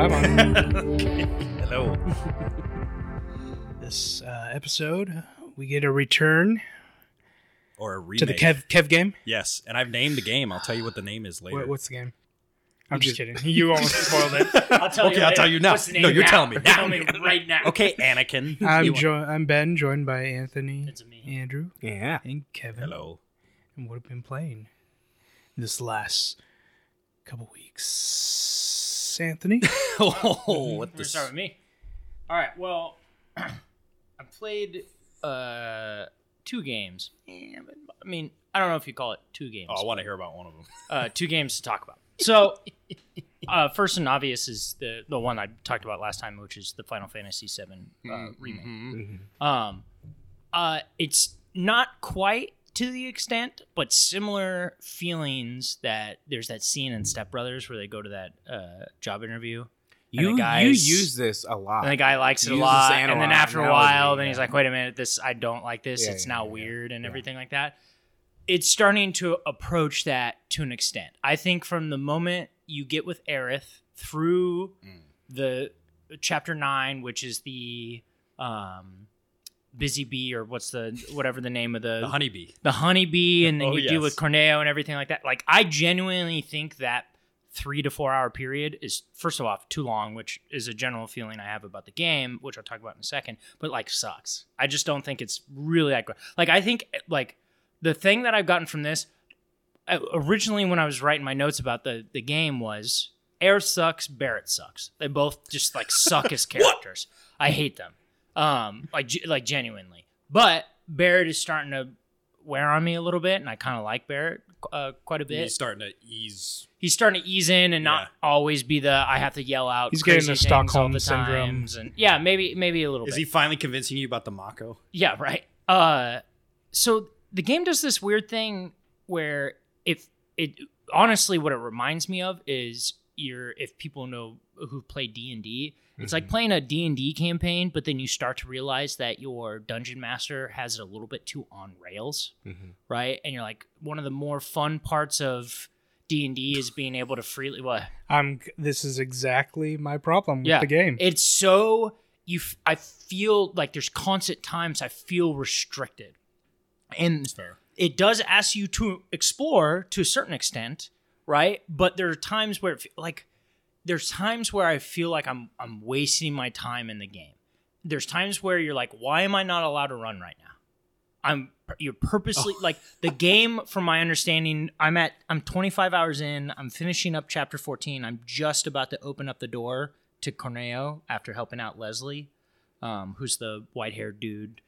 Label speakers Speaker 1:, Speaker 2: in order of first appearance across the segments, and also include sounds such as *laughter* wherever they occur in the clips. Speaker 1: *laughs*
Speaker 2: Hello.
Speaker 1: this uh, episode, we get a return
Speaker 2: Or a remake.
Speaker 1: to the Kev Kev game.
Speaker 2: Yes, and I've named the game. I'll tell you what the name is later.
Speaker 1: What, what's the game? I'm just kidding. You almost spoiled it.
Speaker 3: I'll
Speaker 2: *laughs*
Speaker 3: tell
Speaker 2: Okay,
Speaker 3: you.
Speaker 2: I'll
Speaker 3: later.
Speaker 2: tell you now.
Speaker 3: What's the name
Speaker 2: No, you're
Speaker 3: now?
Speaker 2: telling me now. *laughs*
Speaker 3: Tell me right now.
Speaker 2: okay, Anakin.
Speaker 1: *laughs* I'm
Speaker 2: You want-
Speaker 1: jo- I'm Ben, joined by Anthony,
Speaker 3: It's me.
Speaker 1: Andrew,
Speaker 4: Yeah.
Speaker 1: and Kevin.
Speaker 2: Hello. *laughs*
Speaker 1: And what have been playing this last couple weeks,
Speaker 3: *laughs*
Speaker 1: Anthony?
Speaker 4: Mm-hmm.
Speaker 2: oh, what
Speaker 3: We're
Speaker 2: this?
Speaker 3: starting with me. All right. Well, *clears throat* I played uh two games. Eh, but- I mean, I don't know if you call it two games.
Speaker 2: Oh, I want to hear about one of them.
Speaker 3: uh, two games to talk about. So, uh, first and obvious is the the one I talked about last time, which is the Final Fantasy VII uh,
Speaker 2: Mm-hmm.
Speaker 3: remake. Um, uh, it's not quite to the extent, but similar feelings that there's that scene in Step Brothers where they go to that uh, job interview. And the
Speaker 4: You, you
Speaker 3: guys-
Speaker 4: use this a lot.
Speaker 3: And the guy likes it a
Speaker 4: Uses
Speaker 3: lot.
Speaker 4: analog-
Speaker 3: And then after a
Speaker 4: analogy,
Speaker 3: while, then
Speaker 4: yeah.
Speaker 3: he's like, wait a minute, this I don't like this.
Speaker 4: Yeah,
Speaker 3: it's
Speaker 4: yeah,
Speaker 3: now
Speaker 4: yeah,
Speaker 3: weird and
Speaker 4: yeah.
Speaker 3: everything like that. It's starting to approach that to an extent. I think from the moment you get with Aerith through
Speaker 2: Mm.
Speaker 3: the chapter nine, which is the um busy bee or what's the whatever the name of
Speaker 4: *laughs*
Speaker 3: the
Speaker 2: The honeybee.
Speaker 3: the honeybee and then
Speaker 2: Oh,
Speaker 3: you deal with
Speaker 2: yes.
Speaker 3: Corneo and everything like that. Like I genuinely think that three to four hour period is first of all too long, which is a general feeling I have about the game, which I'll talk about in a second, but like sucks. I just don't think it's really that great. Like I think like the thing that I've gotten from this I- originally when I was writing my notes about the the game was Air sucks, Barrett sucks. They both just like suck
Speaker 1: *laughs*
Speaker 3: as characters. I hate them. Um like ge- like genuinely. But Barrett is starting to wear on me a little bit and I kind of like Barrett uh, quite a bit.
Speaker 2: He's starting to ease.
Speaker 3: He's starting to ease in and not always be the I have to yell out.
Speaker 1: He's getting
Speaker 3: crazy
Speaker 1: the
Speaker 3: things
Speaker 1: Stockholm
Speaker 3: all the
Speaker 1: syndrome.
Speaker 3: times and yeah, maybe maybe a little
Speaker 2: Is
Speaker 3: bit.
Speaker 2: he finally convincing you about the Mako?
Speaker 3: Yeah, right. Uh, so the game does this weird thing where if it honestly what it reminds me of is your if people know who play D and D, it's
Speaker 1: Mm-hmm.
Speaker 3: like playing a D and D campaign, but then you start to realize that your dungeon master has it a little bit too on rails,
Speaker 4: Mhm.
Speaker 3: right? And you're like one of the more fun parts of D and D is being able to freely what.
Speaker 1: I'm. This is exactly my problem with
Speaker 3: Yeah.
Speaker 1: the game.
Speaker 3: It's so you. F- I feel like there's constant times I feel restricted, and
Speaker 2: fair.
Speaker 3: it does ask you to explore to a certain extent, right? But there are times where, it, fe- like, there's times where I feel like I'm I'm wasting my time in the game. There's times where you're like, why am I not allowed to run right now? I'm you're purposely like the game. From my understanding, I'm at I'm 25 hours in. I'm finishing up chapter 14. I'm just about to open up the door to Corneo after helping out Leslie, um, who's the white haired dude.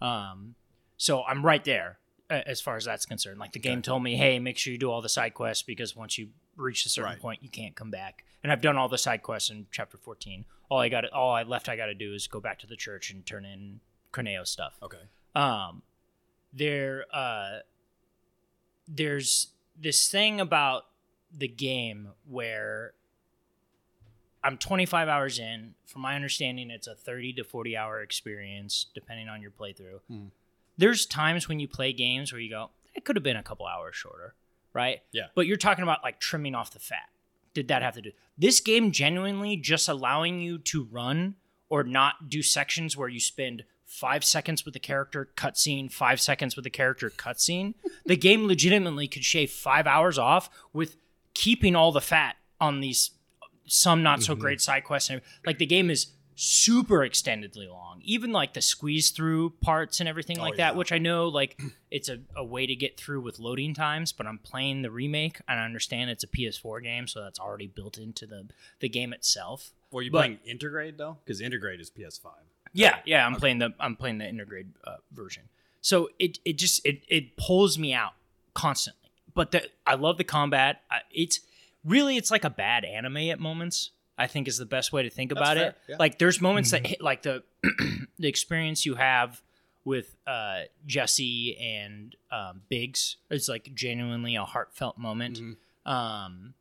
Speaker 3: Um, so I'm right there a- as far as that's concerned. Like the game told me, hey, make sure you do all the side quests because once you reach a certain
Speaker 2: Right.
Speaker 3: point, you can't come back. And I've done all the side quests in chapter 14. All I got, all I left, I got to do is go back to the church and turn in Corneo stuff
Speaker 2: Okay.
Speaker 3: um there uh there's this thing about the game where I'm 25 hours in. From my understanding, it's a 30 to 40 hour experience, depending on your playthrough.
Speaker 2: Hmm.
Speaker 3: There's times when you play games where you go, it could have been a couple hours shorter, right?
Speaker 2: Yeah.
Speaker 3: But you're talking about like trimming off the fat. Did that have to do? This game genuinely just allowing you to run or not do sections where you spend five seconds with the character cutscene, five seconds with the character cutscene. *laughs* the game legitimately could shave five hours off with keeping all the fat on these some not
Speaker 2: Mm-hmm.
Speaker 3: so great side quests. And like the game is super extendedly long, even like the squeeze through parts and everything
Speaker 2: Oh,
Speaker 3: like that,
Speaker 2: yeah.
Speaker 3: which I know like *clears throat* it's a, a way to get through with loading times, but I'm playing the remake and I understand it's a PS4 game, so that's already built into the, the game itself.
Speaker 2: Were you
Speaker 3: But-
Speaker 2: playing Intergrade though? Because Intergrade is PS5.
Speaker 3: Yeah, yeah, I'm playing the I'm playing the intergrade uh, version. So it it just it it pulls me out constantly. But the, I love the combat. I, it's really it's like a bad anime at moments. I think is the best way to think about
Speaker 2: fair,
Speaker 3: it.
Speaker 2: yeah. Mm-hmm.
Speaker 3: Like there's moments that hit like the *clears throat* the experience you have with uh, Jesse and um, Biggs is like genuinely a heartfelt moment.
Speaker 2: Mm-hmm.
Speaker 3: Um,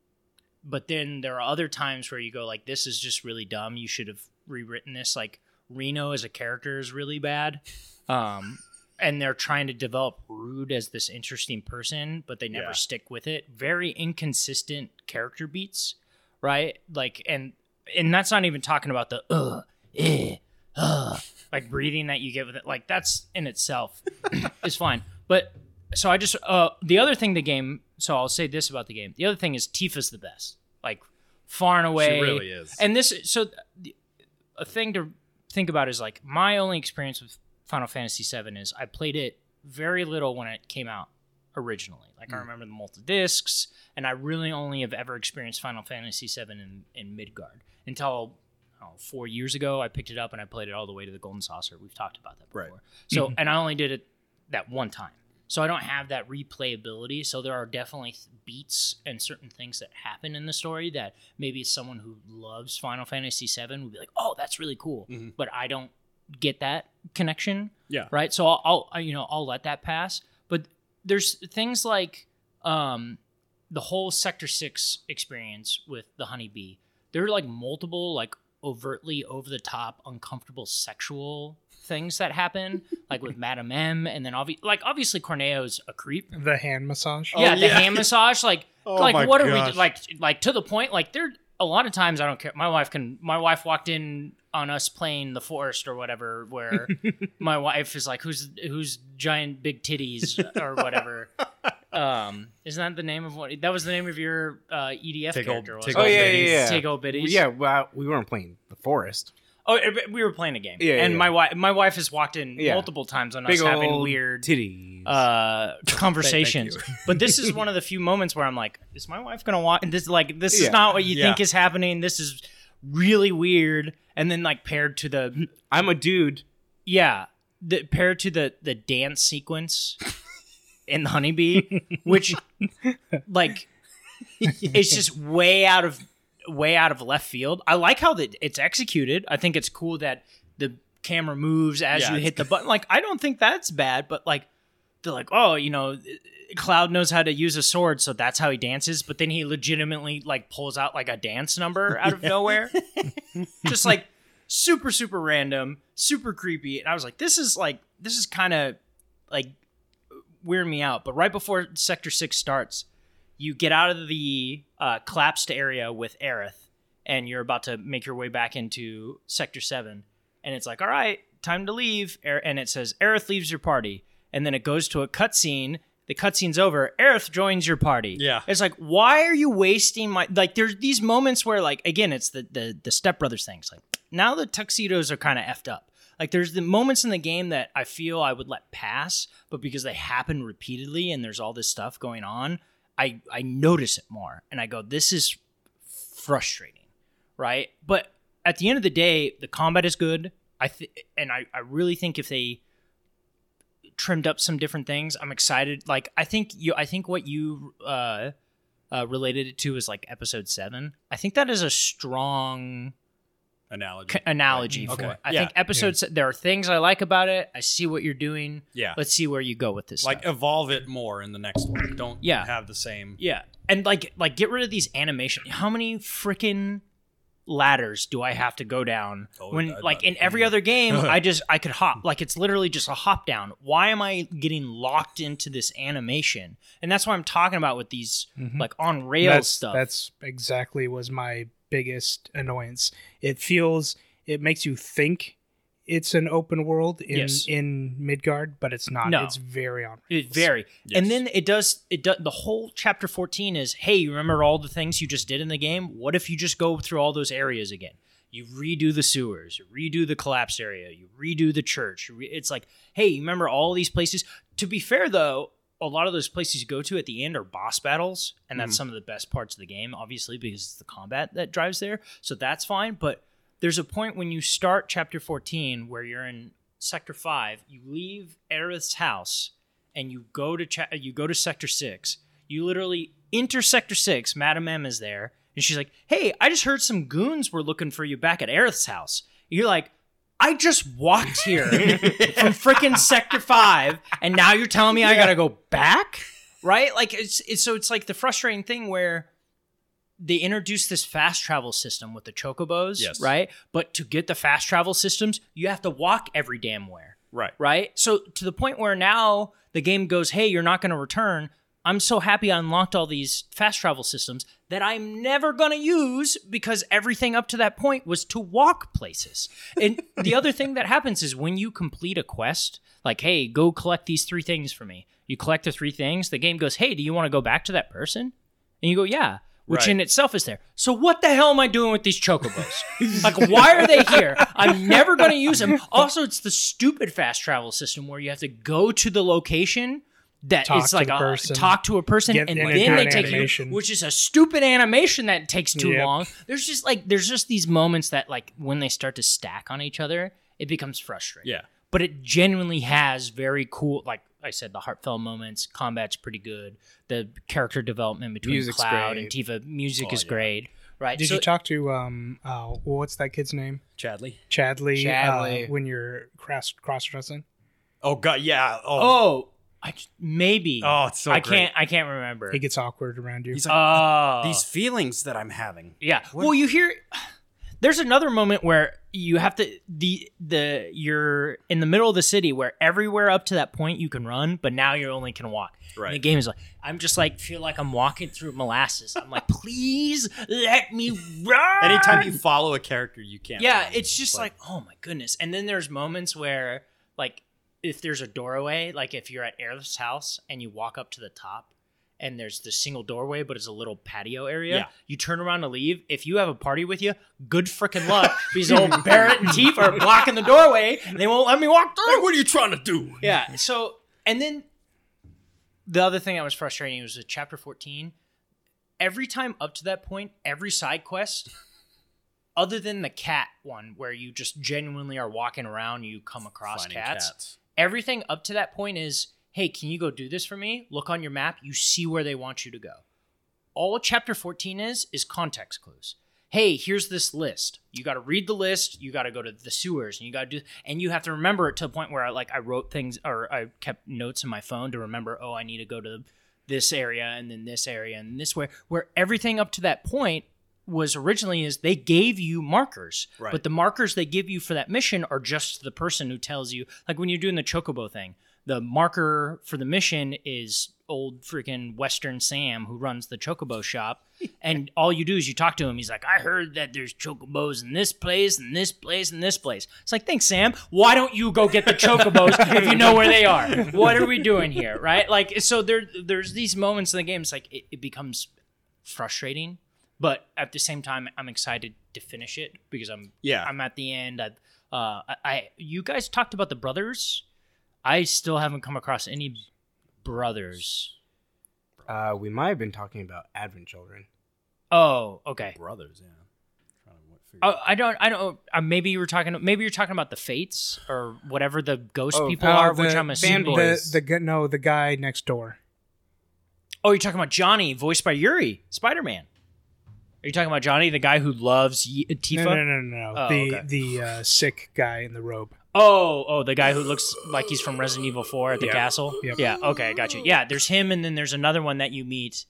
Speaker 3: but then there are other times where you go like, "This is just really dumb. You should have rewritten this." Like Reno as a character is really bad, um, and they're trying to develop Rude as this interesting person, but they never
Speaker 2: Yeah.
Speaker 3: stick with it. Very inconsistent character beats, right? Like, and and that's not even talking about the uh, eh, uh, like breathing that you get with it. Like that's in itself *coughs* is fine. But so I just uh, the other thing the game. So I'll say this about the game. The other thing is Tifa's the best, like far and away.
Speaker 2: She really is.
Speaker 3: And this so the, a thing to think about is like my only experience with Final Fantasy VII is I played it very little when it came out originally. Like I remember the multi discs, and I really only have ever experienced Final Fantasy VII in, in Midgard until I don't know, four years ago. I picked it up and I played it all the way to the Golden Saucer. We've talked about that before.
Speaker 2: Right.
Speaker 3: So, and I only did it that one time. So I don't have that replayability. So there are definitely th- beats and certain things that happen in the story that maybe someone who loves Final Fantasy VII would be like, "Oh, that's really cool,"
Speaker 2: Mhm.
Speaker 3: but I don't get that connection
Speaker 2: yeah.
Speaker 3: right so I'll, I'll I- you know i'll let that pass but there's things like um the whole sector 6 experience with the honeybee there are like multiple like overtly over the top uncomfortable sexual things that happen
Speaker 2: *laughs*
Speaker 3: like with madame m and then obvi- like obviously corneo's a creep
Speaker 1: The hand massage.
Speaker 3: yeah the
Speaker 2: Oh, yeah.
Speaker 3: hand massage like
Speaker 2: Oh my
Speaker 3: like what are we
Speaker 2: gosh.
Speaker 3: like like to the point like there a lot of times I don't care. My wife can. My wife walked in on us playing the forest or whatever,
Speaker 2: *laughs*
Speaker 3: where my wife is like, "Who's who's giant big titties
Speaker 2: *laughs*
Speaker 3: or whatever." um, isn't that the name of what? That was the name of your uh, EDF
Speaker 2: Take old-
Speaker 3: character.
Speaker 2: take
Speaker 3: wasn't
Speaker 4: Oh
Speaker 2: old
Speaker 3: it?
Speaker 4: yeah,
Speaker 2: bitties.
Speaker 4: yeah, yeah.
Speaker 3: Take old bitties.
Speaker 4: Yeah, well, we weren't playing the forest.
Speaker 3: Oh, eh, but we were playing a game.
Speaker 4: Yeah, yeah,
Speaker 3: And
Speaker 4: yeah.
Speaker 3: my wife, my wife has walked in
Speaker 4: Yeah.
Speaker 3: multiple times on
Speaker 4: Big
Speaker 3: us having
Speaker 4: old
Speaker 3: weird
Speaker 4: titties. *laughs*
Speaker 3: uh conversations but this is one of the few moments where i'm like is my wife gonna watch this like this is
Speaker 4: Yeah.
Speaker 3: not what you
Speaker 2: Yeah.
Speaker 3: think is happening this is really weird and then like paired to the
Speaker 4: *laughs* I'm a dude.
Speaker 3: yeah the paired to the the dance sequence in the honeybee which like
Speaker 2: *laughs*
Speaker 3: it's just way out of way out of left field i like how that it's executed i think it's cool that the camera moves as
Speaker 2: Yeah,
Speaker 3: you
Speaker 2: it's
Speaker 3: hit the button like i don't think that's bad but like they're like oh you know cloud knows how to use a sword so that's how he dances but then he legitimately like pulls out like a dance number
Speaker 2: *laughs*
Speaker 3: out of nowhere just like super super random super creepy and i was like this is like this is kind of like weird me out but right before sector 6 starts you get out of the uh, collapsed area with Aerith, and you're about to make your way back into Sector 7. And it's like, all right, time to leave. Aer- And it says, Aerith leaves your party. And then it goes to a cutscene. The cutscene's over. Aerith joins your party.
Speaker 2: Yeah.
Speaker 3: It's like, why are you wasting my. Like, there's these moments where, like, again, it's the, the, the stepbrothers thing. It's like, now the tuxedos are kind of effed up. Like there's the moments in the game that I feel I would let pass, but because they happen repeatedly and there's all this stuff going on, I I notice it more and I go, this is frustrating, right? But at the end of the day, the combat is good. I th- and I, I really think if they trimmed up some different things, I'm excited. Like I think you I think what you uh, uh, related it to is like episode seven. I think that is a strong
Speaker 2: Analogy.
Speaker 3: c- analogy
Speaker 2: Right.
Speaker 3: for
Speaker 2: Mm, Okay.
Speaker 3: it. I
Speaker 2: Yeah.
Speaker 3: think episodes there are things I like about it. I see what you're doing.
Speaker 2: yeah.
Speaker 3: Let's see where you go with this.
Speaker 2: Like
Speaker 3: stuff.
Speaker 2: evolve it more in the next one. Don't
Speaker 3: Yeah.
Speaker 2: have the same.
Speaker 3: yeah, and like like get rid of these animation. How many freaking ladders do I have to go down
Speaker 2: Oh,
Speaker 3: when
Speaker 2: I-
Speaker 3: like
Speaker 2: I-
Speaker 3: in every other game I just I could hop like it's literally just a hop down. Why am I getting locked into this animation? And that's what I'm talking about with these
Speaker 1: Mhm.
Speaker 3: like on rails
Speaker 1: that's,
Speaker 3: stuff.
Speaker 1: That's exactly was my biggest annoyance. It feels it makes you think it's an open world in
Speaker 3: Yes.
Speaker 1: in Midgard, but it's not.
Speaker 3: No.
Speaker 1: It's very on.
Speaker 3: It very.
Speaker 2: Yes.
Speaker 3: And then it does it does the whole chapter 14 is, hey, you remember all the things you just did in the game? What if you just go through all those areas again? You redo the sewers, you redo the collapsed area, you redo the church. you re- It's like, hey, you remember all these places? To be fair though, a lot of those places you go to at the end are boss battles, and that's
Speaker 2: Mhm.
Speaker 3: some of the best parts of the game, obviously, because it's the combat that drives there. So that's fine, but there's a point when you start chapter 14 where you're in sector 5 you leave Aerith's house and you go to cha- you go to sector 6 you literally enter sector 6 madam m is there and she's like hey i just heard some goons were looking for you back at Aerith's house you're like I just walked here from freaking Sector Five, and now you're telling me I gotta go back, right? Like it's, it's so it's like the frustrating thing where they introduced this fast travel system with the chocobos,
Speaker 2: Yes.
Speaker 3: right? But to get the fast travel systems, you have to walk every damn where,
Speaker 2: Right.
Speaker 3: right? So to the point where now the game goes, "Hey, you're not going to return." I'm so happy I unlocked all these fast travel systems that I'm never going to use because everything up to that point was to walk places. And the other thing that happens is when you complete a quest, like, hey, go collect these three things for me. You collect the three things, the game goes, hey, do you want to go back to that person? And you go, yeah, which
Speaker 2: Right.
Speaker 3: in itself is there. So what the hell am I doing with these chocobos? like, why are they here? I'm never going to use them. Also, it's the stupid fast travel system where you have to go to the location that
Speaker 1: Talk
Speaker 3: it's
Speaker 1: to
Speaker 3: like
Speaker 1: the
Speaker 3: a
Speaker 1: person.
Speaker 3: talk to a person
Speaker 1: Get
Speaker 3: and
Speaker 1: an
Speaker 3: then they
Speaker 1: entire
Speaker 3: take
Speaker 1: animation.
Speaker 3: you, which is a stupid animation that takes too
Speaker 1: Yep.
Speaker 3: long. There's just like there's just these moments that like when they start to stack on each other, it becomes frustrating.
Speaker 2: Yeah.
Speaker 3: But it genuinely has very cool like I said, the heartfelt moments, combat's pretty good. The character development between
Speaker 4: Music's
Speaker 3: Cloud and
Speaker 4: great.
Speaker 3: Tifa, music
Speaker 2: Oh,
Speaker 3: is
Speaker 2: yeah.
Speaker 3: great. Right.
Speaker 1: Did
Speaker 3: so,
Speaker 1: you talk to um uh what's that kid's name?
Speaker 2: Chadley.
Speaker 1: Chadley,
Speaker 4: Chadley.
Speaker 1: Uh, when you're cross cross dressing?
Speaker 2: Oh god, yeah. Oh,
Speaker 3: Oh, I j- maybe.
Speaker 2: oh, it's so
Speaker 3: I
Speaker 2: great.
Speaker 3: can't I can't remember.
Speaker 1: He gets awkward around you.
Speaker 2: He's like
Speaker 3: Oh.
Speaker 2: these feelings that I'm having.
Speaker 3: Yeah.
Speaker 2: What-
Speaker 3: Well, you hear there's another moment where you have to the the you're in the middle of the city where everywhere up to that point you can run, but now you only can walk. And the
Speaker 2: Right.
Speaker 3: game is like I'm just like feel like I'm walking through molasses. I'm like, please let me run.
Speaker 2: Anytime you follow a character, you can't.
Speaker 3: Yeah,
Speaker 2: run.
Speaker 3: it's just like, oh my goodness. And then there's moments where like if there's a doorway, like if you're at Aerith's house and you walk up to the top and there's the single doorway, but it's a little patio area.
Speaker 2: Yeah.
Speaker 3: You turn around to leave. If you have a party with you, good freaking
Speaker 2: *laughs*
Speaker 3: luck because old Barrett and Teef are blocking the doorway. And they won't let me walk through.
Speaker 2: Hey, what are you trying to do? *laughs*
Speaker 3: Yeah. So, and then the other thing that was frustrating was with chapter 14. Every time up to that point, every side quest, other than the cat one where you just genuinely are walking around, you come across
Speaker 2: Finding
Speaker 3: cats. Everything up to that point is, hey, can you go do this for me? Look on your map, you see where they want you to go. All chapter 14 is is context clues. Hey, here's this list. You got to read the list. You got to go to the sewers, and you got to do, and you have to remember it to the point where I like I wrote things or I kept notes in my phone to remember. Oh, I need to go to this area and then this area and this way. Where everything up to that point was originally is they gave you markers,
Speaker 2: Right.
Speaker 3: but the markers they give you for that mission are just the person who tells you. Like when you're doing the chocobo thing, the marker for the mission is old freaking Western Sam who runs the chocobo shop. And all you do is you talk to him. He's like, I heard that there's chocobos in this place, and this place, and this place. It's like, thanks, Sam. Why don't you go get the chocobos if you know where they are? What are we doing here, right? Like, so there, there's these moments in the game. It's like it, it becomes frustrating, but at the same time, I'm excited to finish it because I'm
Speaker 2: Yeah.
Speaker 3: I'm at the end. I, uh, I, I you guys talked about the brothers. I still haven't come across any brothers.
Speaker 4: Uh, we might have been talking about Advent Children.
Speaker 3: Oh, okay.
Speaker 2: brothers. Yeah. Trying to what- figure-
Speaker 3: Oh, I don't. I don't. Uh, maybe you were talking. Maybe you're talking about the fates or whatever the ghost
Speaker 4: Oh,
Speaker 3: people
Speaker 1: uh,
Speaker 3: are,
Speaker 1: the
Speaker 3: which I'm assuming.
Speaker 1: the,
Speaker 4: Boys.
Speaker 1: the gu- no, the guy next door.
Speaker 3: oh, you're talking about Johnny, voiced by Yuri, Spider Man. Are you talking about Johnny, the guy who loves Ye- Tifa?
Speaker 1: No, no, no, no, no.
Speaker 3: Oh,
Speaker 1: the
Speaker 3: okay.
Speaker 1: the
Speaker 3: *laughs*
Speaker 1: uh, sick guy in the robe.
Speaker 3: Oh, oh, the guy who looks like he's from Resident Evil 4 at the castle.
Speaker 1: Yep.
Speaker 3: Yeah, okay, I got you. Yeah, there's him, and then there's another one that you meet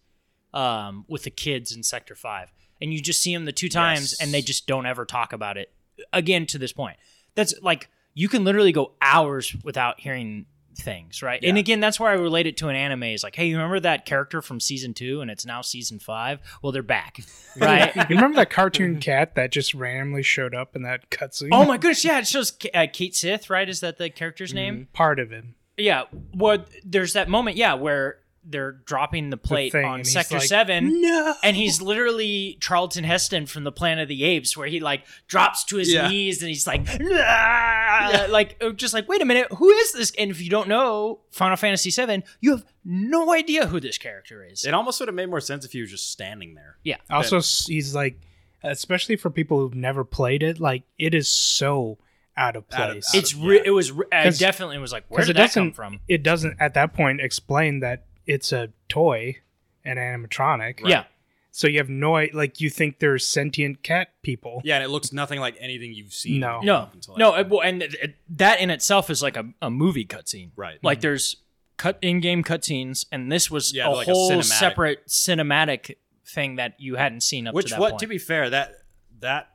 Speaker 3: um, with the kids in Sector 5. And you just see him the two times,
Speaker 2: Yes.
Speaker 3: and they just don't ever talk about it uh, again to this point. That's like, you can literally go hours without hearing things, right? And
Speaker 2: Yeah.
Speaker 3: again, that's where I relate it to an anime is like, hey, you remember that character from season two, and it's now season five? Well, they're back, right?
Speaker 1: *laughs* You remember that
Speaker 3: *laughs*
Speaker 1: cartoon cat that just randomly showed up in that cutscene?
Speaker 3: oh my goodness, yeah, it shows K- uh, Kate Sith, right? Is that the character's name?
Speaker 1: Part of him.
Speaker 3: Yeah. Well, there's that moment, yeah, where they're dropping the plate
Speaker 1: thing,
Speaker 3: on
Speaker 1: and he's
Speaker 3: Sector
Speaker 1: like,
Speaker 3: 7.
Speaker 1: No.
Speaker 3: And he's literally Charlton Heston from the Planet of the Apes, where he like drops to his
Speaker 2: Yeah.
Speaker 3: knees and he's like, "Ah," like uh, just like, wait a minute, who is this? And if you don't know Final Fantasy VII, you have no idea who this character is.
Speaker 2: It almost would have made more sense if he was just standing there.
Speaker 3: yeah,
Speaker 1: Also, s- he's like, especially for people who've never played it, like it is so out of
Speaker 2: Out of-
Speaker 1: place.
Speaker 2: out
Speaker 3: it's re-
Speaker 2: yeah.
Speaker 3: it was re- I
Speaker 1: 'Cause-
Speaker 3: definitely was like, where
Speaker 1: 'cause
Speaker 3: did
Speaker 1: it
Speaker 3: that come
Speaker 1: doesn't-
Speaker 3: from?
Speaker 1: it doesn't at that point explain that it's a toy, an animatronic.
Speaker 3: Yeah,
Speaker 1: So you have no i- like you think they're sentient cat people.
Speaker 2: Yeah, and it looks nothing like anything you've seen.
Speaker 1: No.
Speaker 3: no,
Speaker 2: up until that
Speaker 3: no,
Speaker 2: point.
Speaker 3: it, well, and it, it- that in itself is like a, a movie cutscene,
Speaker 2: Right. Mm-hmm.
Speaker 3: Like there's cut in-game cutscenes, and this was
Speaker 2: Yeah,
Speaker 3: a
Speaker 2: like a
Speaker 3: whole
Speaker 2: cinematic.
Speaker 3: separate cinematic thing that you hadn't seen up
Speaker 2: Which
Speaker 3: to that
Speaker 2: what
Speaker 3: point.
Speaker 2: to be fair, that that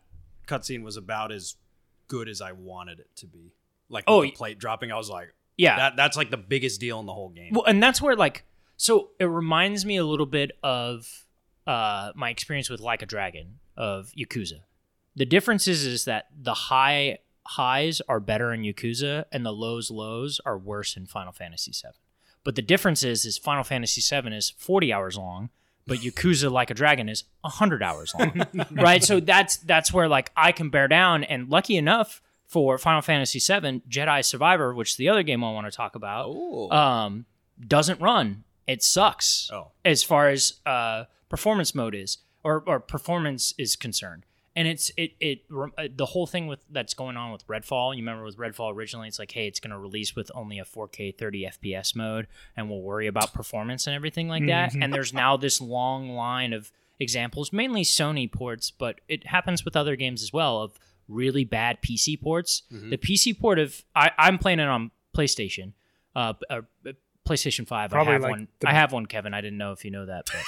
Speaker 2: cutscene was about as good as I wanted it to be. Like with
Speaker 3: Oh,
Speaker 2: the
Speaker 3: y-
Speaker 2: plate dropping, I was like,
Speaker 3: yeah,
Speaker 2: that that's like the biggest deal in the whole game.
Speaker 3: well, and that's where like So it reminds me a little bit of uh, my experience with Like a Dragon of Yakuza. The difference is is that the high highs are better in Yakuza and the lows lows are worse in Final Fantasy VII. But the difference is is Final Fantasy VII is 40 hours long, but Yakuza Like a Dragon is 100 hours long. right? So that's that's where like I can bear down and lucky enough for Final Fantasy VII Jedi Survivor, which is the other game I want to talk about
Speaker 2: Oh.
Speaker 3: um, doesn't run. It sucks
Speaker 2: oh.
Speaker 3: as far as uh, performance mode is or, or performance is concerned. And it's it it rem- uh, the whole thing with that's going on with Redfall. You remember with Redfall originally, it's like, hey, it's going to release with only a 4K 30 FPS mode, and we'll worry about performance and everything like that.
Speaker 1: Mhm.
Speaker 3: And there's now this long line of examples, mainly Sony ports, but it happens with other games as well of really bad PC ports.
Speaker 1: Mm-hmm.
Speaker 2: Mhm.
Speaker 3: The PC port of I, I'm playing it on PlayStation, uh, p- uh PlayStation Five.
Speaker 1: Probably
Speaker 3: I have
Speaker 1: like
Speaker 3: one.
Speaker 1: the-
Speaker 3: I have one, Kevin. I didn't know if you
Speaker 1: *laughs*
Speaker 3: know that. But,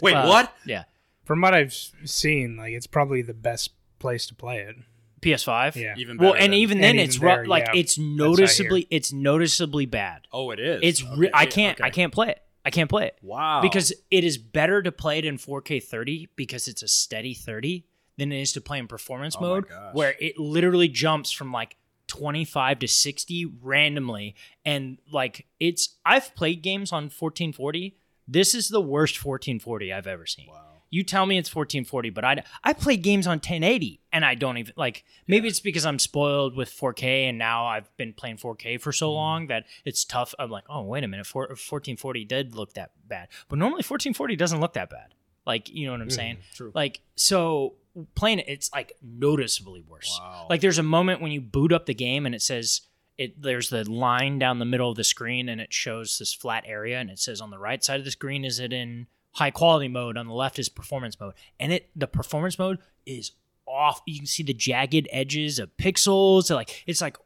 Speaker 2: Wait,
Speaker 3: uh,
Speaker 2: what?
Speaker 3: Yeah,
Speaker 1: From what I've seen, like it's probably the best place to play it.
Speaker 3: PS Five.
Speaker 1: Yeah.
Speaker 2: Even
Speaker 3: Well,
Speaker 2: better
Speaker 3: and
Speaker 2: than-
Speaker 3: even then,
Speaker 1: And
Speaker 3: it's
Speaker 1: even
Speaker 3: ru-
Speaker 1: there,
Speaker 3: like
Speaker 1: yeah.
Speaker 3: it's noticeably, it's noticeably bad.
Speaker 2: oh, it is.
Speaker 3: It's re-
Speaker 2: Okay,
Speaker 3: I
Speaker 2: yeah,
Speaker 3: can't, I
Speaker 2: okay.
Speaker 3: can't play it. I can't play it
Speaker 2: Wow.
Speaker 3: because it is better to play it in 4K 30 because it's a steady 30 than it is to play in performance
Speaker 2: Oh my
Speaker 3: mode
Speaker 2: gosh.
Speaker 3: where it literally jumps from like 25 to 60 randomly and like it's I've played games on 1440. This is the worst 1440 I've ever seen.
Speaker 2: wow.
Speaker 3: You tell me it's 1440, but I I play games on 1080 and I don't even like maybe it's because I'm spoiled with 4K and now I've been playing 4K for so long that it's tough. I'm like, "Oh, wait a minute, four- 1440 did look that bad." But normally 1440 doesn't look that bad. Like, you know what I'm saying?
Speaker 2: True.
Speaker 3: Like so playing it it's like noticeably worse.
Speaker 2: Wow.
Speaker 3: Like there's a moment when you boot up the game and it says it there's the line down the middle of the screen and it shows this flat area and it says on the right side of the screen is it in high quality mode on the left is performance mode and it the performance mode is off you can see the jagged edges of pixels like it's like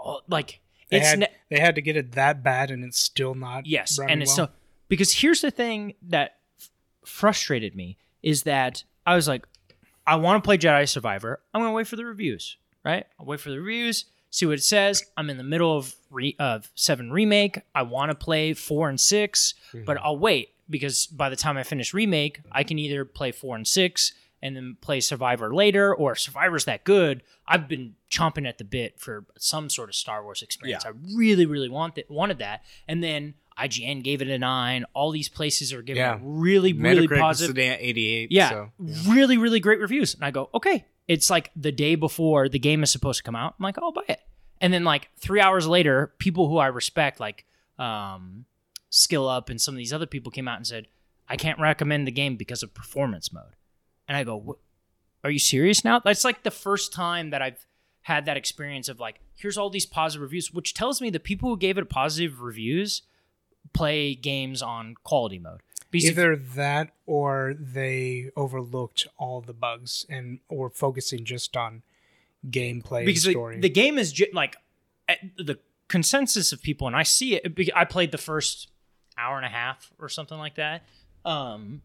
Speaker 3: oh, like
Speaker 1: They
Speaker 3: it's
Speaker 1: had
Speaker 3: ne-
Speaker 1: they had to get it that bad, and it's still not.
Speaker 3: Yes,
Speaker 1: running
Speaker 3: and it's
Speaker 1: well.
Speaker 3: so because here's the thing that f- frustrated me is that I was like, I want to play Jedi Survivor. I'm gonna wait for the reviews, right? I'll wait for the reviews, see what it says. I'm in the middle of re- of seven remake. I want to play four and 6 but I'll wait because by the time I finish remake, I can either play four and six and then play Survivor later, or if Survivor's that good. I've been chomping at the bit for some sort of Star Wars experience.
Speaker 2: Yeah.
Speaker 3: I really, really want that, wanted that. And then IGN gave it a nine. All these places are giving
Speaker 4: Yeah.
Speaker 3: it really, really
Speaker 4: Metacritic is
Speaker 3: positive.
Speaker 4: today at 88.
Speaker 3: Yeah,
Speaker 4: So,
Speaker 3: really, really great reviews. And I go, okay, it's like the day before the game is supposed to come out. I'm like, I'll buy it. And then like three hours later, people who I respect, like um, Skill Up and some of these other people, came out and said, I can't recommend the game because of performance mode. And I go, what? are you serious now? That's like the first time that I've had that experience of like, here's all these positive reviews, which tells me the people who gave it positive reviews play games on quality mode. Because if-
Speaker 1: either that or they overlooked all the bugs and were focusing just on gameplay
Speaker 3: because
Speaker 1: and
Speaker 3: the-
Speaker 1: story.
Speaker 3: The, game is ge- like at the consensus of people, and I see it. be- I played the first hour and a half or something like that. Um,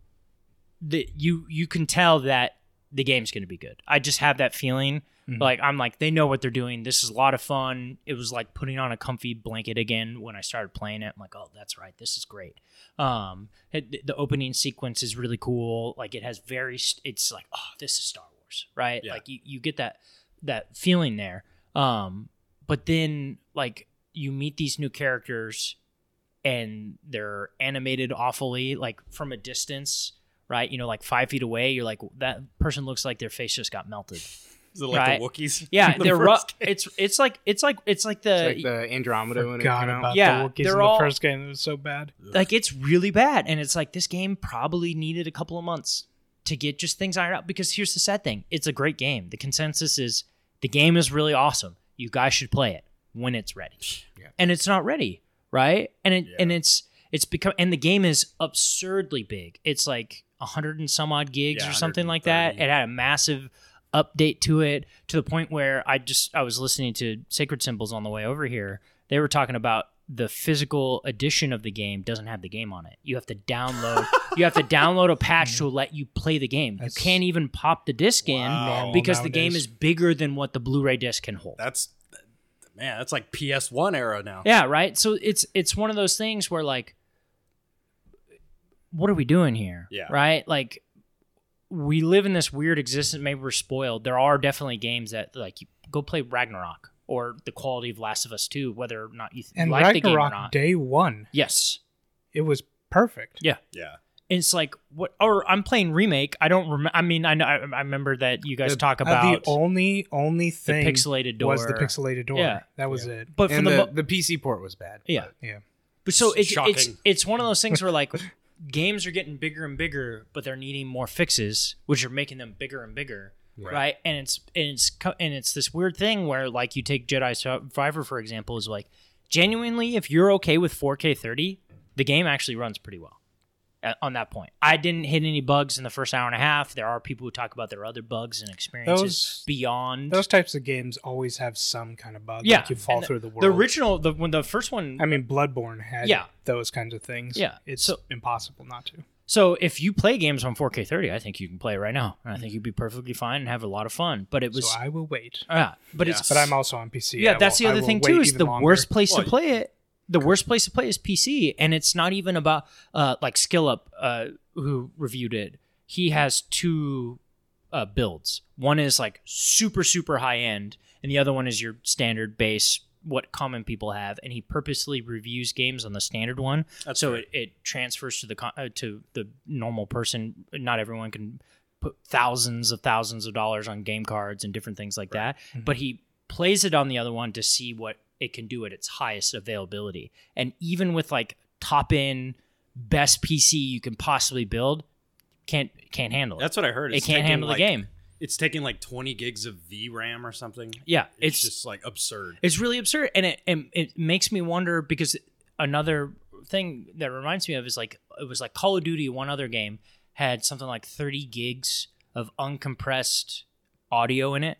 Speaker 3: that you you can tell that the game's going to be good. I just have that feeling.
Speaker 1: Mhm.
Speaker 3: Like I'm like they know what they're doing. This is a lot of fun. It was like putting on a comfy blanket again when I started playing it. I'm like, oh, that's right. This is great. Um, it- the opening sequence is really cool. Like it has very. st- It's like oh, this is Star Wars, right?
Speaker 2: Yeah.
Speaker 3: Like you you get that that feeling there. Um, but then like you meet these new characters and they're animated awfully, like from a distance, right? You know, like five feet away, you're like that person looks like their face just
Speaker 4: *laughs*
Speaker 3: got melted.
Speaker 2: Is it like
Speaker 3: Right.
Speaker 2: the Wookiees? *laughs*
Speaker 3: Yeah,
Speaker 2: The
Speaker 3: they're
Speaker 2: first
Speaker 3: rough.
Speaker 2: game?
Speaker 3: It's it's like it's like it's like the
Speaker 4: it's like the Andromeda when it
Speaker 1: Forgot
Speaker 4: came out.
Speaker 1: about
Speaker 3: Yeah,
Speaker 1: the Wookiees
Speaker 3: they're
Speaker 1: in
Speaker 3: all-
Speaker 1: the first game. It was so bad.
Speaker 3: like it's really bad and it's like this game probably needed a couple of months to get just things ironed out because here's the sad thing it's a great game the consensus is the game is really awesome you guys should play it when it's ready
Speaker 4: Yeah.
Speaker 3: and it's not ready right and it
Speaker 2: Yeah.
Speaker 3: and it's it's become and the game is absurdly big it's like 100 and some odd gigs
Speaker 2: Yeah,
Speaker 3: or something like that
Speaker 2: 130.
Speaker 3: it had a massive update to it to the point where i just i was listening to sacred symbols on the way over here they were talking about the physical edition of the game doesn't have the game on it. You have to download.
Speaker 1: *laughs*
Speaker 3: you have to download a patch to let you play the game.
Speaker 1: That's-
Speaker 3: you can't even pop the disc
Speaker 2: Wow.
Speaker 3: in because the game
Speaker 1: Nowadays.
Speaker 3: is bigger than what the Blu-ray disc can hold.
Speaker 2: That's man. That's like PS One era now.
Speaker 3: yeah, right. So it's it's one of those things where like what are we doing here?
Speaker 2: Yeah.
Speaker 3: Right? Like we live in this weird existence. Maybe we're spoiled. There are definitely games that like you go play Ragnarok or the quality of Last of Us 2, whether or not you th-
Speaker 1: And
Speaker 3: like the game or
Speaker 1: Ragnarok
Speaker 3: not.
Speaker 1: day one,
Speaker 3: yes.
Speaker 1: it was perfect.
Speaker 2: Yeah.
Speaker 3: And it's like what or I'm playing remake. I don't remember I mean I know I, I remember that you guys
Speaker 4: The-
Speaker 3: talk
Speaker 1: Uh,
Speaker 3: about
Speaker 1: the only only
Speaker 3: the
Speaker 1: thing
Speaker 3: pixelated door
Speaker 1: was the pixelated door.
Speaker 3: Yeah.
Speaker 1: That was it.
Speaker 3: But for
Speaker 4: And
Speaker 3: the,
Speaker 4: the,
Speaker 3: mo-
Speaker 4: the PC port was bad.
Speaker 3: yeah.
Speaker 1: Yeah.
Speaker 3: But so
Speaker 2: It's
Speaker 3: it's it's
Speaker 2: shocking.
Speaker 3: it's one of those things where like games are getting bigger and bigger, but they're needing more fixes, which are making them bigger and bigger,
Speaker 4: Yeah.
Speaker 3: right? And it's and it's co- and it's this weird thing where like you take Jedi Survivor for example is like genuinely if you're okay with 4K 30, the game actually runs pretty well. uh, On that point, I didn't hit any bugs in the first hour and a half. There are people who talk about their other bugs and experiences
Speaker 1: Those-
Speaker 3: beyond.
Speaker 1: Those types of games always have some kind of bug.
Speaker 3: Yeah,
Speaker 1: Like you fall
Speaker 3: and
Speaker 1: through the world.
Speaker 3: the original, the when the first one
Speaker 1: I mean, Bloodborne had
Speaker 3: Yeah.
Speaker 1: those kinds of things.
Speaker 3: Yeah.
Speaker 1: It's
Speaker 3: So-
Speaker 1: impossible not to.
Speaker 3: So if you play games on 4K 30, I think you can play right now, and I think you'd be perfectly fine and have a lot of fun. But it was,
Speaker 1: so I will wait.
Speaker 3: yeah, but it's,
Speaker 1: But I'm also on PC.
Speaker 3: yeah,
Speaker 1: I
Speaker 3: that's
Speaker 1: will-
Speaker 3: the
Speaker 1: I
Speaker 3: other
Speaker 1: will
Speaker 3: thing
Speaker 1: wait
Speaker 3: too is
Speaker 1: even
Speaker 3: the
Speaker 1: longer.
Speaker 3: worst place
Speaker 2: Well,
Speaker 3: to play it. The worst place to play is PC, and it's not even about uh, like Skill Up, uh, who reviewed it. He has two uh, builds. One is like super super high end, and the other one is your standard base, what common people have. And he purposely reviews games on the standard one
Speaker 2: That's
Speaker 3: so
Speaker 2: fair.
Speaker 3: it, it transfers to the con- uh, to the normal person. Not everyone can put thousands of thousands of dollars on game cards and different things like that.
Speaker 2: Mm-hmm.
Speaker 3: But he plays it on the other one to see what it can do at its highest availability. And even with like top end best PC you can possibly build, can't can't handle it.
Speaker 2: That's what I heard.
Speaker 3: it
Speaker 2: It's
Speaker 3: can't
Speaker 2: taking,
Speaker 3: handle
Speaker 2: like-
Speaker 3: the game.
Speaker 2: It's taking like 20 gigs of VRAM or something.
Speaker 3: Yeah,
Speaker 2: It's,
Speaker 3: it's
Speaker 2: just like absurd.
Speaker 3: It's really absurd, and it and it makes me wonder because another thing that reminds me of is like it was like Call of Duty. One other game had something like thirty gigs of uncompressed audio in it,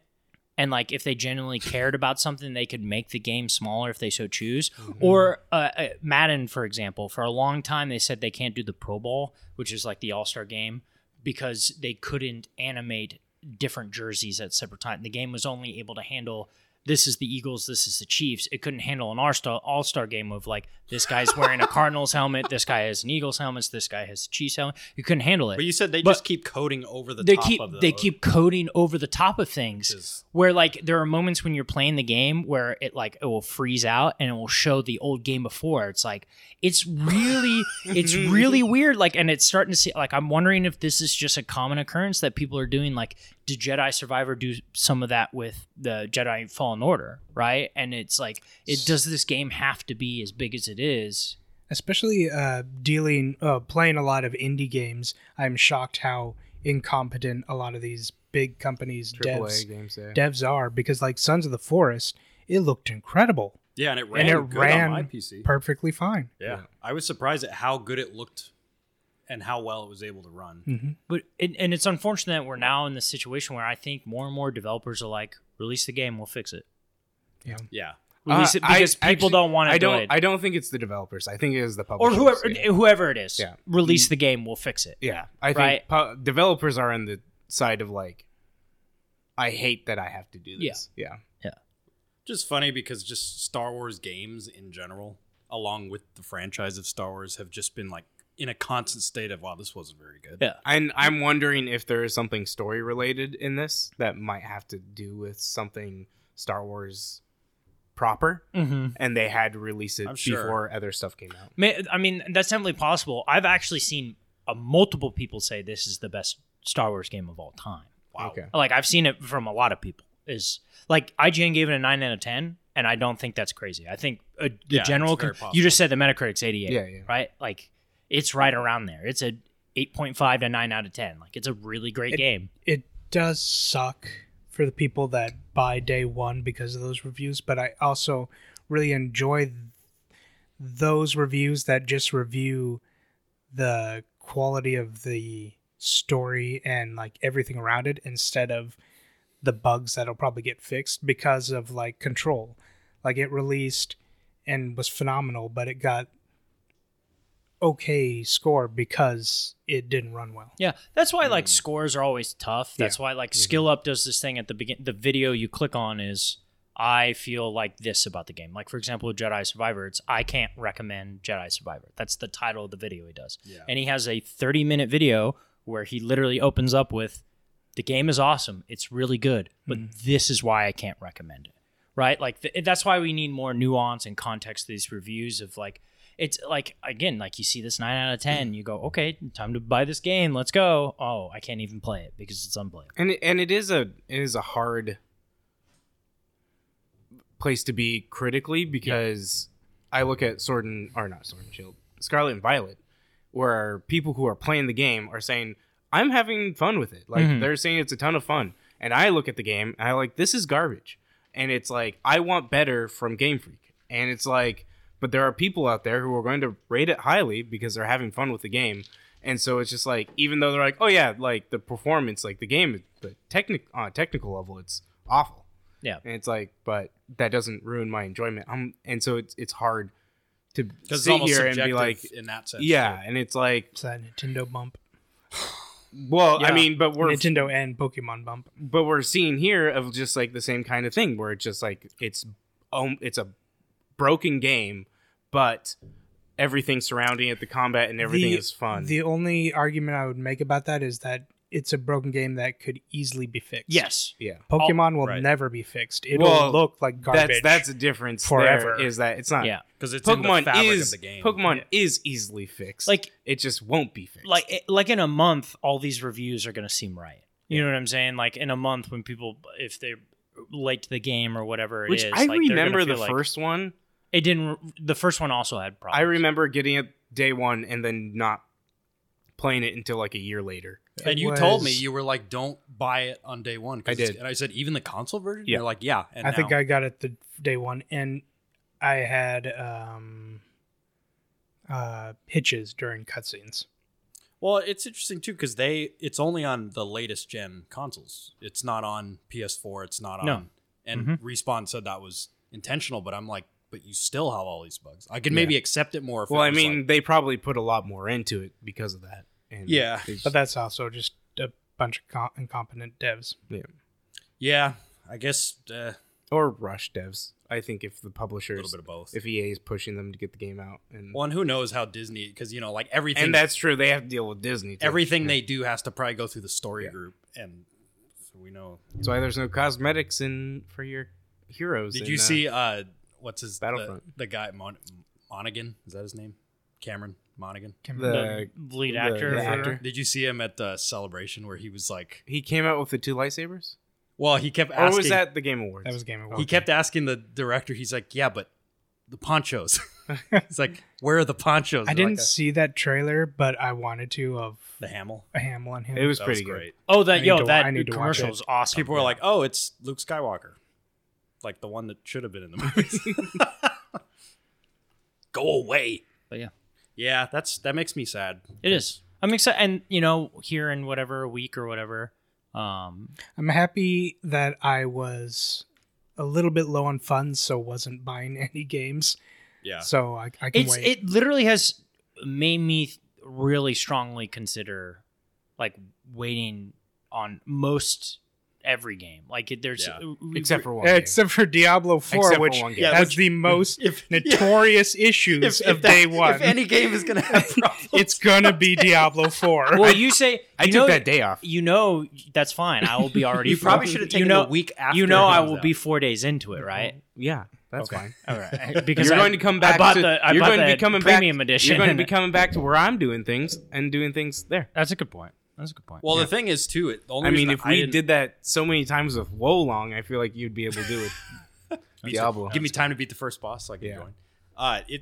Speaker 3: and like if they genuinely cared about something, they could make the game smaller if they so choose.
Speaker 2: Mm-hmm.
Speaker 3: Or uh, uh, Madden, for example, for a long time they said they can't do the Pro Bowl, which is like the All Star game, because they couldn't animate different jerseys at separate time. The game was only able to handle this is the Eagles, this is the Chiefs. It couldn't handle an All Star game of like this guy's wearing
Speaker 2: *laughs*
Speaker 3: a Cardinals helmet, this guy has an Eagles helmet, this guy has a Chiefs helmet. You couldn't handle it.
Speaker 2: But you said they
Speaker 3: But-
Speaker 2: just keep coding over the
Speaker 3: they
Speaker 2: top
Speaker 3: keep
Speaker 2: of the
Speaker 3: they keep coding over the top of things
Speaker 2: Is-
Speaker 3: where like there are moments when you're playing the game where it like it will freeze out and it will show the old game before it's like
Speaker 4: *laughs*
Speaker 3: it's really it's really weird like and it's starting to see like i'm wondering if this is just a common occurrence that people are doing like did jedi survivor do some of that with the jedi fallen order right and it's like it does this game have to be as big as it is
Speaker 1: especially uh, dealing uh, playing a lot of indie games i'm shocked how incompetent a lot of these big companies
Speaker 4: Triple
Speaker 1: devs
Speaker 4: A games. Yeah.
Speaker 1: devs are because like sons of the forest it looked incredible
Speaker 2: yeah, and it ran
Speaker 1: and it
Speaker 2: good
Speaker 1: ran
Speaker 2: on my PC.
Speaker 1: perfectly fine
Speaker 2: yeah. I was surprised at how good it looked and how well it was able to run.
Speaker 1: Mm-hmm.
Speaker 3: But and, and it's unfortunate that we're now in the situation where I think more and more developers are like, release the game, we'll fix it.
Speaker 2: Yeah.
Speaker 3: Release
Speaker 4: Uh,
Speaker 3: it because
Speaker 4: I
Speaker 3: people
Speaker 4: actually-
Speaker 3: don't want
Speaker 4: I
Speaker 3: it
Speaker 4: don't.
Speaker 3: delayed.
Speaker 4: I don't think it's the developers. I think it is the
Speaker 3: or
Speaker 4: publishers.
Speaker 3: whoever
Speaker 4: Yeah,
Speaker 3: whoever it is.
Speaker 4: Yeah.
Speaker 3: Release the game, we'll fix it.
Speaker 4: Yeah, I think
Speaker 3: Right.
Speaker 4: pu- developers are on the side of like, I hate that I have to do this. Yeah.
Speaker 2: Just funny because just Star Wars games in general, along with the franchise of Star Wars, have just been like in a constant state of, wow, this wasn't very good.
Speaker 3: Yeah.
Speaker 4: And I'm wondering if there is something story related in this that might have to do with something Star Wars proper,
Speaker 3: Mm-hmm.
Speaker 4: and they had to release it
Speaker 2: I'm sure.
Speaker 4: before other stuff came out.
Speaker 3: I mean, that's definitely possible. I've actually seen uh, multiple people say this is the best Star Wars game of all time.
Speaker 2: Wow.
Speaker 4: Okay.
Speaker 3: Like I've seen it from a lot of people. Is like IGN gave it a nine out of ten, and I don't think that's crazy. I think uh, the
Speaker 2: Yeah,
Speaker 3: general.
Speaker 2: it's very
Speaker 3: con-
Speaker 2: possible.
Speaker 3: you just said the Metacritic's eighty eight.
Speaker 4: Yeah, yeah.
Speaker 3: Right. Like it's right around there. It's a eight point five to nine out of ten. Like it's a really great
Speaker 1: It-
Speaker 3: game.
Speaker 1: it does suck for the people that buy day one because of those reviews but i also really enjoy th- those reviews that just review the quality of the story and like everything around it instead of the bugs that'll probably get fixed because of like control like it released and was phenomenal but it got okay score because it didn't run well
Speaker 3: Yeah, that's why like scores are always tough. That's why like Skill Up does this thing at the begin. The video you click on is I feel like this about the game. Like for example, with Jedi Survivor, it's I can't recommend Jedi Survivor. That's the title of the video he does.
Speaker 2: Yeah.
Speaker 3: And he has a 30 minute video where he literally opens up with the game is awesome. It's really good, but this is why I can't recommend it. Right? Like th- that's why we need more nuance and context to these reviews of like it's like again, like you see this 9 out of 10, you go, "Okay, time to buy this game. Let's go." Oh, I can't even play it because it's unplayable.
Speaker 4: and it, and it is a it is a hard place to be critically because I look at Sword and or not Sword and Shield, Scarlet and Violet, where people who are playing the game are saying I'm having fun with it. Like
Speaker 2: Mm-hmm.
Speaker 3: Mhm.
Speaker 4: they're saying it's a ton of fun, and I look at the game and I like this is garbage, and it's like I want better from Game Freak, and it's like but there are people out there who are going to rate it highly because they're having fun with the game and so it's just like even though they're like oh yeah like the performance like the game the technic on a technical level it's awful
Speaker 3: Yeah.
Speaker 4: and it's like but that doesn't ruin my enjoyment um and so it's it's hard to
Speaker 2: Because it's
Speaker 4: sit
Speaker 2: almost
Speaker 4: here and
Speaker 2: subjective
Speaker 4: be like
Speaker 2: in that sense.
Speaker 4: yeah
Speaker 2: too.
Speaker 4: and it's like
Speaker 1: It's that Nintendo bump,
Speaker 4: well i
Speaker 3: Yeah.
Speaker 4: mean but we're
Speaker 1: Nintendo and Pokemon bump.
Speaker 4: but we're seeing here of just like the same kind of thing where it's just like it's um, it's a broken game but everything surrounding it the combat and everything
Speaker 1: The-
Speaker 4: is fun
Speaker 1: The only argument I would make about that is that it's a broken game that could easily be fixed.
Speaker 3: Yes.
Speaker 4: yeah
Speaker 1: Pokemon will
Speaker 2: right.
Speaker 1: never be fixed. It'll
Speaker 4: Well,
Speaker 1: look like
Speaker 4: that's
Speaker 1: garbage.
Speaker 4: that's a difference
Speaker 1: Forever.
Speaker 4: there, is that it's not
Speaker 3: Yeah.
Speaker 2: because it's in the
Speaker 4: Pokemon
Speaker 2: fabric
Speaker 4: is
Speaker 2: of the game.
Speaker 4: Pokemon is easily fixed.
Speaker 3: Like
Speaker 4: it just won't be fixed.
Speaker 3: like like in a month all these reviews are going to seem right you know what i'm saying like in a month when people if they're late to the game or whatever it is,
Speaker 4: which I
Speaker 3: like, they're gonna
Speaker 4: remember the
Speaker 3: feel like-
Speaker 4: first one.
Speaker 3: it didn't the first one also had problems
Speaker 4: I remember getting it day one and then not playing it until like a year later.
Speaker 1: It
Speaker 2: And you told
Speaker 1: was-
Speaker 2: me you were like, "Don't buy it on day one." 'cause
Speaker 4: I
Speaker 2: it's-
Speaker 4: did.
Speaker 2: and I said, "Even the console version."
Speaker 4: Yeah.
Speaker 2: You're like, "Yeah." And
Speaker 1: I think
Speaker 2: now-
Speaker 1: I got it the day one, and I had um, uh, hitches during cutscenes.
Speaker 2: Well, it's interesting too because they it's only on the latest gen consoles. It's not on PS4. It's not on.
Speaker 3: No.
Speaker 2: And
Speaker 3: Mhm.
Speaker 2: respawn said that was intentional, but I'm like, but you still have all these bugs. I could maybe accept it more. If
Speaker 4: Well,
Speaker 2: it
Speaker 4: I
Speaker 2: was
Speaker 4: mean,
Speaker 2: like-
Speaker 4: they probably put a lot more into it because of that. And
Speaker 2: Yeah.
Speaker 4: they just-
Speaker 1: But that's also just a bunch of com- incompetent devs.
Speaker 2: yeah, I guess uh,
Speaker 4: or rush devs. I think if
Speaker 2: a
Speaker 4: the
Speaker 2: little
Speaker 4: publishers,
Speaker 2: bit of both.
Speaker 4: if EA is pushing them to get the game out, and
Speaker 2: Well, and who knows how Disney? Because you know, like everything,
Speaker 4: and that's true, they have to deal with Disney. Too.
Speaker 2: *laughs* everything they do has to probably go through the story
Speaker 4: Yeah.
Speaker 2: group, and so we know.
Speaker 4: That's why there's no cosmetics in for your heroes.
Speaker 2: Did
Speaker 4: in,
Speaker 2: you
Speaker 4: uh,
Speaker 2: see uh what's his the,
Speaker 4: Battlefront.
Speaker 2: the guy Mon- Monaghan? Is that his name? Cameron Monaghan.
Speaker 1: Can't
Speaker 4: The-
Speaker 1: remember.
Speaker 3: the lead
Speaker 4: the-
Speaker 3: actor,
Speaker 4: the
Speaker 3: or whatever.
Speaker 4: actor.
Speaker 2: Did you see him at the celebration where he was like?
Speaker 4: He came out with the two lightsabers.
Speaker 2: Well, he kept
Speaker 4: Or
Speaker 2: asking.
Speaker 4: was that the Game Awards?
Speaker 1: that was Game Awards.
Speaker 2: He kept asking the director. He's like, "Yeah, but the ponchos." *laughs* He's like, "Where are the ponchos?"
Speaker 1: I
Speaker 2: They're
Speaker 1: didn't
Speaker 2: like,
Speaker 1: see that trailer, but I wanted to of
Speaker 2: the Hamill.
Speaker 1: a Hamill on him.
Speaker 4: It was
Speaker 2: That
Speaker 4: pretty
Speaker 2: was
Speaker 4: good.
Speaker 2: great.
Speaker 3: oh
Speaker 1: I
Speaker 3: that
Speaker 1: need
Speaker 3: yo
Speaker 1: to- I
Speaker 3: that
Speaker 1: need to watch
Speaker 3: commercial
Speaker 1: it.
Speaker 3: is awesome
Speaker 2: People were like, "Oh, it's Luke Skywalker," like the one that should have been in the movie. *laughs* Go away.
Speaker 3: But yeah.
Speaker 2: Yeah, that's that makes me sad.
Speaker 3: it is i'm excited and you know here in whatever a week or whatever um
Speaker 1: I'm happy that I was a little bit low on funds, so wasn't buying *laughs* any games.
Speaker 2: Yeah.
Speaker 1: So I, I can
Speaker 3: it's
Speaker 1: wait.
Speaker 3: it literally has made me really strongly consider like waiting on most every game like it- there's uh,
Speaker 2: Yeah.
Speaker 4: Except for one. game.
Speaker 1: Except for Diablo
Speaker 4: Except
Speaker 1: 4,
Speaker 4: for
Speaker 1: which
Speaker 4: one game.
Speaker 2: Yeah,
Speaker 1: has *laughs*
Speaker 2: which-
Speaker 1: the most
Speaker 3: *laughs*
Speaker 2: If
Speaker 1: notorious issues of day one.
Speaker 2: if any game is gonna
Speaker 4: *laughs*
Speaker 2: have problems,
Speaker 1: it's gonna be *laughs* Diablo 4.
Speaker 3: well you say
Speaker 4: I
Speaker 3: you
Speaker 4: took
Speaker 3: know-
Speaker 4: that day off.
Speaker 3: you know that's fine.
Speaker 4: *laughs*
Speaker 3: I will be already.
Speaker 2: you probably
Speaker 3: four-
Speaker 2: should have taken
Speaker 3: you know,
Speaker 2: a week after.
Speaker 3: You know,
Speaker 2: it
Speaker 3: I
Speaker 2: comes
Speaker 3: will
Speaker 2: out.
Speaker 3: be four days into it,
Speaker 4: *laughs*
Speaker 3: right?
Speaker 4: Yeah, that's
Speaker 2: Okay.
Speaker 4: fine.
Speaker 3: All right, *laughs* because
Speaker 4: you're
Speaker 3: I-
Speaker 4: going to come
Speaker 3: I
Speaker 4: back.
Speaker 3: bought
Speaker 4: to,
Speaker 3: the- I
Speaker 4: you're
Speaker 3: bought
Speaker 4: going to
Speaker 3: the
Speaker 4: be coming
Speaker 3: premium
Speaker 4: back,
Speaker 3: edition.
Speaker 4: You're going
Speaker 3: *laughs*
Speaker 4: to be coming back to where I'm doing things and doing things there.
Speaker 3: That's a good point. That's a good point.
Speaker 2: Well, the thing is too. It, the only
Speaker 4: I mean,
Speaker 2: reason
Speaker 4: if we
Speaker 2: didn't-
Speaker 4: did that so many times with Wolong, I feel like you'd be able to do it. with Diablo. *laughs*
Speaker 2: give me time to beat the first boss so I can
Speaker 4: Yeah.
Speaker 2: join. Uh, it.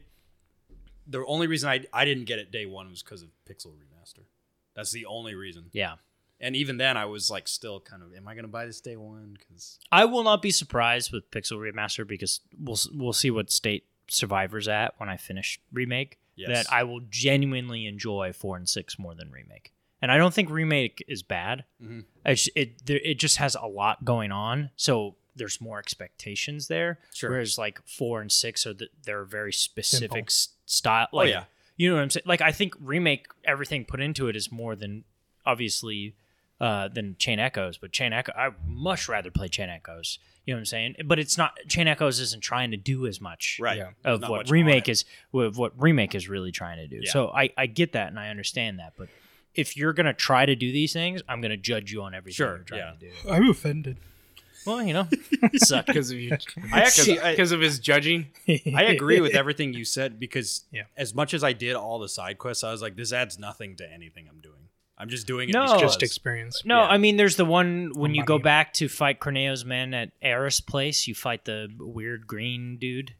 Speaker 2: The only reason I I didn't get it day one was because of Pixel Remaster. That's the only reason.
Speaker 3: yeah,
Speaker 2: And even then, I was like, still kind of, am I gonna buy this day one? Because
Speaker 3: I will not be surprised with Pixel Remaster because we'll we'll see what state Survivor's at when I finish remake.
Speaker 2: Yes.
Speaker 3: That I will genuinely enjoy four and six more than remake, and I don't think remake is bad.
Speaker 2: Mhm.
Speaker 3: It's, it there, it just has a lot going on, so there's more expectations there.
Speaker 2: Sure.
Speaker 3: Whereas like four and six are the, they're very specific s- style. Like,
Speaker 2: Oh, yeah.
Speaker 3: You know what I'm saying? Like I think remake everything put into it is more than obviously uh, than Chain Echoes, but Chain Echo I much rather play Chain Echoes. You know what I'm saying? But it's not Chain Echoes isn't trying to do as much
Speaker 2: Right.
Speaker 4: Yeah.
Speaker 3: of
Speaker 2: Not
Speaker 3: what
Speaker 2: much on
Speaker 3: remake
Speaker 2: it.
Speaker 3: is of what remake is really trying to do.
Speaker 2: Yeah.
Speaker 3: So I I get that and I understand that, but if you're gonna try to do these things, I'm gonna judge you on everything
Speaker 2: Sure,
Speaker 3: you're trying
Speaker 2: yeah.
Speaker 3: to do.
Speaker 1: I'm *laughs* offended.
Speaker 3: Well,
Speaker 2: *laughs*
Speaker 3: you know, suck.
Speaker 4: because of you.
Speaker 2: I actually- I-
Speaker 4: because of his judging. *laughs*
Speaker 2: I agree with everything you said because
Speaker 1: Yeah.
Speaker 2: as much as I did all the side quests, I was like, this adds nothing to anything I'm doing. I'm just doing it
Speaker 3: No.
Speaker 1: *laughs*
Speaker 2: because
Speaker 1: Just experience.
Speaker 3: No,
Speaker 2: Yeah.
Speaker 3: I mean there's the one when you go
Speaker 1: Money.
Speaker 3: back to fight Corneo's men at Eris Place. You fight the weird green dude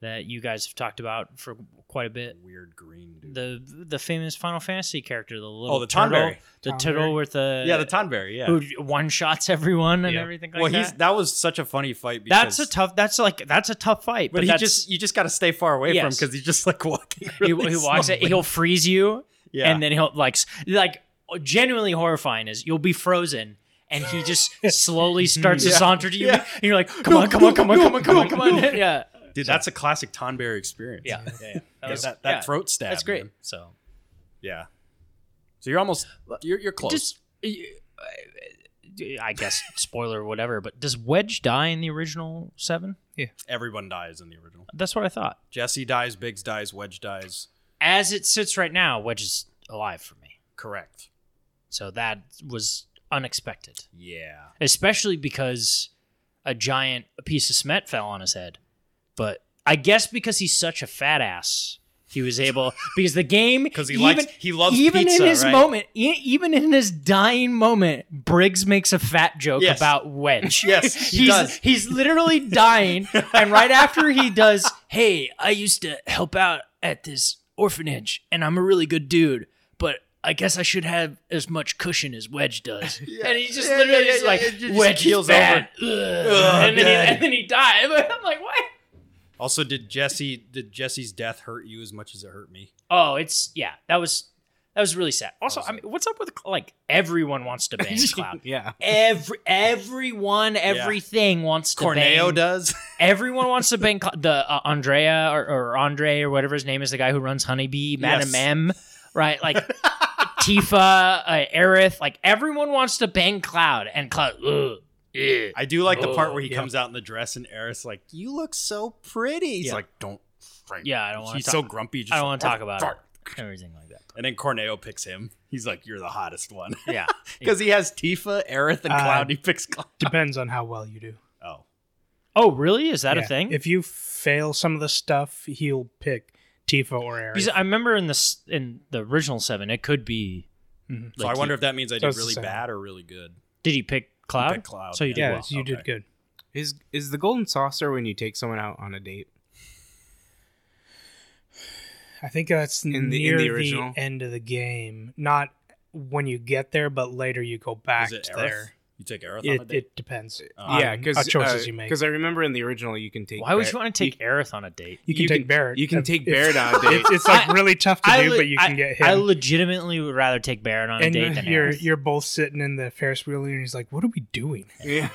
Speaker 3: that you guys have talked about for quite a bit.
Speaker 2: weird green dude.
Speaker 3: The the famous Final Fantasy character, the little
Speaker 2: Oh, the
Speaker 3: turtle,
Speaker 2: Tonberry.
Speaker 3: the
Speaker 1: Tonberry.
Speaker 3: turtle with the
Speaker 2: yeah, the Tonberry. Yeah.
Speaker 3: who one shots everyone and
Speaker 1: Yeah.
Speaker 3: everything like
Speaker 2: well,
Speaker 3: that.
Speaker 2: he's that was such a funny fight. Because,
Speaker 3: that's a tough. That's like that's a tough fight.
Speaker 2: But,
Speaker 3: But,
Speaker 2: he
Speaker 3: that's,
Speaker 2: just you just got to stay far away from him
Speaker 3: Yes.
Speaker 2: because he's just like walking.
Speaker 3: he,
Speaker 2: really *laughs*
Speaker 3: he walks. It,
Speaker 2: slowly.
Speaker 3: he'll freeze you,
Speaker 2: yeah.
Speaker 3: and then he'll like s- like genuinely horrifying is you'll be frozen and he just
Speaker 2: *laughs*
Speaker 3: slowly starts to
Speaker 2: Yeah.
Speaker 3: saunter to you
Speaker 2: Yeah.
Speaker 3: and you're like come on come on come on come on come on come
Speaker 2: *laughs*
Speaker 3: on yeah
Speaker 2: dude, that's a classic Tonberry experience.
Speaker 3: yeah yeah, yeah.
Speaker 2: That,
Speaker 3: was-
Speaker 2: that, that
Speaker 3: yeah.
Speaker 2: throat stab.
Speaker 3: that's great
Speaker 2: man.
Speaker 3: so
Speaker 2: Yeah. So you're almost you're you're close.
Speaker 3: just I guess spoiler or whatever but does Wedge die in the original 7
Speaker 2: Everyone dies in the original.
Speaker 3: that's what I thought
Speaker 2: Jesse dies. Biggs dies. Wedge dies.
Speaker 3: as it sits right now Wedge is alive for me
Speaker 2: Correct.
Speaker 3: so that was unexpected
Speaker 2: Yeah.
Speaker 3: especially because a giant piece of cement fell on his head. But I guess because he's such a fat ass, he
Speaker 2: *laughs*
Speaker 3: was able because the game
Speaker 2: Because he likes he loves
Speaker 3: even
Speaker 2: pizza,
Speaker 3: in his
Speaker 2: right?
Speaker 3: moment, e- even in his dying moment, Briggs makes a fat joke
Speaker 2: Yes.
Speaker 3: about Wedge.
Speaker 2: *laughs* Yes, he
Speaker 3: he's
Speaker 2: does.
Speaker 3: he's literally dying, and right after he
Speaker 2: *laughs*
Speaker 3: does, hey, I used to help out at this orphanage, and I'm a really good dude, but. I guess I should have as much cushion as Wedge does, and he
Speaker 2: *laughs*
Speaker 3: just
Speaker 2: Yeah,
Speaker 3: literally
Speaker 2: yeah,
Speaker 3: is
Speaker 2: yeah,
Speaker 3: like
Speaker 2: yeah, it just
Speaker 3: Wedge
Speaker 2: keels
Speaker 3: heals
Speaker 2: over. Oh,
Speaker 3: bad, Ugh. and then he,
Speaker 2: God.
Speaker 3: and then he died. *laughs* I'm like, what?
Speaker 2: Also, did Jesse did Jesse's death hurt you as much as it hurt me?
Speaker 3: Oh, it's yeah. That was that was really sad. Also,
Speaker 2: was
Speaker 3: I mean, what's up with like everyone
Speaker 2: *laughs*
Speaker 3: wants to ban Cloud?
Speaker 4: Yeah,
Speaker 3: Every everyone, everything wants to
Speaker 2: Corneo
Speaker 3: bang.
Speaker 2: does. *laughs*
Speaker 3: Everyone wants to bang Cla- the uh, Andrea or, or Andre or whatever his name is, the guy who runs Honeybee, Madame
Speaker 2: Yes.
Speaker 3: M, right? Like Tifa, uh, Aerith. Like everyone wants to bang Cloud, and Cloud. Ugh, ugh.
Speaker 2: I do like the part
Speaker 3: Oh,
Speaker 2: where he
Speaker 1: yeah.
Speaker 2: comes out in the dress and Eris like, "You look so pretty." He's
Speaker 3: Yeah.
Speaker 2: like, "Don't." Frank.
Speaker 3: Yeah, I don't wanna
Speaker 2: He's
Speaker 3: talk-
Speaker 2: so grumpy. Just
Speaker 3: I don't
Speaker 2: like,
Speaker 3: want to talk about
Speaker 2: "Fuck."
Speaker 3: it. Everything like that.
Speaker 2: And then Corneo picks him. He's like, "You're the hottest one,"
Speaker 3: Yeah.
Speaker 2: because he has Tifa, Aerith, and
Speaker 1: Uh,
Speaker 2: Cloud. He picks Cloud.
Speaker 1: Depends on how well you do.
Speaker 2: Oh,
Speaker 3: Oh, really? Is that a
Speaker 1: Yeah.
Speaker 3: thing?
Speaker 1: If you fail some of the stuff, he'll pick Tifa or Aerith.
Speaker 3: Because I remember in the s- in the original seven, it could be.
Speaker 1: Mhm.
Speaker 2: so I wonder if that means I
Speaker 1: So
Speaker 2: did
Speaker 1: it's the
Speaker 2: really
Speaker 1: same.
Speaker 2: bad or really good.
Speaker 3: Did he pick Cloud?
Speaker 2: picked Cloud,
Speaker 3: So you did
Speaker 1: yeah,
Speaker 3: well.
Speaker 1: you did
Speaker 2: Okay.
Speaker 1: good.
Speaker 4: is is the golden saucer when you take someone out on a date?
Speaker 1: I think that's
Speaker 4: In the- in
Speaker 1: near
Speaker 4: the
Speaker 1: the,
Speaker 4: original?
Speaker 1: end of the game. Not when you get there, but later you go back
Speaker 2: Is it Aerith?
Speaker 1: there.
Speaker 2: You take Aerith on a
Speaker 1: It,
Speaker 2: date?
Speaker 1: it depends.
Speaker 2: Uh,
Speaker 4: yeah,
Speaker 1: on-
Speaker 4: because
Speaker 1: on choices you make.
Speaker 4: Because I remember in the original, you can take.
Speaker 3: Why would
Speaker 4: Bar-
Speaker 3: you want to take Aerith on a date?
Speaker 1: You can
Speaker 4: you
Speaker 1: take
Speaker 4: can-
Speaker 1: Barrett.
Speaker 4: you can
Speaker 1: If-
Speaker 4: take
Speaker 1: if-
Speaker 4: Barrett on a date.
Speaker 1: It's, it's like really tough to do,
Speaker 3: le-
Speaker 1: but you can
Speaker 3: I-
Speaker 1: get him.
Speaker 3: I legitimately would rather take Baron on a
Speaker 1: and
Speaker 3: date than
Speaker 1: you're
Speaker 3: Aerith.
Speaker 1: you're both sitting in the Ferris wheel, and he's like, "What are we
Speaker 4: *laughs*
Speaker 1: doing?"
Speaker 4: Yeah.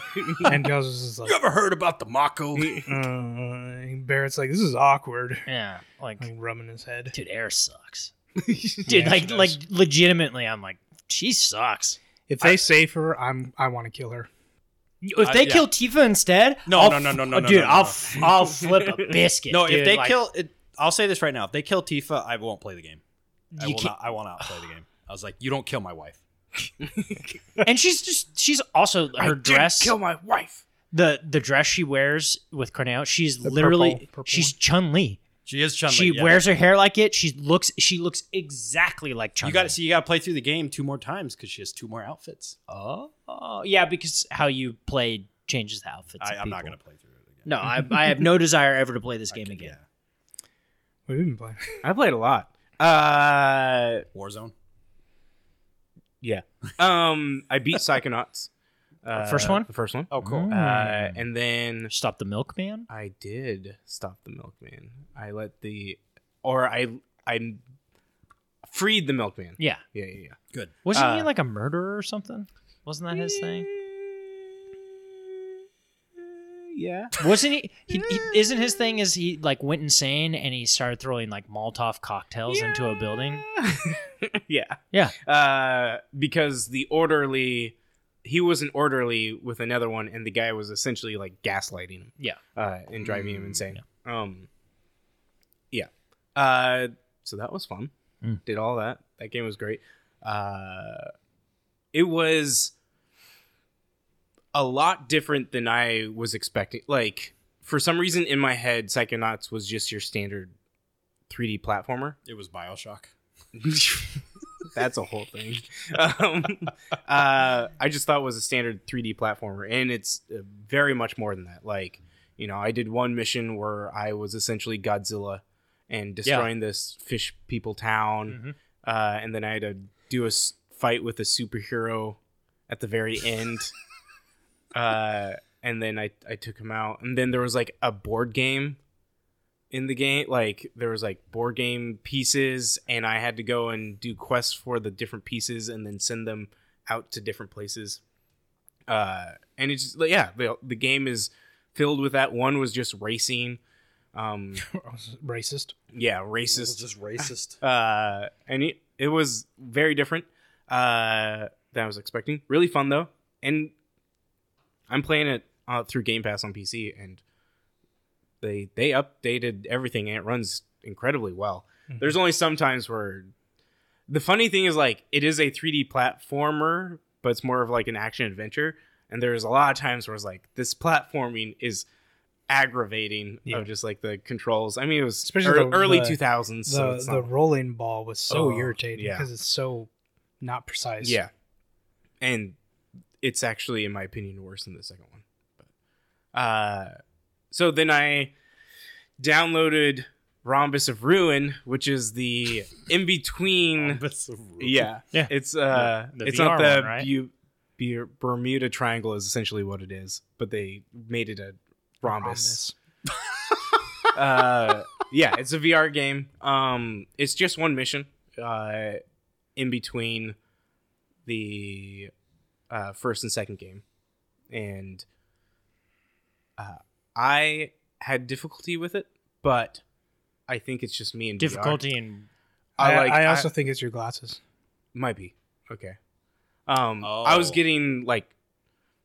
Speaker 1: And Giles is just like,
Speaker 2: you ever heard about the Mako? *laughs*
Speaker 1: uh, and Barrett's like, "This is awkward." *laughs*
Speaker 3: yeah, like
Speaker 1: Like rubbing his head.
Speaker 3: dude,
Speaker 1: *laughs*
Speaker 3: Aerith sucks.
Speaker 1: Yeah,
Speaker 3: *laughs* Dude,
Speaker 1: she
Speaker 3: like
Speaker 1: does.
Speaker 3: like legitimately, I'm like she sucks.
Speaker 1: If they save her, I'm I want to kill her.
Speaker 3: If they
Speaker 2: Uh, yeah.
Speaker 3: kill Tifa instead,
Speaker 2: No,
Speaker 3: I'll
Speaker 2: no, no, no,
Speaker 3: f-
Speaker 2: no, no,
Speaker 3: dude,
Speaker 2: no, no,
Speaker 3: I'll
Speaker 2: no.
Speaker 3: f-
Speaker 2: *laughs*
Speaker 3: I'll flip a biscuit.
Speaker 2: no,
Speaker 3: dude,
Speaker 2: if they
Speaker 3: like,
Speaker 2: kill, it, I'll say this right now: if they kill Tifa, I won't play the game. I
Speaker 3: you
Speaker 2: will
Speaker 3: can't-
Speaker 2: not. I will not play the game. I was like, "You don't kill my wife."
Speaker 3: and she's just she's also her dress.
Speaker 4: Kill my wife.
Speaker 3: the the dress she wears with Corneo, she's
Speaker 1: The
Speaker 3: literally
Speaker 1: purple- purple
Speaker 3: she's Chun Li.
Speaker 2: She is Chun.
Speaker 3: She wears her hair like it. She looks she looks exactly like Chun.
Speaker 2: You got to see. You got to play through the game two more times because she has two more outfits.
Speaker 3: Oh, oh, yeah, because how you play changes the outfits.
Speaker 2: I,
Speaker 3: of
Speaker 2: I'm not
Speaker 3: people.
Speaker 2: gonna play through it again.
Speaker 3: No, I, I have no *laughs* desire ever to play this game
Speaker 2: Okay,
Speaker 3: again.
Speaker 1: What have you been playing? *laughs*
Speaker 4: I played a lot. Uh,
Speaker 2: yeah. Warzone.
Speaker 4: yeah. Um, I beat
Speaker 3: *laughs*
Speaker 4: Psychonauts. Uh,
Speaker 3: first one?
Speaker 4: The first one.
Speaker 2: Oh, cool.
Speaker 3: Mm.
Speaker 4: Uh, and then
Speaker 3: Stop the milkman.
Speaker 4: I did stop the milkman. I let the, or I I freed the milkman.
Speaker 3: Yeah,
Speaker 4: Yeah, yeah, yeah.
Speaker 2: Good.
Speaker 3: wasn't he
Speaker 4: Uh,
Speaker 3: like a murderer or something? Wasn't that his thing?
Speaker 4: Yeah.
Speaker 3: *laughs* Wasn't he, he, he? Isn't his thing is he like went insane and he started throwing like Molotov cocktails into a building?
Speaker 4: *laughs* yeah.
Speaker 3: Yeah.
Speaker 4: Uh, because the orderly, he was an orderly with another one, and the guy was essentially like gaslighting him.
Speaker 3: Yeah. Mm,
Speaker 4: Uh, and driving him insane. Um. Yeah. Uh. So that was fun.
Speaker 3: Mm.
Speaker 4: Did all that. That game was great. Uh, it was a lot different than I was expecting. Like for some reason in my head, Psychonauts was just your standard 3D platformer.
Speaker 2: It was Bioshock.
Speaker 4: That's a whole thing. Um, uh, I just thought it was a standard 3D platformer, and it's uh, very much more than that. Like, you know, I did one mission where I was essentially Godzilla and destroying this fish people town, uh, and then I had to do a s- fight with a superhero at the very end. uh, and then I, I took him out. And then there was like a board game in the game. Like there was like board game pieces, and I had to go and do quests for the different pieces and then send them out to different places. Uh, and it's just, like, yeah, the, the game is filled with that. One was just racing. Um,
Speaker 1: Racist.
Speaker 4: yeah,
Speaker 2: It was
Speaker 4: racist
Speaker 2: just racist.
Speaker 4: uh, and it, it was very different uh, than I was expecting. Really fun though, and I'm playing it uh, through Game Pass on PC, and they they updated everything, and it runs incredibly well.
Speaker 1: Mm-hmm.
Speaker 4: There's only some times where the funny thing is like it is a 3D platformer, but it's more of like an action adventure. And there's a lot of times where it's like this platforming is aggravating
Speaker 1: Yeah.
Speaker 4: of just like the controls. I mean, it was
Speaker 1: Especially
Speaker 4: ear-
Speaker 1: the-
Speaker 4: early
Speaker 1: the-
Speaker 4: 2000s.
Speaker 1: The
Speaker 4: so it's
Speaker 1: the
Speaker 4: not-
Speaker 1: rolling ball was so
Speaker 4: Oh,
Speaker 1: irritating
Speaker 4: yeah.
Speaker 1: because it's so not precise.
Speaker 4: Yeah. And it's actually, in my opinion, worse than the second one. But, uh, so then I downloaded Rhombus of Ruin, which is
Speaker 3: *laughs*
Speaker 4: the in between.
Speaker 2: *laughs* That's a rule.
Speaker 4: yeah.
Speaker 3: Mm. Oh, Yeah.
Speaker 4: It's, uh,
Speaker 3: The- the
Speaker 4: it's
Speaker 3: VR
Speaker 4: not the
Speaker 3: one, right?
Speaker 4: Bu- Bu- Bermuda Triangle, is essentially what it is, but they made it a rhombus
Speaker 1: Rhombus.
Speaker 4: uh, yeah, it's a VR game. Um, it's just one mission. Uh, in between the uh, first and second game, and uh, I had difficulty with it, but I think it's just me and VR.
Speaker 3: Difficulty in
Speaker 1: I,
Speaker 4: like.
Speaker 1: I also think it's your glasses.
Speaker 4: might be okay. Um, I was
Speaker 2: Oh.
Speaker 4: getting like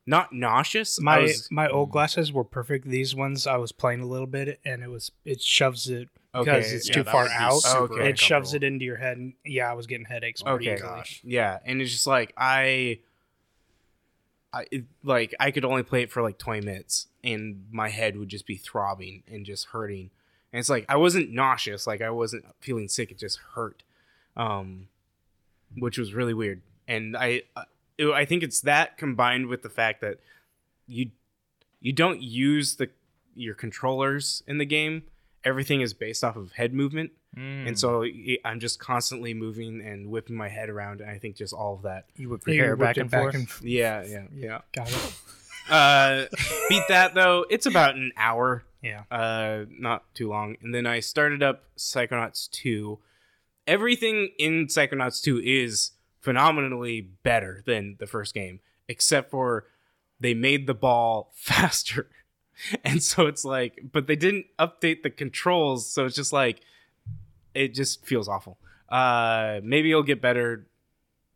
Speaker 4: not nauseous. I
Speaker 1: My
Speaker 4: was, Mm.
Speaker 1: my old glasses were perfect. These ones I was playing a little bit and it was it shoves it because
Speaker 4: Okay,
Speaker 1: it's
Speaker 2: yeah,
Speaker 1: too
Speaker 2: that
Speaker 1: far
Speaker 2: would be
Speaker 1: out.
Speaker 2: super
Speaker 4: Okay.
Speaker 1: It shoves it
Speaker 2: uncomfortable.
Speaker 1: into your head and yeah, I was getting headaches pretty
Speaker 4: Okay.
Speaker 1: easily.
Speaker 2: Gosh.
Speaker 4: Yeah, and it's just like I, I it, like I could only play it for like twenty minutes, and my head would just be throbbing and just hurting. And it's like I wasn't nauseous, like I wasn't feeling sick. It just hurt, um, which was really weird. And I, I, I think it's that combined with the fact that you, you don't use the your controllers in the game. Everything is based off of head movement
Speaker 3: Mm. Hmm.
Speaker 4: and so y- I'm just constantly moving and whipping my head around, and I think just all of that.
Speaker 3: you whip
Speaker 1: Yeah,
Speaker 3: your
Speaker 1: you
Speaker 3: hair
Speaker 1: whipped
Speaker 3: back
Speaker 1: it
Speaker 3: and
Speaker 1: back
Speaker 3: forth.
Speaker 1: and
Speaker 3: *laughs*
Speaker 4: Yeah, yeah, yeah.
Speaker 1: Got it.
Speaker 4: Uh, beat that though. It's about an hour,
Speaker 1: Yeah.
Speaker 4: uh, not too long. And then I started up Psychonauts two. Everything in Psychonauts two is phenomenally better than the first game, except for they made the ball *laughs* faster. And so it's like, but they didn't update the controls, so it's just like it just feels awful. Uh, maybe it'll get better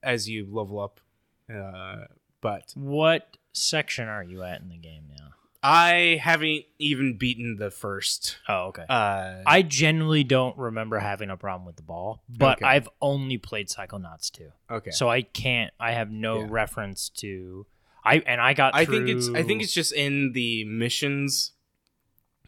Speaker 4: as you level up, uh, but
Speaker 3: What section are you at in the game now?
Speaker 4: I haven't even beaten the first.
Speaker 3: Oh, okay.
Speaker 4: Uh,
Speaker 3: I generally don't remember having a problem with the ball, but
Speaker 4: Okay.
Speaker 3: I've only played Psychonauts 2.
Speaker 4: okay.
Speaker 3: So I can't I have no
Speaker 4: Yeah.
Speaker 3: reference to I and I got
Speaker 4: I think it's I think
Speaker 3: through-
Speaker 4: it's just in the missions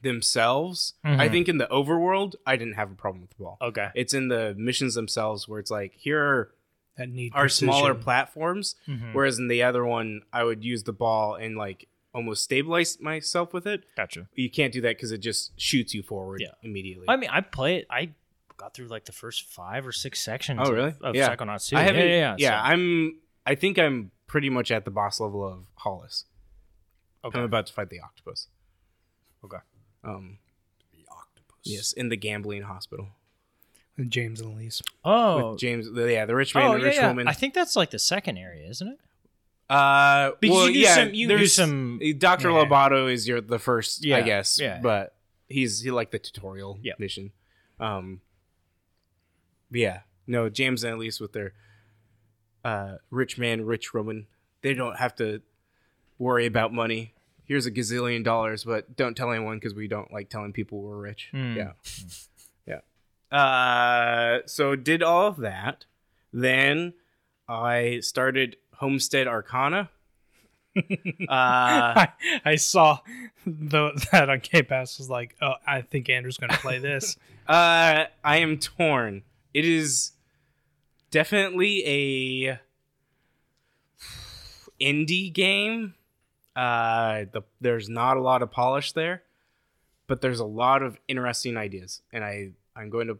Speaker 4: themselves. I
Speaker 3: Mhm.
Speaker 4: think in the overworld, I didn't have a problem with the ball.
Speaker 3: Okay.
Speaker 4: It's in the missions themselves where it's like here are
Speaker 1: That need
Speaker 4: our smaller
Speaker 1: precision.
Speaker 4: platforms,
Speaker 3: Mhm.
Speaker 4: whereas in the other one, I would use the ball and like almost stabilize myself with it.
Speaker 3: Gotcha.
Speaker 4: You can't do that because it just shoots you forward
Speaker 3: Yeah.
Speaker 4: immediately.
Speaker 3: I mean, I play it. I got through like the first five or six sections.
Speaker 4: Oh, really?
Speaker 3: Of, of
Speaker 4: Yeah.
Speaker 3: Psychonauts 2.
Speaker 4: I haven't. e-
Speaker 3: yeah, yeah.
Speaker 4: yeah I'm. I think I'm pretty much at the boss level of Hollis.
Speaker 3: So, okay.
Speaker 4: I'm about to fight the octopus.
Speaker 3: Okay.
Speaker 4: Um.
Speaker 2: The octopus.
Speaker 4: Yes, in the gambling hospital
Speaker 1: With James and Elise.
Speaker 3: Oh.
Speaker 4: with James. the- Yeah, the rich man,
Speaker 3: Oh
Speaker 4: and the
Speaker 3: yeah,
Speaker 4: rich
Speaker 3: yeah.
Speaker 4: woman.
Speaker 3: I think that's like the second area, isn't it?
Speaker 4: uh,
Speaker 3: Because
Speaker 4: well,
Speaker 3: you do
Speaker 4: yeah,
Speaker 3: some- you do
Speaker 4: there's-
Speaker 3: some-
Speaker 4: Dr.
Speaker 1: Yeah.
Speaker 4: Lobato is your the first, I
Speaker 3: Yeah,
Speaker 4: guess.
Speaker 3: yeah.
Speaker 4: But he's he like the tutorial
Speaker 3: Yeah.
Speaker 4: mission. Um. Yeah, No, James and Elise with their uh, rich man, rich woman. They don't have to worry about money. Here's a gazillion dollars, but don't tell anyone because we don't like telling people we're rich.
Speaker 3: Hmm.
Speaker 4: Yeah. Yeah. Uh, so did all of that. Then I started Homestead Arcana. uh,
Speaker 1: I, *laughs* I saw the, that on K Pass was like, oh, I think Andrew's gonna play
Speaker 4: *laughs*
Speaker 1: this.
Speaker 4: Uh, I am torn. It is definitely a indie game. Uh, the, there's not a lot of polish there, but there's a lot of interesting ideas, and I I'm going to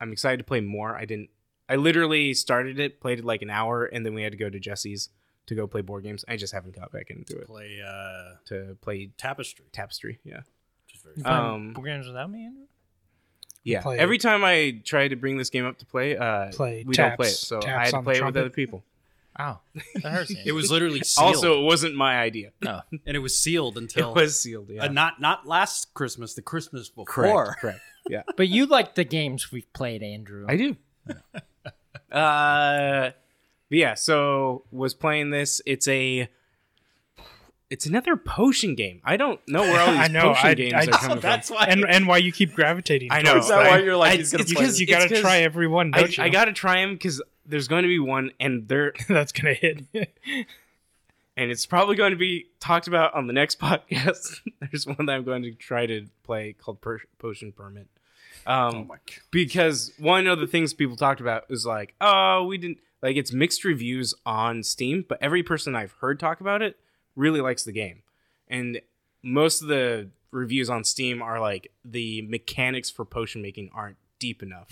Speaker 4: I'm excited to play more. I didn't. I literally started it, played it like an hour, and then we had to go to Jesse's to go play board games. I just haven't got back into it
Speaker 2: Play uh,
Speaker 4: to play
Speaker 2: Tapestry,
Speaker 4: Tapestry. Yeah.
Speaker 2: which is very
Speaker 3: Playing
Speaker 4: Um,
Speaker 3: board games without me. Andrew?
Speaker 4: Yeah.
Speaker 1: play-
Speaker 4: Every time I try to bring this game up to play, uh,
Speaker 1: Play
Speaker 4: we don't play it.
Speaker 1: taps-
Speaker 4: So I
Speaker 1: taps
Speaker 4: had to
Speaker 1: on the
Speaker 4: play it with
Speaker 1: trumpet.
Speaker 4: other people.
Speaker 3: Wow, Oh, that hurts.
Speaker 4: *laughs*
Speaker 3: Andrew.
Speaker 2: It was *laughs* literally sealed,
Speaker 4: Also, it wasn't my idea.
Speaker 3: no.
Speaker 2: and it was sealed until
Speaker 4: It was sealed. Yeah.
Speaker 2: uh, not not last Christmas, the Christmas before.
Speaker 4: Correct. Yeah.
Speaker 3: But you like the games we've played, Andrew.
Speaker 4: I do. uh, but yeah. So was playing this. It's a. It's another potion game. I don't know where all these
Speaker 1: *laughs* I know,
Speaker 4: potion
Speaker 1: I-
Speaker 4: games
Speaker 1: I
Speaker 4: are
Speaker 1: just-
Speaker 4: coming from.
Speaker 2: *laughs* That's why.
Speaker 1: *laughs* and and why you keep gravitating?
Speaker 4: I know.
Speaker 1: towards
Speaker 4: Is that
Speaker 1: that.
Speaker 4: why you're
Speaker 2: like
Speaker 4: I-
Speaker 2: he's gonna
Speaker 4: it's
Speaker 2: play
Speaker 4: because
Speaker 2: this?
Speaker 1: you
Speaker 4: it's
Speaker 1: gotta
Speaker 4: 'cause
Speaker 1: try every one,
Speaker 4: I,
Speaker 1: don't you?
Speaker 4: I gotta try them because there's going to be one, and they're
Speaker 1: *laughs* That's gonna
Speaker 4: *laughs*
Speaker 1: hit.
Speaker 4: and it's probably going to be talked about on the next *laughs* podcast. There's one that I'm going to try to play called per- Potion Permit. Um,
Speaker 2: Oh my god.
Speaker 4: because one of the things people talked about was like, oh, we didn't like it's mixed reviews on Steam, but every person I've heard talk about it really likes the game. And most of the reviews on Steam are like the mechanics for potion making aren't
Speaker 1: *laughs*
Speaker 4: deep enough.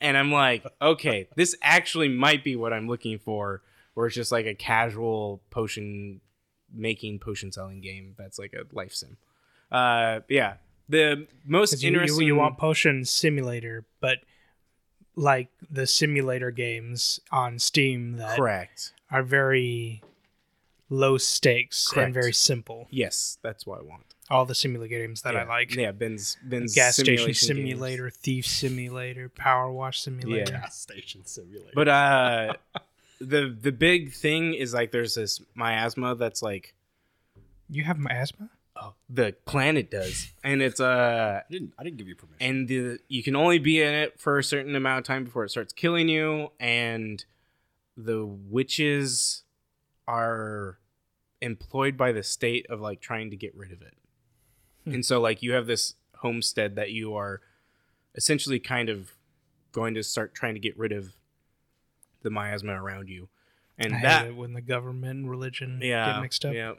Speaker 4: and I'm like, okay, this actually might be what I'm looking for, where it's just like a casual potion making, potion selling game that's like a life sim. Uh, but yeah. The most
Speaker 1: 'Cause you, you,
Speaker 4: interesting
Speaker 1: you want potion simulator, but like the simulator games on Steam that
Speaker 4: correct.
Speaker 1: are very low stakes
Speaker 4: Correct.
Speaker 1: and very simple.
Speaker 4: Yes, that's what I want.
Speaker 1: All the simulator games that
Speaker 4: yeah.
Speaker 1: I like.
Speaker 4: Yeah, Ben's Ben's
Speaker 1: Gas station
Speaker 4: simulation games.
Speaker 1: simulator, thief simulator, power wash simulator.
Speaker 4: Yeah.
Speaker 2: Gas station simulator.
Speaker 4: But uh the the big thing is like there's this miasma that's like
Speaker 1: You have asthma?
Speaker 4: oh, the planet does. And it's uh
Speaker 2: I didn't. I didn't give you permission.
Speaker 4: and the you can only be in it for a certain amount of time before it starts killing you and the witches are employed by the state of like trying to get rid of it and so like you have this homestead that you are essentially kind of going to start trying to get rid of the miasma around you and
Speaker 1: I hate
Speaker 4: that
Speaker 1: it when the government and religion
Speaker 4: yeah
Speaker 1: get mixed up. *laughs*
Speaker 4: yep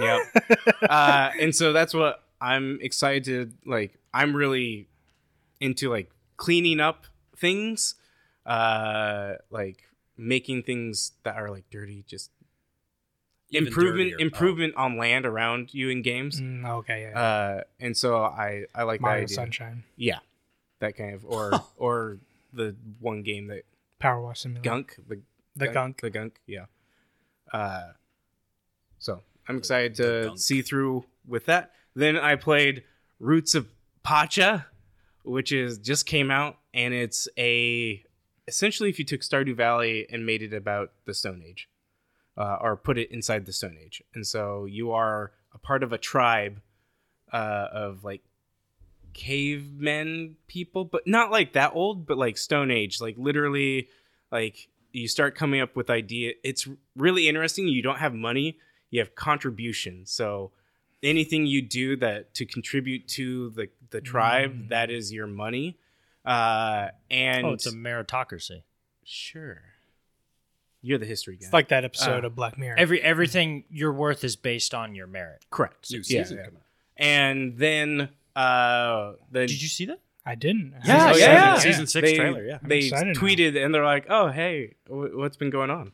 Speaker 4: yep uh, and so that's what i'm excited like i'm really into like cleaning up things uh like making things that are like dirty just
Speaker 2: Even
Speaker 4: improvement
Speaker 2: dirtier. Oh.
Speaker 4: improvement on land around you in games
Speaker 1: Mm, okay, yeah.
Speaker 4: uh and so i i like that
Speaker 1: Mario
Speaker 4: idea
Speaker 1: Sunshine,
Speaker 4: yeah that kind
Speaker 1: *laughs*
Speaker 4: of or or the one game that
Speaker 1: Power Wash Simulator,
Speaker 4: gunk the
Speaker 1: Mm-hmm. the gunk.
Speaker 4: the gunk yeah uh so i'm excited
Speaker 2: the
Speaker 4: to
Speaker 2: gunk.
Speaker 4: see through with that then i played roots of pacha which is just came out and it's a essentially if you took stardew valley and made it about the stone age uh, or put it inside the stone age and so you are a part of a tribe uh, of like cavemen people but not like that old but like stone age like literally like you start coming up with idea it's really interesting you don't have money you have contribution so anything you do that to contribute to the the tribe
Speaker 1: Mm.
Speaker 4: that is your money uh and
Speaker 3: Oh, it's a meritocracy.
Speaker 4: sure you're the history guy
Speaker 1: It's like that episode
Speaker 4: Uh,
Speaker 1: of Black Mirror.
Speaker 3: Every everything your worth is based on your merit.
Speaker 4: correct
Speaker 2: New
Speaker 4: Yeah,
Speaker 2: season
Speaker 4: yeah.
Speaker 2: coming out.
Speaker 4: and then uh the
Speaker 3: Did you see that?
Speaker 1: I didn't.
Speaker 4: Yeah,
Speaker 1: I
Speaker 2: Season-
Speaker 4: yeah.
Speaker 2: season, season six
Speaker 4: they,
Speaker 2: trailer. Yeah.
Speaker 1: I'm
Speaker 4: they
Speaker 1: excited now.
Speaker 4: tweeted and they're like oh hey w- what's been going on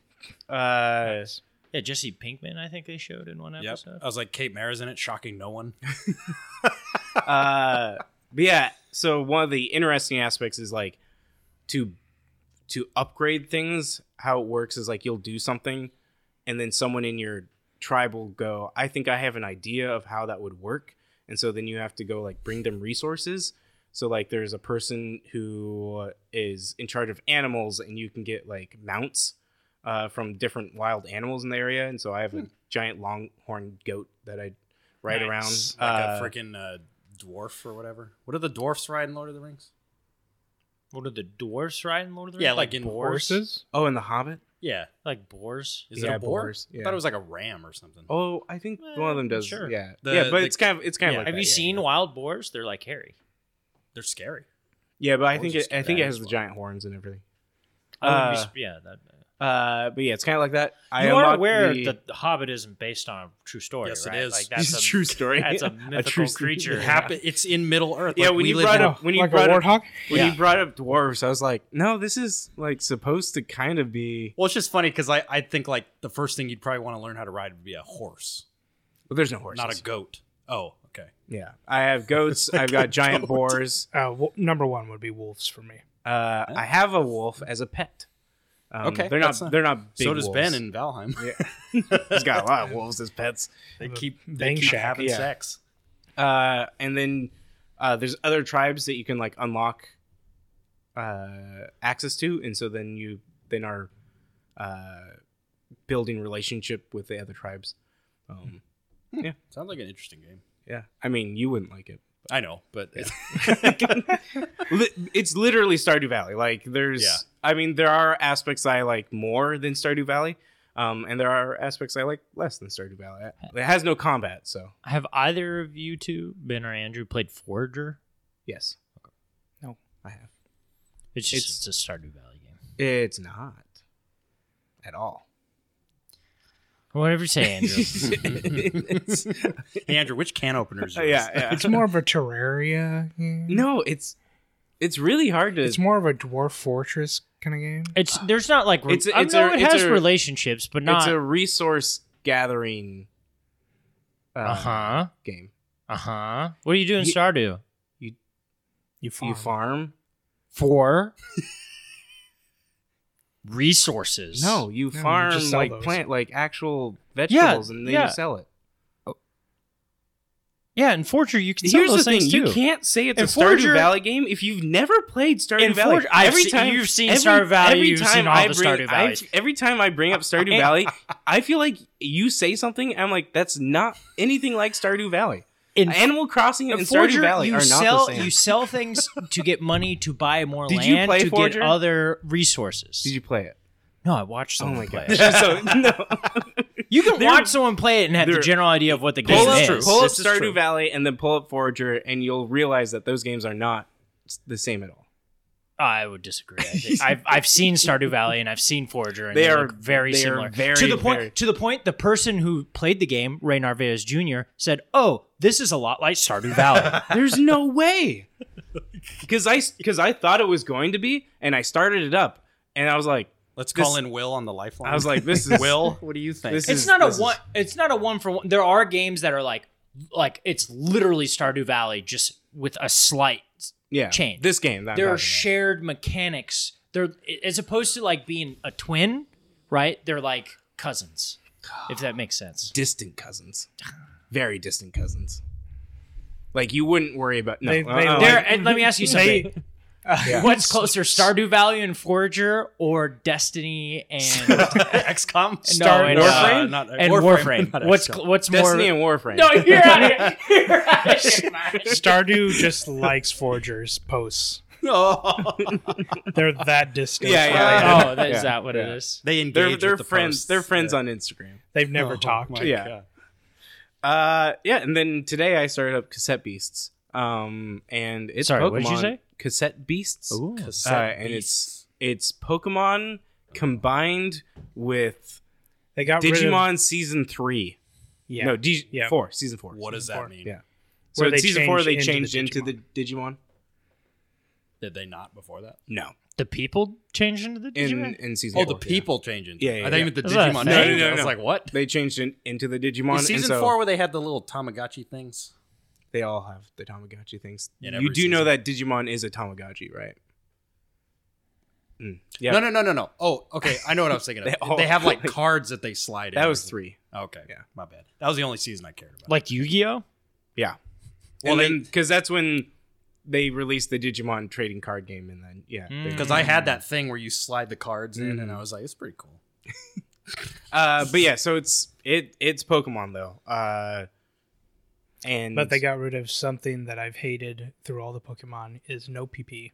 Speaker 4: uh
Speaker 3: Yeah, Jesse Pinkman. I think they showed in one
Speaker 2: Yep.
Speaker 3: episode.
Speaker 2: I was like, Kate Mara's in it, shocking no one.
Speaker 4: uh but yeah so one of the interesting aspects is like to to upgrade things how it works is like you'll do something and then someone in your tribe will go i think i have an idea of how that would work and so then you have to go like bring them resources So like there's a person who is in charge of animals, and you can get like mounts uh, from different wild animals in the area. And so I
Speaker 2: Hmm.
Speaker 4: have a giant longhorn goat that I ride
Speaker 3: Nice.
Speaker 4: around.
Speaker 2: like
Speaker 4: Uh,
Speaker 2: a freaking uh, dwarf or whatever. What do the dwarfs ride in Lord of the Rings?
Speaker 3: What are the dwarfs riding Lord of the Rings?
Speaker 2: Yeah, like in
Speaker 3: boars?
Speaker 1: Horses?
Speaker 4: oh, and the Hobbit.
Speaker 2: Yeah,
Speaker 3: Like boars.
Speaker 2: is it
Speaker 4: Yeah,
Speaker 2: a boar?
Speaker 4: boars,
Speaker 2: I
Speaker 4: yeah.
Speaker 2: thought it was like a ram or something.
Speaker 4: Oh, I think one of them does.
Speaker 3: Sure.
Speaker 4: Yeah,
Speaker 2: The-
Speaker 4: yeah, but
Speaker 2: the-
Speaker 4: it's kind of it's kind
Speaker 2: yeah.
Speaker 4: of like that,
Speaker 3: Have you
Speaker 4: yeah,
Speaker 3: seen
Speaker 4: Yeah,
Speaker 3: wild boars? They're like hairy.
Speaker 2: They're scary.
Speaker 4: yeah but I
Speaker 2: Or
Speaker 4: think
Speaker 2: just
Speaker 4: it, I think
Speaker 2: that
Speaker 4: it has
Speaker 2: as
Speaker 4: the
Speaker 2: well.
Speaker 4: giant horns and everything.
Speaker 3: I wouldn't be
Speaker 4: Uh,
Speaker 3: sp- yeah, that,
Speaker 4: Uh, but yeah, it's kind of like that. I
Speaker 3: you are
Speaker 4: unlocked
Speaker 3: aware that the Hobbit isn't based on a true story.
Speaker 2: Yes, it
Speaker 3: right?
Speaker 2: is.
Speaker 4: *laughs*
Speaker 3: Like that's a
Speaker 4: true story. *laughs*
Speaker 3: That's a mythical
Speaker 4: true-
Speaker 3: creature.
Speaker 2: It happen- It's in Middle Earth.
Speaker 4: Yeah,
Speaker 2: like,
Speaker 4: when
Speaker 2: we
Speaker 4: you
Speaker 2: live
Speaker 4: brought
Speaker 2: in-
Speaker 4: up when you
Speaker 1: like a
Speaker 4: brought up
Speaker 1: warthog?
Speaker 4: when
Speaker 3: Yeah.
Speaker 4: you brought up dwarves, I was like, no, this is like supposed to kind of be.
Speaker 2: Well, it's just funny because I, I think like the first thing you'd probably want to learn how to ride would be a horse,
Speaker 4: Well, there's no horses.
Speaker 2: not a goat. Oh, okay.
Speaker 4: yeah, I have
Speaker 2: *laughs*
Speaker 4: goats. I've got giant boars.
Speaker 1: Uh, w- number one would be wolves for
Speaker 4: *laughs*
Speaker 1: me.
Speaker 4: Uh, I have a wolf as a pet. Um,
Speaker 2: Okay,
Speaker 4: they're not.
Speaker 2: that's not-
Speaker 4: they're not. Big
Speaker 2: so does
Speaker 4: wolves.
Speaker 2: Ben in Valheim.
Speaker 4: *laughs* He's got a lot of wolves as pets.
Speaker 2: they keep they
Speaker 1: Bang
Speaker 2: keep
Speaker 1: Shack,
Speaker 2: having
Speaker 4: yeah.
Speaker 2: sex.
Speaker 4: Uh, and then uh, there's other tribes that you can like unlock uh, access to, and so then you then are uh, building relationship with the other tribes. Um,
Speaker 2: Sounds like an interesting game.
Speaker 4: yeah, I mean you wouldn't like it.
Speaker 2: I know, but
Speaker 4: Li- it's literally Stardew Valley. Like there's,
Speaker 2: Yeah.
Speaker 4: I mean, there are aspects I like more than Stardew Valley, um, and there are aspects I like less than Stardew Valley. It has no combat, so
Speaker 3: Have either of you two, Ben or Andrew, played Forager?
Speaker 4: yes. No, I have.
Speaker 3: It's just
Speaker 4: It's-
Speaker 3: it's, a Stardew Valley game.
Speaker 4: It's not at all.
Speaker 3: Whatever
Speaker 4: *laughs*
Speaker 3: you say, *laughs* Andrew.
Speaker 4: It's-
Speaker 2: hey, *laughs* Andrew, which can openers?
Speaker 4: *laughs* yeah,
Speaker 2: Are these?
Speaker 4: yeah.
Speaker 1: It's more of a terraria. game.
Speaker 4: no, it's it's really hard to.
Speaker 1: It's more of a dwarf fortress kind of game.
Speaker 3: it's there's not like re-
Speaker 4: It's a-
Speaker 3: I
Speaker 4: it's
Speaker 3: know
Speaker 4: a-
Speaker 3: it
Speaker 4: it's
Speaker 3: has
Speaker 4: a-
Speaker 3: relationships, but
Speaker 4: it's
Speaker 3: not.
Speaker 4: a resource gathering uh,
Speaker 3: Uh huh.
Speaker 4: game.
Speaker 3: Uh huh. What do you do in
Speaker 4: Ye-
Speaker 3: Stardew?
Speaker 1: You
Speaker 4: You farm? *laughs*
Speaker 3: For resources.
Speaker 4: No, you
Speaker 1: you
Speaker 4: farm
Speaker 1: just sell
Speaker 4: like
Speaker 1: those.
Speaker 4: plant like actual vegetables, and then
Speaker 3: yeah.
Speaker 4: you sell it.
Speaker 3: Yeah, in Forger you can sell
Speaker 4: Here's the
Speaker 3: those
Speaker 4: thing:
Speaker 3: things
Speaker 4: you
Speaker 3: too.
Speaker 4: can't say it's
Speaker 3: And
Speaker 4: a
Speaker 3: Forger-
Speaker 4: Stardew Valley game if you've never played Stardew
Speaker 3: And
Speaker 4: Valley.
Speaker 3: Forger- I've seen- you've seen Stardew Valley, you've seen all the
Speaker 4: bring,
Speaker 3: Stardew Valleys.
Speaker 4: I've- every time I bring up Stardew
Speaker 3: *laughs*
Speaker 4: Valley, I feel like you say something. I'm like, that's not anything like Stardew Valley.
Speaker 3: In
Speaker 4: Animal Crossing and
Speaker 3: Forger,
Speaker 4: Stardew Valley
Speaker 3: you
Speaker 4: are
Speaker 3: sell
Speaker 4: not the same.
Speaker 3: you sell things to get money to buy more
Speaker 4: Did
Speaker 3: land
Speaker 4: you play
Speaker 3: to
Speaker 4: Forger?
Speaker 3: get other resources.
Speaker 4: Did you play it?
Speaker 3: no, I watched someone play. it.
Speaker 4: Oh *laughs* so no.
Speaker 3: You can
Speaker 4: They're-
Speaker 3: watch someone play it and have the
Speaker 4: they're-
Speaker 3: general idea of what the game
Speaker 4: pull up,
Speaker 3: is.
Speaker 4: pull up
Speaker 2: This is
Speaker 4: Stardew
Speaker 2: true.
Speaker 4: Valley and then pull up Forager, and you'll realize that those games are not s- the same at all.
Speaker 3: I would disagree. I think- I've I've seen Stardew Valley and I've seen Forager, and
Speaker 4: They
Speaker 3: they,
Speaker 4: are-
Speaker 3: look very
Speaker 4: they are
Speaker 3: similar.
Speaker 4: very,
Speaker 3: to the point,
Speaker 4: very-
Speaker 3: to the point, the person who played the game, Ray Narvaez Jr., said, "Oh, this is a lot like Stardew
Speaker 4: *laughs*
Speaker 3: Valley."
Speaker 4: There's no way. Because I because I thought it was going to be, and I started it up, and I was like,
Speaker 2: Let's
Speaker 4: This-
Speaker 2: call in Will on the lifeline.
Speaker 4: I was
Speaker 2: *laughs*
Speaker 4: like, this is
Speaker 2: Will, what do you think?
Speaker 4: This
Speaker 3: it's
Speaker 4: is-
Speaker 3: not a
Speaker 4: this is-
Speaker 3: one. It's not a one for one. There are games that are like, like it's literally Stardew Valley, just with a slight.
Speaker 4: yeah,
Speaker 3: Change.
Speaker 4: this game. that I'm
Speaker 3: There
Speaker 4: talking
Speaker 3: are
Speaker 4: about.
Speaker 3: shared mechanics. They're as opposed to like being a twin, right? They're like cousins, if that makes sense.
Speaker 4: distant cousins, very distant cousins. Like you wouldn't worry about no.
Speaker 1: They- they
Speaker 4: uh,
Speaker 3: There,
Speaker 4: like,
Speaker 3: and let me
Speaker 4: *laughs*
Speaker 3: ask you something.
Speaker 4: *laughs* yeah.
Speaker 3: What's closer, Stardew Valley and Forager, or Destiny
Speaker 4: *laughs*
Speaker 3: and
Speaker 2: XCOM,
Speaker 3: Star
Speaker 2: and,
Speaker 4: Warframe?
Speaker 2: uh, not,
Speaker 3: and Warframe?
Speaker 2: not
Speaker 3: What's
Speaker 2: XCOM.
Speaker 3: cl- what's more?
Speaker 4: Destiny and Warframe. *laughs*
Speaker 3: *laughs* no, you're out of here. You're out of here.
Speaker 1: Stardew just likes forgers
Speaker 4: *laughs*
Speaker 1: posts. *laughs* They're that distant.
Speaker 4: Oh. Yeah, *laughs* yeah.
Speaker 3: Oh, that, is
Speaker 4: Yeah,
Speaker 3: that what
Speaker 4: yeah.
Speaker 3: it is?
Speaker 2: they engage.
Speaker 4: they're
Speaker 2: with
Speaker 4: they're
Speaker 2: the
Speaker 4: friends.
Speaker 2: posts.
Speaker 4: They're friends
Speaker 2: Yeah.
Speaker 4: on Instagram.
Speaker 1: They've never talked.
Speaker 2: my
Speaker 4: Yeah.
Speaker 2: God.
Speaker 4: Uh, yeah, and then today I started up Cassette Beasts. Um, and it's
Speaker 3: Sorry,
Speaker 4: Pokemon.
Speaker 3: what did you say?
Speaker 4: Cassette Beasts. Uh,
Speaker 2: Cassette
Speaker 4: and it's
Speaker 2: beasts.
Speaker 4: it's Pokemon combined with
Speaker 1: They got rid of-
Speaker 4: Digimon season three.
Speaker 1: yeah.
Speaker 4: No, D-
Speaker 1: Yeah.
Speaker 4: four season four.
Speaker 2: what does
Speaker 1: four.
Speaker 2: that mean?
Speaker 4: Yeah. so
Speaker 1: Where
Speaker 4: in
Speaker 1: they
Speaker 4: season four
Speaker 1: changed
Speaker 4: they
Speaker 1: into the
Speaker 4: changed into the Digimon.
Speaker 2: Did they not before that?
Speaker 4: No,
Speaker 3: The people changed into the
Speaker 4: in
Speaker 3: Digimon.
Speaker 4: in season.
Speaker 2: Oh, the
Speaker 4: four, yeah.
Speaker 2: people changing.
Speaker 4: Yeah, yeah,
Speaker 2: I thought
Speaker 4: yeah.
Speaker 2: you meant the
Speaker 3: That's not a
Speaker 2: Digimon.
Speaker 3: thing.
Speaker 2: changing.
Speaker 4: No, no,
Speaker 2: I was
Speaker 4: no.
Speaker 2: like, what?
Speaker 4: They changed in, into the Digimon.
Speaker 2: Is
Speaker 4: and
Speaker 2: season
Speaker 4: so
Speaker 2: four where they had the little Tamagotchi things.
Speaker 4: they all have the Tamagotchi things.
Speaker 2: In
Speaker 4: you
Speaker 2: every
Speaker 4: do know
Speaker 2: season.
Speaker 4: that Digimon is a Tamagotchi, right? Mm. Yeah,
Speaker 2: No, no, no, no, no. Oh, okay. I know what I was thinking of.
Speaker 4: *laughs* They
Speaker 2: they,
Speaker 4: all-
Speaker 2: have like cards that they slide.
Speaker 4: that
Speaker 2: in.
Speaker 4: was three.
Speaker 2: Okay,
Speaker 4: Yeah.
Speaker 2: my bad. That was the only season I cared about.
Speaker 3: Like Yu-Gi-Oh.
Speaker 4: Yeah.
Speaker 2: Well,
Speaker 4: Well,
Speaker 2: they-
Speaker 4: then because that's when they released the Digimon trading card game, and then yeah, they-
Speaker 2: Because I had that thing where you slide the cards in,
Speaker 4: Mm.
Speaker 2: and I was like, it's pretty cool.
Speaker 4: uh, but yeah, so it's it it's Pokemon though, uh, and
Speaker 1: But they got rid of something that I've hated through all the Pokemon is no PP.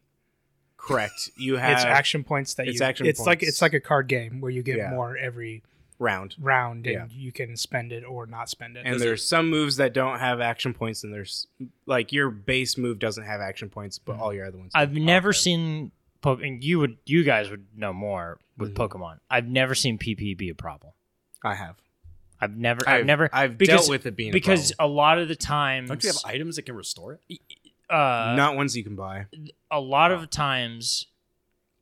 Speaker 4: correct. You have
Speaker 1: it's action points that
Speaker 4: it's
Speaker 1: you.
Speaker 4: action
Speaker 1: it's like
Speaker 4: points.
Speaker 1: it's like a card game where you get
Speaker 4: Yeah.
Speaker 1: more every
Speaker 4: round,
Speaker 1: round and
Speaker 4: Yeah.
Speaker 1: you can spend it or not spend it.
Speaker 4: and there's some moves that don't have action points, and there's like your base move doesn't have action points, but all your other ones.
Speaker 3: I've
Speaker 4: do.
Speaker 3: never seen Pokemon. you would, you guys would know more with
Speaker 4: Mm-hmm.
Speaker 3: Pokemon. I've never seen PP be a problem.
Speaker 4: I have.
Speaker 3: I've never, I've,
Speaker 4: I've-
Speaker 3: never,
Speaker 4: I've dealt with it being a
Speaker 3: because a, lot of the
Speaker 4: Mm.
Speaker 3: times,
Speaker 2: Don't you have items that can restore it?
Speaker 3: uh,
Speaker 4: Not ones you can buy.
Speaker 3: a lot of times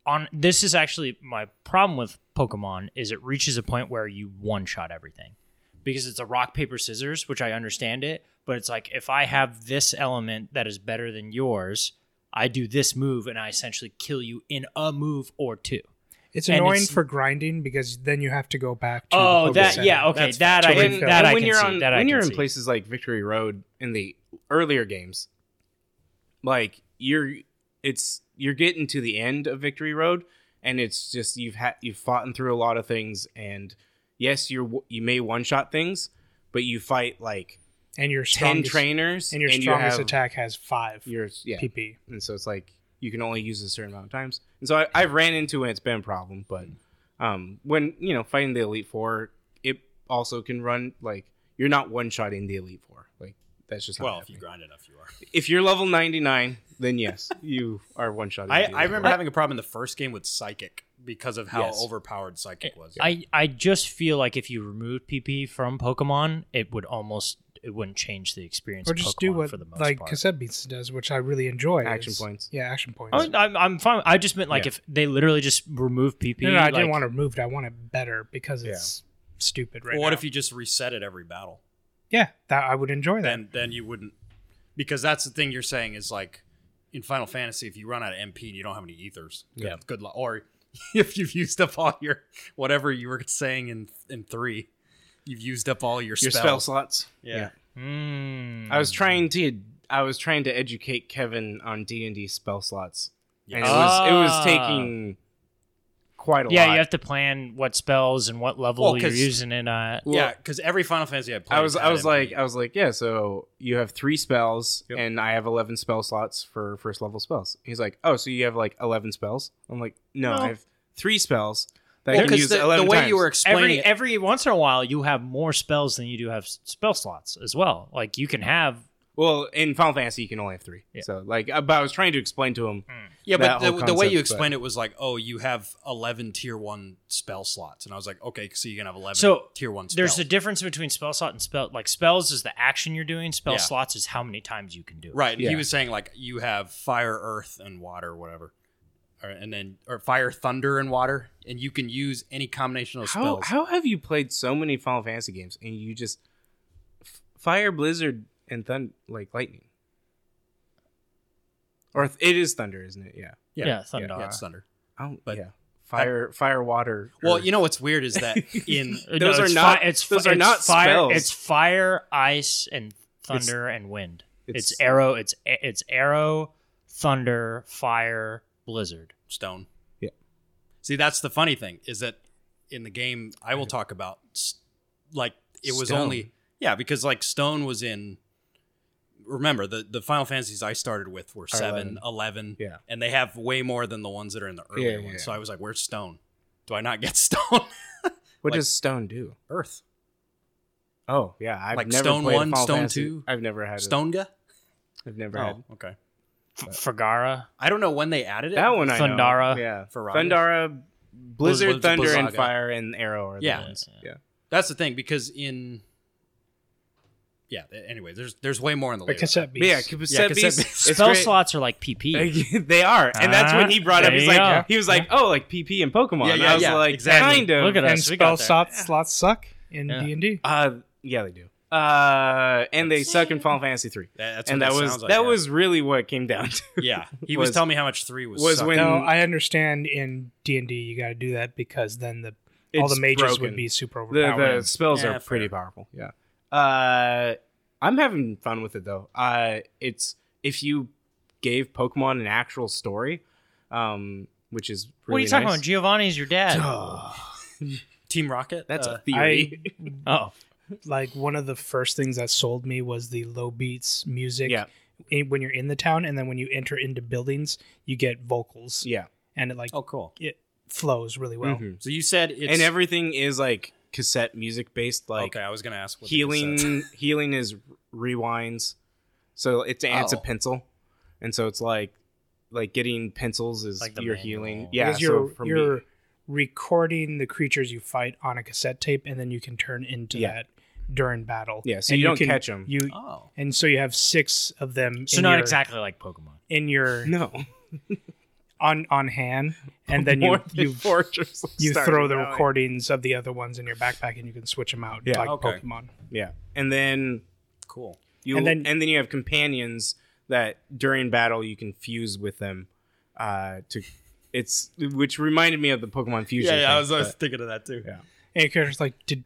Speaker 3: on this is actually my problem with Pokemon is it reaches a point where you one shot everything because it's a rock paper scissors, which I understand it, but it's like if I have this element that is better than yours, I do this move and I essentially kill you in a move or two.
Speaker 1: it's
Speaker 3: and
Speaker 1: annoying
Speaker 3: it's-
Speaker 1: for grinding because then you have to go back to
Speaker 3: Oh,
Speaker 1: the Pokemon
Speaker 3: that
Speaker 1: Center.
Speaker 3: yeah, okay,
Speaker 2: That's
Speaker 3: that I
Speaker 1: fair.
Speaker 3: can,
Speaker 1: When-
Speaker 3: that I
Speaker 4: when
Speaker 3: can
Speaker 4: you're
Speaker 3: see.
Speaker 4: on,
Speaker 3: that I
Speaker 4: when
Speaker 3: can
Speaker 4: you're in
Speaker 3: see.
Speaker 4: places like Victory Road in the earlier games, like you're it's you're getting to the end of Victory Road, and it's just you've had you've fought through a lot of things, and yes, you're w- you may one shot things, but you fight like
Speaker 1: and your
Speaker 4: ten
Speaker 1: strongest
Speaker 4: trainers,
Speaker 1: and your
Speaker 4: you
Speaker 1: strongest
Speaker 4: have
Speaker 1: attack has five
Speaker 4: Your yeah,
Speaker 1: PP.
Speaker 4: and so it's like you can only use it a certain amount of times. And so I, I've ran into it; and it's been a problem. But um, when you know fighting the Elite Four, it also can run like you're not one shotting the Elite Four. Like that's just not
Speaker 2: Well, if
Speaker 4: happening.
Speaker 2: you grind enough,
Speaker 4: *laughs*
Speaker 2: you are.
Speaker 4: if you're level 99, then yes, *laughs* you are one shotting.
Speaker 2: I, I remember having a problem in the first game with Psychic because of how
Speaker 4: Yes.
Speaker 2: overpowered Psychic was.
Speaker 3: I I just feel like if you remove PP from Pokemon, it would almost it wouldn't change the experience.
Speaker 1: Or
Speaker 3: of
Speaker 1: just
Speaker 3: Pokemon
Speaker 1: do what
Speaker 3: for the most
Speaker 1: like
Speaker 3: part.
Speaker 1: Cassette Beats does, which I really enjoy.
Speaker 4: Action
Speaker 1: is-
Speaker 4: points.
Speaker 1: Yeah, action points.
Speaker 3: Oh, I'm, I'm fine. I just meant like
Speaker 4: Yeah.
Speaker 3: if they literally just remove PP.
Speaker 1: no, no, I
Speaker 3: like,
Speaker 1: didn't want it removed. I want it better because it's stupid right
Speaker 2: Well, what
Speaker 1: now.
Speaker 2: if you just reset it every battle?
Speaker 1: Yeah, that I would enjoy that.
Speaker 2: Then then you wouldn't because that's the thing you're saying is like in Final Fantasy, if you run out of MP and you don't have any ethers, good-
Speaker 4: Yeah.
Speaker 2: good luck. Or *laughs* if you've used up all your whatever you were saying in in three, you've used up all your,
Speaker 4: your
Speaker 2: spells.
Speaker 4: spell slots.
Speaker 2: Yeah. Hmm.
Speaker 3: Mm.
Speaker 4: I was trying to I was trying to educate Kevin on D and D spell slots, and it
Speaker 2: Yes.
Speaker 4: was it was
Speaker 3: Ah.
Speaker 4: taking quite a
Speaker 3: yeah,
Speaker 4: lot.
Speaker 3: you have to plan what spells and what level
Speaker 2: Well,
Speaker 3: you're
Speaker 2: 'cause-
Speaker 3: using it at.
Speaker 2: yeah, because every Final Fantasy I played,
Speaker 4: I was I
Speaker 2: had
Speaker 4: was
Speaker 2: MP.
Speaker 4: like I was like yeah. So you have three spells,
Speaker 2: Yep.
Speaker 4: and I have eleven spell slots for first level spells. He's like, oh, so you have like eleven spells? I'm like, no,
Speaker 3: No.
Speaker 4: I have three spells that I
Speaker 2: Well,
Speaker 4: can
Speaker 2: 'cause
Speaker 4: use
Speaker 2: the, the
Speaker 4: eleven
Speaker 2: way
Speaker 4: times.
Speaker 2: you were explaining
Speaker 3: Every
Speaker 2: it,
Speaker 3: every once in a while, you have more spells than you do have s- spell slots as well. Like you can have.
Speaker 4: well, in Final Fantasy, you can only have three.
Speaker 3: Yeah.
Speaker 4: So like, uh, but I was trying to explain to him.
Speaker 2: Yeah,
Speaker 4: that
Speaker 2: but the,
Speaker 4: whole
Speaker 2: the way
Speaker 4: concept,
Speaker 2: you
Speaker 4: but-
Speaker 2: explained it was like, oh, you have eleven tier one spell slots, and I was like, okay, so you can have eleven
Speaker 3: So,
Speaker 2: tier one. Spells.
Speaker 3: There's a difference between spell slot and spell. Like spells is the action you're doing. Spell
Speaker 2: Yeah.
Speaker 3: slots is how many times you can do it.
Speaker 2: right. and He
Speaker 4: Yeah.
Speaker 2: was saying like you have fire, earth, and water, whatever, or, and then or fire, thunder, and water, and you can use any combination of
Speaker 4: How
Speaker 2: spells.
Speaker 4: how have you played so many Final Fantasy games and you just f- fire, blizzard, and thunder like lightning? Or th- it is thunder, isn't it? Yeah.
Speaker 3: Yeah,
Speaker 2: yeah,
Speaker 3: Thunder.
Speaker 2: yeah, it's thunder.
Speaker 4: Oh,
Speaker 2: But-
Speaker 4: yeah. Fire, fire, water.
Speaker 2: Well,
Speaker 4: earth.
Speaker 2: you know what's weird is that
Speaker 4: *laughs*
Speaker 2: in
Speaker 3: Uh,
Speaker 4: Those are
Speaker 3: it's
Speaker 4: not-
Speaker 3: fi- it's fi-
Speaker 4: those are
Speaker 3: it's
Speaker 4: not
Speaker 3: fire,
Speaker 4: spells.
Speaker 3: It's fire, ice, and thunder and wind. It's,
Speaker 4: it's-
Speaker 3: arrow. It's it's arrow, thunder, fire, blizzard.
Speaker 2: stone.
Speaker 4: Yeah.
Speaker 2: See, that's the funny thing is that in the game I will talk about s- like it was
Speaker 4: Stone.
Speaker 2: only yeah because like stone was in remember the the Final Fantasies I started with were
Speaker 4: Are
Speaker 2: 7, 11
Speaker 4: Yeah.
Speaker 2: and they have way more than the ones that are in the earlier
Speaker 4: Yeah, yeah,
Speaker 2: ones.
Speaker 4: yeah.
Speaker 2: So I was like where's stone? Do I not get *laughs* stone?
Speaker 4: What
Speaker 2: Like-
Speaker 4: does stone do?
Speaker 2: Earth.
Speaker 4: Oh yeah, I've
Speaker 2: Like
Speaker 4: never
Speaker 2: Stone
Speaker 4: played a
Speaker 2: One,
Speaker 4: Final
Speaker 2: Stone
Speaker 4: Fantasy.
Speaker 2: Two,
Speaker 4: I've never had stone.
Speaker 2: Stonega?
Speaker 4: i I've never had
Speaker 2: Oh, okay.
Speaker 3: F- Fagara.
Speaker 2: I don't know when they added it.
Speaker 4: that one. I know.
Speaker 3: Thundara.
Speaker 4: yeah,
Speaker 2: Ferragus.
Speaker 4: Thundara, Blizzard,
Speaker 2: Blizz-
Speaker 4: Thunder, and
Speaker 2: Blizzaga.
Speaker 4: Fire and Arrow are the
Speaker 2: Yeah.
Speaker 4: ones. Yeah,
Speaker 2: That's the thing because in yeah, anyway, there's there's way more in the
Speaker 1: but
Speaker 2: later.
Speaker 1: cassette
Speaker 4: but yeah,
Speaker 1: beats.
Speaker 4: cassette
Speaker 2: cassette
Speaker 4: beast,
Speaker 2: beast.
Speaker 4: it's
Speaker 3: Spell
Speaker 4: great. *laughs*
Speaker 3: slots are like PP.
Speaker 4: they are, and that's when he brought up.
Speaker 3: Ah,
Speaker 4: He's
Speaker 3: there
Speaker 4: like,
Speaker 3: you go.
Speaker 4: he was like, oh, like PP and Pokemon.
Speaker 2: Yeah,
Speaker 4: and
Speaker 2: yeah,
Speaker 4: I was
Speaker 2: yeah,
Speaker 4: like,
Speaker 2: exactly.
Speaker 4: kind of.
Speaker 3: Look at
Speaker 1: and
Speaker 3: us, we got
Speaker 1: spell
Speaker 3: there.
Speaker 1: slot, slots suck in
Speaker 3: Yeah.
Speaker 1: D and D.
Speaker 4: Uh, yeah, they do. Uh, and they suck in Final Fantasy three.
Speaker 2: That- that's
Speaker 4: and
Speaker 2: what
Speaker 4: that
Speaker 2: it
Speaker 4: was
Speaker 2: sounds like,
Speaker 4: that
Speaker 2: yeah.
Speaker 4: was really what it came down to.
Speaker 2: Yeah, he was,
Speaker 4: was-
Speaker 2: telling me how much three was. uh,
Speaker 4: was
Speaker 2: sucked.
Speaker 4: when-
Speaker 1: No, I understand in D and D you got to do that because then the all
Speaker 4: It's
Speaker 1: the mages
Speaker 4: broken.
Speaker 1: would be super
Speaker 4: the,
Speaker 1: overpowered. *sighs*
Speaker 4: the spells
Speaker 2: Yeah,
Speaker 4: are pretty
Speaker 2: fair.
Speaker 4: powerful. Yeah. Uh, I'm having fun with it though. Uh, it's if you gave Pokemon an actual story, um, which is
Speaker 3: what are
Speaker 4: really
Speaker 3: you talking
Speaker 4: nice.
Speaker 3: about? Giovanni's your dad.
Speaker 2: Team Rocket.
Speaker 4: That's
Speaker 2: uh,
Speaker 4: a theory.
Speaker 3: Oh,
Speaker 1: *laughs* like one of the first things that sold me was the low beats music.
Speaker 4: Yeah.
Speaker 1: in- When you're in the town, and then when you enter into buildings, you get vocals,
Speaker 4: yeah,
Speaker 1: and it like
Speaker 2: oh, cool.
Speaker 1: it flows really well.
Speaker 4: Mhm.
Speaker 2: So you said it's
Speaker 4: and everything is like cassette music based, like
Speaker 2: okay. I was gonna ask what the cassette-
Speaker 4: healing healing is rewinds so it's and it's a
Speaker 3: Oh.
Speaker 4: pencil and so it's like like getting pencils is
Speaker 2: Like the
Speaker 4: your
Speaker 2: manual.
Speaker 4: healing
Speaker 2: Because
Speaker 4: yeah
Speaker 1: because
Speaker 4: so
Speaker 1: you're
Speaker 4: for
Speaker 1: you're
Speaker 4: me
Speaker 1: recording the creatures you fight on a cassette tape, and then you can turn into
Speaker 4: Yeah.
Speaker 1: that during battle.
Speaker 4: Yeah, so
Speaker 1: And
Speaker 4: you don't catch 'em.
Speaker 1: You
Speaker 2: *laughs* Oh,
Speaker 1: and so you have six of them.
Speaker 3: so
Speaker 1: in
Speaker 3: not
Speaker 1: your,
Speaker 3: exactly like Pokemon.
Speaker 1: in your
Speaker 4: *laughs* no
Speaker 1: on on hand, and then you
Speaker 4: More than
Speaker 1: you
Speaker 4: fortress
Speaker 1: you
Speaker 4: starting
Speaker 1: throw the
Speaker 4: out.
Speaker 1: recordings of the other ones in your backpack, and you can switch them out
Speaker 4: Yeah.
Speaker 1: like
Speaker 2: Okay.
Speaker 1: Pokemon.
Speaker 4: yeah and then
Speaker 2: cool.
Speaker 4: you
Speaker 1: And
Speaker 4: and
Speaker 1: then-
Speaker 4: then, you have companions that during battle you can fuse with them uh to it's which reminded me of the pokemon fusion
Speaker 2: Yeah, yeah.
Speaker 4: thing,
Speaker 2: I was, I was
Speaker 4: but-
Speaker 2: thinking of that too.
Speaker 4: Yeah.
Speaker 1: And your character's like, did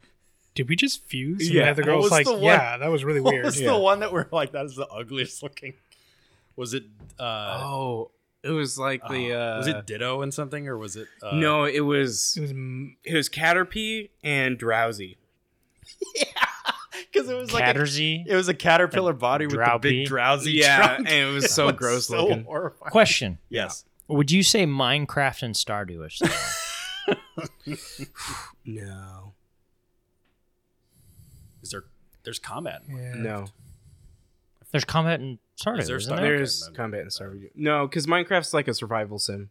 Speaker 1: did we just fuse? And
Speaker 4: Yeah.
Speaker 1: the other
Speaker 2: What
Speaker 1: girl's
Speaker 2: was
Speaker 1: like,
Speaker 2: the one-
Speaker 1: yeah, that was really
Speaker 2: What
Speaker 1: weird.
Speaker 2: was
Speaker 4: Yeah.
Speaker 2: the one that we're like? That is the ugliest looking. Was it? Uh,
Speaker 4: oh it was like the uh
Speaker 2: was it Ditto and something, or was it? Uh, *laughs*
Speaker 4: no it was
Speaker 1: It was m-
Speaker 4: it was Caterpie and Drowsy.
Speaker 2: because it was like a,
Speaker 3: Cattersy.
Speaker 2: *laughs* it was a caterpillar body with the
Speaker 3: Drowpy.
Speaker 2: big drowsy
Speaker 4: Yeah,
Speaker 2: trunk.
Speaker 4: and
Speaker 2: *laughs*
Speaker 4: it was so
Speaker 2: It was
Speaker 4: gross
Speaker 2: so
Speaker 4: looking.
Speaker 2: horrifying.
Speaker 3: Question:
Speaker 2: Yes.
Speaker 3: Would you say Minecraft and Stardew are similar?
Speaker 4: No,
Speaker 2: Is there? There's combat. in
Speaker 1: yeah.
Speaker 4: no,
Speaker 3: *laughs* There's combat in Stardew.
Speaker 2: Is there
Speaker 3: isn't
Speaker 2: Stardew?
Speaker 3: there?
Speaker 4: there's
Speaker 2: then-
Speaker 4: combat in Stardew. No, because Minecraft's like a survival sim.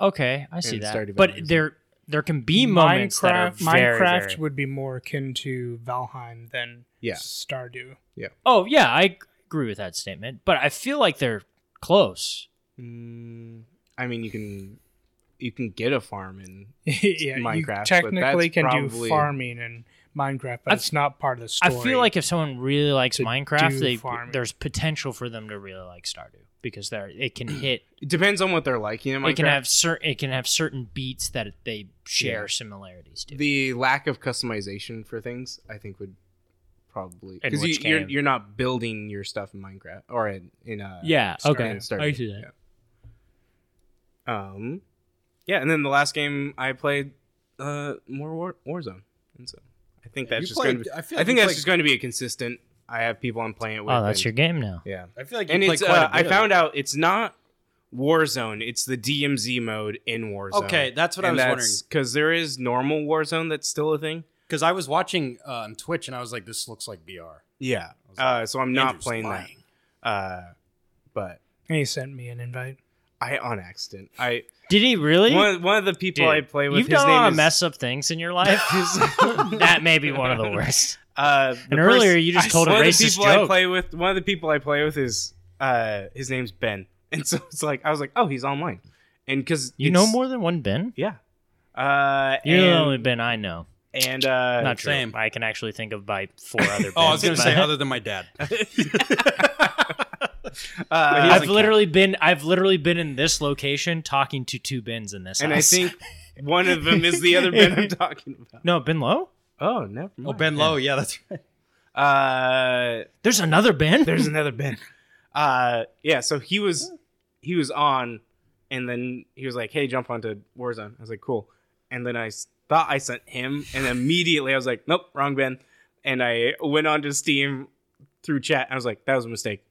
Speaker 3: Okay, I see
Speaker 4: And
Speaker 3: that.
Speaker 4: Stardew
Speaker 3: but
Speaker 4: Valley is-
Speaker 3: there there can be E moments that are
Speaker 1: Minecraft,
Speaker 3: very,
Speaker 1: Minecraft
Speaker 3: very-
Speaker 1: would be more akin to Valheim than
Speaker 4: Yeah.
Speaker 1: Stardew. *laughs*
Speaker 3: Oh yeah, I agree with that statement. But I feel like they're close.
Speaker 4: Mm, I mean, you can you can get a farm and
Speaker 1: yeah, you
Speaker 4: Minecraft, but
Speaker 1: technically
Speaker 4: that's
Speaker 1: can do
Speaker 4: probably-
Speaker 1: farming in Minecraft, but
Speaker 3: I-
Speaker 1: it's not part of the
Speaker 3: I
Speaker 1: story.
Speaker 3: feel like if someone really likes
Speaker 1: to do
Speaker 3: Minecraft, they
Speaker 1: farming.
Speaker 3: there's potential for them to really like Stardew because they it
Speaker 4: *clears throat*
Speaker 3: can hit
Speaker 4: it depends on what they're liking in Minecraft.
Speaker 3: it can have certain it can have certain beats that they share
Speaker 4: Yeah.
Speaker 3: similarities to.
Speaker 4: the lack of customization for things. I think would probably
Speaker 3: In
Speaker 4: because
Speaker 3: which
Speaker 4: you, you're
Speaker 3: game?
Speaker 4: you're not building your stuff in Minecraft or in in uh
Speaker 3: yeah,
Speaker 4: Stardew-
Speaker 3: okay.
Speaker 4: Stardew.
Speaker 3: I see that.
Speaker 4: Um, yeah, and then the last game I played, uh, more War Warzone, and so I think that's
Speaker 2: You
Speaker 4: just
Speaker 2: played-
Speaker 4: going to. Be,
Speaker 2: I
Speaker 4: I,
Speaker 2: feel like
Speaker 4: think
Speaker 2: you
Speaker 4: that's
Speaker 2: played-
Speaker 4: just going to be a consistent. I have people I'm playing it with.
Speaker 3: Oh, that's
Speaker 4: and-
Speaker 3: your game now.
Speaker 4: yeah.
Speaker 2: I feel like you
Speaker 4: And
Speaker 2: play
Speaker 4: it's
Speaker 2: quite
Speaker 4: uh,
Speaker 2: a
Speaker 4: I
Speaker 2: bit of
Speaker 4: found out it's not Warzone. It's the DMZ mode in Warzone.
Speaker 2: Okay, that's what I was wondering.
Speaker 4: because there is normal Warzone that's still a thing.
Speaker 2: because I was watching uh, on Twitch and I was like, this looks like VR.
Speaker 4: Yeah.
Speaker 2: was like,
Speaker 4: Uh, so I'm not
Speaker 2: Andrew's
Speaker 4: playing
Speaker 2: lying.
Speaker 4: that. Uh, but
Speaker 1: and he sent me an invite. *laughs*
Speaker 4: I on accident. I
Speaker 3: Did he really?
Speaker 4: one one of the people
Speaker 3: Dude,
Speaker 4: I play with.
Speaker 3: You've
Speaker 4: his
Speaker 3: done a
Speaker 4: name
Speaker 3: lot of
Speaker 4: is,
Speaker 3: mess up things in
Speaker 4: *laughs*
Speaker 3: your life. *laughs* that may be one of the worst.
Speaker 4: Uh, the
Speaker 3: And earlier
Speaker 4: pers-
Speaker 3: you just told a
Speaker 4: one
Speaker 3: racist
Speaker 4: of the people I
Speaker 3: joke.
Speaker 4: play with, one of the people I play with is uh, his name's Ben, *laughs* and so it's like I was like, oh, he's online, and because
Speaker 3: You know more than one Ben.
Speaker 4: yeah. Uh,
Speaker 3: You're the only
Speaker 4: and
Speaker 3: Ben I know.
Speaker 4: and uh,
Speaker 3: Not true.
Speaker 2: same.
Speaker 3: I can actually think of by
Speaker 2: *laughs*
Speaker 3: four other. Bens,
Speaker 2: Oh, I was gonna
Speaker 3: but-
Speaker 2: say
Speaker 3: *laughs*
Speaker 2: other than my dad. *laughs*
Speaker 4: uh, *laughs*
Speaker 2: He doesn't
Speaker 3: I've literally been. I've literally been in this location talking to two Bens in this.
Speaker 4: and I
Speaker 3: house.
Speaker 4: think one of them is the other *laughs* Ben I'm talking about.
Speaker 3: *laughs* no Ben Low.
Speaker 4: Oh, never.
Speaker 2: oh, Ben Lowe. Yeah, that's right.
Speaker 4: Uh,
Speaker 3: There's another Ben.
Speaker 4: there's another Ben. Uh, yeah. So he was he was on, and then he was like, "Hey, jump onto Warzone." I was like, "Cool." And then I s- thought I sent him, and immediately I was like, "Nope, wrong Ben." And I went on to Steam through chat. I was like, "That was a mistake.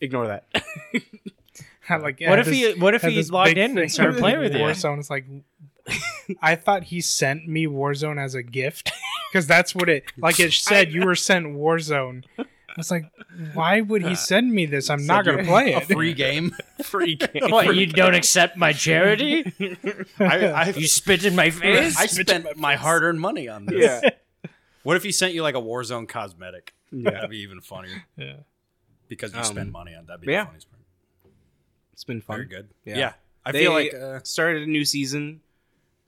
Speaker 4: Ignore
Speaker 2: *laughs*
Speaker 4: that."
Speaker 1: I'm like,
Speaker 3: *laughs* What
Speaker 1: I
Speaker 3: if
Speaker 1: just-
Speaker 3: he? What if
Speaker 1: had
Speaker 3: he
Speaker 1: this
Speaker 3: logged
Speaker 1: big
Speaker 3: in
Speaker 1: thing
Speaker 3: and
Speaker 4: *laughs*
Speaker 3: started playing with you?
Speaker 1: Warzone is like, I thought he sent me Warzone as a gift *laughs* because that's what it like. It said you were sent Warzone. I was like, why would he send me this? I'm not gonna play
Speaker 2: A
Speaker 1: it.
Speaker 2: free game.
Speaker 4: *laughs* Free game.
Speaker 2: *laughs*
Speaker 3: What? You don't accept
Speaker 4: *laughs*
Speaker 3: my charity?
Speaker 2: I, I,
Speaker 3: You spit in my face?
Speaker 2: I spent my hard-earned money on this.
Speaker 4: yeah.
Speaker 2: What if he sent you like a Warzone cosmetic?
Speaker 4: Yeah.
Speaker 2: that'd be even funnier
Speaker 1: Yeah.
Speaker 2: because you
Speaker 4: Um,
Speaker 2: spend money on. it. That'd be
Speaker 4: yeah.
Speaker 2: the funniest part.
Speaker 4: It's been fun.
Speaker 2: Very good.
Speaker 4: Yeah.
Speaker 2: Yeah, I
Speaker 4: they
Speaker 2: feel like uh,
Speaker 4: started a new season.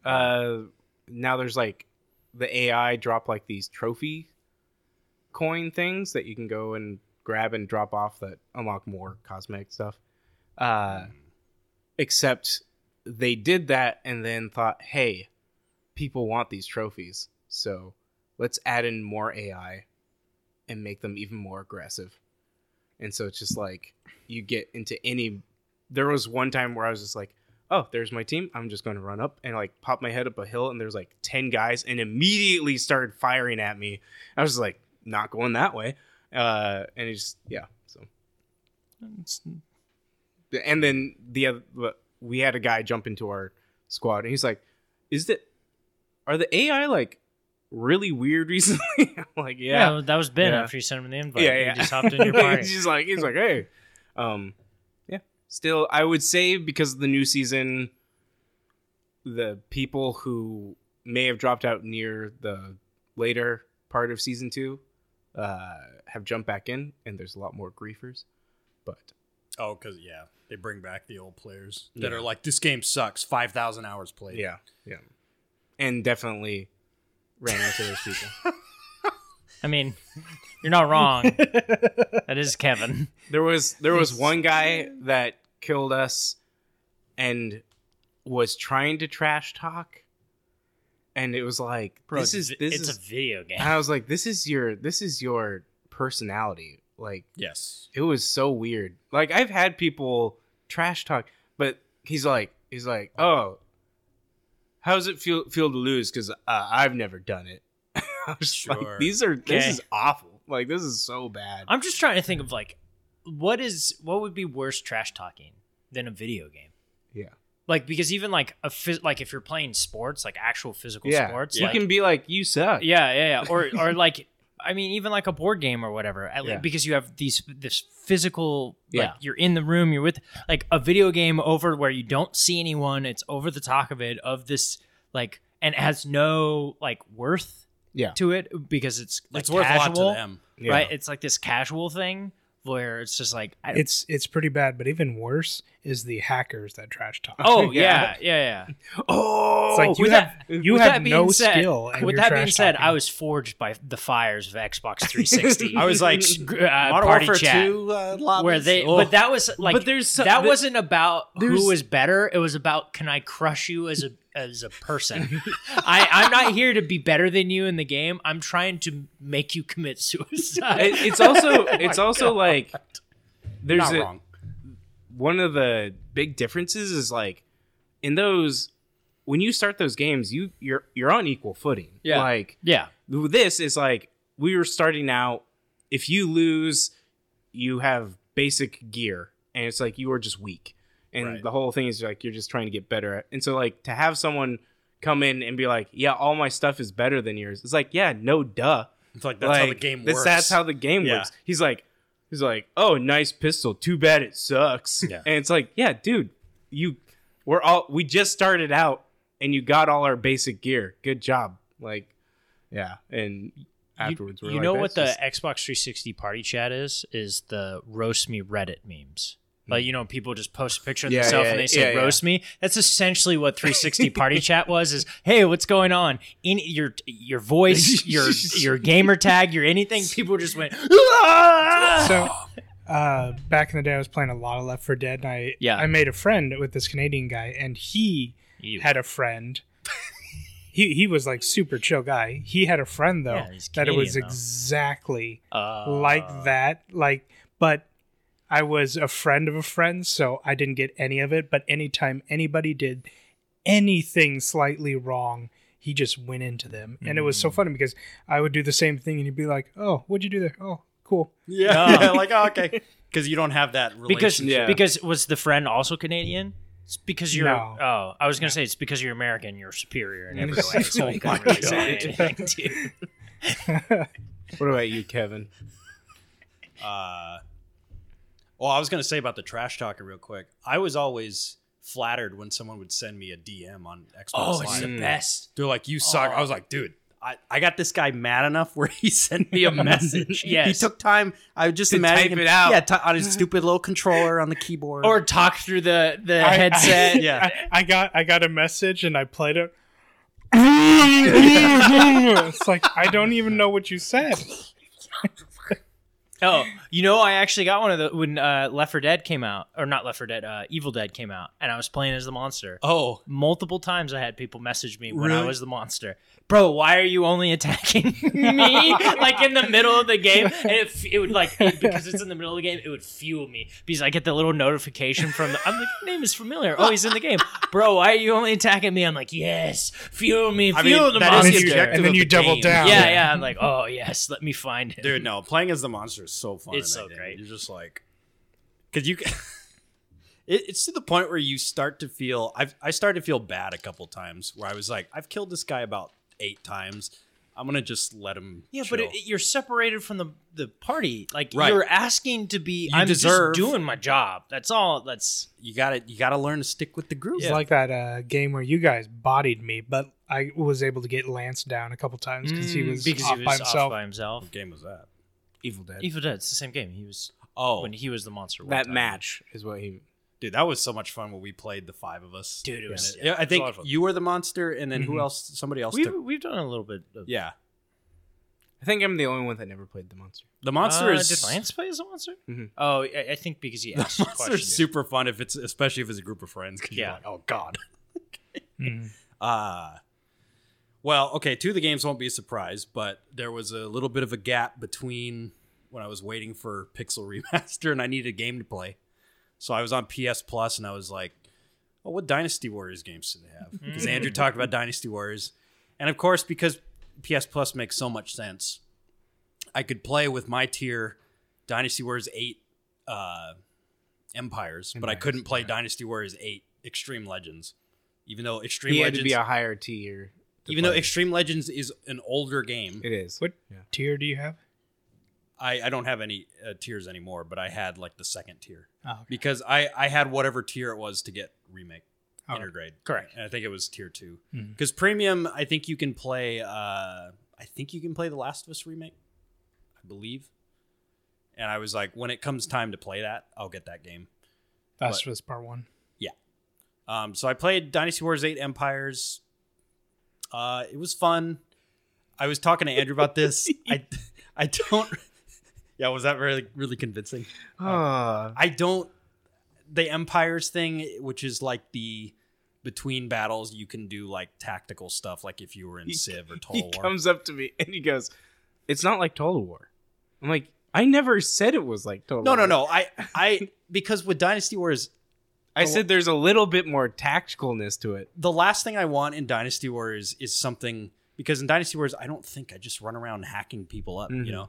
Speaker 4: Uh, now there's like the AI drop like these trophy coin things that you can go and grab and drop off that unlock more cosmetic stuff. Uh, except they did that and then thought, hey, people want these trophies, so let's add in more AI and make them even more aggressive. and so it's just like you get into any. There was one time where I was just like, "Oh, there's my team. I'm just going to run up and like pop my head up a hill." And there's like ten guys, and immediately started firing at me. I was like, "Not going that way," uh, and it just yeah. So
Speaker 3: It's-
Speaker 4: and then the other we had a guy jump into our squad and he's like is that are the ai like really weird *laughs* recently i'm like
Speaker 3: yeah.
Speaker 4: yeah
Speaker 3: that was Ben
Speaker 4: Yeah.
Speaker 3: after you sent him the
Speaker 4: yeah
Speaker 3: invite.
Speaker 4: yeah,
Speaker 3: He just hopped
Speaker 4: *laughs*
Speaker 3: in your party.
Speaker 4: he's just like he's like hey um yeah still i would say because of the new season the people who may have dropped out near the later part of season two uh have jumped back in and there's a lot more griefers but
Speaker 2: Oh, because yeah, they bring back the old players that
Speaker 4: Yeah.
Speaker 2: are like, this game sucks. Five thousand hours played.
Speaker 4: Yeah, yeah, and definitely ran into those people.
Speaker 3: I mean, you're
Speaker 4: *laughs*
Speaker 3: not wrong. that is Kevin.
Speaker 4: There was there was one guy that killed us, and was trying to trash talk, and it was like
Speaker 3: Bro,
Speaker 4: this is
Speaker 3: it's-
Speaker 4: this
Speaker 3: it's
Speaker 4: is.
Speaker 3: *laughs* a video game.
Speaker 4: and I was like, this is your this is your personality. Like
Speaker 2: Yes.
Speaker 4: it was so weird. Like I've had people trash talk, but he's like, he's like, oh, how does it feel feel to lose? Because uh, I've never done it. *laughs* I was just
Speaker 2: Sure.
Speaker 4: like, these are this
Speaker 3: Okay.
Speaker 4: is awful. Like this is so bad.
Speaker 3: I'm just trying to think of like what is what would be worse trash talking than a video game?
Speaker 4: Yeah.
Speaker 3: Like because even like a phys- like if you're playing sports, like actual physical
Speaker 4: yeah,
Speaker 3: sports,
Speaker 4: you *laughs*
Speaker 3: like,
Speaker 4: can be like, you suck.
Speaker 3: yeah, yeah, yeah, or or like I mean even like a board game or whatever, at le-
Speaker 4: Yeah.
Speaker 3: because you have these this physical like
Speaker 4: Yeah.
Speaker 3: you're in the room, you're with like a video game over where you don't see anyone, it's over the top of it of this like and it has no like worth
Speaker 4: Yeah.
Speaker 3: to it because it's like,
Speaker 2: It's worth a
Speaker 3: casual.
Speaker 2: lot to them.
Speaker 4: Yeah.
Speaker 3: right? It's like this casual thing where it's just like, I,
Speaker 1: It's it's pretty bad, but even worse is the hackers that trash talk.
Speaker 3: *laughs*
Speaker 1: *laughs*
Speaker 3: oh yeah, yeah, yeah.
Speaker 4: Oh,
Speaker 1: it's like you
Speaker 3: with
Speaker 1: have
Speaker 3: that-
Speaker 1: you
Speaker 3: with
Speaker 1: have
Speaker 3: that being
Speaker 1: no
Speaker 3: said-
Speaker 1: skill. And
Speaker 3: With
Speaker 1: you're
Speaker 3: that being
Speaker 1: trash
Speaker 3: said,
Speaker 1: talking.
Speaker 3: I was forged by the fires of
Speaker 1: *laughs*
Speaker 3: Xbox 360.
Speaker 2: I was like,
Speaker 3: Sc- uh,
Speaker 2: Modern
Speaker 3: party
Speaker 2: Warfare
Speaker 3: chat.
Speaker 2: Two uh, lobbies.
Speaker 3: Where they,
Speaker 2: Oh.
Speaker 3: but that was like,
Speaker 4: But there's so-
Speaker 3: that
Speaker 4: the-
Speaker 3: wasn't about
Speaker 4: there's-
Speaker 3: who was better. It was about can I crush you as a as a
Speaker 1: *laughs*
Speaker 3: person. I I'm not here to be better than you in the game. I'm trying to make you commit
Speaker 4: *laughs*
Speaker 3: suicide.
Speaker 4: It- it's also it's also like there's
Speaker 2: not
Speaker 4: a,
Speaker 2: wrong.
Speaker 4: one of the big differences is like in those when you start those games you you're you're on equal footing
Speaker 2: Yeah.
Speaker 4: like
Speaker 3: yeah,
Speaker 4: this is like we were starting out if you lose you have basic gear and it's like you are just weak and
Speaker 2: Right.
Speaker 4: the whole thing is like you're just trying to get better at and so like to have someone come in and be like yeah all my stuff is better than yours it's like yeah no duh
Speaker 2: It's like that's how the
Speaker 4: Like,
Speaker 2: game
Speaker 4: that's-
Speaker 2: works.
Speaker 4: That's how the game
Speaker 2: Yeah.
Speaker 4: works. He's like, he's like, oh, nice pistol. Too bad it sucks.
Speaker 2: Yeah.
Speaker 4: And it's like, yeah, dude, you, we're all, we just started out and you got all our basic gear. Good job. Like, yeah. And afterwards,
Speaker 3: you,
Speaker 4: we're
Speaker 3: you
Speaker 4: like,
Speaker 3: know
Speaker 4: "That's
Speaker 3: what the
Speaker 4: just-
Speaker 3: Xbox 360 party chat is? Is the roast me Reddit memes. Like you know, people just post a picture of
Speaker 4: Yeah,
Speaker 3: themselves
Speaker 4: yeah,
Speaker 3: and they say
Speaker 4: yeah, yeah.
Speaker 3: roast me. That's essentially what 360 party chat was. Is hey, what's going on? In your your voice, your your gamer tag, your anything. People just went. "Ah!"
Speaker 1: so uh, back in the day, I was playing a lot of Left for Dead, and I
Speaker 3: Yeah.
Speaker 1: I made a friend with this Canadian guy, and he
Speaker 3: You-
Speaker 1: had a friend. he he was like super chill guy. He had a friend though
Speaker 3: Yeah, he's
Speaker 1: that it was
Speaker 3: Canadian, though.
Speaker 1: exactly
Speaker 3: uh,
Speaker 1: like that. Like, but I was a friend of a friend, so I didn't get any of it. But anytime anybody did anything slightly wrong, he just went into them, and it was
Speaker 3: Hmm.
Speaker 1: so funny because I would do the same thing, and he'd be like, "Oh, what'd you do there? Oh, cool."
Speaker 2: *laughs* yeah,
Speaker 3: No.
Speaker 2: yeah, like oh, *laughs* okay, because you don't have that
Speaker 3: because
Speaker 2: relationship.
Speaker 4: Yeah.
Speaker 3: because was the friend also Canadian? It's because you're
Speaker 1: No.
Speaker 3: oh I was gonna say it's because you're American you're superior in every way so
Speaker 1: Oh
Speaker 3: you
Speaker 1: my
Speaker 3: can't really say
Speaker 1: God.
Speaker 3: anything to you.
Speaker 2: *laughs*
Speaker 4: what about you, Kevin?
Speaker 2: uh, well, I was gonna say about the trash talking real quick. I was always flattered when someone would send me a DM on Xbox
Speaker 3: Oh, it's
Speaker 2: Live.
Speaker 3: the best.
Speaker 2: They're like, "You suck." I was like, "Dude, I, I got this guy mad enough where *laughs* he sent me a message. he
Speaker 3: Yes.
Speaker 2: took time. I would just
Speaker 4: To
Speaker 2: imagine
Speaker 4: type
Speaker 2: him-
Speaker 4: it out.
Speaker 2: Yeah, t- on his stupid little controller on the keyboard.
Speaker 3: or talk through the the
Speaker 1: I-
Speaker 3: headset.
Speaker 1: I-
Speaker 2: *laughs* yeah.
Speaker 1: I, I got I got a message and I played
Speaker 3: *laughs*
Speaker 1: it. it's like I don't even know what you said.
Speaker 3: Oh, you know, I actually got one of the when uh, Left 4 Dead came out, or not Left 4 Dead, uh, Evil Dead came out, and I was playing as the monster.
Speaker 2: Oh,
Speaker 3: Multiple times I had people message me when I
Speaker 2: Really?
Speaker 3: was the monster. Bro, why are you only attacking *laughs*
Speaker 2: *laughs*
Speaker 3: me? like in the middle of the game, and it, f- it would like it- because it's in the middle of the game, it would fuel me because I get the little notification from the. I'm like, name is familiar. Oh, he's in the game, bro. Why are you only attacking me? I'm like, yes, fuel me, fuel
Speaker 2: I mean,
Speaker 3: the
Speaker 2: that
Speaker 3: monster.
Speaker 2: is
Speaker 1: And then you-
Speaker 2: the objective
Speaker 1: and then
Speaker 2: of
Speaker 1: you
Speaker 2: the
Speaker 1: double
Speaker 2: game.
Speaker 1: down.
Speaker 3: yeah, yeah. I'm like, oh yes, let me find him.
Speaker 2: dude, no. Playing as the monster is so fun.
Speaker 3: It's
Speaker 2: in that
Speaker 3: so
Speaker 2: game.
Speaker 3: great.
Speaker 2: You're just like, because you, ca- *laughs* it, it's to the point where you start to feel. I've I started to feel bad a couple times where I was like, I've killed this guy about eight times. I'm gonna just let him.
Speaker 3: Yeah, but
Speaker 2: chill.
Speaker 3: it, you're separated from the the party. Like
Speaker 2: Right.
Speaker 3: you're asking to be.
Speaker 2: You
Speaker 3: I'm
Speaker 2: deserve-
Speaker 3: just doing my job. That's all. That's
Speaker 2: you gotta you gotta learn to stick with the group.
Speaker 1: It's like that uh, game where you guys bodied me, but I was able to get Lance down a couple times because he was
Speaker 3: Mm, because
Speaker 1: off
Speaker 3: he
Speaker 1: by
Speaker 3: was
Speaker 1: himself.
Speaker 3: off by himself.
Speaker 2: What game was that?
Speaker 4: Evil Dead.
Speaker 3: Evil Dead. It's the same game. He was
Speaker 2: Oh,
Speaker 3: when he was the monster. one
Speaker 4: that
Speaker 3: time.
Speaker 4: match is what he.
Speaker 2: dude, that was so much fun when we played the five of us.
Speaker 3: Dude, it
Speaker 2: And
Speaker 3: was-
Speaker 2: Yeah,
Speaker 3: it
Speaker 2: I
Speaker 3: was a
Speaker 2: think
Speaker 3: lot of fun. Mm-hmm.
Speaker 2: you were the monster, and then
Speaker 1: Mhm.
Speaker 2: who else? Somebody else.
Speaker 3: We've
Speaker 2: took,
Speaker 3: we've done a little bit. Of,
Speaker 2: yeah,
Speaker 4: I think I'm the only one that never played the monster.
Speaker 2: the monster
Speaker 3: Uh,
Speaker 2: is Mm-hmm.
Speaker 3: Did Lance play as a monster?
Speaker 4: Mhm.
Speaker 3: Oh, I, I think because he asked
Speaker 2: *laughs* the
Speaker 3: the
Speaker 2: monster is
Speaker 3: question.
Speaker 2: super fun if it's especially if it's a group of friends. 'cause you're
Speaker 3: Yeah.
Speaker 2: like, oh god.
Speaker 1: Mhm.
Speaker 2: Uh well, okay, two of the games won't be a surprise, but there was a little bit of a gap between when I was waiting for Pixel *laughs* Remaster and I needed a game to play. So I was on PS Plus and I was like, "Oh, what Dynasty Warriors games do they have?"
Speaker 4: Hmm.
Speaker 2: Because Andrew talked about Dynasty Warriors, and of course, because PS Plus makes so much sense, I could play with my tier Dynasty Warriors Eight uh, Empires, but I
Speaker 4: Empires,
Speaker 2: couldn't play Dynasty Warriors Eight Extreme Legends, even though Extreme
Speaker 4: He had to
Speaker 2: Legends
Speaker 4: be a higher tier. to
Speaker 2: even
Speaker 4: play
Speaker 2: though Extreme Legends is an older game,
Speaker 4: it is.
Speaker 1: What
Speaker 4: Yeah.
Speaker 1: tier do you have?
Speaker 2: I, I don't have any uh, tiers anymore, but I had like the second tier
Speaker 1: Oh, okay.
Speaker 2: because I, I had whatever tier it was to get remake
Speaker 1: Oh,
Speaker 2: intergrade.
Speaker 3: Correct.
Speaker 2: And I think it was tier two
Speaker 1: Mhm.
Speaker 2: because premium. I think you can play. Uh, I think you can play the Last of Us remake, I believe. And I was like, when it comes time to play that, I'll get that game.
Speaker 1: That's was part one.
Speaker 2: Um, so I played Dynasty Wars 8 Empires. Uh, it was fun. I was talking to Andrew about
Speaker 4: *laughs*
Speaker 2: this. I I don't *laughs* Yeah, was that really really convincing?
Speaker 4: Ah,
Speaker 2: I don't the Empires thing, which is like the between battles you can do like tactical stuff like if you were in
Speaker 4: He-
Speaker 2: Civ or
Speaker 4: he
Speaker 2: Total War.
Speaker 4: comes up to me and he goes, "It's not like Total War." I'm like, "I never said it was like Total."
Speaker 2: no, no,
Speaker 4: War.
Speaker 2: no. I
Speaker 4: *laughs*
Speaker 2: I because with Dynasty Wars
Speaker 4: I said there's a little bit more tacticalness to it.
Speaker 2: the last thing I want in Dynasty Warriors is something because in Dynasty Warriors I don't think I just run around hacking people up.
Speaker 4: Mhm.
Speaker 2: You know,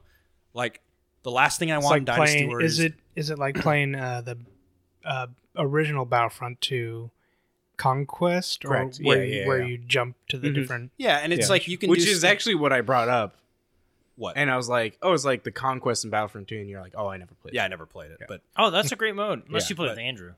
Speaker 2: like the last thing I
Speaker 1: Mm-hmm. It's
Speaker 2: want in
Speaker 1: like
Speaker 2: Dynasty
Speaker 1: playing.
Speaker 2: Warriors
Speaker 1: Is it is it like playing uh, the uh, original Battlefront to Conquest, or
Speaker 4: Correct.
Speaker 1: where
Speaker 4: Yeah,
Speaker 1: you,
Speaker 4: yeah,
Speaker 1: where
Speaker 4: yeah.
Speaker 1: you jump to the
Speaker 3: Mm-hmm.
Speaker 4: Mhm.
Speaker 1: different?
Speaker 2: Yeah, and it's
Speaker 4: Yeah.
Speaker 2: like you can,
Speaker 4: which
Speaker 2: do
Speaker 4: is
Speaker 2: stuff-
Speaker 4: actually what I brought up.
Speaker 2: what?
Speaker 4: And I was like, "Oh, it's like the Conquest and Battlefront 2," and you're like, "Oh, I never played."
Speaker 2: yeah, I never played it,
Speaker 4: Yeah.
Speaker 2: but
Speaker 3: Oh, that's a great mode. Unless
Speaker 2: Yeah,
Speaker 3: you play
Speaker 2: but-
Speaker 3: with Andrew.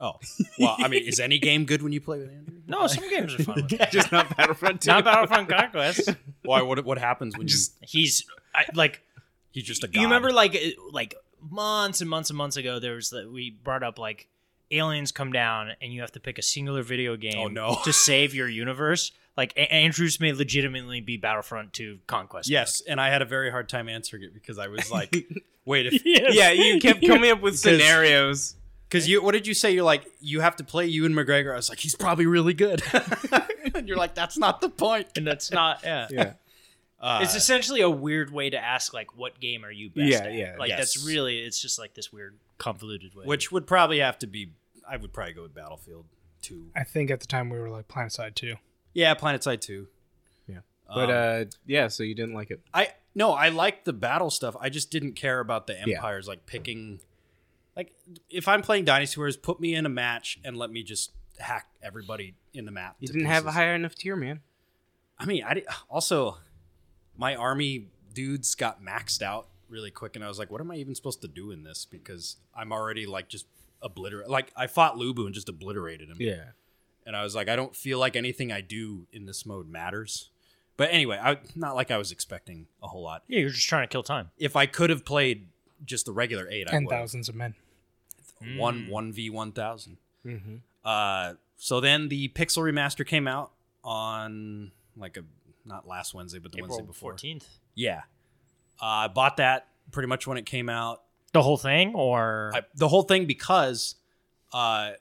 Speaker 2: oh, well, I mean,
Speaker 1: *laughs*
Speaker 2: is any game good when you play with Andrew?
Speaker 3: No, some games
Speaker 2: *laughs*
Speaker 3: are fun. With
Speaker 4: it. just not
Speaker 3: *laughs*
Speaker 4: Battlefront 2.
Speaker 3: Not Battlefront Conquest.
Speaker 2: Why? What? What happens when
Speaker 4: Just-
Speaker 3: He's I, like
Speaker 2: you? He's just a. God.
Speaker 3: You remember like it- like months and months and months ago there was that we brought up like aliens come down and you have to pick a singular video game
Speaker 2: Oh, no. *laughs*
Speaker 3: to save your universe. Like A- Andrews may legitimately be Battlefront 2 Conquest. *laughs*
Speaker 2: Yes, and I had a very hard time answering it because I
Speaker 1: *laughs*
Speaker 2: was like, "Wait, if
Speaker 4: yeah, you kept coming up with
Speaker 2: Because-
Speaker 4: scenarios.
Speaker 2: Because you, what did you say? You're like, you have to play you and McGregor. I was like, he's probably really good. *laughs* and you're like, that's not the point.
Speaker 3: And that's not
Speaker 2: *laughs*
Speaker 3: yeah.
Speaker 4: Yeah,
Speaker 2: Uh,
Speaker 3: It's essentially a weird way to ask like what game are you best
Speaker 4: Yeah,
Speaker 3: at?
Speaker 4: yeah,
Speaker 3: Like that's
Speaker 2: yes.
Speaker 3: really it's just like this weird convoluted way.
Speaker 2: which would probably have to be I would probably go with Battlefield 2.
Speaker 1: I think at the time we were like PlanetSide two.
Speaker 2: Yeah, PlanetSide 2.
Speaker 4: Yeah.
Speaker 2: Um,
Speaker 4: but uh, yeah. So you didn't like it.
Speaker 2: I no, I liked the battle stuff. I just didn't care about the
Speaker 4: Yeah.
Speaker 2: empires like picking like if I'm playing Dynasty Warriors, put me in a match and let me just hack everybody in the map.
Speaker 4: You
Speaker 2: to
Speaker 4: didn't have a
Speaker 2: pieces.
Speaker 4: higher enough tier, man.
Speaker 2: I mean, I di- also my army dudes got maxed out really quick, and I was like, what am I even supposed to do in this? Because I'm already like just obliterate. Like I fought Lubu and just obliterated him.
Speaker 4: Yeah.
Speaker 2: and I was like, I don't feel like anything I do in this mode matters. But anyway, I not like I was expecting a whole lot.
Speaker 3: yeah, you're just trying to kill time.
Speaker 2: If I could have played just the regular eight, I
Speaker 1: and
Speaker 2: would have.
Speaker 1: thousands of men.
Speaker 2: one one v one thousand.
Speaker 4: Mm-hmm.
Speaker 2: Uh, so then the Pixel remaster came out on like a not last Wednesday, but the
Speaker 3: April
Speaker 2: Wednesday before.
Speaker 3: 14th.
Speaker 2: Yeah, uh, I bought that. pretty much when it came out.
Speaker 3: The whole thing, or
Speaker 2: I, the whole thing because uh,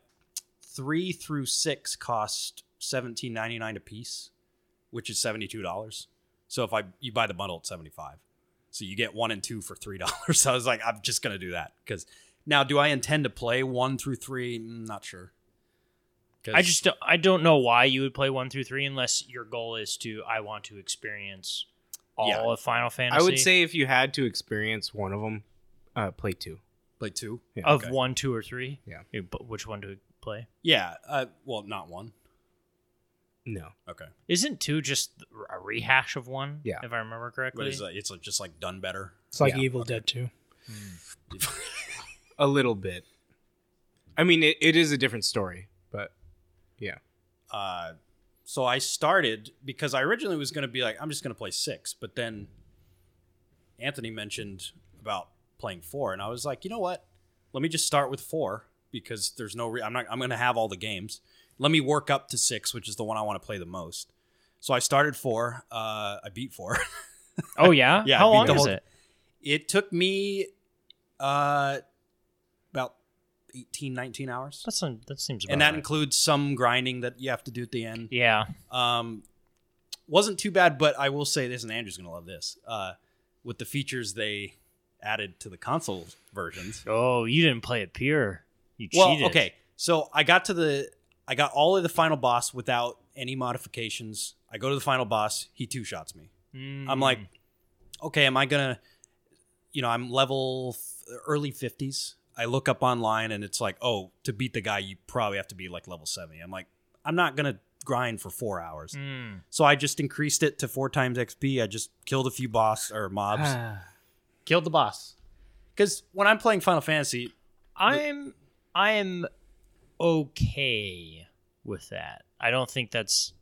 Speaker 2: three through six cost seventeen ninety nine a piece, which is seventy two dollars. So if I you buy the bundle at seventy five, so you get one and two for three *laughs* dollars. So I was like, I'm just gonna do that because now do I intend to play one through three? Mm, Not sure. 'Cause-
Speaker 3: I just don't, I don't know why you would play one through three unless your goal is to I want to experience all
Speaker 2: Yeah.
Speaker 3: of Final Fantasy.
Speaker 4: I would say if you had to experience one of them, uh, play two.
Speaker 2: play two.
Speaker 4: Yeah,
Speaker 3: of
Speaker 2: okay.
Speaker 3: one, two, or three.
Speaker 4: Yeah.
Speaker 3: but which one to play?
Speaker 2: Yeah. Uh, well, not one.
Speaker 4: No,
Speaker 2: Okay.
Speaker 3: Isn't two just a rehash of one?
Speaker 4: Yeah.
Speaker 3: if I remember
Speaker 2: But
Speaker 3: correctly.
Speaker 2: it's, like, it's like just like done better.
Speaker 1: It's like
Speaker 4: Yeah.
Speaker 1: Evil Dead 2.
Speaker 4: a little bit. I mean, it, it is a different story, but yeah,
Speaker 2: uh, so I started because I originally was going to be like, I'm just going to play six, but then Anthony mentioned about playing four, and I was like, you know what? Let me just start with four because there's no. Re- I'm not. I'm going to have all the games. Let me work up to six, which is the one I want to play the most. So I started four. Uh, I beat four. *laughs*
Speaker 3: oh yeah,
Speaker 2: Yeah,
Speaker 3: How
Speaker 2: beat
Speaker 3: long
Speaker 2: the
Speaker 3: is
Speaker 2: whole-
Speaker 3: it?
Speaker 2: it took me uh, about 18, 19 hours,
Speaker 3: That's some, that seems about
Speaker 2: and that
Speaker 3: right.
Speaker 2: includes some grinding that you have to do at the end.
Speaker 3: yeah.
Speaker 2: Um, wasn't too bad, but I will say this, and Andrew's gonna love this. Uh, with the features they added to the console versions.
Speaker 3: Oh, you didn't play it pure. You
Speaker 2: Well,
Speaker 3: cheated.
Speaker 2: okay, so I got to the, I got all of the final boss without any modifications. I go to the final boss, he two shots me. I'm like, okay, am I gonna, you know, I'm level th- early 50s. I look up online and it's like, oh, to beat the guy, you probably have to be like level 70. I'm like, I'm not gonna grind for four hours.
Speaker 3: Mm.
Speaker 2: So I just increased it to four times XP. I just killed a few boss or mobs. *sighs* killed the boss. Because when I'm playing Final Fantasy,
Speaker 3: I'm I'm okay with that. I don't think that's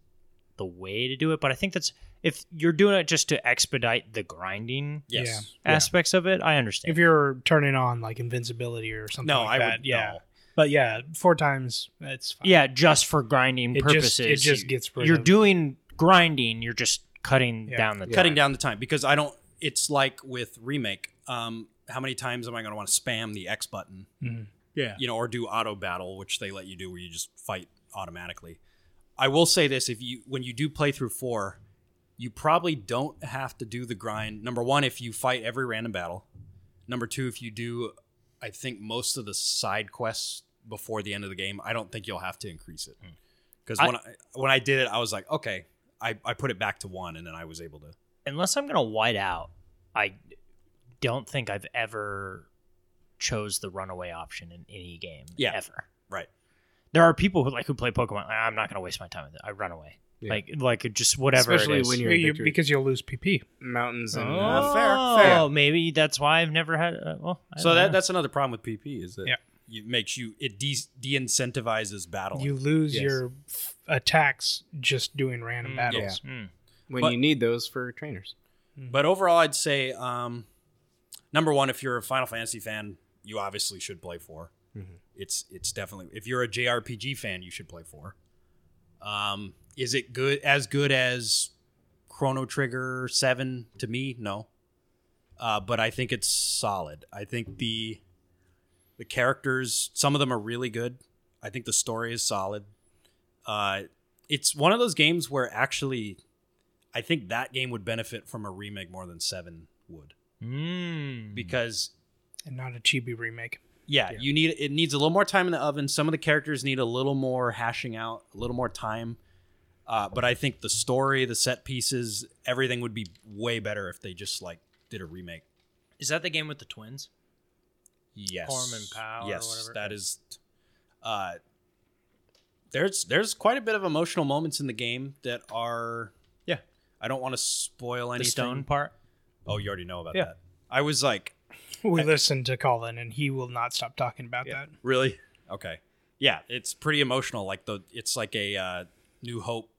Speaker 3: the way to do it, but I think that's if you're doing it just to expedite the grinding
Speaker 2: yes.
Speaker 3: aspects of it, I
Speaker 1: If
Speaker 3: understand.
Speaker 1: you're turning on like invincibility or something
Speaker 2: No,
Speaker 1: like
Speaker 2: I
Speaker 1: that,
Speaker 2: would.
Speaker 1: yeah.
Speaker 2: no.
Speaker 1: But yeah, four times that's fine.
Speaker 3: yeah, just for grinding
Speaker 1: It just-
Speaker 3: purposes.
Speaker 1: it just gets rid
Speaker 3: You're
Speaker 1: of-
Speaker 3: doing grinding, you're just cutting
Speaker 1: Yeah.
Speaker 3: down the time.
Speaker 2: Cutting down the time because I don't. It's like with remake. Um, how many times am I going to want to spam the X button?
Speaker 3: Mm-hmm.
Speaker 1: Mhm.
Speaker 2: Yeah. You know, or do auto battle, which they let you do, where you just fight automatically. I will say this: if you when you do play through four, you probably don't have to do the grind. Number one, if you fight every random battle. Number two, if you do, I think most of the side quests before the end of the game, I don't think you'll have to increase it. Because
Speaker 3: Hmm. I-
Speaker 2: when I, when I did it, I was like, okay, I, I put it back to one, and then I was able to.
Speaker 3: unless I'm gonna white out, I don't think I've ever chose the runaway option in any game
Speaker 2: Yeah.
Speaker 3: ever.
Speaker 2: Right.
Speaker 3: There are people who like who play Pokemon. "Ah, I'm not gonna waste my time with it. I run away.
Speaker 4: Yeah.
Speaker 3: Like like it just whatever. it
Speaker 4: Especially
Speaker 3: is.
Speaker 4: when
Speaker 1: You-
Speaker 4: you're in
Speaker 1: you-
Speaker 4: victory.
Speaker 1: because you'll lose PP.
Speaker 4: mountains and uh,
Speaker 3: oh,
Speaker 2: fair, fair.
Speaker 3: maybe that's why I've never had. Uh, well, I
Speaker 2: So
Speaker 3: don't
Speaker 2: that,
Speaker 3: know.
Speaker 2: that's another problem with PP is that
Speaker 1: Yeah.
Speaker 2: it makes you it de incentivizes battling.
Speaker 1: You lose
Speaker 4: Yes.
Speaker 1: your f- attacks just doing random
Speaker 3: Mm,
Speaker 1: battles.
Speaker 3: Mm.
Speaker 4: when
Speaker 2: But-
Speaker 4: you need those for trainers.
Speaker 2: But overall, I'd say um, number one, if you're a Final Fantasy fan, you obviously should play 4
Speaker 4: Mhm.
Speaker 2: It's it's definitely if you're a JRPG fan, you should play four. Um, is it good as good as Chrono Trigger Seven to me? No, uh, but I think it's solid. I think the the characters, some of them are really good. I think the story is solid. Uh, it's one of those games where actually I think that game would benefit from a remake more than Seven would
Speaker 3: Mm-hmm.
Speaker 2: Hmm.
Speaker 3: Mm.
Speaker 2: because
Speaker 1: And not a chibi remake.
Speaker 2: yeah, you need it needs a little more time in the oven. Some of the characters need a little more hashing out, a little more time. Uh, but I think the story, the set pieces, everything would be way better if they just like did a remake.
Speaker 3: is that the game with the twins?
Speaker 2: Yes,
Speaker 3: Corman Powell or
Speaker 2: Yes,
Speaker 3: whatever.
Speaker 2: that is. Uh, there's there's quite a bit of emotional moments in the game that are yeah. I don't want to spoil
Speaker 3: The
Speaker 2: anything.
Speaker 3: stone part.
Speaker 2: Oh, you already know about
Speaker 1: Yeah.
Speaker 2: that. I was like,
Speaker 1: We listened to Colin, and he will not stop talking about that.
Speaker 2: Really? Okay. Yeah, it's pretty emotional. Like the it's like a uh, New Hope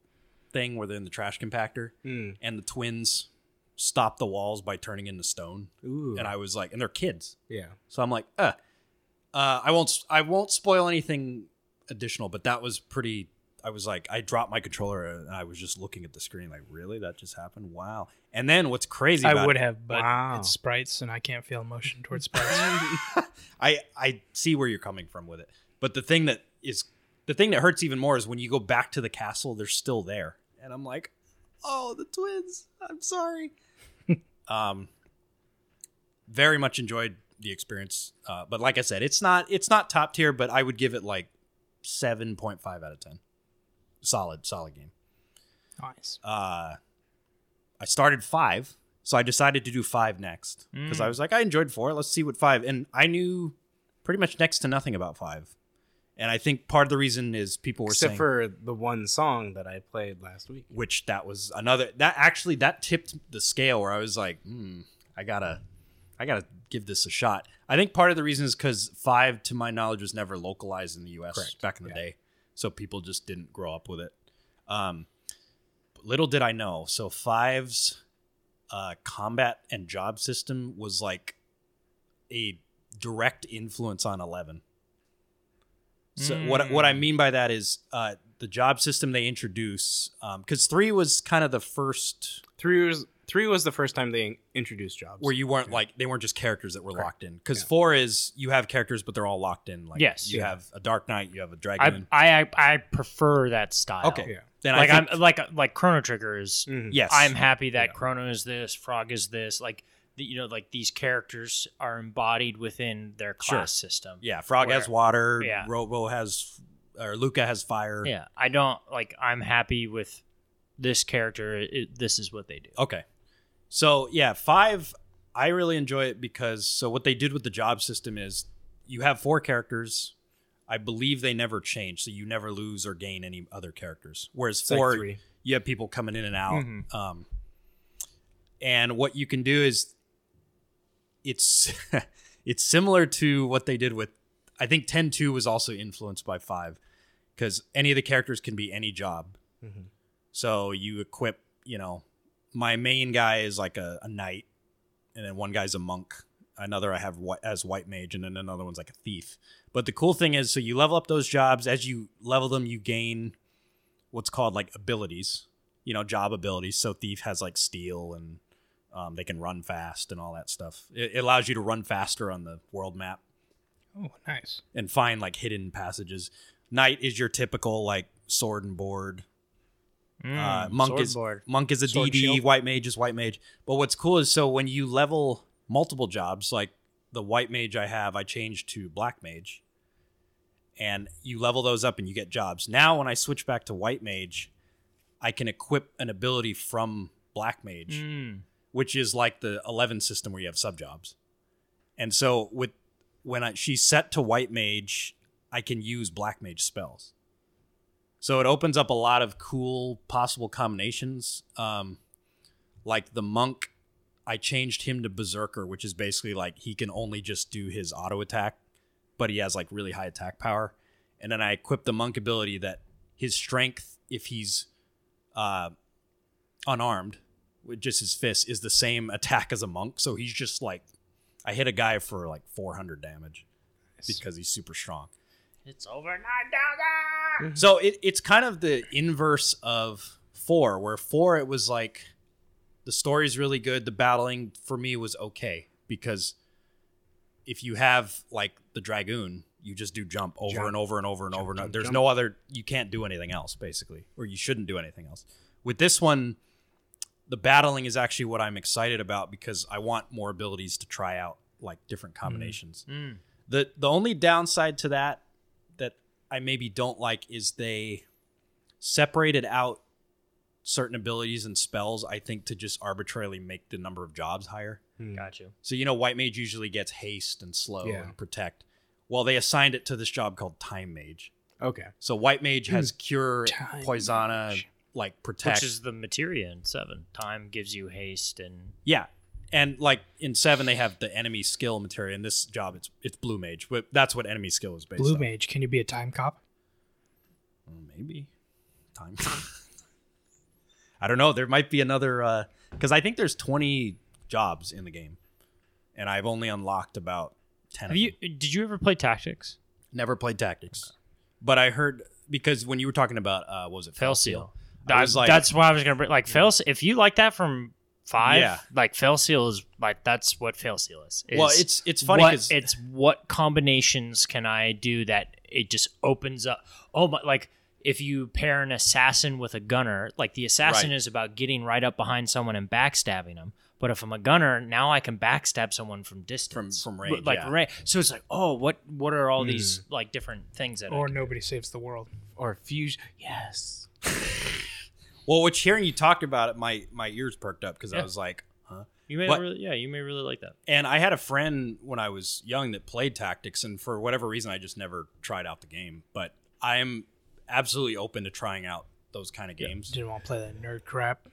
Speaker 2: thing where they're in the trash compactor
Speaker 4: Mm.
Speaker 2: and the twins stop the walls by turning into stone.
Speaker 4: Ooh,
Speaker 2: And I was like, and they're kids,
Speaker 4: yeah.
Speaker 2: so I'm like, uh, uh I won't I won't spoil anything additional, but that was pretty. I was like, I dropped my controller and I was just looking at the screen, like, really? That just happened? Wow. And then what's crazy
Speaker 1: I
Speaker 2: about
Speaker 1: would
Speaker 2: it-
Speaker 1: have, but
Speaker 4: Wow.
Speaker 1: it's sprites, and I can't feel emotion
Speaker 2: *laughs*
Speaker 1: towards sprites.
Speaker 2: I I see where you're coming from with it. But the thing that is the thing that hurts even more is when you go back to the castle, they're still there. And I'm like, "Oh, the twins. I'm sorry." um very much enjoyed the experience. Uh, but like I said, it's not it's not top tier, but I would give it like 7.5 out of 10. Solid, solid game
Speaker 1: nice.
Speaker 2: uh, I started five, so I decided to do five next because
Speaker 4: Mm.
Speaker 2: I was like, I enjoyed four. Let's see what five. And I knew pretty much next to nothing about five. And I think part of the reason is people were
Speaker 4: Except
Speaker 2: saying
Speaker 4: for the one song that I played last week.
Speaker 2: which that was another that actually that tipped the scale where I was like, hmm, I gotta, I gotta give this a shot. I think part of the reason is because five, to my knowledge, was never localized in the U.S. back in the day, so people just didn't grow up with it. Um, little did I know, so five's uh, combat and job system was like a direct influence on eleven. So what what I mean by that is uh, the job system they introduce because three was kind of the first
Speaker 4: Three was three was the first time they introduced jobs.
Speaker 2: where you weren't like they weren't just characters that were locked in because four is you have characters but they're all locked in like
Speaker 3: Yes.
Speaker 2: you
Speaker 4: Yeah.
Speaker 2: have a dark knight you have a
Speaker 3: I,
Speaker 2: dragon
Speaker 3: I I- I prefer that style.
Speaker 2: okay
Speaker 4: Yeah.
Speaker 2: then
Speaker 3: Like
Speaker 2: I think,
Speaker 3: I'm like uh, like Chrono Trigger is.
Speaker 4: Mhm.
Speaker 2: yes
Speaker 3: I'm happy that Chrono is this, Frog is this. Like the, you know, like these characters are embodied within their
Speaker 2: Sure.
Speaker 3: class system.
Speaker 2: yeah frog has water
Speaker 3: Yeah.
Speaker 2: Robo has or Luca has fire
Speaker 3: Yeah, I don't like. I'm happy with this character. It, this is what they do.
Speaker 2: Okay. So yeah, five. I really enjoy it because so what they did with the job system is you have four characters. I believe they never change, so you never lose or gain any other characters. Whereas
Speaker 4: like
Speaker 2: four,
Speaker 4: three. Mm-hmm.
Speaker 2: you have people coming in and out. Um, and what you can do is it's *laughs* it's similar to what they did with I think 10-2 was also influenced by 5 cuz any of the characters can be any job.
Speaker 4: Mhm.
Speaker 2: So you equip, you know, my main guy is like a, a knight and then one guy's a monk, another I have whi- as white mage and then another one's like a thief. But the cool thing is so you level up those jobs as you level them you gain what's called like abilities, you know, job abilities. So thief has like steal and um, they can run fast and all that stuff. It, it allows you to run faster on the world map
Speaker 1: Oh, nice.
Speaker 2: and find like hidden passages. Knight is your typical like sword and board. uh, monk
Speaker 3: sword
Speaker 2: is
Speaker 3: board.
Speaker 2: monk is a
Speaker 1: Sword
Speaker 2: DD.
Speaker 1: shield.
Speaker 2: White mage is white mage. But what's cool is so when you level multiple jobs, like the white mage I have, I changed to black mage, and you level those up and you get jobs. Now when I switch back to white mage, I can equip an ability from black mage
Speaker 3: Mm.
Speaker 2: which is like the 11 system where you have subjobs. And so with when I, she's set to white mage, I can use black mage spells. So it opens up a lot of cool possible combinations. Um, like the monk, I changed him to berserker, which is basically like he can only just do his auto attack, but he has like really high attack power. And then I equipped the monk ability that his strength, if he's uh, unarmed, with just his fist is the same attack as a monk so he's just like i hit a guy for like 400 damage because he's super strong
Speaker 3: It's over
Speaker 4: Mm-hmm.
Speaker 2: so it, it's kind of the inverse of four where four it was like the story's really good the battling for me was okay because if you have like the dragoon you just do jump over
Speaker 4: Jump.
Speaker 2: and over and over and over and over
Speaker 4: jump,
Speaker 2: there's
Speaker 4: jump.
Speaker 2: no other you can't do anything else basically or you shouldn't do anything else with this one the battling is actually what i'm excited about because i want more abilities to try out like different
Speaker 4: Mm-hmm.
Speaker 2: combinations
Speaker 4: Mm.
Speaker 2: the the only downside to that that I maybe don't like is they separated out certain abilities and spells I think to just arbitrarily make the number of jobs higher.
Speaker 3: Got you.
Speaker 2: So you know white mage usually gets haste and slow
Speaker 4: Yeah.
Speaker 2: and protect. Well, they assigned it to this job called time mage.
Speaker 4: Okay.
Speaker 2: So white mage has cure,
Speaker 1: Time
Speaker 2: poisana,
Speaker 1: Mage.
Speaker 2: like protect.
Speaker 3: Which is the materia in seven. Time gives you haste and
Speaker 2: Yeah. And like in seven, they have the enemy skill material. In this job, it's it's blue mage, but that's what enemy skill is based
Speaker 1: Blue
Speaker 2: on.
Speaker 1: mage, can you be a time cop?
Speaker 2: Well, Mm, maybe time. *laughs* I don't know. There might be another because I think there's 20 jobs in the game, and I've only unlocked about 10.
Speaker 3: Have
Speaker 2: of
Speaker 3: you
Speaker 2: them.
Speaker 3: did you ever play tactics?
Speaker 2: never played tactics? But I heard because when you were talking about uh, what was it
Speaker 3: Fail seal.
Speaker 2: I was
Speaker 3: That-
Speaker 2: like-
Speaker 3: that's why I was gonna bring like fail. If you like that from five,
Speaker 2: Yeah.
Speaker 3: like fail seal is like that's what fail seal is.
Speaker 2: well,
Speaker 3: is
Speaker 2: it's it's funny
Speaker 3: what-
Speaker 2: because
Speaker 3: it's what combinations can I do that it just opens up. Oh my! Like if you pair an assassin with a gunner, like the assassin
Speaker 2: Right.
Speaker 3: is about getting right up behind someone and backstabbing them. But if I'm a gunner, now I can backstab someone from distance,
Speaker 2: from
Speaker 3: But,
Speaker 2: range,
Speaker 3: like
Speaker 2: yeah. Hmm.
Speaker 3: range. So it's like, oh, what what are all these like different things that? I
Speaker 1: Or
Speaker 3: can-
Speaker 1: nobody saves the world.
Speaker 4: or fusion. Yes.
Speaker 2: well, which hearing you talked about it, my my ears perked up because I
Speaker 3: Yeah.
Speaker 2: was like, huh?
Speaker 3: you may
Speaker 2: But-
Speaker 3: really, yeah, you may really like that.
Speaker 2: And I had a friend when I was young that played Tactics, and for whatever reason, I just never tried out the game. But I am absolutely open to trying out those kind of games. Yeah.
Speaker 1: Didn't want to play that nerd crap.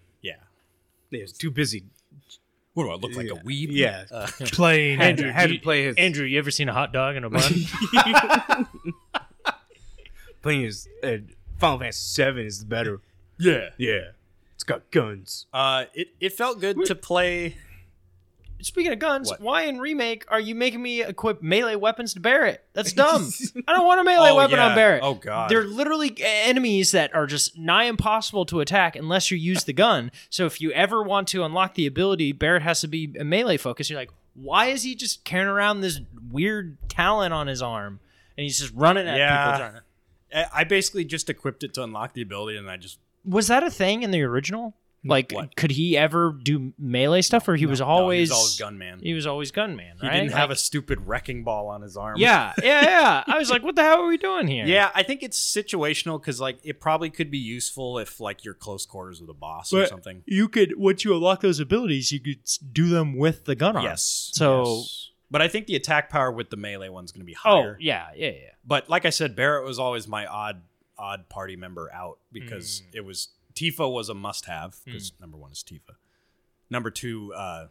Speaker 4: He was too busy.
Speaker 2: What do I look like a
Speaker 4: Yeah.
Speaker 2: weeb?
Speaker 4: Yeah.
Speaker 2: Uh,
Speaker 1: Playing
Speaker 4: Andrew
Speaker 3: Andrew,
Speaker 4: had
Speaker 3: you-
Speaker 4: to play his
Speaker 3: Andrew, you ever seen a hot dog in a
Speaker 2: *laughs*
Speaker 3: bun?
Speaker 4: playing his uh, Final Fantasy Seven is better.
Speaker 2: *laughs* yeah.
Speaker 4: Yeah, it's got guns.
Speaker 2: Uh, it it felt good to play.
Speaker 3: Speaking of guns,
Speaker 2: What?
Speaker 3: why in remake are you making me equip melee weapons to Barrett?
Speaker 2: *laughs*
Speaker 3: That's dumb. I don't want a melee
Speaker 2: Oh,
Speaker 3: weapon
Speaker 2: yeah.
Speaker 3: on Barrett.
Speaker 2: Oh, God.
Speaker 3: they're literally enemies that are just nigh impossible to attack unless you use the gun. So if you ever want to unlock the ability, Barrett has to be a melee focus. You're like, why is he just carrying around this weird talon on his arm and he's just running at
Speaker 2: Yeah.
Speaker 3: people? Trying to...
Speaker 2: I I basically just equipped it to unlock the ability, and I just
Speaker 3: Was that a thing in the original? Like,
Speaker 2: What?
Speaker 3: could he ever do melee stuff, or he was
Speaker 2: no,
Speaker 3: always
Speaker 2: he was always gunman.
Speaker 3: He was always gunman.
Speaker 2: He
Speaker 3: right?
Speaker 2: didn't have
Speaker 3: Like-
Speaker 2: a stupid wrecking ball on his arm.
Speaker 3: Yeah, yeah, yeah. I was like, what the hell are we doing here?
Speaker 2: Yeah, I think it's situational because like it probably could be useful if like you're close quarters with a boss or
Speaker 3: But-
Speaker 2: something.
Speaker 3: You could, once you unlock those abilities, you could s- do them with the gun arm.
Speaker 2: Yes.
Speaker 3: So-
Speaker 2: yes. but I think the attack power with the melee one's going to be
Speaker 3: Oh,
Speaker 2: higher.
Speaker 3: yeah, yeah, yeah.
Speaker 2: But like I said, Barrett was always my odd odd party member out because it was Tifa was a must have because number one is Tifa. Number two, uh,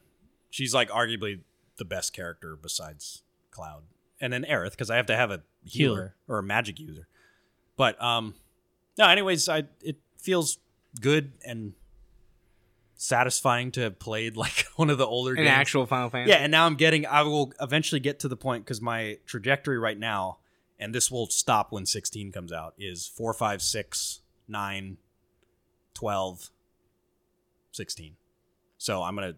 Speaker 2: she's like arguably the best character besides Cloud, and then Aerith because I have to have a healer,
Speaker 3: Healer.
Speaker 2: or a magic user. But um, no. Anyways, I it feels good and satisfying to have played *laughs* like one of the older
Speaker 4: An
Speaker 2: games.
Speaker 4: actual Final Fantasy.
Speaker 2: Yeah, and now I'm getting. I will eventually get to the point because my trajectory right now, and this will stop when 16 comes out, is 4, 5, 6, 9, 12, 16. So I'm gonna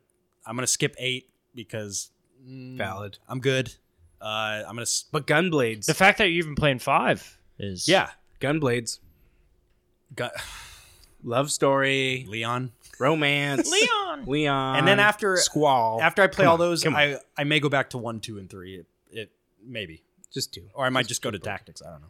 Speaker 2: I'm gonna skip eight because mm,
Speaker 4: Valid.
Speaker 2: I'm good. Uh, I'm gonna s-
Speaker 4: but gun blades.
Speaker 3: The fact that you're even playing five is
Speaker 2: yeah.
Speaker 4: gun blades.
Speaker 2: Got,
Speaker 4: Love story.
Speaker 2: *laughs* Leon.
Speaker 4: Romance.
Speaker 3: Leon.
Speaker 4: Leon.
Speaker 2: And then after-
Speaker 4: squall.
Speaker 2: After I play
Speaker 4: Come
Speaker 2: all
Speaker 4: on,
Speaker 2: those,
Speaker 4: come on.
Speaker 2: I I may go back to one, two, and three. It, it maybe.
Speaker 4: just two.
Speaker 2: or I might just go to tactics. I don't know.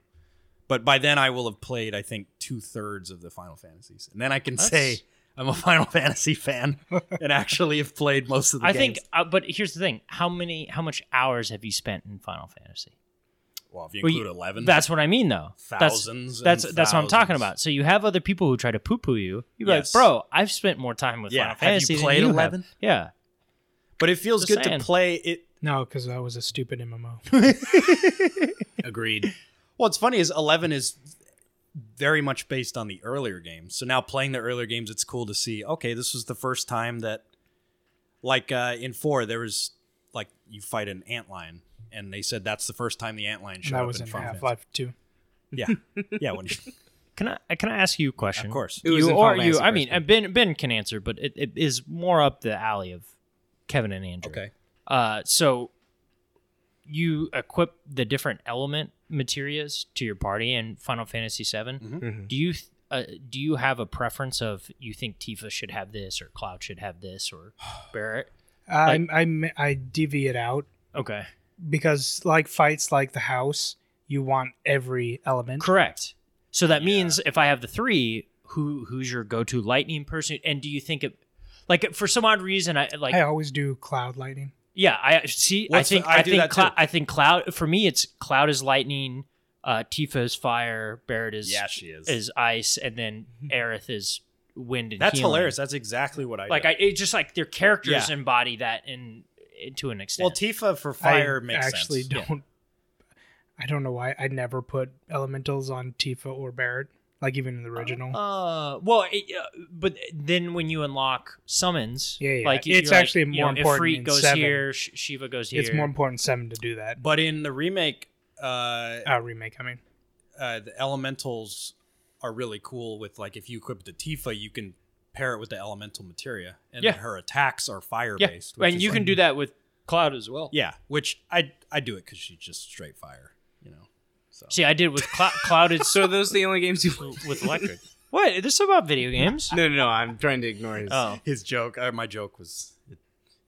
Speaker 2: But by then, I will have played, I think, two thirds of the Final Fantasies, and then I can say
Speaker 3: That's-
Speaker 2: I'm a Final *laughs* Fantasy fan and actually have played most of the.
Speaker 3: I
Speaker 2: games.
Speaker 3: think, uh, but here's the thing: how many, how much hours have you spent in Final Fantasy?
Speaker 2: Well, if you
Speaker 3: Well, you-
Speaker 2: include eleven,
Speaker 3: That's what I mean, though. That's-
Speaker 2: Thousands and
Speaker 3: That's that's, what I'm talking
Speaker 2: thousands.
Speaker 3: about. So you have other people who try to poo poo you. You're
Speaker 2: Yes.
Speaker 3: like, bro, I've spent more time with
Speaker 2: Yeah,
Speaker 3: Final
Speaker 2: have you
Speaker 3: Fantasy. than
Speaker 2: played
Speaker 3: you have."
Speaker 2: 11?
Speaker 3: Yeah.
Speaker 2: but it feels
Speaker 3: Just
Speaker 2: good
Speaker 3: saying.
Speaker 2: to play it.
Speaker 1: No, because that was a stupid MMO.
Speaker 4: Agreed.
Speaker 2: Well, what's funny is eleven is very much based on the earlier games. So now playing the earlier games, it's cool to see. Okay, this was the first time that, like uh, in four, there was like you fight an ant lion, and they said that's the first time the ant lion showed
Speaker 1: that
Speaker 2: up
Speaker 1: was
Speaker 2: in
Speaker 1: in
Speaker 2: Final Fantasy.
Speaker 1: Half Life 2.
Speaker 2: Yeah,
Speaker 1: *laughs*
Speaker 2: yeah. When you,
Speaker 3: Can I can I ask you a question?
Speaker 2: of course,
Speaker 4: It was
Speaker 3: you
Speaker 4: in
Speaker 3: or
Speaker 4: Final
Speaker 3: you?
Speaker 4: Fantasy
Speaker 3: I mean,
Speaker 4: first.
Speaker 3: Ben Ben can answer, but it, it is more up the alley of Kevin and Andrew. Uh, so you equip the different element materias to your party in Final Fantasy VII.
Speaker 4: Mhm.
Speaker 3: Do you th- uh, do you have a preference of you think Tifa should have this or Cloud should have this
Speaker 4: *sighs*
Speaker 3: or Barrett?
Speaker 1: I, I, I deviate out
Speaker 3: Okay,
Speaker 1: because, like fights like the house, you want every element.
Speaker 3: correct. So that means if I have the three, who who's your go to lightning person? And do you think it? Like for some odd reason, I like
Speaker 1: I always do cloud lightning.
Speaker 3: Yeah, I see.
Speaker 2: What's
Speaker 3: I think
Speaker 2: the- I
Speaker 3: I,
Speaker 2: do
Speaker 3: think
Speaker 2: that
Speaker 3: Clou-
Speaker 2: too.
Speaker 3: I think cloud for me it's cloud is lightning, uh, Tifa is fire, Barrett is
Speaker 2: Yeah, she is. Mm-hmm.
Speaker 3: is ice, and then Aerith is wind and
Speaker 2: That's
Speaker 3: healing.
Speaker 2: hilarious. That's exactly what I
Speaker 3: Like
Speaker 2: do.
Speaker 3: I it's just like their characters
Speaker 2: Yeah.
Speaker 3: embody that in to an extent.
Speaker 2: well, Tifa for fire
Speaker 1: I
Speaker 2: makes
Speaker 1: actually
Speaker 2: sense.
Speaker 1: don't. I don't know why I never put elementals on Tifa or Barrett, like even
Speaker 3: Oh,
Speaker 1: in the original.
Speaker 3: uh, well, it, uh, but then when you unlock summons,
Speaker 1: Yeah, yeah,
Speaker 3: like
Speaker 1: it's
Speaker 3: you're like,
Speaker 1: actually
Speaker 3: you
Speaker 1: more
Speaker 3: know,
Speaker 1: important
Speaker 3: Ifrit
Speaker 1: in
Speaker 3: goes
Speaker 1: seven.
Speaker 3: here, Sh- Shiva goes here.
Speaker 1: it's more important seven to do that
Speaker 2: But in the remake, uh,
Speaker 1: uh, remake. I mean,
Speaker 2: uh, uh, the elementals are really cool with like if you equip the Tifa, you can pair it with the elemental materia, and
Speaker 5: Yeah.
Speaker 2: her attacks are fire
Speaker 5: yeah,
Speaker 2: based.
Speaker 5: and you can do that with Cloud as well.
Speaker 2: yeah, which I I do it because she's just straight fire, you know.
Speaker 3: See, I did with clou-
Speaker 2: *laughs*
Speaker 3: clouded
Speaker 4: So are *laughs* those the only games you
Speaker 3: with electric.
Speaker 5: What? There's some about video games.
Speaker 4: No, no, no. I'm trying to ignore his.
Speaker 5: Oh.
Speaker 2: His joke, uh, my joke was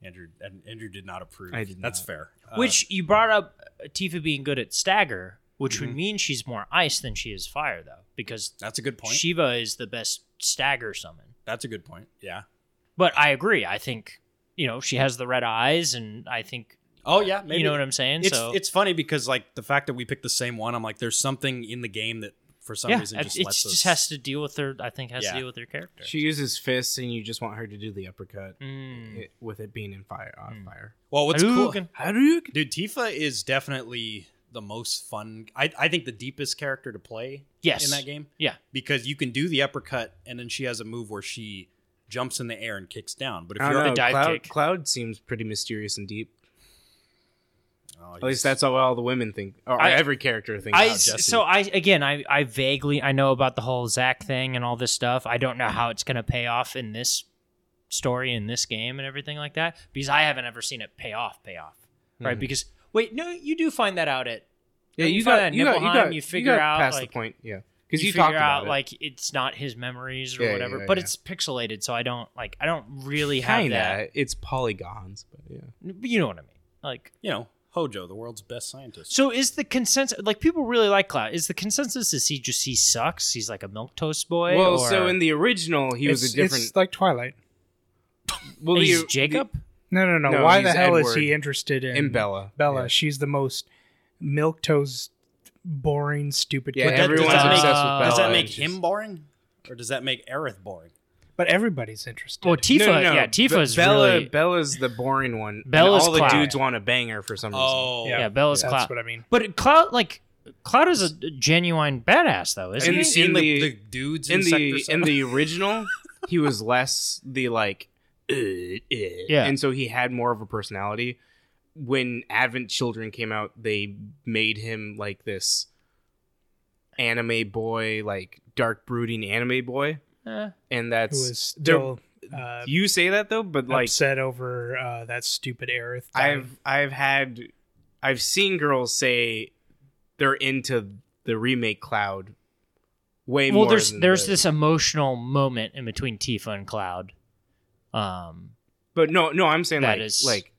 Speaker 2: Andrew. and Andrew did not approve.
Speaker 4: I did
Speaker 2: That's
Speaker 4: not.
Speaker 2: fair. Uh,
Speaker 3: Which you brought up uh, Tifa being good at stagger, which
Speaker 2: Mm-hmm.
Speaker 3: would mean she's more ice than she is fire, though, because
Speaker 2: that's a good point.
Speaker 3: Shiva is the best stagger summon.
Speaker 2: that's a good point. Yeah.
Speaker 3: But I agree. I think you know she has the red eyes, and I think
Speaker 2: Oh yeah, maybe
Speaker 3: you know what I'm saying.
Speaker 2: It's
Speaker 3: so
Speaker 2: it's funny because like the fact that we picked the same one, I'm like, there's something in the game that for some
Speaker 3: yeah,
Speaker 2: reason
Speaker 3: it
Speaker 2: just
Speaker 3: it
Speaker 2: lets us.
Speaker 3: just has to deal with her. I think has
Speaker 2: Yeah.
Speaker 3: to deal with her character.
Speaker 4: She uses fists, and you just want her to do the uppercut
Speaker 3: Mm.
Speaker 4: it, with it being in fire on
Speaker 3: Hmm.
Speaker 4: fire.
Speaker 2: well, what's cool,
Speaker 3: Hadouken.
Speaker 2: dude? Tifa is definitely the most fun. I I think the deepest character to play
Speaker 3: Yes.
Speaker 2: in that game.
Speaker 3: Yeah.
Speaker 2: because you can do the uppercut, and then she has a move where she jumps in the air and kicks down. But if
Speaker 4: I
Speaker 2: you're
Speaker 4: don't know.
Speaker 3: dive
Speaker 4: Cloud,
Speaker 3: kick.
Speaker 4: Cloud seems pretty mysterious and deep.
Speaker 2: Oh,
Speaker 4: At least that's how all the women think, or
Speaker 3: I-
Speaker 4: every character thinks.
Speaker 3: I
Speaker 4: about Jessie.
Speaker 3: so I again I I vaguely I know about the whole Zach thing and all this stuff. I don't know how it's gonna pay off in this story in this game and everything like that because I haven't ever seen it pay off pay off right
Speaker 4: Mhm.
Speaker 3: because wait no you do find that out at
Speaker 4: yeah,
Speaker 3: you
Speaker 4: you
Speaker 3: find
Speaker 4: got,
Speaker 3: that
Speaker 4: you got, you
Speaker 3: Nibelheim,
Speaker 4: got,
Speaker 3: you
Speaker 4: you
Speaker 3: figure
Speaker 4: got
Speaker 3: out,
Speaker 4: past
Speaker 3: like-
Speaker 4: the point. Yeah, because you,
Speaker 3: you,
Speaker 4: talked
Speaker 3: figure
Speaker 4: about
Speaker 3: out
Speaker 4: it.
Speaker 3: like it's not his memories or
Speaker 4: Yeah, yeah,
Speaker 3: whatever
Speaker 4: yeah,
Speaker 3: but
Speaker 4: yeah.
Speaker 3: it's pixelated so I don't like I don't really have
Speaker 4: kinda. It's polygons, but yeah.
Speaker 3: that you know what I mean like
Speaker 2: you know Hojo, the world's best scientist.
Speaker 3: So is the consensus like people really like Cloud? Is the consensus is he just he sucks? He's like a milk toast boy.
Speaker 4: Well,
Speaker 3: or
Speaker 4: so in the original, he was
Speaker 1: It's-
Speaker 4: a different.
Speaker 1: It's like Twilight.
Speaker 4: well,
Speaker 3: he's
Speaker 4: the,
Speaker 3: Jacob.
Speaker 1: No, no, no.
Speaker 4: No,
Speaker 1: Why the
Speaker 4: he's
Speaker 1: hell is
Speaker 4: Edward
Speaker 1: he interested in
Speaker 4: and Bella.
Speaker 1: Bella,
Speaker 4: Yeah.
Speaker 1: she's the most milk toes, boring, stupid.
Speaker 4: Yeah,
Speaker 1: character.
Speaker 4: everyone's
Speaker 2: does that
Speaker 4: obsessed
Speaker 2: make-
Speaker 4: with Bella.
Speaker 2: Does that
Speaker 3: Oh,
Speaker 2: make
Speaker 4: and she's-
Speaker 2: him boring, or does that make Aerith boring?
Speaker 1: but everybody's interested.
Speaker 3: Well, Tifa,
Speaker 4: No, no, no.
Speaker 3: yeah,
Speaker 4: Be-
Speaker 3: Tifa's
Speaker 4: Bella.
Speaker 3: really
Speaker 4: Bella's the boring one. and
Speaker 3: Bella's
Speaker 4: all the
Speaker 3: Cloud.
Speaker 4: dudes want to bang her for some reason.
Speaker 1: Oh,
Speaker 2: Oh,
Speaker 3: yeah, Bella's
Speaker 1: that's
Speaker 3: Cloud.
Speaker 1: what I mean.
Speaker 3: But Cloud like Cloud is a genuine badass though,
Speaker 2: Have
Speaker 4: And
Speaker 3: isn't he?
Speaker 2: you
Speaker 4: in
Speaker 2: seen the,
Speaker 4: the-
Speaker 2: the dudes in,
Speaker 4: in
Speaker 2: Sector
Speaker 4: the in
Speaker 2: Seven? *laughs*
Speaker 4: the
Speaker 1: *laughs*
Speaker 4: original, he was less the like, uh, uh,
Speaker 3: Yeah.
Speaker 4: and so he had more of a personality. When Advent Children came out, they made him like this anime boy, like dark brooding anime boy,
Speaker 3: Eh.
Speaker 4: and that's
Speaker 1: Who is still uh,
Speaker 4: you say that though, but like
Speaker 1: upset over uh, that stupid Aerith? dying.
Speaker 4: I've I've had I've seen girls say they're into the remake Cloud way more.
Speaker 3: well, there's
Speaker 4: than
Speaker 3: there's
Speaker 4: the-
Speaker 3: this emotional moment in between Tifa and Cloud. Um,
Speaker 4: But no, no, I'm saying
Speaker 3: That
Speaker 4: like
Speaker 3: is-
Speaker 4: like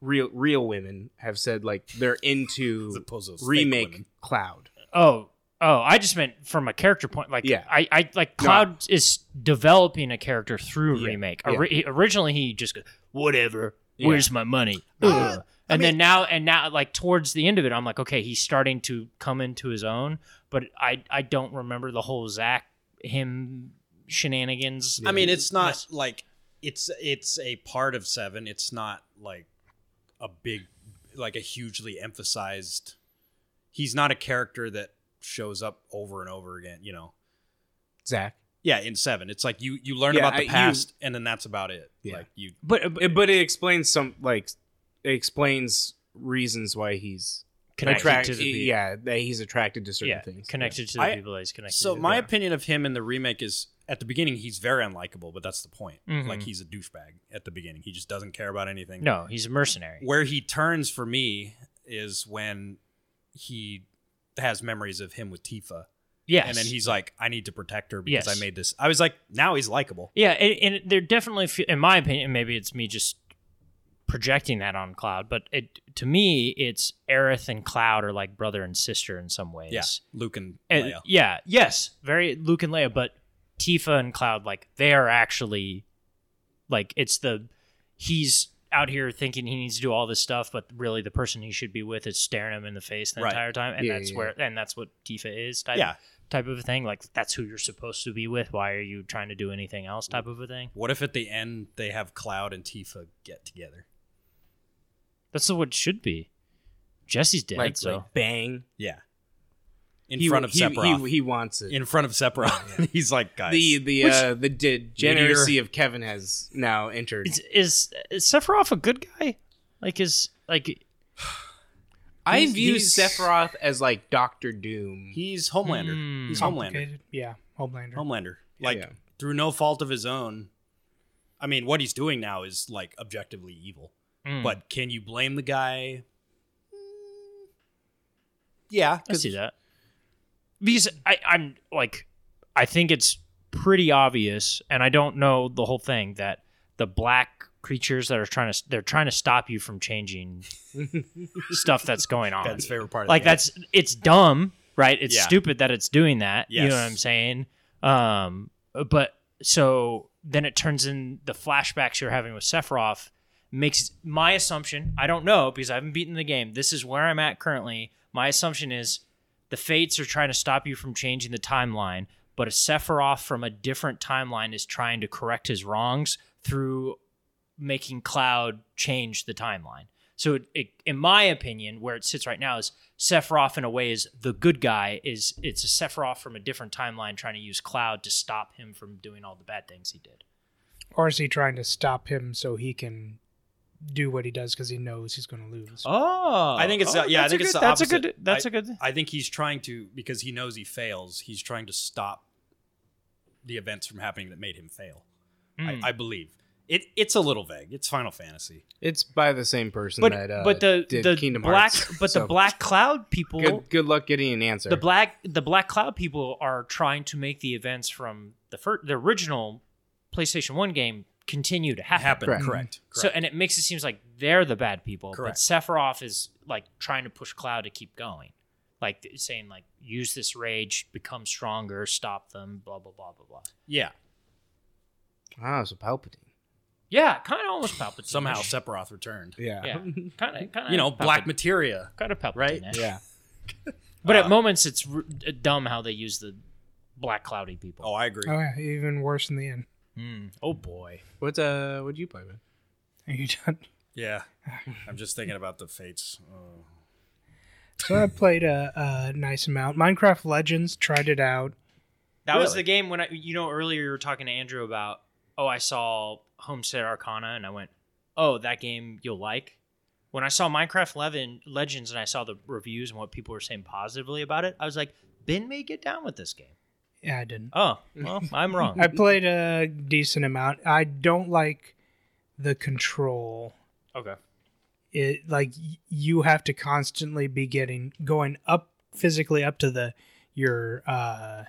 Speaker 4: real real women have said like they're
Speaker 2: As
Speaker 4: into
Speaker 2: opposed to fake women.
Speaker 4: remake Cloud.
Speaker 3: Oh, oh, I just meant from a character point. Like,
Speaker 4: Yeah.
Speaker 3: I, I like Cloud is developing a character through
Speaker 4: Yeah,
Speaker 3: remake.
Speaker 4: yeah.
Speaker 3: Ori- he- originally, he just goes, whatever.
Speaker 4: Yeah. Ah,
Speaker 3: Where's my money? Ugh." and then now, and now, like towards the end of it, I'm like, okay, he's starting to come into his own. But I, I don't remember the whole Zach him shenanigans.
Speaker 2: I mean, it's not like it's it's a part of seven. It's not like a big, like a hugely emphasized. He's not a character that shows up over and over again. You know,
Speaker 4: Zach.
Speaker 2: yeah. In seven, it's like you you learn
Speaker 4: Yeah,
Speaker 2: about
Speaker 4: I-
Speaker 2: the
Speaker 4: you-
Speaker 2: past, and then that's about it.
Speaker 4: Yeah.
Speaker 2: Like you,
Speaker 3: But, but
Speaker 4: It- but it explains some like it explains reasons why he's
Speaker 3: Connected
Speaker 4: attracted
Speaker 3: to the people.
Speaker 4: yeah, that he's attracted to certain
Speaker 3: yeah,
Speaker 4: things.
Speaker 3: connected to the
Speaker 2: I-
Speaker 3: people that he's connected.
Speaker 2: so
Speaker 3: to.
Speaker 2: my
Speaker 3: Yeah.
Speaker 2: opinion of him in the remake is at the beginning he's very unlikable, but that's the point.
Speaker 3: Mhm.
Speaker 2: Like he's a douchebag at the beginning. He just doesn't care about anything.
Speaker 3: no, he's a mercenary.
Speaker 2: where he turns for me is when he has memories of him with Tifa.
Speaker 3: Yes,
Speaker 2: And then he's like, I need to protect her because
Speaker 3: Yes.
Speaker 2: I made this. I was like, now he's likable.
Speaker 3: Yeah, and, and they're definitely, fe- in my opinion, maybe it's me just projecting that on Cloud, but it to me, it's Aerith and Cloud are like brother and sister in some ways.
Speaker 2: Yeah. Luke and
Speaker 3: And-
Speaker 2: Leia.
Speaker 3: yeah, yes, very Luke and Leia, but Tifa and Cloud, like they are actually, like it's the he's out here thinking he needs to do all this stuff, but really the person he should be with is staring him in the face the
Speaker 2: Right.
Speaker 3: entire time, and
Speaker 4: Yeah,
Speaker 3: that's
Speaker 4: yeah,
Speaker 3: where and that's what Tifa is type
Speaker 2: Yeah.
Speaker 3: type of a thing. Like that's who you're supposed to be with. Why are you trying to do anything else? Type
Speaker 2: Mm.
Speaker 3: of a thing.
Speaker 2: What if at the end they have Cloud and Tifa get together?
Speaker 3: That's what it should be. Jesse's dead,
Speaker 4: like,
Speaker 3: so
Speaker 4: like bang
Speaker 2: Yeah. In
Speaker 4: He-
Speaker 2: front of
Speaker 4: he-
Speaker 2: Sephiroth.
Speaker 4: He, he wants it.
Speaker 2: in front of
Speaker 4: *laughs*
Speaker 2: Sephiroth. *laughs* he's like, guys.
Speaker 4: the the uh, the degeneracy of Kevin has now entered.
Speaker 3: is, is is Sephiroth a good guy? Like is like
Speaker 4: I
Speaker 2: He's-
Speaker 4: view
Speaker 2: he's-
Speaker 4: Sephiroth as like Doctor Doom.
Speaker 2: He's Homelander. He's
Speaker 4: Hmm.
Speaker 2: Homelander.
Speaker 1: Complicated. Yeah, Homelander.
Speaker 2: Homelander. Like
Speaker 4: yeah.
Speaker 2: through no fault of his own. I mean, what he's doing now is like objectively evil. But can you blame the guy? Mm, Yeah,
Speaker 3: I
Speaker 2: 'cause-
Speaker 3: see that. Because I, I'm like, I think it's pretty obvious, and I don't know the whole thing that the black creatures that are trying to they're trying to stop you from changing stuff that's going on.
Speaker 2: that's the favorite part. Of
Speaker 3: like
Speaker 2: the game.
Speaker 3: that's it's dumb, right? It's
Speaker 2: Yeah.
Speaker 3: stupid that it's doing that. You know what
Speaker 2: Yes.
Speaker 3: I'm saying? Um, but so then it turns in the flashbacks you're having with Sephiroth makes my assumption. I don't know because I haven't beaten the game. This is where I'm at currently. My assumption is the Fates are trying to stop you from changing the timeline, but a Sephiroth from a different timeline is trying to correct his wrongs through making Cloud change the timeline. So, it, it, in my opinion, where it sits right now is Sephiroth, in a way, is the good guy. Is it's a Sephiroth from a different timeline trying to use Cloud to stop him from doing all the bad things he did.
Speaker 1: Or is he trying to stop him so he can do what he does because he knows he's going to lose?
Speaker 3: Oh,
Speaker 2: I think it's the- yeah. I
Speaker 3: that's
Speaker 2: think
Speaker 3: a
Speaker 2: it's
Speaker 3: good-
Speaker 2: the
Speaker 3: that's a
Speaker 2: opposite.
Speaker 3: good. That's
Speaker 2: I-
Speaker 3: a good.
Speaker 2: I think he's trying to because he knows he fails. He's trying to stop the events from happening that made him fail.
Speaker 3: Mm.
Speaker 2: I, I believe it. It's a little vague. It's Final Fantasy.
Speaker 4: It's by the same person
Speaker 3: But
Speaker 4: that uh,
Speaker 3: but the
Speaker 4: did
Speaker 3: the
Speaker 4: Kingdom
Speaker 3: black
Speaker 4: Hearts.
Speaker 3: *laughs* but
Speaker 4: So,
Speaker 3: the black cloud people
Speaker 4: Good, good luck getting an answer.
Speaker 3: the black the black cloud people are trying to make the events from the fir- the original PlayStation One game continue to happen.
Speaker 2: Happened.
Speaker 4: Correct.
Speaker 2: Correct. Correct.
Speaker 3: So and it makes it seems like they're the bad people,
Speaker 2: Correct.
Speaker 3: but Sephiroth is like trying to push Cloud to keep going, like th- saying like use this rage, become stronger, stop them, blah blah blah blah blah.
Speaker 2: yeah.
Speaker 4: ah, so Palpatine.
Speaker 3: Yeah, kind of almost Palpatine.
Speaker 2: Somehow Sephiroth returned.
Speaker 3: yeah, kind of kind of
Speaker 2: You know, Black Materia.
Speaker 3: kind of Palpatine,
Speaker 2: right?
Speaker 4: yeah.
Speaker 3: But
Speaker 2: Uh,
Speaker 3: at moments, it's r- dumb how they use the black cloudy people.
Speaker 2: Oh, I agree.
Speaker 1: Oh, yeah, even worse in the end. *laughs*
Speaker 3: oh boy.
Speaker 4: What uh, what'd you play, man?
Speaker 1: Are you done?
Speaker 2: Yeah. I'm just thinking about the fates. Oh.
Speaker 1: So I played a, a nice amount. Minecraft Legends, tried it out.
Speaker 3: That was
Speaker 2: Really?
Speaker 3: the game when I, you know, earlier you were talking to Andrew about, oh, I saw Homestead Arcana, and I went, oh, that game you'll like. When I saw Minecraft Levin, Legends and I saw the reviews and what people were saying positively about it, I was like, Ben may get down with this game.
Speaker 1: Yeah, I didn't.
Speaker 3: Oh, well, I'm wrong.
Speaker 1: I played a decent amount. I don't like the control.
Speaker 3: okay.
Speaker 1: It like y- you have to constantly be getting going up physically up to the your uh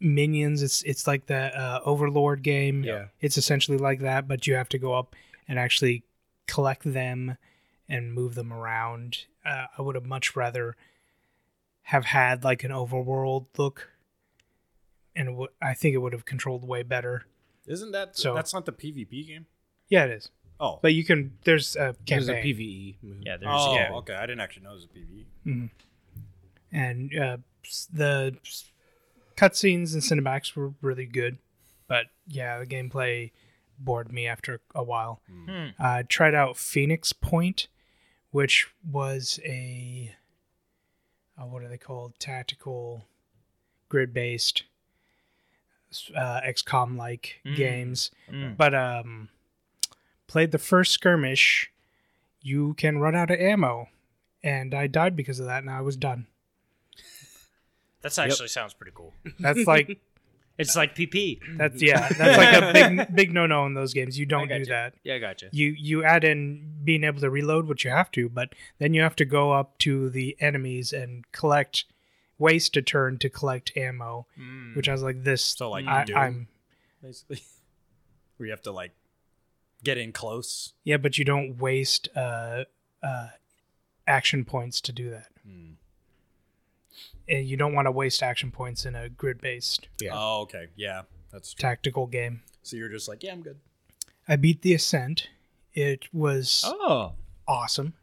Speaker 1: minions. It's it's like the uh, Overlord game.
Speaker 4: Yeah.
Speaker 1: It's essentially like that, but you have to go up and actually collect them and move them around. Uh, I would have much rather have had like an overworld look, and it would- I think it would have controlled way better.
Speaker 2: Isn't that
Speaker 1: So-
Speaker 2: that's not the PvP game?
Speaker 1: Yeah, it is.
Speaker 2: Oh.
Speaker 1: But you can. There's a
Speaker 4: There's a
Speaker 1: campaign,
Speaker 4: PVE. Movie.
Speaker 1: *laughs*
Speaker 3: Yeah, there's
Speaker 2: oh,
Speaker 3: yeah.
Speaker 2: okay. I didn't actually know it was a PvE.
Speaker 1: and uh, s- the s- cutscenes and cinematics were really good. But yeah, the gameplay bored me after a while. I tried out Phoenix Point, which was a uh, what are they called? Tactical, grid-based, s- uh, XCOM-like games. But um, played the first skirmish. You can run out of ammo, and I died because of that, and I was done.
Speaker 3: That actually sounds pretty cool.
Speaker 1: That's like
Speaker 3: It's like PP. *laughs*
Speaker 1: that's yeah, that's like a big big no no in those games. You don't do
Speaker 3: gotcha.
Speaker 1: that.
Speaker 3: Yeah, I gotcha.
Speaker 1: You you add in being able to reload, which you have to, but then you have to go up to the enemies and collect waste a turn to collect ammo,
Speaker 3: Hmm.
Speaker 1: which I was like this.
Speaker 2: So, like,
Speaker 1: I,
Speaker 2: Doom?
Speaker 1: I'm
Speaker 2: Basically. Where you have to like get in close.
Speaker 1: yeah, but you don't waste uh uh action points to do that.
Speaker 2: Hmm.
Speaker 1: And you don't want to waste action points in a grid based
Speaker 4: Yeah.
Speaker 2: Oh, okay. Yeah. That's true.
Speaker 1: tactical game.
Speaker 2: So you're just like, yeah, I'm good.
Speaker 1: I beat the ascent. It was
Speaker 3: Oh,
Speaker 1: awesome.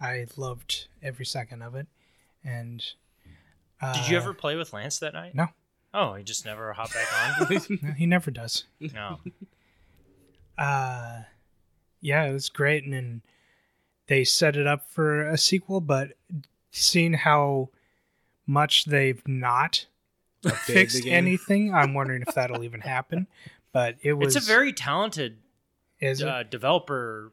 Speaker 1: I loved every second of it. And uh,
Speaker 3: did you ever play with Lance that night?
Speaker 1: No,
Speaker 3: Oh, he just never hopped back on.
Speaker 1: uh, no, he never does.
Speaker 3: no.
Speaker 1: Uh, yeah, it was great, and, then they set it up for a sequel. But seeing how much they've not fixed anything,
Speaker 3: *laughs*
Speaker 1: I'm wondering if that'll even happen. But it was
Speaker 3: it's a very talented
Speaker 1: is it?
Speaker 3: uh, developer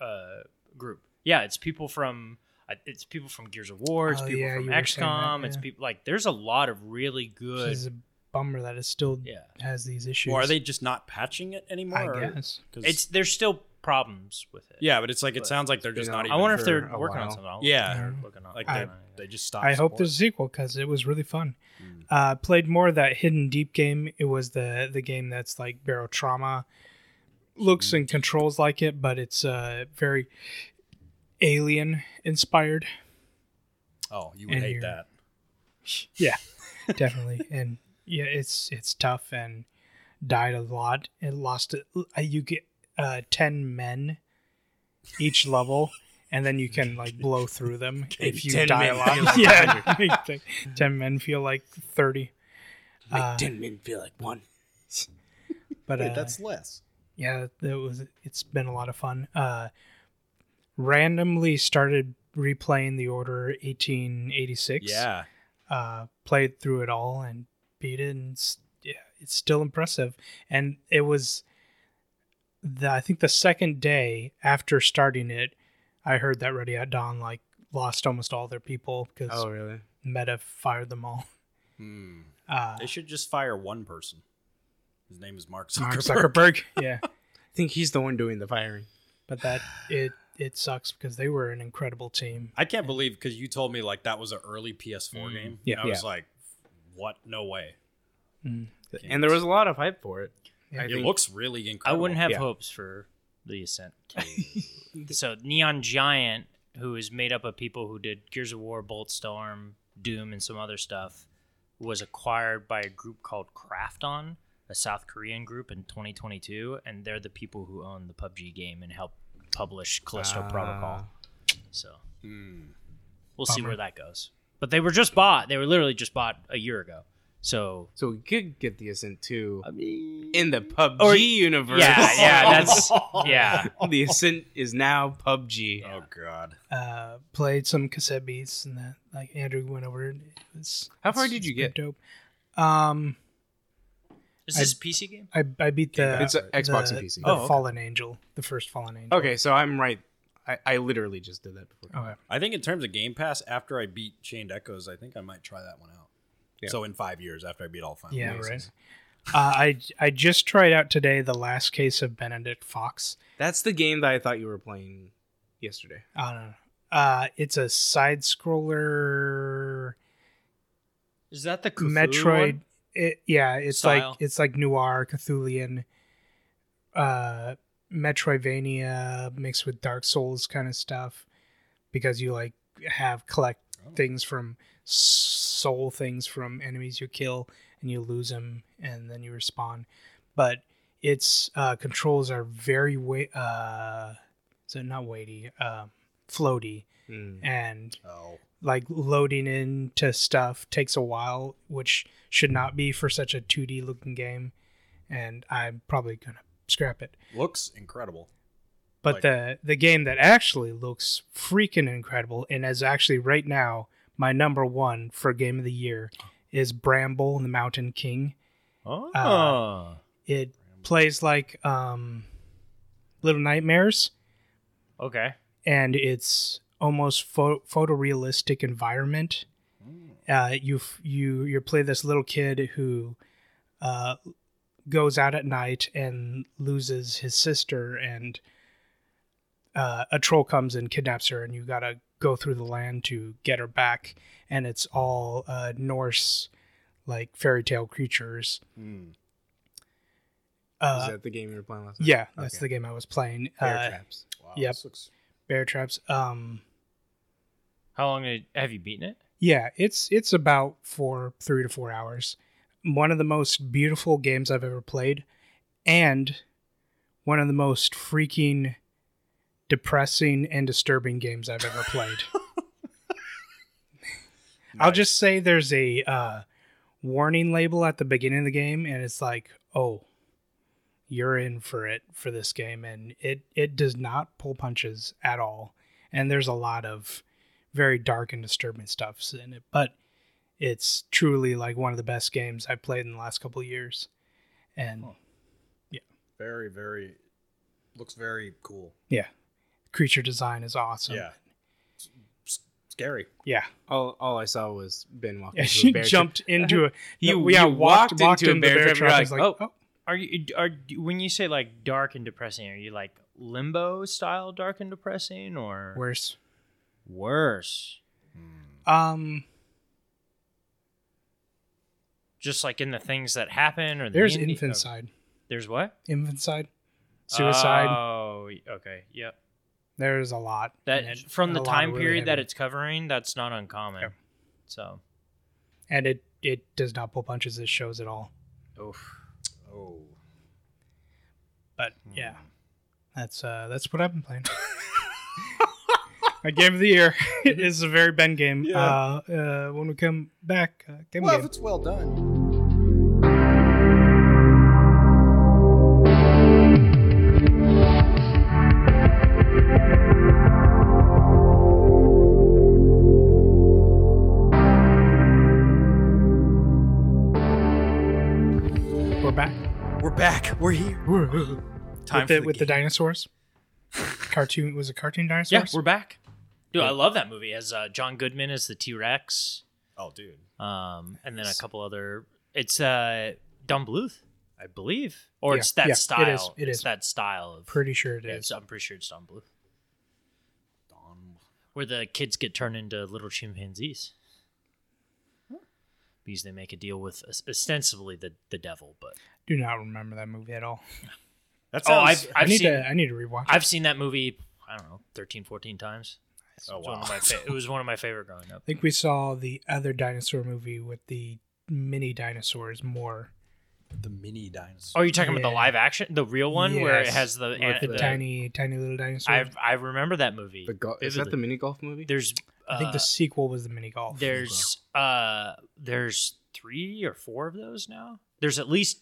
Speaker 3: uh, group. Yeah, it's people from I- It's people from Gears of War. It's
Speaker 1: Oh,
Speaker 3: people
Speaker 1: yeah,
Speaker 3: from
Speaker 1: you were saying that,
Speaker 3: XCOM. It's
Speaker 1: yeah.
Speaker 3: people like there's a lot of really
Speaker 1: Which
Speaker 3: good.
Speaker 1: is a bummer that it still
Speaker 3: Yeah.
Speaker 1: has these issues.
Speaker 2: Or are they just not patching it anymore?
Speaker 1: I
Speaker 2: or-
Speaker 1: guess.
Speaker 2: 'cause-
Speaker 3: It's there's still problems with it.
Speaker 2: yeah, but it's like it
Speaker 3: But,
Speaker 2: sounds like they're just
Speaker 4: you know,
Speaker 2: not.
Speaker 4: I
Speaker 2: Even
Speaker 3: I wonder if
Speaker 4: for
Speaker 3: they're
Speaker 4: a
Speaker 3: working on
Speaker 4: while.
Speaker 3: something. I'll-
Speaker 2: Yeah,
Speaker 3: they're
Speaker 1: Mm.
Speaker 3: looking on.
Speaker 2: like
Speaker 1: I-
Speaker 2: they, they just stopped.
Speaker 1: I hope
Speaker 2: support.
Speaker 1: there's a sequel because it was really fun. Uh, played more of that hidden deep game. It was the the game that's like Barrow Trauma, looks and controls like it, but it's uh, very alien inspired.
Speaker 2: Oh, you would
Speaker 1: And
Speaker 2: hate
Speaker 1: you're-
Speaker 2: that.
Speaker 4: *laughs*
Speaker 1: Yeah, definitely. And yeah, it's it's tough and died a lot. It lost it. uh, You get uh, ten men each level. And then you can like blow through
Speaker 4: *laughs*
Speaker 1: them if you
Speaker 4: 10
Speaker 1: die a
Speaker 4: men
Speaker 1: lot. *laughs*
Speaker 4: feel like
Speaker 1: yeah, exactly. ten men feel like thirty.
Speaker 4: Make
Speaker 1: Uh,
Speaker 4: ten men feel like one.
Speaker 1: But uh,
Speaker 2: less.
Speaker 1: yeah that was it's been a lot of fun uh randomly started replaying the order 1886
Speaker 2: Yeah,
Speaker 1: uh played through it all and beat it and s- yeah it's still impressive and it was the i think the second day after starting it i heard that ready at dawn like lost almost all their people because
Speaker 4: Oh, really?
Speaker 1: meta fired them all *laughs*
Speaker 2: Hmm.
Speaker 1: uh
Speaker 2: they should just fire one person. His name is Mark Zuckerberg.
Speaker 1: Mark Zuckerberg, yeah,
Speaker 4: I think he's the one doing the firing.
Speaker 1: but that it it sucks because they were an incredible team.
Speaker 2: I can't believe because you told me like that was an early PS4
Speaker 3: Mm.
Speaker 2: game.
Speaker 1: Yeah.
Speaker 2: and I was like, what? No way.
Speaker 1: Mm.
Speaker 4: And there was a lot of hype for it.
Speaker 1: Yeah.
Speaker 4: I
Speaker 2: It
Speaker 4: think-
Speaker 2: looks really
Speaker 3: I
Speaker 2: incredible.
Speaker 3: wouldn't have
Speaker 4: Yeah.
Speaker 3: hopes for
Speaker 1: *laughs*
Speaker 3: the ascent. to- so Neon Giant, who is made up of people who did Gears of War, Boltstorm, Doom, and some other stuff, was acquired by a group called Krafton, a South Korean group, in 2022, and they're the people who own the PUBG game and helped publish Callisto
Speaker 4: Ah.
Speaker 3: Protocol. So
Speaker 2: Hmm.
Speaker 3: we'll see
Speaker 1: Bummer.
Speaker 3: where that goes. But they were just bought. They were literally just bought a year ago. So
Speaker 4: So we could get the Ascent 2
Speaker 3: mean,
Speaker 4: in the PUBG
Speaker 3: Or-
Speaker 4: universe.
Speaker 3: yeah, yeah,
Speaker 4: *laughs*
Speaker 3: *laughs* that's yeah.
Speaker 4: the Ascent is now PUBG.
Speaker 2: Oh God.
Speaker 1: uh, played some cassette beats and that like Andrew went over it. It was
Speaker 4: How far
Speaker 1: it's-
Speaker 4: did you
Speaker 1: it's
Speaker 4: get?
Speaker 1: been Dope. Um,
Speaker 3: Is
Speaker 1: I-
Speaker 3: this a PC game?
Speaker 1: I I beat the
Speaker 4: It's a Xbox and
Speaker 1: the-
Speaker 4: PC.
Speaker 1: The
Speaker 4: Oh, okay.
Speaker 1: Fallen Angel, the first Fallen Angel.
Speaker 4: Okay, so I'm right. I, I literally just did that before.
Speaker 1: Okay.
Speaker 2: I think in terms of Game Pass, after I beat Chained Echoes, I think I might try that one out.
Speaker 4: Yeah.
Speaker 2: So in five years, after I beat all five.
Speaker 1: Yeah,
Speaker 2: releases.
Speaker 1: right. Uh, I I just tried out today the last case of Benedict Fox.
Speaker 4: That's the game that I thought you were playing yesterday.
Speaker 1: I don't know. Uh, it's a side scroller
Speaker 3: Is that the Cthulhu
Speaker 1: Metroid.
Speaker 3: one?
Speaker 1: It, yeah, it's
Speaker 3: Style.
Speaker 1: like it's like noir Cthulian, uh, Metroidvania mixed with Dark Souls kind of stuff, because you like have collect
Speaker 2: Oh.
Speaker 1: things from soul things from enemies you kill and you lose them and then you respawn, but its uh, controls are very weight. Uh, so not weighty, um, floaty,
Speaker 4: Mm.
Speaker 1: and
Speaker 2: Oh,
Speaker 1: like loading into stuff takes a while, which should not be for such a 2D looking game. And I'm probably gonna scrap it.
Speaker 2: looks incredible.
Speaker 1: But
Speaker 2: Like-
Speaker 1: the the game that actually looks freaking incredible and is actually right now my number one for game of the year is Bramble and the Mountain King.
Speaker 3: Oh.
Speaker 1: It plays like um, Little Nightmares,
Speaker 3: okay.
Speaker 1: and it's almost pho- photorealistic environment. Uh, you f- you you play this little kid who uh, goes out at night and loses his sister, and uh, a troll comes and kidnaps her, and you gotta go through the land to get her back. And it's all uh, Norse like fairy tale creatures.
Speaker 2: Hmm.
Speaker 1: Uh,
Speaker 4: is that the game you were playing last night?
Speaker 1: yeah, that's
Speaker 4: Okay.
Speaker 1: the game I was playing.
Speaker 4: Bear
Speaker 1: uh,
Speaker 4: Traps.
Speaker 2: Wow,
Speaker 1: Yep.
Speaker 2: this looks
Speaker 1: bear traps. Um,
Speaker 3: How long did, have you beaten it?
Speaker 1: Yeah, it's it's about four, three to four hours. One of the most beautiful games I've ever played, and one of the most freaking depressing and disturbing games I've ever played. I'll
Speaker 2: nice.
Speaker 1: just say there's a uh, warning label at the beginning of the game, and it's like, oh, you're in for it for this game, and it it does not pull punches at all. And there's a lot of very dark and disturbing stuff in it, but it's truly like one of the best games I've played in the last couple of years. And
Speaker 2: very, very looks very cool.
Speaker 1: yeah, creature design is awesome.
Speaker 2: yeah. S- s- scary.
Speaker 1: Yeah,
Speaker 4: All, all I saw was Ben walking.
Speaker 1: yeah.
Speaker 4: into a
Speaker 1: She *laughs*
Speaker 4: bear trap.
Speaker 1: jumped into a.
Speaker 4: *laughs* You-
Speaker 1: we
Speaker 4: you
Speaker 1: walked,
Speaker 4: walked
Speaker 1: walked
Speaker 4: into a
Speaker 1: into,
Speaker 4: bear
Speaker 1: the bear
Speaker 4: trap,
Speaker 1: trap.
Speaker 4: you're
Speaker 1: I was
Speaker 4: like,
Speaker 1: like,
Speaker 4: oh.
Speaker 1: oh,
Speaker 3: Are you are when you say like dark and depressing? Are you like limbo style dark and depressing or
Speaker 1: worse.
Speaker 3: worse?
Speaker 4: Hmm.
Speaker 1: Um,
Speaker 3: Just like in the things that happen or the
Speaker 1: there's
Speaker 3: meaning-
Speaker 1: infant
Speaker 3: oh,
Speaker 1: side,
Speaker 3: There's what
Speaker 1: infant side, suicide.
Speaker 3: Oh, okay, yep.
Speaker 1: there's a lot.
Speaker 3: That
Speaker 1: and it-
Speaker 3: from the
Speaker 1: a lot
Speaker 3: time
Speaker 1: really
Speaker 3: period that
Speaker 1: heavy.
Speaker 3: it's covering, that's not uncommon.
Speaker 1: Yep.
Speaker 3: So,
Speaker 1: and it it does not pull punches. It shows at all.
Speaker 3: oof.
Speaker 2: Oh.
Speaker 1: But yeah, that's uh that's what I've been playing. *laughs* My game of the year *laughs* is a very Ben game.
Speaker 2: Yeah.
Speaker 1: Uh, uh, when we come back, uh, game
Speaker 2: Well, if
Speaker 1: game.
Speaker 2: it's well done.
Speaker 1: We're back
Speaker 2: We're back. We're here. Time
Speaker 1: with the,
Speaker 2: for the
Speaker 1: with the dinosaurs. *laughs* cartoon was it cartoon
Speaker 3: Yeah,
Speaker 1: dinosaurs?
Speaker 3: we're back. Dude, I love that movie. As uh, John Goodman as the T Rex,
Speaker 2: Oh, dude.
Speaker 3: um, and then a couple other. It's uh, Don Bluth, I believe, or
Speaker 1: Yeah,
Speaker 3: it's that
Speaker 1: yeah, it is,
Speaker 3: style.
Speaker 1: it
Speaker 3: it's
Speaker 1: is.
Speaker 3: that style of.
Speaker 1: pretty sure it
Speaker 3: yeah,
Speaker 1: is.
Speaker 3: it's- I'm pretty sure it's Don Bluth. Where the kids get turned into little chimpanzees. Because they make a deal with os- ostensibly the, the devil, but
Speaker 1: Do not remember that movie at all.
Speaker 2: That
Speaker 3: oh,
Speaker 2: sounds-
Speaker 3: I've,
Speaker 1: i
Speaker 3: I've
Speaker 1: need
Speaker 3: seen
Speaker 1: to I need to rewatch. it.
Speaker 3: I've seen that movie. I don't know, 13, 14 times.
Speaker 2: Oh,
Speaker 3: It's one
Speaker 2: wow.
Speaker 3: of my fa- it was one of my favorite growing up.
Speaker 1: I think we saw the other dinosaur movie with the mini dinosaurs more
Speaker 2: the mini dinosaur.
Speaker 3: *laughs* Oh, you're talking about the
Speaker 1: Yeah.
Speaker 3: live action, the real one where it
Speaker 1: Yes.
Speaker 3: has the,
Speaker 1: with
Speaker 3: an-
Speaker 1: the,
Speaker 3: the-
Speaker 1: tiny tiny little
Speaker 3: I
Speaker 1: dinosaurs.
Speaker 3: I remember that movie.
Speaker 4: The go- is that the
Speaker 3: vividly.
Speaker 4: mini golf movie?
Speaker 3: There's uh,
Speaker 1: I think the sequel was the mini golf.
Speaker 3: there's uh there's three or four of those now there's at least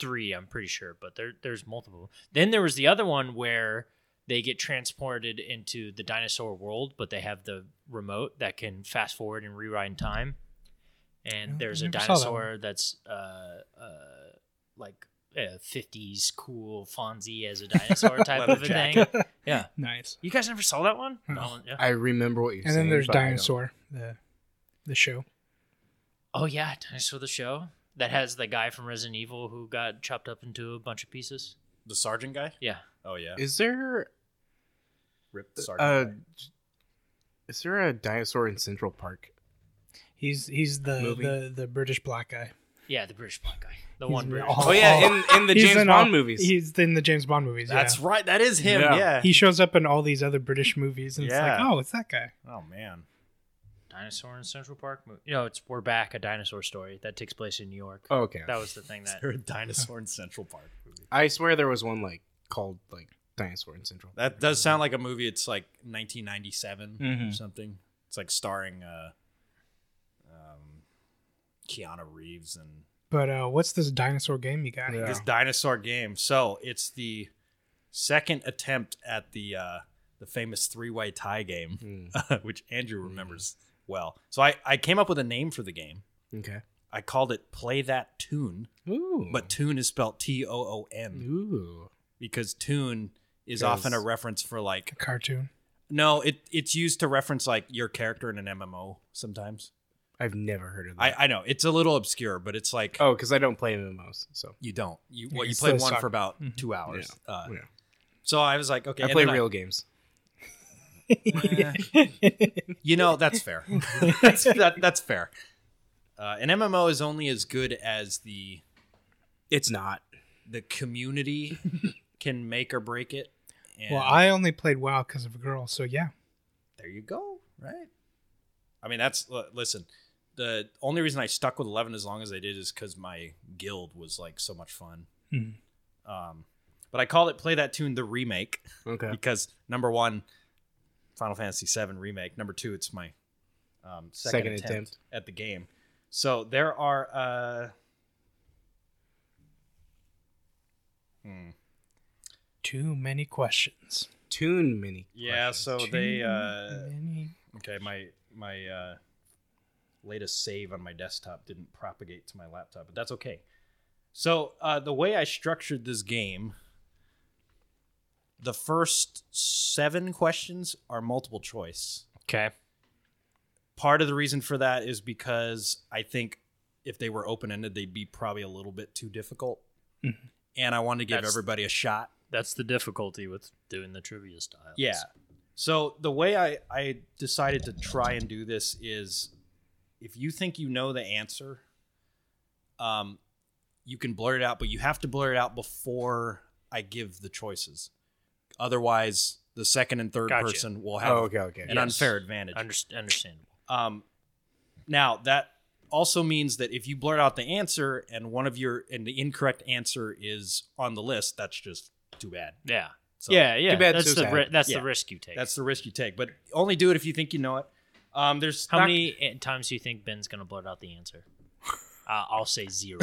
Speaker 3: three i'm pretty sure but there there's multiple then there was the other one where they get transported into the dinosaur world but they have the remote that can fast forward and rewind time and
Speaker 1: No,
Speaker 3: there's
Speaker 1: I
Speaker 3: a
Speaker 1: never saw that
Speaker 3: dinosaur that's uh uh like uh, 50s cool fonzie as
Speaker 1: *laughs*
Speaker 3: a dinosaur type of
Speaker 2: Leather
Speaker 3: a
Speaker 2: jacket.
Speaker 3: thing yeah
Speaker 1: nice.
Speaker 3: you guys never saw that one
Speaker 1: No.
Speaker 3: one- yeah.
Speaker 4: I remember what you
Speaker 1: And
Speaker 4: saying.
Speaker 1: then there's
Speaker 4: but I don't-
Speaker 1: dinosaur the the show.
Speaker 3: Oh yeah, Dinosaur the Show that has the guy from Resident Evil who got chopped up into a bunch of pieces.
Speaker 2: the sergeant guy?
Speaker 3: Yeah,
Speaker 2: Oh, yeah.
Speaker 4: Is there
Speaker 2: Rip the sergeant.
Speaker 4: a
Speaker 2: guy.
Speaker 4: is there a dinosaur in Central
Speaker 1: *laughs*
Speaker 4: Park?
Speaker 1: He's he's the
Speaker 4: Movie.
Speaker 1: the, the British black guy.
Speaker 3: yeah, the British black guy, the
Speaker 1: He's
Speaker 3: one
Speaker 1: in
Speaker 3: British.
Speaker 1: all-
Speaker 4: Oh yeah, in, in the
Speaker 1: He's
Speaker 4: James
Speaker 1: in all-
Speaker 4: Bond movies.
Speaker 1: He's in the James Bond movies.
Speaker 2: That's
Speaker 1: yeah.
Speaker 2: right. That is him.
Speaker 4: Yeah.
Speaker 2: Yeah.
Speaker 1: He shows up in all these other British movies, and it's
Speaker 2: Yeah.
Speaker 1: like, oh, it's that guy.
Speaker 2: oh, man. *laughs*
Speaker 3: dinosaur in Central Park. Mo- You know, it's we're back a dinosaur story that takes place in New York.
Speaker 4: oh, okay.
Speaker 3: That was the thing
Speaker 2: Is *laughs*
Speaker 3: that
Speaker 2: there a dinosaur in Central Park movie?
Speaker 4: I swear there was one like called like dinosaur in Central. Park.
Speaker 2: That does sound like a movie. It's like 1997 or
Speaker 4: Mhm.
Speaker 2: something. It's like starring uh, um, Keanu Reeves and
Speaker 1: But uh, what's this dinosaur game you got?
Speaker 4: Yeah.
Speaker 2: this dinosaur game. So it's the second attempt at the uh, the famous three way tie game, *laughs*
Speaker 4: Mm,
Speaker 2: which Andrew remembers well. So I, I came up with a name for the game.
Speaker 4: okay.
Speaker 2: I called it Play That Tune,
Speaker 4: Ooh.
Speaker 2: but tune is spelled T O O N
Speaker 4: ooh.
Speaker 2: because tune is
Speaker 4: Mm. Because-
Speaker 2: often a reference for like
Speaker 1: A cartoon.
Speaker 2: no, it it's used to reference like your character in an MMO sometimes.
Speaker 4: I've never heard of that.
Speaker 2: I I know it's a little obscure, but it's like
Speaker 4: Mm. oh, because I don't play MMOs, so
Speaker 2: you don't you well
Speaker 1: You
Speaker 2: you
Speaker 1: still
Speaker 2: played one
Speaker 1: suck.
Speaker 2: for about
Speaker 1: Mhm.
Speaker 2: two hours. Uh,
Speaker 4: Mm-hmm. yeah.
Speaker 2: So I was like, okay,
Speaker 4: I
Speaker 2: and
Speaker 4: play
Speaker 2: then
Speaker 4: real games.
Speaker 1: *laughs*
Speaker 2: You know, that's
Speaker 4: *laughs*
Speaker 2: fair. *laughs* that's, that, that's fair. Uh, an MMO is only as good as the
Speaker 4: It's not.
Speaker 2: the
Speaker 4: *laughs*
Speaker 2: community can make or break it. And
Speaker 1: Well, I only played WoW because of a girl, so yeah.
Speaker 2: there you go, right? I mean, that's li- listen. The only reason I stuck with eleven as long as I did is because my guild was like so much fun.
Speaker 1: Mhm.
Speaker 2: Um, but I called it "Play That Tune" the remake
Speaker 4: Okay.
Speaker 2: because number one, Final Fantasy VII remake. Number two, it's my um, second,
Speaker 4: Second
Speaker 2: attempt,
Speaker 4: attempt.
Speaker 2: at the game. So there are. Uh, hmm.
Speaker 1: Too many questions.
Speaker 4: Tune mini.
Speaker 2: Yeah, so
Speaker 1: Too
Speaker 2: they. Uh,
Speaker 1: many-
Speaker 2: okay, my my uh, latest save on my desktop didn't propagate to my laptop, but that's okay. So uh, the way I structured this game, the first seven questions are multiple choice.
Speaker 3: okay.
Speaker 2: part of the reason for that is because I think if they were open ended, they'd be probably a little bit too difficult. And I wanted to give
Speaker 3: That's-
Speaker 2: everybody a shot.
Speaker 3: That's the difficulty with doing the trivia style.
Speaker 2: Yeah. So the way I, I decided to try and do this is if you think you know the answer, um, you can blurt it out, but you have to blurt it out before I give the choices. Otherwise, the second and third
Speaker 3: Gotcha.
Speaker 2: person will have
Speaker 4: Oh, okay, okay.
Speaker 2: an
Speaker 3: Yes.
Speaker 2: unfair advantage.
Speaker 3: Underst- understandable.
Speaker 2: Um, now that also means that if you blurt out the answer and one of your and the incorrect answer is on the list, that's just too bad.
Speaker 3: Yeah.
Speaker 2: So
Speaker 3: yeah, yeah.
Speaker 4: Too bad
Speaker 3: that's the
Speaker 4: Suicide.
Speaker 3: ri- that's
Speaker 2: Yeah.
Speaker 3: the risk you take.
Speaker 2: that's the risk you take. But only do it if you think you know it. Um, there's
Speaker 3: How
Speaker 2: not- *laughs*
Speaker 3: many eh, times do you think Ben's gonna blurt out the answer? Uh, I'll say zero.
Speaker 4: *laughs*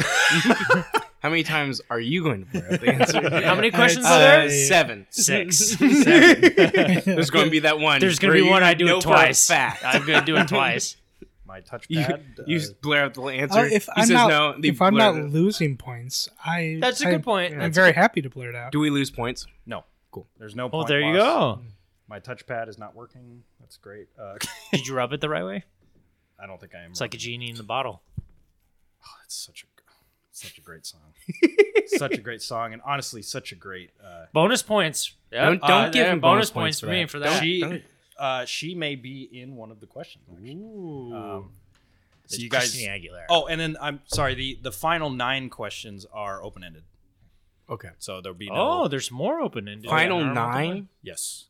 Speaker 4: How many times are you going to blur out the
Speaker 3: *laughs*
Speaker 4: answer?
Speaker 3: How many questions
Speaker 1: Uh,
Speaker 3: are there?
Speaker 4: Uh, seven.
Speaker 3: *laughs* Six.
Speaker 4: There's going to be that one.
Speaker 3: There's gonna
Speaker 4: where
Speaker 3: be
Speaker 4: you
Speaker 3: one I do
Speaker 4: know
Speaker 3: it
Speaker 4: for a
Speaker 3: twice.
Speaker 4: fact.
Speaker 3: *laughs* I'm gonna do it twice.
Speaker 2: My
Speaker 4: You,
Speaker 2: touchpad.
Speaker 4: *laughs* you
Speaker 2: uh,
Speaker 4: just blare out the answer.
Speaker 1: Oh,
Speaker 3: Uh,
Speaker 1: if
Speaker 4: he
Speaker 1: I'm
Speaker 4: says
Speaker 1: not,
Speaker 4: no. and they
Speaker 1: if I'm
Speaker 4: blurt
Speaker 1: not
Speaker 4: it out.
Speaker 1: losing points, I
Speaker 5: That's a
Speaker 1: I-
Speaker 5: good point.
Speaker 1: I'm
Speaker 5: That's a
Speaker 1: very happy to blurt out.
Speaker 4: do we lose points?
Speaker 2: no.
Speaker 4: Cool.
Speaker 2: There's no.
Speaker 5: Oh,
Speaker 2: point
Speaker 5: there you
Speaker 2: loss.
Speaker 5: go.
Speaker 2: My touchpad is not working. That's great. Uh, *laughs*
Speaker 3: Did you rub it the right way?
Speaker 2: I don't think I am.
Speaker 3: It's like a genie in the bottle.
Speaker 2: it's such a such a great song.
Speaker 3: *laughs*
Speaker 2: such a great song, and honestly, such a great. Uh,
Speaker 3: Bonus points. Yeah.
Speaker 4: Don't- don't
Speaker 3: Uh,
Speaker 4: give
Speaker 3: yeah,
Speaker 4: him
Speaker 3: bonus
Speaker 4: bonus points
Speaker 3: points
Speaker 4: for
Speaker 3: for me
Speaker 4: that.
Speaker 3: for that.
Speaker 2: she uh, she may be in one of the questions. Actually. Um, so
Speaker 3: It's
Speaker 2: you guys.
Speaker 3: Christina Aguilera.
Speaker 2: Oh, and then I'm sorry. the The final nine questions are open ended,
Speaker 4: Okay.
Speaker 2: so there'll be no.
Speaker 3: Oh, there's more open ended.
Speaker 4: Final nine.
Speaker 2: yes,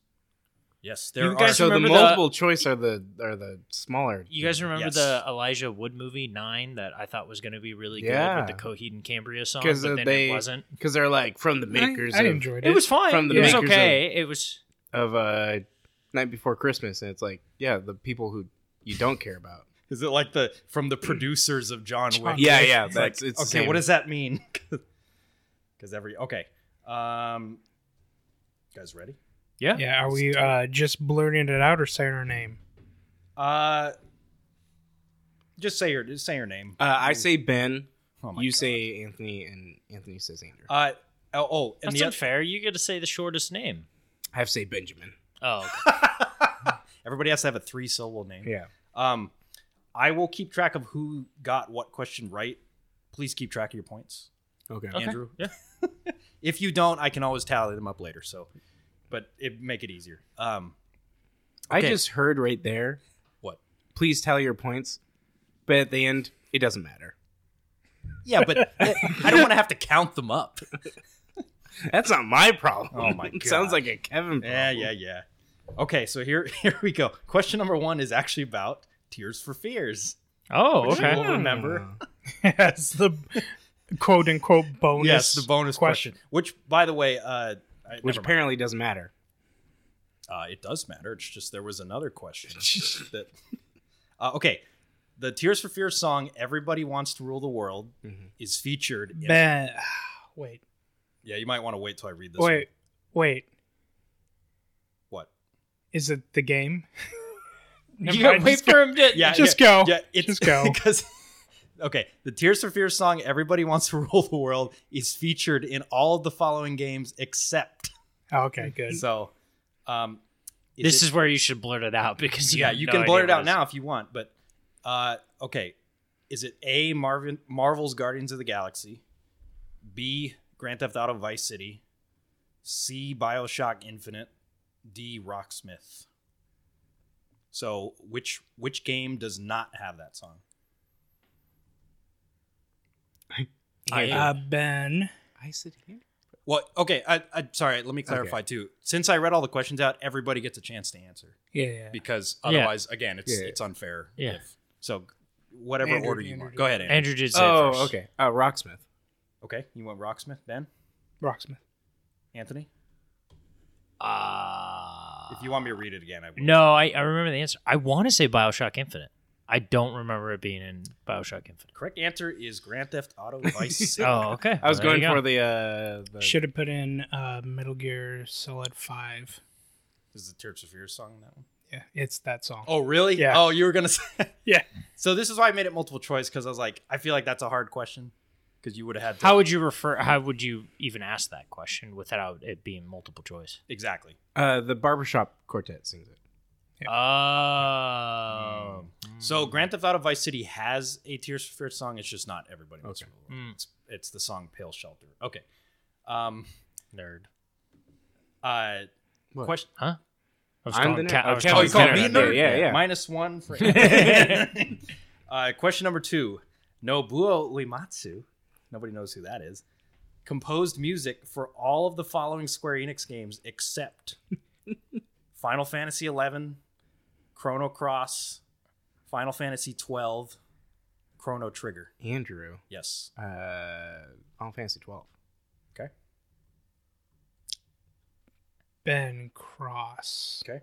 Speaker 2: yes. There
Speaker 3: You
Speaker 2: are.
Speaker 3: guys
Speaker 4: So the
Speaker 3: remember the-
Speaker 4: multiple choice are the are the smaller.
Speaker 3: You guys remember
Speaker 2: Yes.
Speaker 3: the Elijah Wood movie Nine that I thought was going to be really
Speaker 4: Yeah.
Speaker 3: good with the Coheed and Cambria song, but
Speaker 4: because
Speaker 3: then
Speaker 4: they
Speaker 3: it wasn't.
Speaker 4: because they're like from the makers.
Speaker 1: I, I
Speaker 4: of,
Speaker 1: enjoyed it.
Speaker 3: It was fine.
Speaker 4: from the
Speaker 3: it was
Speaker 4: makers
Speaker 3: okay. It was
Speaker 4: of uh, Night Before Christmas, and it's like yeah, the people who you don't care about.
Speaker 2: Is it like the from
Speaker 4: *clears throat*
Speaker 2: the producers of John Wick?
Speaker 4: Yeah, yeah,
Speaker 2: It's
Speaker 4: that's-
Speaker 2: like,
Speaker 4: it's the
Speaker 2: okay.
Speaker 4: same.
Speaker 2: What does that mean? *laughs* Because every okay. Um, you guys ready?
Speaker 3: yeah.
Speaker 1: yeah, are we uh, just blurting it out or saying our name?
Speaker 2: Uh, just say your just say your name.
Speaker 4: Uh, I say Ben,
Speaker 2: Oh my
Speaker 4: you
Speaker 2: God.
Speaker 4: say Anthony, and Anthony says Andrew.
Speaker 2: Uh, oh, oh, and
Speaker 3: That's
Speaker 2: the
Speaker 3: unfair. You get to say the shortest name.
Speaker 4: I have to say Benjamin.
Speaker 3: Oh, okay.
Speaker 4: *laughs*
Speaker 2: other, *laughs* everybody has to have a three syllable name.
Speaker 4: Yeah.
Speaker 2: Um, I will keep track of who got what question right. Please keep track of your points,
Speaker 4: Okay.
Speaker 2: Andrew. Yeah. *laughs* if you don't, I can always tally them up later. So, but it make it easier. Um,
Speaker 4: I
Speaker 2: Okay.
Speaker 4: just heard right there.
Speaker 2: What?
Speaker 4: Please tell your points, but at the end, it doesn't matter.
Speaker 2: yeah, but *laughs* I don't want to have to count them up.
Speaker 4: That's not my problem.
Speaker 2: Oh my
Speaker 4: *laughs* It sounds like a Kevin. Problem.
Speaker 2: Yeah, yeah, yeah. Okay, so here *laughs* here we go. Question number one is actually about Tears for Fears.
Speaker 3: Oh,
Speaker 2: Which
Speaker 3: okay.
Speaker 2: you will
Speaker 4: Hmm.
Speaker 2: remember.
Speaker 1: Yes, the quote unquote bonus.
Speaker 2: yes, the bonus question. Which, by the way, uh, I,
Speaker 4: Which
Speaker 2: never mind.
Speaker 4: apparently doesn't matter.
Speaker 2: Uh, it does matter. It's just there was another
Speaker 1: *laughs*
Speaker 2: question that. Uh, okay, the Tears for Fears song "Everybody Wants to Rule the World"
Speaker 4: Mhm.
Speaker 2: is featured. In,
Speaker 1: Ben, *sighs* wait,
Speaker 2: yeah, you might want to wait till I read this.
Speaker 1: wait,
Speaker 2: one.
Speaker 1: wait.
Speaker 2: what?
Speaker 1: Is it the
Speaker 2: *laughs*
Speaker 1: game? Never *laughs*
Speaker 3: You got
Speaker 1: mind,
Speaker 3: to wait
Speaker 1: just
Speaker 3: for him *laughs* to.
Speaker 2: Yeah,
Speaker 1: just
Speaker 2: yeah,
Speaker 1: go.
Speaker 2: Yeah, it's
Speaker 1: Just
Speaker 2: *laughs*
Speaker 1: go.
Speaker 2: because. Okay, the Tears for Fears song "Everybody Wants to *laughs* Rule the World" is featured in all of the following games except.
Speaker 1: Oh, okay, good.
Speaker 2: So, um,
Speaker 3: This
Speaker 2: it-
Speaker 3: is where you should blurt it out because you
Speaker 2: yeah,
Speaker 3: have
Speaker 2: you
Speaker 3: no
Speaker 2: can
Speaker 3: idea
Speaker 2: blurt it
Speaker 3: what
Speaker 2: out now if you want. But uh, okay, is it A. Marvin Marvel's Guardians of the Galaxy, B. Grand Theft Auto Vice City, C. Bioshock Infinite, D. Rocksmith? So which which game does not have that song?
Speaker 3: I-
Speaker 1: Uh, ben,
Speaker 4: I said Andrew.
Speaker 2: Well, okay, I, I'm sorry. Let me clarify too. Since I read all the questions out, everybody gets a chance to answer
Speaker 1: yeah, yeah.
Speaker 2: because
Speaker 3: Yeah.
Speaker 2: otherwise, again, it's
Speaker 4: Yeah.
Speaker 2: it's unfair.
Speaker 3: Yeah.
Speaker 2: if- so whatever
Speaker 1: Andrew,
Speaker 2: order you
Speaker 1: Andrew
Speaker 2: want,
Speaker 1: did.
Speaker 2: go ahead,
Speaker 3: it
Speaker 2: Andrew.
Speaker 3: is. Andrew did say
Speaker 4: Oh,
Speaker 3: first.
Speaker 4: okay. Uh, Rocksmith.
Speaker 2: Okay, you want Rocksmith, Ben,
Speaker 1: Rocksmith.
Speaker 2: Anthony.
Speaker 3: Uh,
Speaker 2: If you want me to read it again, I will.
Speaker 3: no, I, I remember the answer. I want to say Bioshock Infinite. I don't remember it being in Bioshock Infinite.
Speaker 2: Correct answer is Grand Theft
Speaker 3: *laughs*
Speaker 2: Auto Vice City.
Speaker 3: Oh, okay.
Speaker 4: I was
Speaker 3: There
Speaker 4: going
Speaker 3: you go.
Speaker 4: for the. Uh, the
Speaker 1: Should have put in uh, Metal Gear Solid Five.
Speaker 2: Is the Tears of Fear song in that one?
Speaker 1: Yeah, it's that song.
Speaker 2: Oh, really?
Speaker 1: Yeah.
Speaker 2: Oh, you were gonna say. *laughs*
Speaker 1: Yeah.
Speaker 2: So this is why I made it multiple choice because I was like, I feel like that's a hard question because you would have had to
Speaker 3: How would you refer? How would you even ask that question without it being multiple choice?
Speaker 2: exactly.
Speaker 4: uh, the barbershop quartet sings it.
Speaker 3: Oh,
Speaker 2: So Grand Theft Auto Vice City has a Tears for Fears song. It's just not everybody. Wants
Speaker 4: Okay.
Speaker 2: to Rule the World. It's, it's the song Pale Shelter. Okay. Um,
Speaker 3: Nerd.
Speaker 2: uh,
Speaker 4: What?
Speaker 2: question.
Speaker 3: I was
Speaker 4: I'm
Speaker 3: calling
Speaker 4: the nerd.
Speaker 3: Cat.
Speaker 4: Oh,
Speaker 3: I was
Speaker 4: Cat
Speaker 3: calling
Speaker 4: was the
Speaker 3: Cat-
Speaker 4: nerd. Yeah, yeah, yeah.
Speaker 2: Minus one
Speaker 4: *laughs*
Speaker 2: for. *laughs* uh, question number two. Nobuo Uematsu. Nobody knows who that is. Composed music for all of the following Square Enix games
Speaker 4: *laughs*
Speaker 2: except Final Fantasy XI, Chrono Cross, Final Fantasy XII, Chrono Trigger.
Speaker 4: Andrew,
Speaker 2: Yes.
Speaker 4: uh, Final Fantasy 12.
Speaker 2: Okay.
Speaker 1: Ben Cross.
Speaker 2: Okay.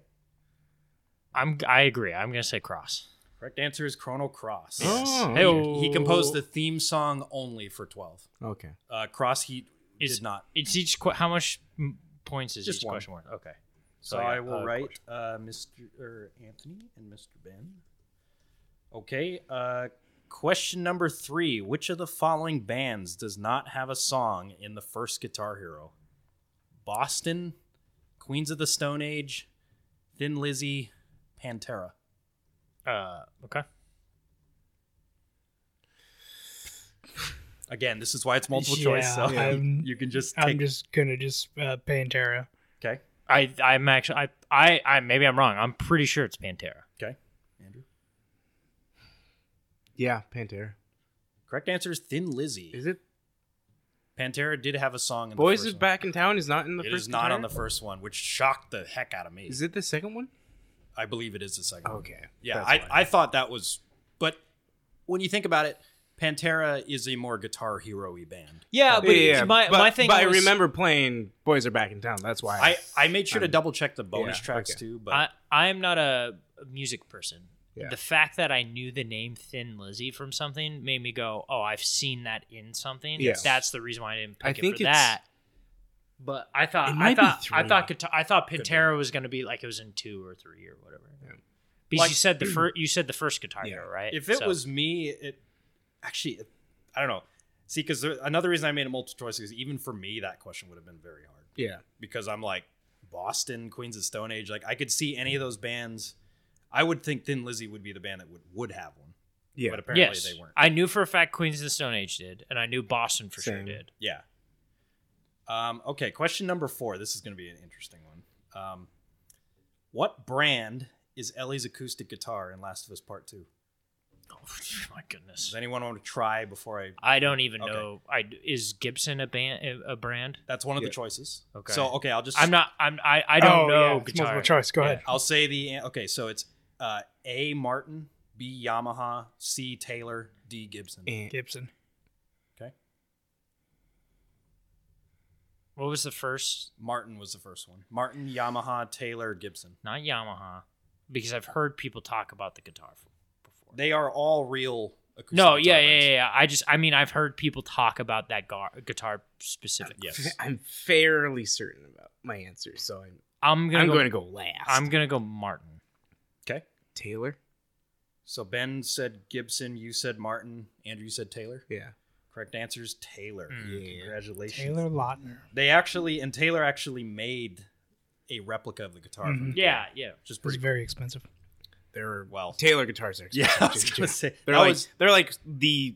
Speaker 3: I'm. I agree. I'm gonna say Cross.
Speaker 2: Correct answer is Chrono Cross.
Speaker 4: Oh,
Speaker 3: Hey,
Speaker 4: okay.
Speaker 2: He composed the theme song only for 12.
Speaker 4: okay.
Speaker 2: Uh, Cross Heat
Speaker 3: Is-
Speaker 2: did not.
Speaker 3: It's each. Qu- how much mm, points is
Speaker 2: Just
Speaker 3: each
Speaker 2: one.
Speaker 3: question worth? Okay.
Speaker 2: So
Speaker 4: Oh,
Speaker 3: yeah,
Speaker 2: I will
Speaker 3: uh,
Speaker 2: write uh, Mr. Er, Anthony and Mr. Ben. Okay. Uh, question number three: Which of the following bands does not have a song in the first Guitar Hero? Boston, Queens of the Stone Age, Thin Lizzy, Pantera.
Speaker 3: Uh. Okay.
Speaker 2: Again, this is why it's multiple choice,
Speaker 1: Yeah,
Speaker 2: so
Speaker 1: I'm-
Speaker 2: *laughs* you can just take.
Speaker 1: I'm just gonna just uh, Pantera.
Speaker 2: okay.
Speaker 3: I. I'm actually. I. I. I. Maybe I'm wrong. I'm pretty sure it's Pantera.
Speaker 2: Okay. Andrew.
Speaker 4: Yeah, Pantera.
Speaker 2: Correct answer is Thin Lizzy.
Speaker 4: Is it
Speaker 2: Pantera did have a song in
Speaker 4: Boys
Speaker 2: the
Speaker 4: is
Speaker 2: first
Speaker 4: Back in Town is not in the
Speaker 2: one. It
Speaker 4: first
Speaker 2: is not on
Speaker 4: Guitar?
Speaker 2: the first one, which shocked the heck out of me.
Speaker 4: Is it the second one?
Speaker 2: I believe it is the second. one.
Speaker 4: Okay.
Speaker 2: Yeah,
Speaker 4: Oh, That's
Speaker 2: I,
Speaker 4: why.
Speaker 2: I thought that was, but when you think about it, Pantera is a more Guitar Hero y band.
Speaker 3: Yeah, but
Speaker 4: yeah, yeah,
Speaker 3: my
Speaker 4: but,
Speaker 3: my thing.
Speaker 4: but I
Speaker 3: was-
Speaker 4: remember playing Boys Are Back in Town. That's why
Speaker 2: I, I made sure to
Speaker 4: I'm-
Speaker 2: double check the bonus
Speaker 4: Um, yeah,
Speaker 2: tracks
Speaker 4: okay.
Speaker 2: too, but
Speaker 3: I I am not a music person.
Speaker 4: Yeah.
Speaker 3: The fact that I knew the name Thin Lizzy from something made me go, "Oh, I've seen that in something."
Speaker 4: Yes.
Speaker 3: That's the reason why I didn't pick
Speaker 4: I
Speaker 3: it
Speaker 4: think
Speaker 3: for
Speaker 4: it's-
Speaker 3: that. But I thought
Speaker 4: It
Speaker 3: I
Speaker 4: might be
Speaker 3: thought I
Speaker 4: three.
Speaker 3: thought guitar, I thought Pantera was going to be like it was in 2 or 3 or whatever.
Speaker 4: Yeah.
Speaker 3: Because
Speaker 2: Like-
Speaker 3: you said
Speaker 4: *clears throat*
Speaker 3: the first you said the first guitar
Speaker 4: Yeah.
Speaker 3: hero, right?
Speaker 2: if it
Speaker 3: So-
Speaker 2: was me, it actually, it, I don't know. See, because another reason I made a multiple choice is even for me, that question would have been very hard
Speaker 4: Yeah.
Speaker 2: because I'm like Boston, Queens of Stone Age. Like I could see any of those bands. I would think Thin Lizzy would be the band that would would have one,
Speaker 4: Yeah.
Speaker 2: but apparently
Speaker 3: yes,
Speaker 2: they weren't.
Speaker 3: I knew for a fact Queens of the Stone Age did, and I knew Boston for sure
Speaker 4: Same.
Speaker 3: did.
Speaker 2: Yeah. Um, okay, question number four. This is going to be an interesting one. Um, what brand is Ellie's acoustic guitar in Last of Us Part Two?
Speaker 3: Oh, my goodness.
Speaker 2: Does anyone want to try before I?
Speaker 3: I don't even
Speaker 2: Okay.
Speaker 3: know. I is Gibson a band a brand?
Speaker 2: That's one of
Speaker 4: Yeah.
Speaker 2: the choices.
Speaker 3: Okay.
Speaker 2: So okay, I'll just.
Speaker 3: I'm not. I'm. I. I don't
Speaker 1: Oh,
Speaker 3: know.
Speaker 1: yeah, it's
Speaker 3: guitar.
Speaker 1: multiple choice. Go
Speaker 2: yeah,
Speaker 1: ahead.
Speaker 2: I'll say the okay. So it's uh, A. Martin, B. Yamaha, C. Taylor, D. Gibson.
Speaker 3: Eh.
Speaker 4: And
Speaker 1: Gibson.
Speaker 3: What was the first?
Speaker 2: Martin was the first one. Martin, Yamaha, Taylor, Gibson.
Speaker 3: Not Yamaha, because I've heard people talk about the guitar f- before.
Speaker 2: They are all real. Acoustic
Speaker 3: no, yeah,
Speaker 2: guitar
Speaker 3: yeah,
Speaker 2: brands.
Speaker 3: yeah, yeah. I just. I mean, I've heard people talk about that gar- guitar specific.
Speaker 2: Yes.
Speaker 4: I'm fairly certain about my answer, so I'm
Speaker 3: *laughs* I'm gonna.
Speaker 4: I'm
Speaker 3: go,
Speaker 4: going to go last.
Speaker 3: I'm gonna go Martin.
Speaker 2: Okay.
Speaker 4: Taylor.
Speaker 2: So Ben said Gibson, you said Martin, Andrew you said Taylor.
Speaker 4: Yeah.
Speaker 2: Correct answer is Taylor.
Speaker 3: Mm.
Speaker 4: Yeah.
Speaker 2: Congratulations.
Speaker 1: Taylor Lautner.
Speaker 2: They actually and Taylor actually made a replica of the guitar,
Speaker 4: Mm-hmm.
Speaker 2: from
Speaker 1: Mhm.
Speaker 2: the
Speaker 3: Yeah,
Speaker 2: game,
Speaker 3: yeah.
Speaker 2: which is
Speaker 1: It was
Speaker 2: pretty.
Speaker 1: very expensive.
Speaker 4: There were
Speaker 2: Well- *laughs*
Speaker 4: Taylor guitars are
Speaker 2: Yeah, I was
Speaker 4: expensive,
Speaker 2: gonna
Speaker 4: too.
Speaker 2: say
Speaker 4: They're
Speaker 2: that
Speaker 4: like
Speaker 2: was-
Speaker 4: they're like the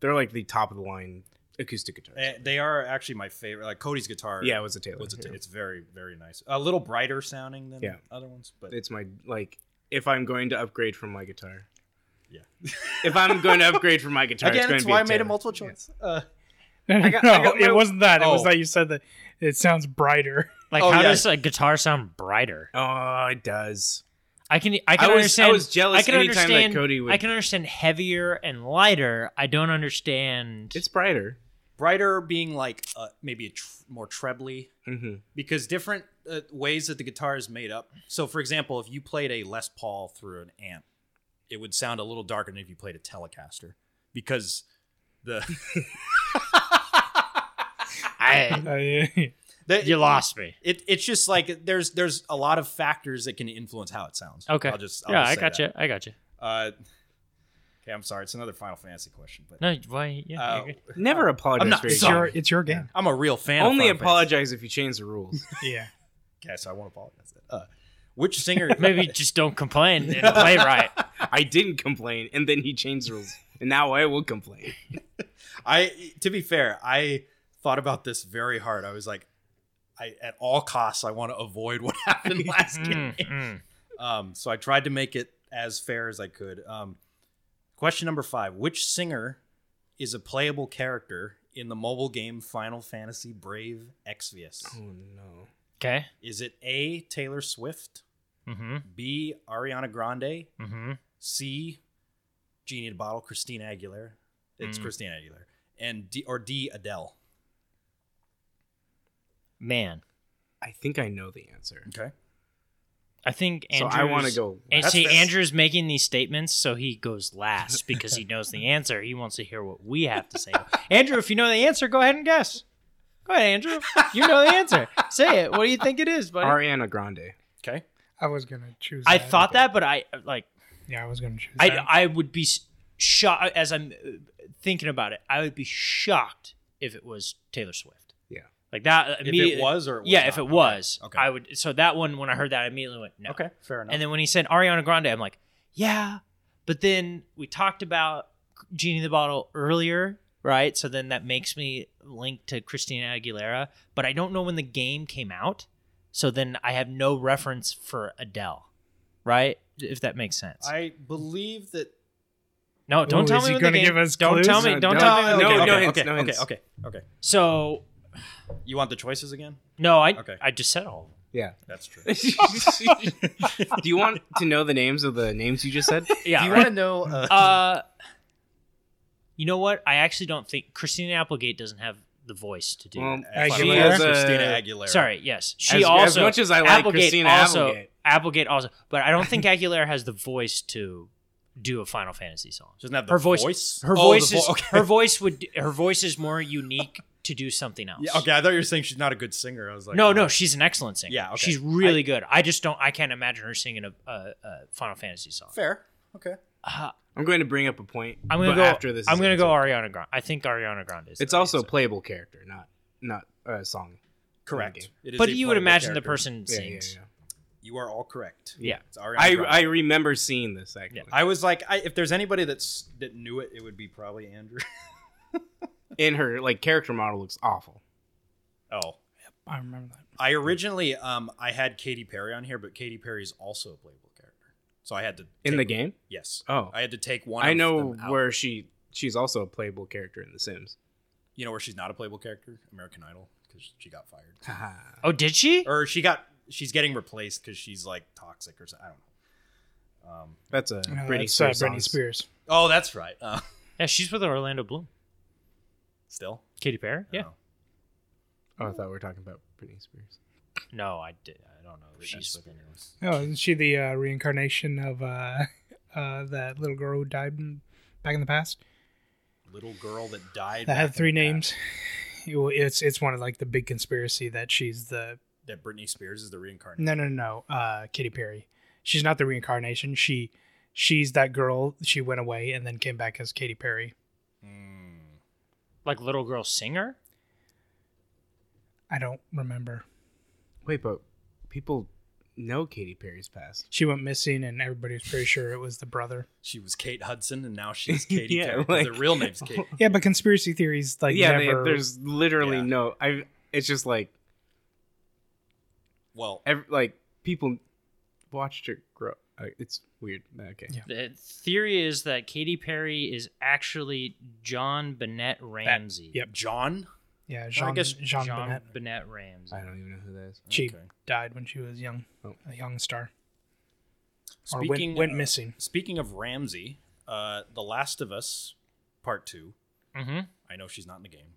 Speaker 4: they're like the top of the line acoustic guitars.
Speaker 2: eh, they are actually my favorite. Like Cody's guitar.
Speaker 4: yeah, it was a Taylor.
Speaker 2: was a
Speaker 4: Yeah.
Speaker 2: Taylor. It's very very nice. A little brighter sounding than
Speaker 4: Yeah.
Speaker 2: other ones, but
Speaker 4: *laughs* It's my like if I'm going to upgrade from my guitar.
Speaker 2: Yeah.
Speaker 4: *laughs* if I'm going to upgrade from my guitar,
Speaker 2: again,
Speaker 4: it's going
Speaker 2: that's
Speaker 4: to be
Speaker 2: why
Speaker 4: a
Speaker 2: I made a
Speaker 4: Taylor.
Speaker 2: multiple choice. Uh,
Speaker 1: *laughs* No, no,
Speaker 4: got- I
Speaker 1: no,
Speaker 4: got my-
Speaker 1: it wasn't that. It was
Speaker 2: Oh.
Speaker 1: that you said that it sounds brighter.
Speaker 3: Like,
Speaker 2: Oh,
Speaker 3: how
Speaker 2: yeah.
Speaker 3: does a guitar sound brighter?
Speaker 4: Oh, it does.
Speaker 3: I can. I
Speaker 4: I
Speaker 3: can
Speaker 4: was- I
Speaker 3: understand.
Speaker 4: was jealous
Speaker 3: I can
Speaker 4: anytime that
Speaker 3: understand,
Speaker 4: Cody would-
Speaker 3: I can understand heavier and lighter. I don't understand.
Speaker 4: It's brighter.
Speaker 2: brighter being like uh, maybe a tr- more trebly.
Speaker 4: hmm
Speaker 2: because different uh, ways that the guitar is made up. So, for example, if you played a Les Paul through an amp, it would sound a little darker than if you played a Telecaster because the,
Speaker 3: *laughs* I,
Speaker 1: Uh, yeah. *laughs*
Speaker 2: the
Speaker 3: you lost me.
Speaker 2: It, it's just like there's there's a lot of factors that can influence how it sounds.
Speaker 3: Okay.
Speaker 2: I'll just I'll
Speaker 3: yeah,
Speaker 2: just
Speaker 3: I
Speaker 2: say
Speaker 3: got
Speaker 2: that.
Speaker 3: you. I got you.
Speaker 2: Uh, okay, I'm sorry. It's another Final Fantasy question, but
Speaker 3: No, why? Yeah.
Speaker 2: uh,
Speaker 3: you're good.
Speaker 4: Never apologize.
Speaker 2: not
Speaker 4: for your
Speaker 1: it's
Speaker 2: sorry.
Speaker 1: your it's your game.
Speaker 2: I'm a real fan. of
Speaker 4: Only
Speaker 2: Final Fantasy.
Speaker 4: apologize if you change the rules.
Speaker 1: *laughs* Yeah.
Speaker 3: *laughs*
Speaker 2: Okay, so I won't apologize. Uh, which singer?
Speaker 3: Maybe just don't complain and play right.
Speaker 4: I didn't complain, and then he changed the
Speaker 2: *laughs*
Speaker 4: rules, and now I will complain.
Speaker 2: I to be fair, I thought about this very hard. I was like, I at all costs I want to avoid what *laughs* happened last
Speaker 3: Mm, Mm-hmm.
Speaker 2: game. Um, so I tried to make it as fair as I could. Um, question number five: Which singer is a playable character in the mobile game Final Fantasy Brave Exvius?
Speaker 4: Oh no!
Speaker 3: Okay.
Speaker 2: Is it A. Taylor Swift,
Speaker 3: Mm-hmm.
Speaker 2: B. Ariana Grande,
Speaker 3: Mm-hmm.
Speaker 2: C. Genie in a Bottle, Christina Aguilera? It's Christina Aguilera, and D or D. Adele.
Speaker 3: Man,
Speaker 4: I think I know the answer.
Speaker 2: Okay.
Speaker 3: I think
Speaker 4: So
Speaker 3: Andrew's,
Speaker 4: I want to go.
Speaker 3: And
Speaker 4: last.
Speaker 3: see,
Speaker 2: fair.
Speaker 3: Andrew's making these statements, so he goes last because he knows the answer. He wants to hear what we have to say. Andrew, if you know the answer, go ahead and guess. Go ahead, Andrew. You know the answer. Say it. What do you think it is, buddy?
Speaker 4: Ariana Grande.
Speaker 2: Okay.
Speaker 1: I was gonna choose.
Speaker 3: I
Speaker 1: that.
Speaker 3: thought that, but I like
Speaker 1: Yeah, I was gonna choose.
Speaker 3: I
Speaker 1: that.
Speaker 3: I would be s- shocked as I'm uh, thinking about it. I would be shocked if it was Taylor Swift.
Speaker 4: Yeah.
Speaker 3: like that.
Speaker 2: If it
Speaker 3: Immediately,
Speaker 2: was or it was
Speaker 3: yeah,
Speaker 2: not.
Speaker 3: if it was,
Speaker 2: Okay.
Speaker 3: I would. So that one, when I heard that, I immediately went no.
Speaker 2: Okay, fair enough.
Speaker 3: And then when he said Ariana Grande, I'm like, yeah. But then we talked about Genie in the Bottle earlier, right? So then that makes me link to Christina Aguilera. But I don't know when the game came out. So then I have no reference for Adele, right? If that makes sense.
Speaker 2: I believe that.
Speaker 3: no, don't
Speaker 1: Ooh,
Speaker 3: tell
Speaker 1: is
Speaker 3: me
Speaker 1: he
Speaker 3: when
Speaker 1: gonna
Speaker 3: the game.
Speaker 1: give us
Speaker 3: don't
Speaker 1: clues?
Speaker 3: tell me.
Speaker 4: No,
Speaker 3: Don't
Speaker 4: don't-
Speaker 3: tell me. when the
Speaker 4: no,
Speaker 3: game-
Speaker 4: no
Speaker 2: okay,
Speaker 4: hints,
Speaker 2: okay,
Speaker 4: no
Speaker 2: okay,
Speaker 4: hints.
Speaker 2: okay, okay.
Speaker 3: So
Speaker 2: You want the choices again?
Speaker 3: no, I
Speaker 2: Okay.
Speaker 3: I just said all.
Speaker 4: Yeah.
Speaker 2: That's
Speaker 3: *laughs*
Speaker 2: true.
Speaker 4: *laughs* Do you want to know the names of the names you just said?
Speaker 3: Of them. Yeah.
Speaker 2: Do you
Speaker 3: right.
Speaker 2: want to know? Uh,
Speaker 3: *laughs* Uh, you know what? I actually don't think Christina Applegate doesn't have the voice to do.
Speaker 4: Well,
Speaker 3: that.
Speaker 2: as
Speaker 1: Aguilera?
Speaker 2: far as
Speaker 4: She has a-
Speaker 2: Christina Aguilera.
Speaker 3: Sorry, yes, she
Speaker 4: uh, As- as
Speaker 3: also.
Speaker 4: much as I like
Speaker 3: Applegate
Speaker 4: Christina
Speaker 3: also,
Speaker 4: Applegate.
Speaker 3: Applegate also, but I don't think Aguilera has the voice to do a Final Fantasy song.
Speaker 2: She doesn't have the
Speaker 3: Her voice, her
Speaker 2: Oh, the
Speaker 3: voice
Speaker 2: vo-
Speaker 3: is
Speaker 2: *laughs* okay.
Speaker 3: her voice would her voice is more unique to do something else.
Speaker 2: Yeah, okay, I thought you were saying she's not a good singer. I was like, uh, oh.
Speaker 3: No, no, she's an excellent singer.
Speaker 2: Yeah, okay.
Speaker 3: she's really good. I just don't. I can't imagine her singing a, a, a Final Fantasy song.
Speaker 2: fair. Okay.
Speaker 3: Uh,
Speaker 4: I'm going to bring up a point.
Speaker 3: I'm gonna
Speaker 4: but
Speaker 3: go
Speaker 4: after this.
Speaker 3: I'm
Speaker 4: is
Speaker 3: gonna
Speaker 4: answered.
Speaker 3: go Ariana Grande. I think Ariana Grande is.
Speaker 4: It's
Speaker 3: the
Speaker 4: also a
Speaker 3: answer.
Speaker 4: playable character, not not a uh, song.
Speaker 2: Correct.
Speaker 4: Okay.
Speaker 2: It is
Speaker 3: but
Speaker 2: a
Speaker 3: you
Speaker 2: playable
Speaker 3: would imagine the
Speaker 2: character.
Speaker 3: person
Speaker 4: Yeah, yeah,
Speaker 3: sings.
Speaker 4: yeah.
Speaker 2: You are all correct.
Speaker 3: Yeah.
Speaker 2: It's Ariana
Speaker 4: I
Speaker 2: Grande.
Speaker 4: I remember seeing this actually.
Speaker 3: Yeah.
Speaker 2: I was like, I, if there's anybody that's that knew it, it would be probably Andrew. *laughs*
Speaker 4: And her like character model looks awful.
Speaker 2: Oh,
Speaker 1: I remember that.
Speaker 2: I originally um I had Katy Perry on here, but Katy Perry is also a playable character, so I had to
Speaker 4: In
Speaker 2: take-
Speaker 4: the game?
Speaker 2: Yes.
Speaker 4: Oh.
Speaker 2: I had to take one.
Speaker 4: I
Speaker 2: of
Speaker 4: know
Speaker 2: them out.
Speaker 4: where she she's also a playable character in The Sims.
Speaker 2: You know where she's not a playable character? American Idol, because she got fired,
Speaker 3: Oh, did she?
Speaker 2: or she got she's getting replaced because she's like toxic or something. I don't know. Um,
Speaker 4: That's a
Speaker 1: No,
Speaker 4: Britney,
Speaker 1: that's, uh,
Speaker 4: Spears song.
Speaker 1: Britney Spears.
Speaker 2: Oh, that's right. Uh, *laughs*
Speaker 3: Yeah, she's with Orlando Bloom.
Speaker 2: still,
Speaker 3: Katy Perry? Yeah.
Speaker 2: Oh.
Speaker 4: Oh, I thought we were talking about Britney Spears.
Speaker 3: No, I did. I don't know. That she's with anyone.
Speaker 1: Oh, isn't she the uh, reincarnation of uh, *laughs* uh, that little girl who died in, back in the past?
Speaker 2: little girl that died
Speaker 1: That had
Speaker 2: back
Speaker 1: three
Speaker 2: in the
Speaker 1: names.
Speaker 2: past,
Speaker 1: *laughs* It wa- It's it's one of like the big conspiracy that she's the
Speaker 2: That Britney Spears is the reincarnation.
Speaker 1: no no no uh, Katy Perry. She's not the reincarnation. She she's that girl. She went away and then came back as Katy Perry.
Speaker 2: Hmm.
Speaker 3: Like little girl singer?
Speaker 1: I don't remember.
Speaker 4: Wait, but people know Katy Perry's past.
Speaker 1: She went missing and everybody was pretty sure it was the brother.
Speaker 2: She was Kate Hudson, and now
Speaker 4: *laughs*
Speaker 2: she's Katy
Speaker 4: Yeah,
Speaker 2: Perry. 'cause
Speaker 4: like-
Speaker 2: the real name's
Speaker 4: *laughs*
Speaker 2: Kate.
Speaker 1: Yeah, but conspiracy theories like
Speaker 4: yeah, they,
Speaker 1: never.
Speaker 4: there's literally
Speaker 2: Yeah.
Speaker 4: no. I. It's just like
Speaker 2: Well,
Speaker 4: ev like people watched her grow. Uh, It's weird. Okay.
Speaker 1: Yeah.
Speaker 3: The theory is that Katy Perry is actually John Bennett Ramsey.
Speaker 1: yep.
Speaker 2: John.
Speaker 1: yeah, Jean,
Speaker 2: guess
Speaker 1: Jean,
Speaker 3: John
Speaker 1: Bonnet.
Speaker 3: Bennett, Ramsey.
Speaker 4: I don't even know who that is.
Speaker 1: She
Speaker 2: Okay.
Speaker 1: died when she was young,
Speaker 4: Oh.
Speaker 1: a young star, or
Speaker 2: Speaking
Speaker 1: went, went
Speaker 2: of-
Speaker 1: missing.
Speaker 2: Speaking of Ramsey, uh, The Last of Us Part Two.
Speaker 3: Mm-hmm.
Speaker 2: I know she's not in the game.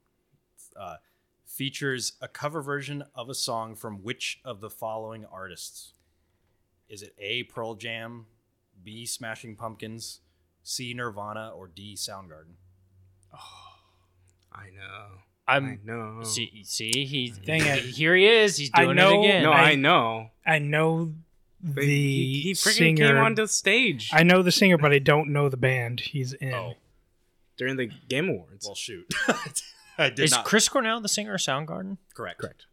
Speaker 2: Uh, features a cover version of a song from which of the following artists? Is it A. Pearl Jam, B. Smashing Pumpkins, C. Nirvana, or D. Soundgarden?
Speaker 4: I know. I
Speaker 3: I'm.
Speaker 4: know.
Speaker 3: See, see, he.
Speaker 1: Dang it.
Speaker 3: Here he is. He's
Speaker 1: I
Speaker 3: doing
Speaker 1: know-
Speaker 3: it again.
Speaker 4: no,
Speaker 1: I-
Speaker 4: I, know.
Speaker 1: I know the
Speaker 4: But he, he freaking
Speaker 1: singer.
Speaker 4: came onto stage
Speaker 1: I know the singer, but I don't know the band he's in.
Speaker 2: Oh,
Speaker 4: during the Game Awards.
Speaker 2: well, shoot. I did
Speaker 3: is
Speaker 2: not.
Speaker 3: Chris Cornell the singer of Soundgarden?
Speaker 2: correct. Correct.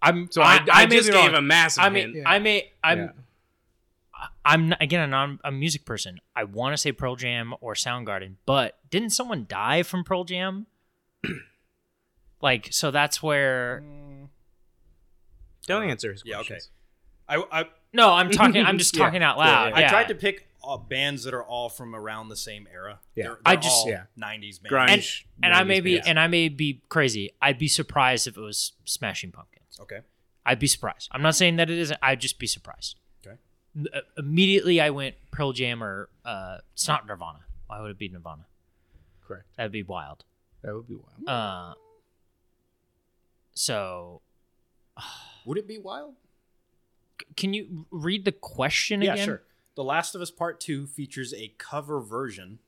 Speaker 3: I'm.
Speaker 4: so I, I,
Speaker 3: may
Speaker 4: just
Speaker 3: be wrong.
Speaker 4: gave a massive
Speaker 3: I mean,
Speaker 4: hint.
Speaker 1: Yeah.
Speaker 3: I may. I'm.
Speaker 4: Yeah.
Speaker 3: I- I'm not, again, I'm not a music person. I want to say Pearl Jam or Soundgarden, but didn't someone die from Pearl Jam?
Speaker 1: *clears throat*
Speaker 3: like, so that's where.
Speaker 4: Don't answer his
Speaker 2: Yeah, okay.
Speaker 4: questions.
Speaker 2: I, I,
Speaker 3: No, I'm talking. I'm
Speaker 1: *laughs*
Speaker 3: just
Speaker 4: Yeah.
Speaker 3: talking out loud.
Speaker 2: I
Speaker 3: yeah.
Speaker 2: tried to pick uh, bands that are all from around the same era.
Speaker 4: Yeah.
Speaker 2: They're,
Speaker 3: I
Speaker 2: they're
Speaker 3: just-
Speaker 2: all
Speaker 4: yeah.
Speaker 2: 90s bands.
Speaker 4: Grunge.
Speaker 3: and, and I may
Speaker 4: 90s
Speaker 3: be
Speaker 4: bands.
Speaker 3: and I may be crazy. I'd be surprised if it was Smashing Pumpkins.
Speaker 2: Okay.
Speaker 3: I'd be surprised. I'm not saying that it isn't. I'd just be surprised.
Speaker 2: Okay.
Speaker 3: N- uh, immediately, I went Pearl Jam or uh, it's not Nirvana. Why would it be Nirvana?
Speaker 4: Correct.
Speaker 3: That'd be wild.
Speaker 4: That would be wild.
Speaker 3: Uh, so
Speaker 2: Would it be wild?
Speaker 3: c- can you read the question
Speaker 2: yeah,
Speaker 3: again?
Speaker 2: sure. The Last of Us Part 2 features a cover version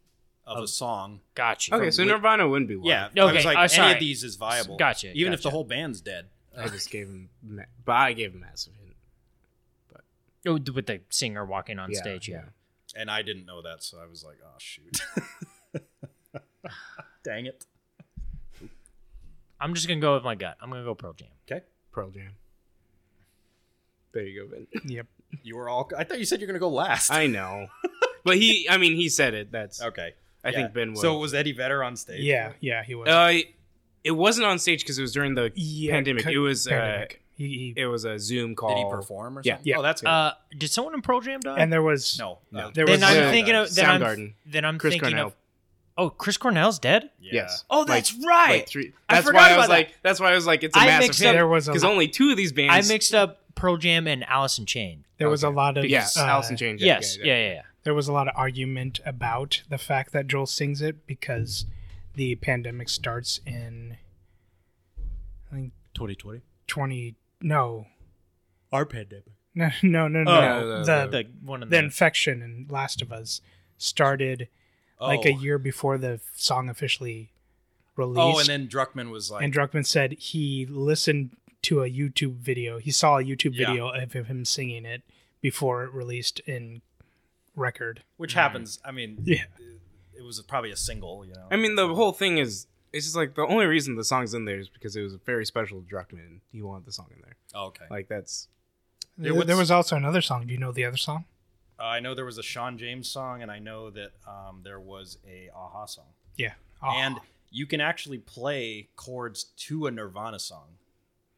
Speaker 2: of a song.
Speaker 3: Gotcha.
Speaker 4: Okay, so
Speaker 2: Wi-
Speaker 4: Nirvana wouldn't be wild.
Speaker 2: Yeah. I
Speaker 3: Okay,
Speaker 2: was like,
Speaker 3: uh,
Speaker 2: any
Speaker 3: sorry.
Speaker 2: of these is viable.
Speaker 3: Gotcha,
Speaker 2: Even if the
Speaker 3: gotcha.
Speaker 2: whole band's dead.
Speaker 4: I just gave him, ma- but I gave him massive hint.
Speaker 3: Oh, d- with the singer walking on stage. Yeah.
Speaker 2: And I didn't know that, so I was like, oh, shoot. *laughs* Dang it.
Speaker 3: I'm just gonna go with my gut. I'm gonna go Pearl Jam.
Speaker 2: Okay.
Speaker 4: Pearl Jam. There you go, Ben.
Speaker 1: Yep.
Speaker 2: You were all. I thought you said you were going to go last.
Speaker 4: *laughs* I know, but he, I mean, he said it. That's
Speaker 2: okay.
Speaker 4: I think Ben would.
Speaker 2: So was Eddie Vedder on stage?
Speaker 1: Yeah. Yeah. He was.
Speaker 4: uh, it wasn't on stage because it was during the
Speaker 1: yeah,
Speaker 4: pandemic.
Speaker 1: co-
Speaker 4: It was uh,
Speaker 1: pandemic. he, he,
Speaker 4: it was a Zoom call.
Speaker 2: Did he perform or
Speaker 4: Yeah.
Speaker 2: something?
Speaker 1: Yeah.
Speaker 2: Oh, that's good.
Speaker 3: Uh, did someone in Pearl Jam die?
Speaker 1: and there was
Speaker 2: no.
Speaker 4: no.
Speaker 1: There
Speaker 3: then
Speaker 1: was
Speaker 3: I'm
Speaker 4: Soundgarden.
Speaker 3: thinking of then I'm
Speaker 4: Soundgarden.
Speaker 3: then I'm
Speaker 4: Chris
Speaker 3: thinking
Speaker 4: Cornell.
Speaker 3: of oh Chris Cornell's dead.
Speaker 2: Yeah.
Speaker 4: Yes.
Speaker 3: Oh,
Speaker 4: Like-
Speaker 3: that's right.
Speaker 4: Like three.
Speaker 3: I
Speaker 4: That's
Speaker 3: forgot
Speaker 4: why I
Speaker 3: about
Speaker 4: was
Speaker 3: that.
Speaker 4: like. That's why I was like. It's a
Speaker 3: I
Speaker 4: massive
Speaker 3: mixed up-
Speaker 4: hit
Speaker 1: there was a
Speaker 4: because only two of these
Speaker 3: I
Speaker 4: bands.
Speaker 3: mixed up Pearl Jam and Alice in Chains.
Speaker 1: there was a lot of
Speaker 4: Yes,
Speaker 1: uh,
Speaker 4: Allison Chain.
Speaker 3: Yes, yeah, yeah, yeah.
Speaker 1: there was a lot of argument about the fact that Joel sings it because the pandemic starts in I think
Speaker 2: 2020.
Speaker 1: 20 no *laughs*
Speaker 2: Our pandemic.
Speaker 1: no no no, no.
Speaker 4: Oh, no, no,
Speaker 1: the,
Speaker 4: no.
Speaker 3: The one of
Speaker 1: the
Speaker 3: the
Speaker 1: infection in Last of Us started like a
Speaker 2: Oh.
Speaker 1: year before the song officially released
Speaker 2: Oh, and then Druckman was like,
Speaker 1: and Druckmann said he listened to a YouTube video. He saw a YouTube
Speaker 2: Yeah.
Speaker 1: video of him singing it before it released in record.
Speaker 2: which happens. I mean,
Speaker 1: Yeah.
Speaker 2: it was probably a single, you know.
Speaker 4: I mean, the whole thing is. It's just like the only reason the song's in there is because it was very special to Druckmann. He wanted the song in there.
Speaker 2: oh, okay.
Speaker 4: Like that's
Speaker 2: Yeah,
Speaker 1: there
Speaker 2: what's-
Speaker 1: was also another song. Do you know the other song?
Speaker 2: Uh, I know there was a Sean James song, and I know that um, there was a Aha song,
Speaker 1: Yeah. Ah.
Speaker 2: and you can actually play chords to a Nirvana song.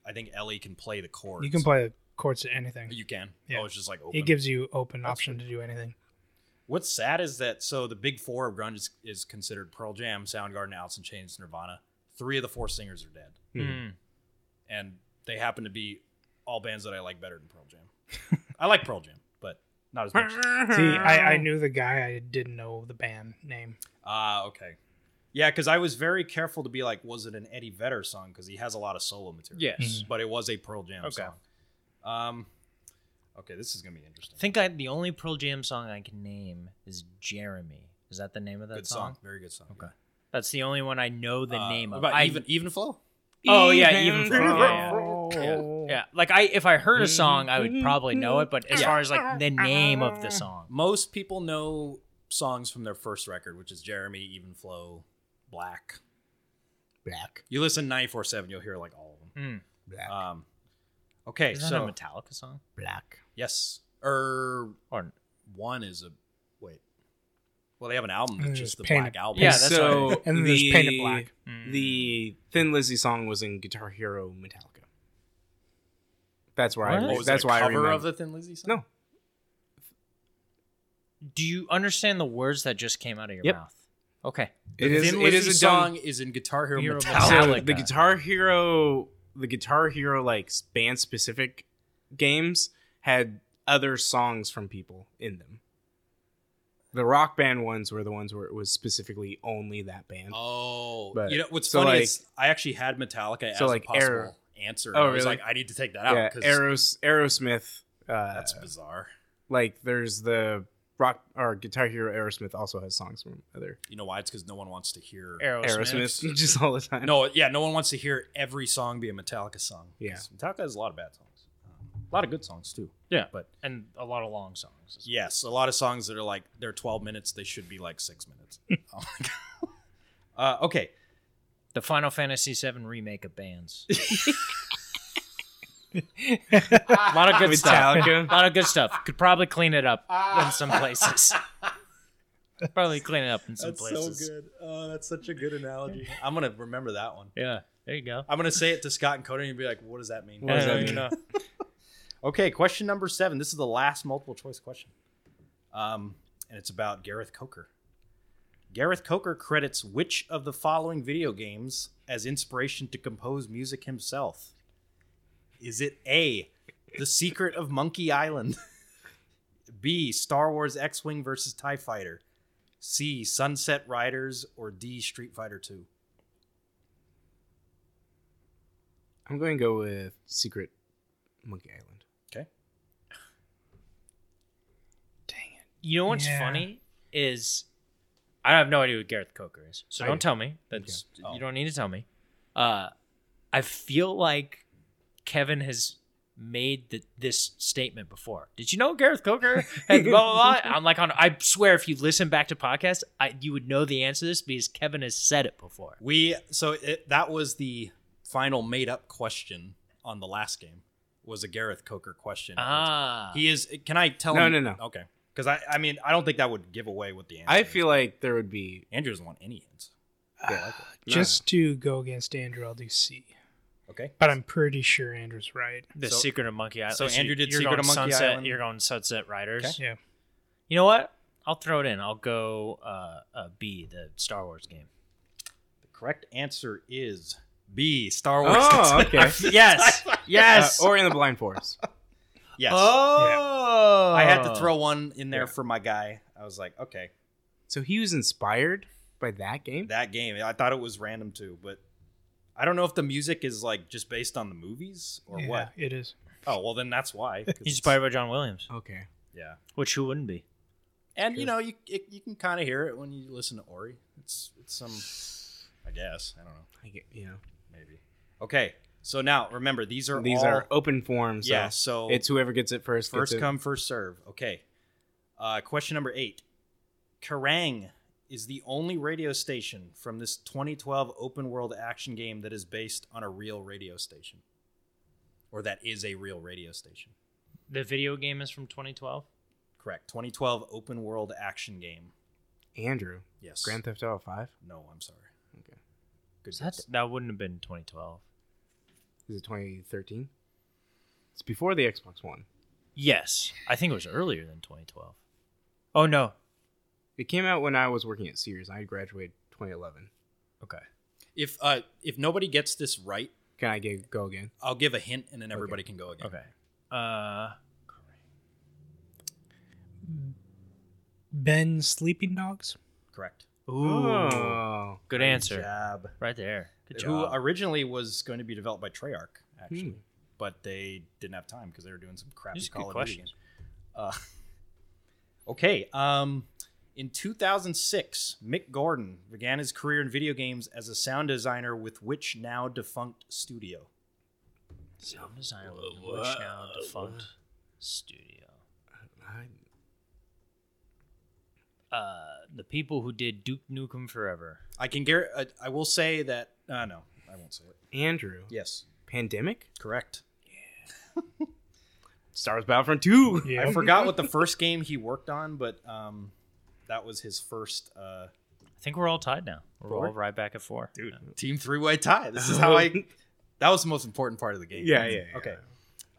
Speaker 2: I think Ellie can play the chords.
Speaker 1: you can play the chords to anything.
Speaker 2: You can.
Speaker 1: Yeah.
Speaker 2: Oh, it's just like open.
Speaker 1: It gives you open option to do anything.
Speaker 2: What's sad is that so the big four of grunge is, is considered Pearl Jam, Soundgarden, Alice in Chains, Nirvana. Three of the four singers are dead,
Speaker 3: Mm.
Speaker 2: and they happen to be all bands that I like better than Pearl
Speaker 1: *laughs*
Speaker 2: Jam. I like Pearl Jam, but not as much.
Speaker 4: Hmm.
Speaker 1: See, I, I knew the guy. I didn't know the band name.
Speaker 2: Ah, okay. Yeah, because I was very careful to be like, was it an Eddie Vedder song? Because he has a lot of solo material.
Speaker 3: Yes.
Speaker 2: But it was a Pearl Jam
Speaker 3: Okay.
Speaker 2: song. Um, okay, this is going to be interesting.
Speaker 3: I think I, the only Pearl Jam song I can name is Jeremy. Is that the name of that
Speaker 2: good song. Very good song. Okay.
Speaker 3: That's the only one I know the name of.
Speaker 2: About
Speaker 3: I,
Speaker 2: even, even Flow?
Speaker 3: oh yeah, even
Speaker 1: Hmm.
Speaker 4: *laughs* Even
Speaker 3: Flow, yeah, yeah.
Speaker 2: Yeah.
Speaker 3: yeah. Like I, if I heard a song, I would probably know it. But as
Speaker 2: Yeah.
Speaker 3: far as like the name of the song,
Speaker 2: Most people know songs from their first record, which is Jeremy, Even Flow, Black.
Speaker 4: black.
Speaker 2: You listen 94.7, you'll hear like all of
Speaker 3: mm.
Speaker 4: Black.
Speaker 2: them. Um, okay,
Speaker 3: isn't
Speaker 2: so.
Speaker 3: that a Metallica song?
Speaker 4: black.
Speaker 2: yes. Or
Speaker 3: Or
Speaker 2: one is a. Wait. Well, they have an album
Speaker 1: Mm,
Speaker 2: that's
Speaker 1: it's
Speaker 2: just the
Speaker 1: painted-
Speaker 2: Black Album.
Speaker 3: Yeah,
Speaker 4: And
Speaker 3: that's
Speaker 4: so *laughs*
Speaker 3: what
Speaker 1: And then there's
Speaker 4: the,
Speaker 1: Painted Black.
Speaker 3: Mm.
Speaker 4: The Thin Lizzy song was in Guitar Hero Metallica. That's where
Speaker 3: What?
Speaker 4: I.
Speaker 2: Oh, is
Speaker 4: that's
Speaker 2: that a
Speaker 4: why I
Speaker 2: cover
Speaker 4: remember.
Speaker 2: of the Thin Lizzy song?
Speaker 4: no,
Speaker 3: do you understand the words that just came out of your
Speaker 4: Yep.
Speaker 3: mouth? Okay.
Speaker 4: it is.
Speaker 2: Thin
Speaker 4: It is
Speaker 2: Lizzy
Speaker 4: a
Speaker 2: song
Speaker 4: song.
Speaker 2: is in Guitar Hero
Speaker 3: Hero
Speaker 2: Metallica.
Speaker 3: Metallica.
Speaker 4: So the
Speaker 3: Metallica.
Speaker 4: Guitar Hero, the Guitar Hero like band specific games had other songs from people in them. The rock band ones were the ones where it was specifically only that band.
Speaker 2: Oh,
Speaker 4: But-
Speaker 2: you know what's
Speaker 4: so,
Speaker 2: funny
Speaker 4: like-
Speaker 2: is I actually had Metallica
Speaker 4: So,
Speaker 2: as
Speaker 4: like,
Speaker 2: a possible
Speaker 4: Aero-
Speaker 2: answer.
Speaker 4: Oh,
Speaker 2: I was
Speaker 4: really?
Speaker 2: like, I need to take that
Speaker 4: yeah,
Speaker 2: out because
Speaker 4: Aeros, Aerosmith. Uh,
Speaker 2: that's bizarre.
Speaker 4: like there's the rock or Guitar Hero Aerosmith also has songs from other
Speaker 2: You know why? It's because no one wants to hear.
Speaker 4: Aerosmith, *laughs* just all the time.
Speaker 2: No, yeah, no one wants to hear every song be a Metallica song.
Speaker 4: Yeah.
Speaker 2: 'Cause Metallica has a lot of bad songs, Um, a lot of good songs too.
Speaker 3: Yeah.
Speaker 2: but
Speaker 3: and a lot of long songs.
Speaker 2: yes, a lot of songs that are like they're twelve minutes. They should be like six
Speaker 4: *laughs*
Speaker 2: minutes. oh my god. Uh, okay, *laughs*
Speaker 3: *laughs* The Final Fantasy VII remake of bands. A lot of good stuff.
Speaker 4: Metallica.
Speaker 3: A lot of good stuff. Could probably clean it up
Speaker 2: *laughs*
Speaker 3: in some places. probably clean it up in some
Speaker 2: That's
Speaker 3: places.
Speaker 2: so good. Oh, that's such a good analogy. I'm gonna remember that one.
Speaker 3: Yeah. There you go. uh,
Speaker 2: I'm gonna say it to Scott and Coder and you'll be like, "What does that mean?"
Speaker 4: What does
Speaker 3: I
Speaker 4: that
Speaker 3: don't
Speaker 4: mean?
Speaker 3: know.
Speaker 2: Okay, question number seven. This is the last multiple choice question. Um, and it's about Gareth Coker. Gareth Coker credits which of the following video games as inspiration to compose music himself? Is it A, The Secret of Monkey Island? B, Star Wars X Wing versus TIE Fighter? C, Sunset Riders? Or D, Street Fighter 2?
Speaker 4: I'm going to go with Secret Monkey Island.
Speaker 2: Okay.
Speaker 3: You know what's
Speaker 1: Yeah.
Speaker 3: funny is I have no idea who Gareth Coker is, so
Speaker 4: I
Speaker 3: don't
Speaker 4: do.
Speaker 3: tell me. That's
Speaker 2: Oh.
Speaker 3: you don't need to tell me. Uh, I feel like Kevin has made the, this statement before. Did you know Gareth Coker had blah blah blah? I'm like on. I swear, if you listen back to podcasts, I, you would know the answer to this because Kevin has said it before.
Speaker 2: We so it, that was the final made up question on the last game was a Gareth Coker question.
Speaker 3: Ah,
Speaker 2: he is. Can I tell?
Speaker 4: No,
Speaker 2: him?
Speaker 4: no, no.
Speaker 2: Okay, because I I mean I don't think that would give away what the answer.
Speaker 4: I
Speaker 2: is.
Speaker 4: feel like there would be
Speaker 2: Andrew doesn't want any hints.
Speaker 4: Ah,
Speaker 1: Just to go against Andrew, I'll do C.
Speaker 2: Okay,
Speaker 1: But I'm pretty sure Andrew's right.
Speaker 3: the
Speaker 2: so-
Speaker 3: Secret of Monkey Island.
Speaker 2: so Andrew did
Speaker 3: you're
Speaker 2: Secret
Speaker 3: going
Speaker 2: of Monkey
Speaker 3: Sunset,
Speaker 2: Island.
Speaker 3: You're going Sunset Riders.
Speaker 2: Okay.
Speaker 1: Yeah.
Speaker 3: You know what? I'll throw it in. I'll go uh, uh, B, the Star Wars
Speaker 2: *laughs*
Speaker 3: game.
Speaker 2: the correct answer is B. Star Wars.
Speaker 4: *laughs*
Speaker 2: *laughs*
Speaker 4: Oh, okay.
Speaker 3: yes. Yes.
Speaker 4: Uh, or in the Blind Forest.
Speaker 2: yes.
Speaker 3: oh.
Speaker 2: I had to throw one in there
Speaker 4: Yeah.
Speaker 2: for my guy. I was like, okay,
Speaker 4: So he was inspired by that game?
Speaker 2: that game. I thought it was random too, but I don't know if the music is like just based on the movies or
Speaker 1: yeah,
Speaker 2: what.
Speaker 1: It is.
Speaker 2: Oh well, then that's
Speaker 4: *laughs*
Speaker 2: why. 'cause
Speaker 3: He's
Speaker 2: it's-
Speaker 3: inspired by John Williams,
Speaker 4: okay.
Speaker 2: Yeah.
Speaker 3: which who wouldn't be?
Speaker 2: And you know, you it, you can kind of hear it when you listen to Ori. It's it's some, I guess. I don't know.
Speaker 4: I get, you know.
Speaker 2: Maybe. Okay. So now remember, these are
Speaker 4: These
Speaker 2: all-
Speaker 4: are open forms.
Speaker 2: yeah.
Speaker 4: Yes.
Speaker 2: So
Speaker 4: it's whoever gets it first.
Speaker 2: first
Speaker 4: gets it.
Speaker 2: come, first serve. Okay. Uh, question number eight. Kerrang is the only radio station from this 2012 open world action game that is based on a real radio station, or that is a real radio station.
Speaker 3: The video game is from 2012.
Speaker 2: Correct. 2012 open world action game.
Speaker 4: Andrew.
Speaker 2: Yes.
Speaker 4: Grand Theft Auto 5?
Speaker 2: no, I'm sorry.
Speaker 4: Okay.
Speaker 2: Good guess.
Speaker 3: that wouldn't have been 2012.
Speaker 4: Is it 2013? It's before the Xbox One.
Speaker 3: Yes, I think it was earlier than 2012. Oh no.
Speaker 4: It came out when I was working at Sears. I graduated 2011.
Speaker 3: Okay.
Speaker 2: If uh, if nobody gets this right,
Speaker 4: Can I get, go again?
Speaker 2: I'll give a hint, and then everybody can go again.
Speaker 3: Okay. Uh,
Speaker 1: Ben Sleeping Dogs.
Speaker 2: Correct.
Speaker 3: ooh,
Speaker 4: Oh.
Speaker 3: good answer,
Speaker 2: job.
Speaker 3: right there. Good
Speaker 2: Who
Speaker 3: job.
Speaker 2: originally was going to be developed by Treyarch, actually,
Speaker 4: Hmm.
Speaker 2: but they didn't have time because they were doing some crappy
Speaker 3: These are good
Speaker 2: Call of Duty.
Speaker 3: questions.
Speaker 2: games. Uh, *laughs* okay. Um, in 2006, Mick Gordon began his career in video games as a sound designer with which now defunct studio?
Speaker 3: Sound design, which now defunct studio.
Speaker 4: I-
Speaker 3: Uh, the people who did Duke Nukem Forever.
Speaker 2: I can gar- uh, I will say that. Uh, no, I won't say it.
Speaker 4: Andrew.
Speaker 2: Yes,
Speaker 4: Pandemic?
Speaker 2: correct.
Speaker 4: Star Wars Battlefront 2.
Speaker 1: Yeah.
Speaker 2: I forgot what the first game he worked on, but um, that was his first uh,
Speaker 3: I think we're all tied now. We're
Speaker 2: Four?
Speaker 3: all right back at four. Uh,
Speaker 2: dude team three way tie. This is how I. *laughs* That was the most important part of the game.
Speaker 4: Yeah, yeah, yeah.
Speaker 2: Okay.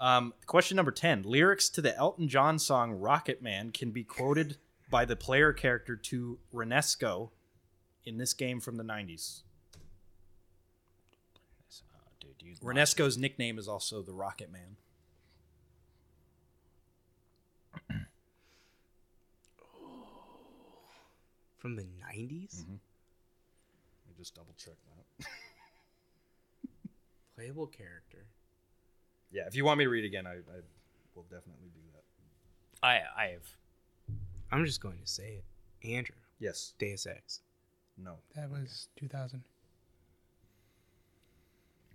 Speaker 2: Um, question number ten: Lyrics to the Elton John song "Rocket Man" can be quoted by the player character to Renesco in this game from the '90s.
Speaker 3: Oh, dude, you
Speaker 2: Renesco's nickname is also the Rocket Man.
Speaker 4: From the 90s?
Speaker 2: Let me just double check that.
Speaker 4: Playable character.
Speaker 2: Yeah, if you want me to read again, I, I will definitely do that.
Speaker 3: I I have
Speaker 4: I'm just going to say it. Andrew.
Speaker 2: Yes.
Speaker 4: Deus Ex.
Speaker 2: No.
Speaker 1: That was 2000.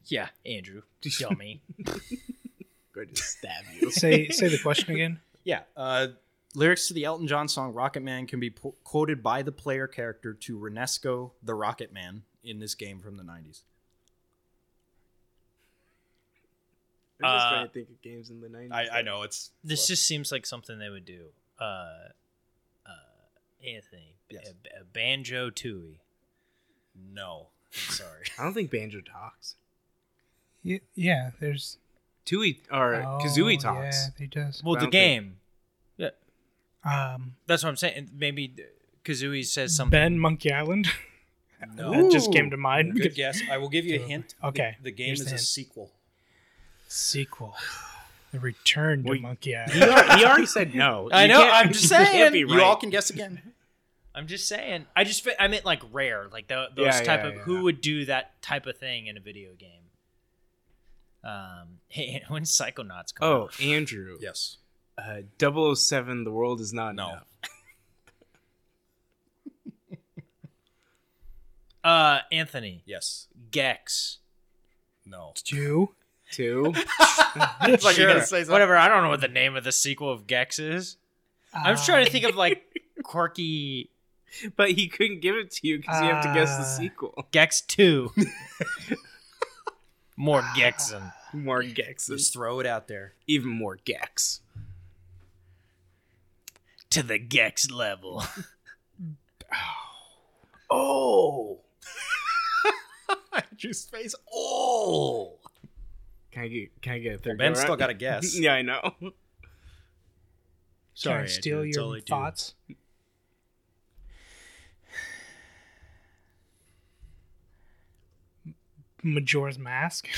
Speaker 3: yeah Andrew dummy.
Speaker 4: Going to *laughs* stab you.
Speaker 1: Say say the question again.
Speaker 2: *laughs* Yeah. Uh, lyrics to the Elton John song Rocket Man can be po- quoted by the player character to Renesco the Rocket Man in this game from the 90s.
Speaker 4: I'm just
Speaker 3: Uh,
Speaker 4: trying to think of games in the 90s.
Speaker 2: I, I know it's
Speaker 3: This
Speaker 2: well,
Speaker 3: just seems like something they would do. Uh, uh, Anthony, b-
Speaker 2: Yes.
Speaker 3: b- uh, Banjo Tooie.
Speaker 2: *laughs* no. I'm sorry.
Speaker 4: I don't think Banjo talks.
Speaker 1: Y- yeah, there's
Speaker 4: Tui or Kazooie
Speaker 1: oh,
Speaker 4: talks.
Speaker 1: Yeah, he does.
Speaker 3: Well,
Speaker 4: I
Speaker 3: the
Speaker 4: don't think-
Speaker 3: game.
Speaker 1: Um,
Speaker 3: That's what I'm saying. Maybe uh, Kazooie says something.
Speaker 1: ben Monkey Island. *laughs*
Speaker 2: No.
Speaker 1: that just came to mind.
Speaker 2: Good guess. I will give you a
Speaker 1: Totally.
Speaker 2: hint.
Speaker 1: Okay,
Speaker 2: The, the game
Speaker 1: here's
Speaker 2: is
Speaker 1: the
Speaker 2: a
Speaker 1: hint.
Speaker 2: sequel.
Speaker 1: Sequel, The Return to
Speaker 4: Wait.
Speaker 1: Monkey
Speaker 4: *laughs* He,
Speaker 1: Island.
Speaker 4: al- he already said no.
Speaker 3: I
Speaker 4: You
Speaker 3: know,
Speaker 4: can't-
Speaker 3: I'm just
Speaker 4: you can't
Speaker 3: saying.
Speaker 4: be
Speaker 2: *laughs* You
Speaker 4: right.
Speaker 2: all can guess again.
Speaker 3: I'm just saying. I just fi- I meant like rare, like tho- those
Speaker 4: Yeah,
Speaker 3: type
Speaker 4: yeah,
Speaker 3: of
Speaker 4: yeah.
Speaker 3: who would do that type of thing in a video game. Um, *laughs* hey, when Psychonauts come
Speaker 4: Oh,
Speaker 3: out,
Speaker 4: Andrew.
Speaker 2: *laughs* Yes.
Speaker 4: Uh, 007, the world is not
Speaker 2: No.
Speaker 4: enough.
Speaker 3: uh, Anthony
Speaker 2: Yes.
Speaker 3: Gex.
Speaker 2: No.
Speaker 1: Two.
Speaker 4: Two.
Speaker 2: It's like you're
Speaker 3: Sure.
Speaker 2: gonna say something.
Speaker 3: Whatever. I don't know what the name of the sequel of Gex is.
Speaker 1: Uh,
Speaker 3: I'm just trying
Speaker 2: *laughs*
Speaker 3: to think of like quirky
Speaker 4: but he couldn't give it to you because you have to guess the
Speaker 1: Uh,
Speaker 4: sequel.
Speaker 3: Gex Two. More Gexen.
Speaker 4: More Gexes.
Speaker 2: Just throw it out there.
Speaker 4: Even more Gex.
Speaker 3: to the Gex level.
Speaker 2: *laughs* Oh. Andrew's face. Oh.
Speaker 4: Can I get, can I get a third
Speaker 2: Ben's
Speaker 4: go
Speaker 2: still
Speaker 4: around?
Speaker 2: got a guess.
Speaker 4: *laughs* yeah, I know.
Speaker 1: Sorry, I steal your thoughts. Majora's Mask.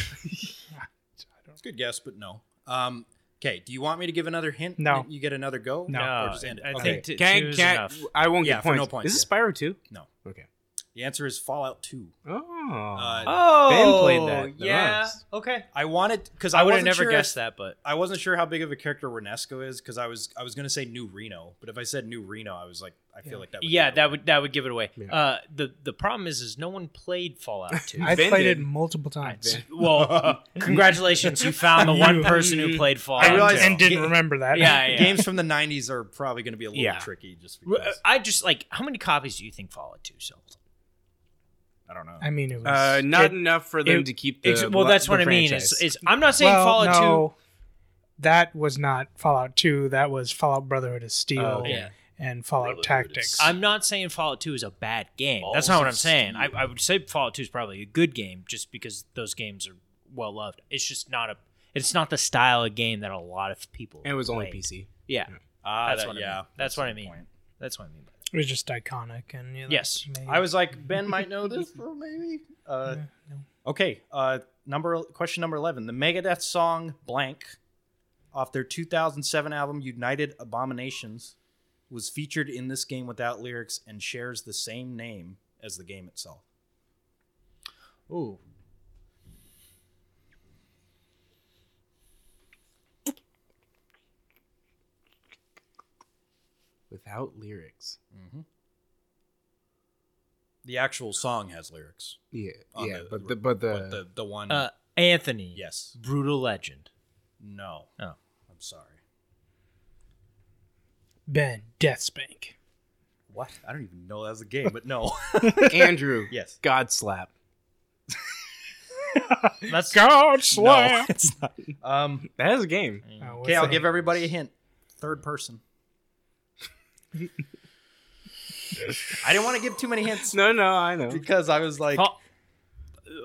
Speaker 2: Good guess, but no. Um. Okay. Do you want me to give another hint?
Speaker 1: No.
Speaker 2: and You get another go.
Speaker 1: No.
Speaker 2: Or just end it?
Speaker 3: I
Speaker 2: okay.
Speaker 3: think t-
Speaker 4: Can,
Speaker 3: two
Speaker 4: I-
Speaker 3: is
Speaker 4: can,
Speaker 3: enough.
Speaker 4: I- I won't
Speaker 2: Yeah,
Speaker 4: get
Speaker 2: for
Speaker 4: points.
Speaker 2: no points,
Speaker 4: Is this
Speaker 2: yeah.
Speaker 4: Spyro 2?
Speaker 2: No.
Speaker 4: Okay.
Speaker 2: The answer is Fallout Two.
Speaker 4: Oh.
Speaker 2: Uh,
Speaker 3: Oh,
Speaker 4: Ben played that the
Speaker 3: Yeah.
Speaker 4: most.
Speaker 3: Okay.
Speaker 2: I wanted because I,
Speaker 3: I would have
Speaker 2: wasn't
Speaker 3: never
Speaker 2: sure
Speaker 3: guessed
Speaker 2: if-
Speaker 3: that, but
Speaker 2: I wasn't sure how big of a character Renesco is because I was I was gonna say New Reno, but if I said New Reno, I was like I feel like that. Would
Speaker 3: yeah,
Speaker 2: be-
Speaker 3: that would that would give it away.
Speaker 4: Yeah.
Speaker 3: Uh, the the problem is is no one played Fallout Two.
Speaker 1: I
Speaker 4: Ben
Speaker 1: played
Speaker 4: did.
Speaker 1: it multiple times.
Speaker 4: Ben-
Speaker 3: well, congratulations, you found the one person who played Fallout.
Speaker 2: I realized-
Speaker 1: and
Speaker 3: 2.
Speaker 1: didn't remember that.
Speaker 3: Yeah, yeah.
Speaker 2: Games from the '90s are probably gonna be a little
Speaker 4: Yeah.
Speaker 2: tricky just
Speaker 3: R-
Speaker 2: because
Speaker 3: I just like how many copies do you think Fallout Two sold?
Speaker 2: I don't know.
Speaker 1: *laughs* I mean, it was
Speaker 4: Uh, not
Speaker 1: it-
Speaker 4: enough for them
Speaker 1: it-
Speaker 4: to keep
Speaker 3: Ex-
Speaker 4: the
Speaker 3: well, that's
Speaker 4: the
Speaker 3: what I mean.
Speaker 4: franchise.
Speaker 3: Is, is I'm not saying
Speaker 1: well,
Speaker 3: Fallout
Speaker 1: no, That was not Fallout Two. That was Fallout Brotherhood of Steel
Speaker 4: Oh,
Speaker 3: okay. Yeah.
Speaker 1: and Fallout
Speaker 2: Brotherhood of
Speaker 1: Tactics.
Speaker 3: Two. I'm not saying Fallout Two is a bad game. that's
Speaker 2: Balls
Speaker 3: not what
Speaker 2: of
Speaker 3: I'm saying. I,
Speaker 2: steel.
Speaker 3: I would say Fallout Two is probably a good game just because those games are well loved. It's just not a. It's not the style of game that a lot of people.
Speaker 4: And it was only
Speaker 3: played.
Speaker 4: PC.
Speaker 3: Yeah, Uh,
Speaker 2: Ah,
Speaker 3: that's
Speaker 2: that-
Speaker 3: what I
Speaker 2: yeah,
Speaker 3: mean. That's what I
Speaker 2: the
Speaker 3: mean.
Speaker 2: point.
Speaker 3: that's what I mean. By
Speaker 1: It was just iconic, and you know,
Speaker 3: Yes.
Speaker 1: made-
Speaker 2: I was like Ben might know
Speaker 4: *laughs*
Speaker 2: this, or maybe. Uh,
Speaker 1: Yeah, no.
Speaker 2: Okay, uh, number question number eleven: The Megadeth song "Blank" off their 2007 album "United Abominations" was featured in this game without lyrics and shares the same name as the game itself.
Speaker 3: that. Ooh,
Speaker 4: Without lyrics.
Speaker 2: The actual song has lyrics,
Speaker 4: Yeah.
Speaker 2: On
Speaker 4: yeah.
Speaker 2: the-
Speaker 4: but the but the,
Speaker 2: but the the one
Speaker 3: uh, Anthony.
Speaker 2: yes,
Speaker 4: *gasps*
Speaker 3: brutal legend.
Speaker 2: no,
Speaker 3: Oh.
Speaker 2: I'm sorry.
Speaker 1: Ben Deathspank.
Speaker 2: What? I don't even know that was a game, but
Speaker 3: *laughs*
Speaker 2: no. *laughs*
Speaker 4: *laughs* Andrew.
Speaker 2: Yes.
Speaker 4: God slap.
Speaker 3: That's
Speaker 1: God
Speaker 2: no, it's not. Um,
Speaker 4: That is a game.
Speaker 2: okay, I'll give everybody a hint. Third *laughs* person. I didn't want to give too many hints.
Speaker 4: No, no, I know.
Speaker 2: because I was like,
Speaker 3: Fall-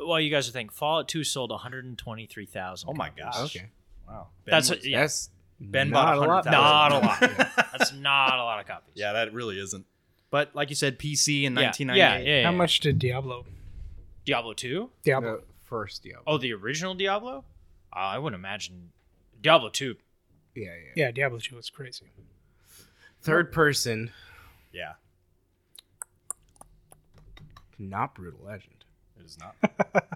Speaker 3: While you guys are thinking, Fallout Two sold 123,000.
Speaker 2: oh my
Speaker 3: copies.
Speaker 2: gosh,
Speaker 4: Okay.
Speaker 2: wow, Ben
Speaker 3: That's
Speaker 2: was-
Speaker 3: what, yeah,
Speaker 4: That's
Speaker 2: Ben
Speaker 4: not
Speaker 2: bought
Speaker 4: a lot.
Speaker 2: 100,000.
Speaker 3: not a lot. That's not a lot of copies.
Speaker 2: *laughs* yeah, that really isn't. But like you said, PC in
Speaker 3: yeah,
Speaker 2: 1998.
Speaker 3: yeah, yeah,
Speaker 1: How
Speaker 3: yeah.
Speaker 1: much did Diablo?
Speaker 3: Diablo Two?
Speaker 1: Diablo.
Speaker 4: The first Diablo.
Speaker 3: Oh, the original Diablo? Uh, I wouldn't imagine Diablo Two.
Speaker 4: Yeah, yeah.
Speaker 1: Yeah, Diablo Two was crazy.
Speaker 4: Third person,
Speaker 2: yeah,
Speaker 4: not brutal legend.
Speaker 2: it is
Speaker 3: *laughs*
Speaker 2: not.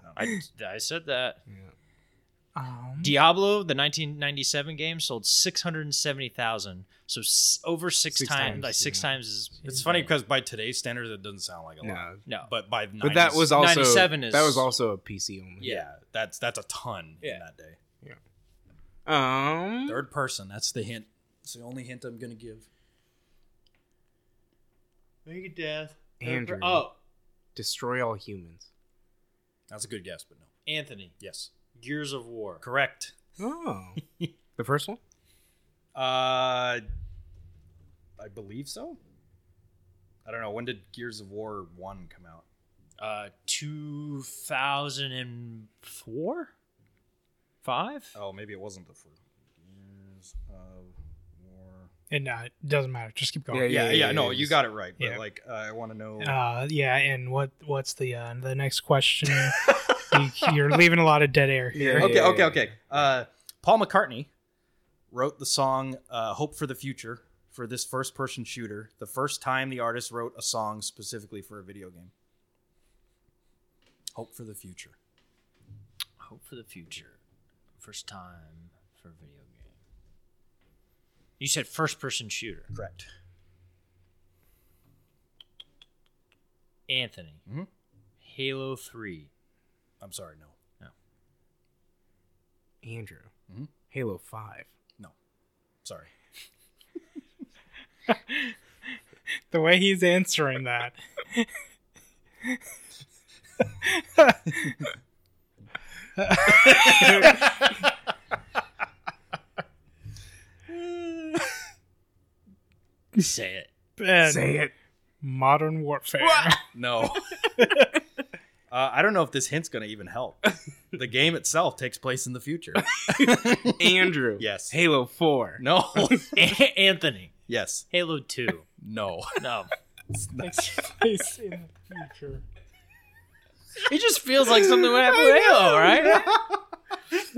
Speaker 4: *laughs*
Speaker 3: I, I said that
Speaker 4: Yeah.
Speaker 1: Um,
Speaker 3: Diablo, the 1997 game, sold 670,000. So s- over six,
Speaker 4: Six
Speaker 3: times,
Speaker 4: times,
Speaker 3: like six
Speaker 4: yeah.
Speaker 3: times is
Speaker 2: It's funny because by today's standards, it doesn't sound like a lot.
Speaker 4: No.
Speaker 3: no.
Speaker 2: But by 90s,
Speaker 4: But that was also
Speaker 3: 97 is-
Speaker 4: that was also a PC only.
Speaker 2: yeah, that's that's a ton
Speaker 3: Yeah.
Speaker 2: in that day.
Speaker 4: Um.
Speaker 2: Third person. That's the hint. It's the only hint I'm gonna give.
Speaker 3: Make it death.
Speaker 4: Andrew.
Speaker 3: Oh,
Speaker 4: Destroy all humans.
Speaker 2: That's a good guess, but no.
Speaker 3: Anthony.
Speaker 2: Yes,
Speaker 3: Gears of War.
Speaker 2: correct.
Speaker 4: Oh. *laughs* the first one?
Speaker 2: Uh, I believe so. I don't know. When did Gears of War 1 come out?
Speaker 3: Uh, 2004? Five?
Speaker 2: Oh, maybe it wasn't the first. Gears of War.
Speaker 1: And uh, doesn't matter. Just keep going.
Speaker 2: Yeah, yeah, no, you got it right. But,
Speaker 1: yeah.
Speaker 2: like, uh, I want to know.
Speaker 1: Uh, yeah, and what what's the uh, the next
Speaker 2: *laughs*
Speaker 1: question? you, you're leaving a lot of dead air.
Speaker 4: Yeah,
Speaker 2: okay,
Speaker 4: yeah,
Speaker 2: okay,
Speaker 4: yeah.
Speaker 2: okay. Uh, Paul McCartney wrote the song uh, "Hope for the Future" for this first-person shooter. The first time the artist wrote a song specifically for a video game.
Speaker 6: Hope for the future.
Speaker 3: Hope for the future. First time for a video game. You said first person shooter.
Speaker 2: Correct.
Speaker 3: Anthony.
Speaker 2: Mhm.
Speaker 3: Halo 3.
Speaker 2: I'm sorry, no.
Speaker 4: Andrew.
Speaker 2: Mhm.
Speaker 4: Halo 5.
Speaker 2: Sorry.
Speaker 1: The way he's answering that.
Speaker 3: Say it.
Speaker 1: And
Speaker 4: Say it. *laughs*
Speaker 1: Modern warfare. *laughs*
Speaker 2: No.
Speaker 3: *laughs*
Speaker 2: uh, I don't know if this hint's going to even help. The game itself takes place in the future.
Speaker 4: Andrew.
Speaker 2: Yes.
Speaker 4: Halo 4.
Speaker 3: *laughs*
Speaker 2: No.
Speaker 3: A- Anthony.
Speaker 2: yes.
Speaker 3: Halo 2.
Speaker 2: No.
Speaker 3: No.
Speaker 1: Takes place in the future.
Speaker 7: It just feels like something would happen with Halo, right?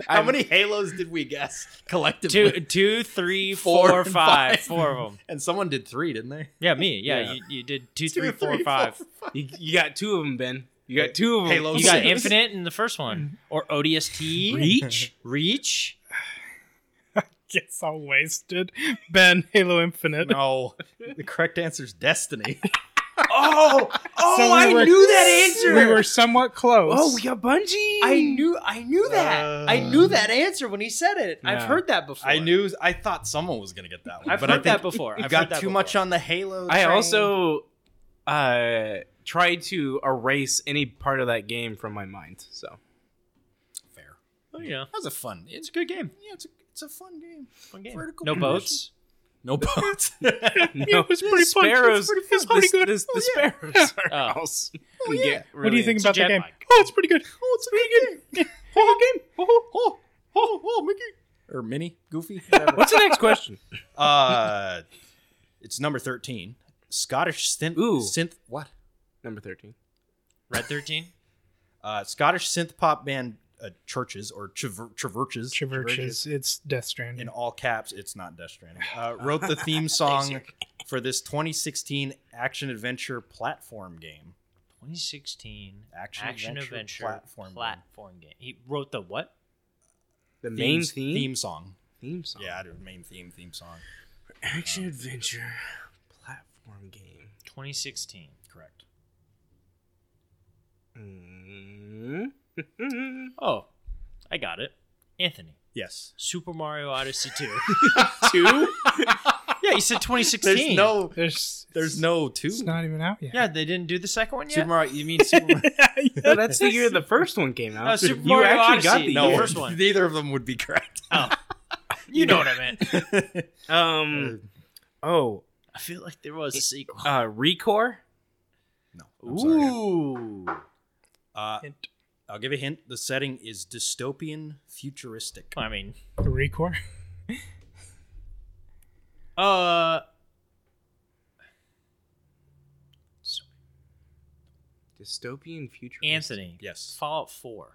Speaker 2: How many Halos did we guess collectively?
Speaker 3: *laughs* Two, two, three,
Speaker 2: Four
Speaker 3: four,
Speaker 2: and
Speaker 3: five.
Speaker 2: five.
Speaker 3: Four of them.
Speaker 2: And someone did three, didn't they?
Speaker 3: Yeah, me. Yeah,
Speaker 4: Yeah.
Speaker 3: You, you did two, three, four, five.
Speaker 4: You, you got two of them, Ben. You got two of them.
Speaker 2: Halo
Speaker 3: You got
Speaker 2: six.
Speaker 3: Infinite in the first one, or ODST.
Speaker 4: Reach?
Speaker 3: Reach.
Speaker 1: Gets all wasted. Ben, Halo Infinite.
Speaker 2: No. The correct answer is
Speaker 3: *laughs*
Speaker 2: Destiny.
Speaker 4: Oh, oh,
Speaker 1: So we
Speaker 4: I
Speaker 1: were-
Speaker 4: knew that answer.
Speaker 1: We were somewhat close.
Speaker 4: oh, we got Bungie.
Speaker 7: I knew I knew that. I knew that
Speaker 3: Uh,
Speaker 7: answer when he said it. I've
Speaker 4: Yeah.
Speaker 7: heard that before.
Speaker 2: I knew. I thought someone was going to get that one.
Speaker 3: I've
Speaker 2: but
Speaker 3: heard
Speaker 2: I
Speaker 3: that
Speaker 2: think
Speaker 3: before.
Speaker 2: You
Speaker 3: I've
Speaker 2: got
Speaker 3: heard that
Speaker 2: too
Speaker 3: before.
Speaker 2: much on the Halo.
Speaker 4: I
Speaker 2: train.
Speaker 4: also uh tried to erase any part of that game from my mind. So
Speaker 2: fair.
Speaker 3: Oh, yeah.
Speaker 2: That was a fun. It's
Speaker 3: It's a good game.
Speaker 2: yeah, it's a it's a fun
Speaker 3: *laughs*
Speaker 2: game.
Speaker 3: Fun game.
Speaker 2: Vertical
Speaker 3: no
Speaker 2: progression.
Speaker 3: boats.
Speaker 2: No
Speaker 3: *laughs*
Speaker 2: boats.
Speaker 4: no,
Speaker 1: was pretty fun. It was
Speaker 4: sparrows.
Speaker 1: pretty fun. It was pretty
Speaker 4: the-
Speaker 1: good.
Speaker 4: The, the sparrows are
Speaker 3: Oh.
Speaker 4: awesome.
Speaker 2: yeah.
Speaker 1: What do you think
Speaker 3: It's a
Speaker 1: about the
Speaker 3: jet
Speaker 1: game?
Speaker 3: bike.
Speaker 1: Oh, it's pretty good.
Speaker 2: Oh, it's a good game.
Speaker 1: *laughs*
Speaker 2: Oh,
Speaker 4: *laughs*
Speaker 2: game. Oh, oh, oh, oh, Mickey. Or Minnie,
Speaker 3: *laughs*
Speaker 2: Goofy, whatever.
Speaker 4: What's the next *laughs* question?
Speaker 2: uh, it's number 13. Scottish synth.
Speaker 4: Ooh.
Speaker 2: Synth. What?
Speaker 4: Number thirteen.
Speaker 3: Red 13.
Speaker 2: Uh, Scottish synth pop band uh, Churches or Traver- Traverches.
Speaker 1: Traverses. It's Death
Speaker 2: In
Speaker 1: Stranding.
Speaker 2: all caps, it's not Death Stranding. *laughs* Uh, wrote the theme song for this 2016 action adventure platform game.
Speaker 3: 2016
Speaker 2: Action adventure platform
Speaker 3: platform, game. He wrote the what?
Speaker 4: The main
Speaker 2: Themes-
Speaker 4: theme.
Speaker 2: Theme song.
Speaker 4: Theme song.
Speaker 2: Yeah, the main theme theme song.
Speaker 4: Action adventure platform game.
Speaker 3: 2016. Correct.
Speaker 4: Mm-hmm. *laughs* Mm.
Speaker 3: Oh, I got it. Anthony,
Speaker 2: Yes.
Speaker 3: Super Mario Odyssey 2.
Speaker 4: Two.
Speaker 3: *laughs* yeah, you said 2016.
Speaker 2: There's no.
Speaker 4: *laughs*
Speaker 1: There's
Speaker 2: There's no two.
Speaker 1: It's not even out yet.
Speaker 3: Yeah, they didn't do the second one yet.
Speaker 2: Super Mario. You mean Super Mario?
Speaker 4: No, that's the
Speaker 1: *laughs*
Speaker 4: year the first one came out.
Speaker 3: No, Super
Speaker 4: you
Speaker 3: Mario
Speaker 4: actually got
Speaker 3: Odyssey.
Speaker 4: the
Speaker 3: No,
Speaker 4: year.
Speaker 3: first one.
Speaker 2: Neither of them would be correct.
Speaker 3: you know what I
Speaker 7: *laughs*
Speaker 3: meant.
Speaker 4: Um. Oh.
Speaker 3: I feel like there was a sequel.
Speaker 4: Uh. Recore.
Speaker 2: No.
Speaker 3: Ooh.
Speaker 2: Uh,
Speaker 1: Hint.
Speaker 2: I'll give a hint. The setting is dystopian, futuristic.
Speaker 3: I mean,
Speaker 1: Recore.
Speaker 3: uh,
Speaker 4: Dystopian future.
Speaker 3: Anthony.
Speaker 2: Yes.
Speaker 3: Fallout 4.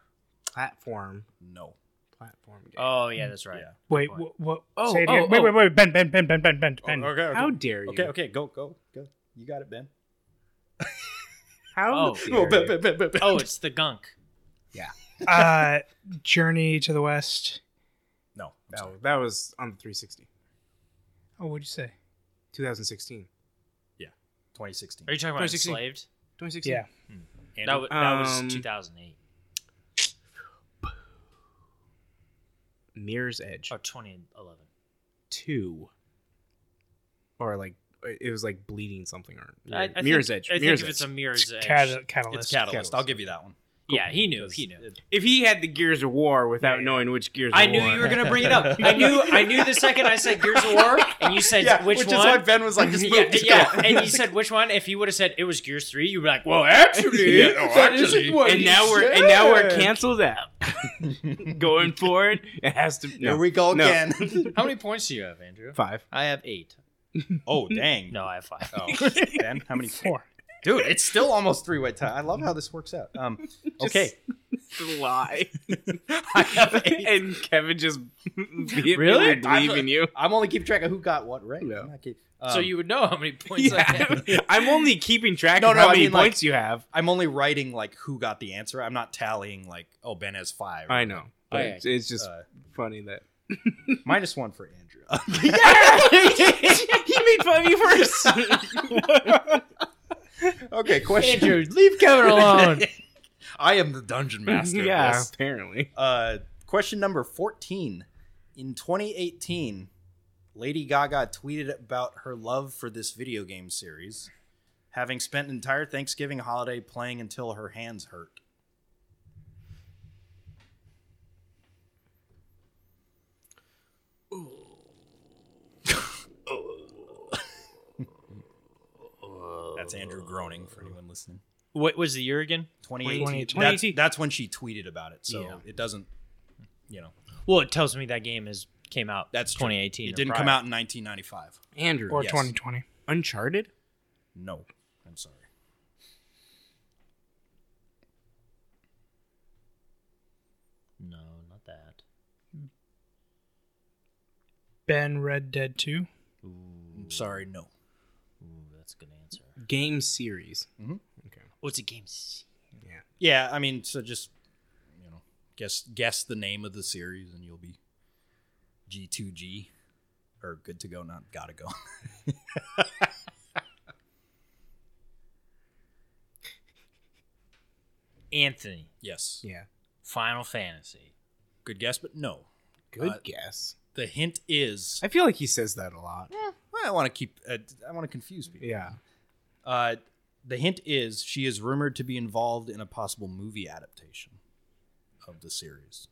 Speaker 4: Platform.
Speaker 2: No.
Speaker 4: Platform game.
Speaker 3: Oh, yeah, that's right.
Speaker 2: Yeah.
Speaker 1: Wait,
Speaker 3: point.
Speaker 1: what? what
Speaker 4: Oh,
Speaker 1: say it
Speaker 4: oh,
Speaker 1: again. wait,
Speaker 4: oh.
Speaker 1: wait, wait, Ben, Ben, Ben, Ben, Ben, Ben, Ben.
Speaker 2: okay,
Speaker 3: Oh,
Speaker 2: okay.
Speaker 4: How dare you?
Speaker 2: okay, okay, go, go, go. You got it, Ben.
Speaker 4: How
Speaker 3: Oh.
Speaker 4: dare you?
Speaker 2: ben, ben, ben.
Speaker 3: *laughs* Oh, it's the gunk.
Speaker 1: uh, Journey to the West.
Speaker 2: No. I'm
Speaker 4: That,
Speaker 2: sorry.
Speaker 4: that was on the 360.
Speaker 1: Oh, what'd you say?
Speaker 4: 2016.
Speaker 2: 2016.
Speaker 3: Are you talking about
Speaker 4: 2016?
Speaker 3: Enslaved?
Speaker 4: 2016.
Speaker 1: Yeah.
Speaker 3: That, wa- that
Speaker 4: Um,
Speaker 3: was 2008.
Speaker 4: Mirror's Edge
Speaker 3: Or 2011.
Speaker 4: 2. Or like it was like bleeding something or
Speaker 3: I- I
Speaker 4: Mirror's
Speaker 3: think-
Speaker 4: Edge.
Speaker 3: I think
Speaker 4: Mirror's
Speaker 3: if it's a
Speaker 4: Edge.
Speaker 3: mirror's edge.
Speaker 1: Cat- catalyst.
Speaker 2: It's Catalyst.
Speaker 4: Catalyst.
Speaker 2: I'll give you that one.
Speaker 3: Yeah, he knew. He knew.
Speaker 4: If he had the Gears of War without knowing which Gears of
Speaker 3: I
Speaker 4: War.
Speaker 3: knew you
Speaker 4: *laughs*
Speaker 3: were gonna bring it up. I knew. I knew the second I said Gears of War, and you said which
Speaker 2: which
Speaker 3: one.
Speaker 2: is why
Speaker 4: *laughs*
Speaker 2: Ben was
Speaker 3: *laughs*
Speaker 2: like, just move,
Speaker 3: yeah,
Speaker 2: just go.
Speaker 3: yeah. and you said which one? If you would have said it was Gears Three, you'd be
Speaker 4: *laughs*
Speaker 3: like, well, *laughs* actually, that isn't what
Speaker 4: and
Speaker 3: he
Speaker 4: now we're
Speaker 3: said."
Speaker 4: and now we're canceled *laughs* out. Going forward, it has to. No.
Speaker 2: Here we go
Speaker 4: No.
Speaker 2: again. *laughs*
Speaker 3: How many points do you have, Andrew?
Speaker 4: Five.
Speaker 3: *laughs* I have eight.
Speaker 2: oh dang!
Speaker 3: No, I
Speaker 4: *laughs*
Speaker 3: have five.
Speaker 2: Ben, how many? Four. Dude, it's still almost three way tie. I love how this works out. *laughs* Um, okay,
Speaker 4: *laughs* Lie. and Kevin just vehemently
Speaker 3: Really?
Speaker 4: believe
Speaker 1: *laughs*
Speaker 4: in you.
Speaker 2: I'm only keeping track of who got what right.
Speaker 4: No.
Speaker 2: I'm not keep- um,
Speaker 3: so you would know how many points I
Speaker 4: Yeah.
Speaker 3: have. *laughs*
Speaker 4: *laughs* I'm only keeping track
Speaker 2: No,
Speaker 4: of
Speaker 2: no,
Speaker 4: how
Speaker 2: I
Speaker 4: many
Speaker 2: mean, like-
Speaker 4: points you have.
Speaker 2: I'm only writing like who got the answer. I'm not tallying like oh Ben has five.
Speaker 4: I know. But
Speaker 3: Okay.
Speaker 4: it's, it's just
Speaker 2: Uh,
Speaker 4: funny that
Speaker 2: minus one for Andrew. *laughs*
Speaker 4: *laughs* he made fun of me first. *laughs*
Speaker 2: okay, question.
Speaker 3: Andrew,
Speaker 4: *laughs*
Speaker 3: leave Kevin alone.
Speaker 2: I am the dungeon master. of
Speaker 4: yeah,
Speaker 2: this.
Speaker 4: apparently.
Speaker 2: Uh, question number 14. In 2018, Lady Gaga tweeted about her love for this video game series, having spent an entire Thanksgiving holiday playing until her hands hurt. *laughs* That's Andrew groaning for anyone listening.
Speaker 3: What was the year again?
Speaker 2: 2018.
Speaker 1: 2018.
Speaker 2: That's, that's when she tweeted about it. So
Speaker 3: Yeah.
Speaker 2: it doesn't, you know,
Speaker 3: Well, it tells me that game is came out.
Speaker 2: That's true.
Speaker 3: 2018.
Speaker 2: it
Speaker 3: or
Speaker 2: didn't
Speaker 3: prior.
Speaker 2: come out in 1995.
Speaker 4: Andrew,
Speaker 1: or
Speaker 2: Yes.
Speaker 1: 2020.
Speaker 4: Uncharted?
Speaker 2: No, I'm sorry.
Speaker 3: No, not that.
Speaker 1: Ben Red Dead 2.
Speaker 2: I'm sorry, no.
Speaker 3: Ooh, that's a good answer.
Speaker 4: Game series.
Speaker 3: Oh, it's a game. s-
Speaker 2: Yeah, I mean, so just you know, guess guess the name of the series, and you'll be G2G or good to go, not gotta go. *laughs*
Speaker 3: Anthony,
Speaker 2: yes,
Speaker 4: Yeah.
Speaker 3: Final Fantasy.
Speaker 2: good guess, but no.
Speaker 4: Good
Speaker 2: Uh,
Speaker 4: guess.
Speaker 2: The hint is
Speaker 4: I feel like he says that a lot.
Speaker 2: I want to keep uh, I want to confuse people.
Speaker 4: Yeah.
Speaker 2: Uh, the hint is she is rumored to be involved in a possible movie adaptation of the series.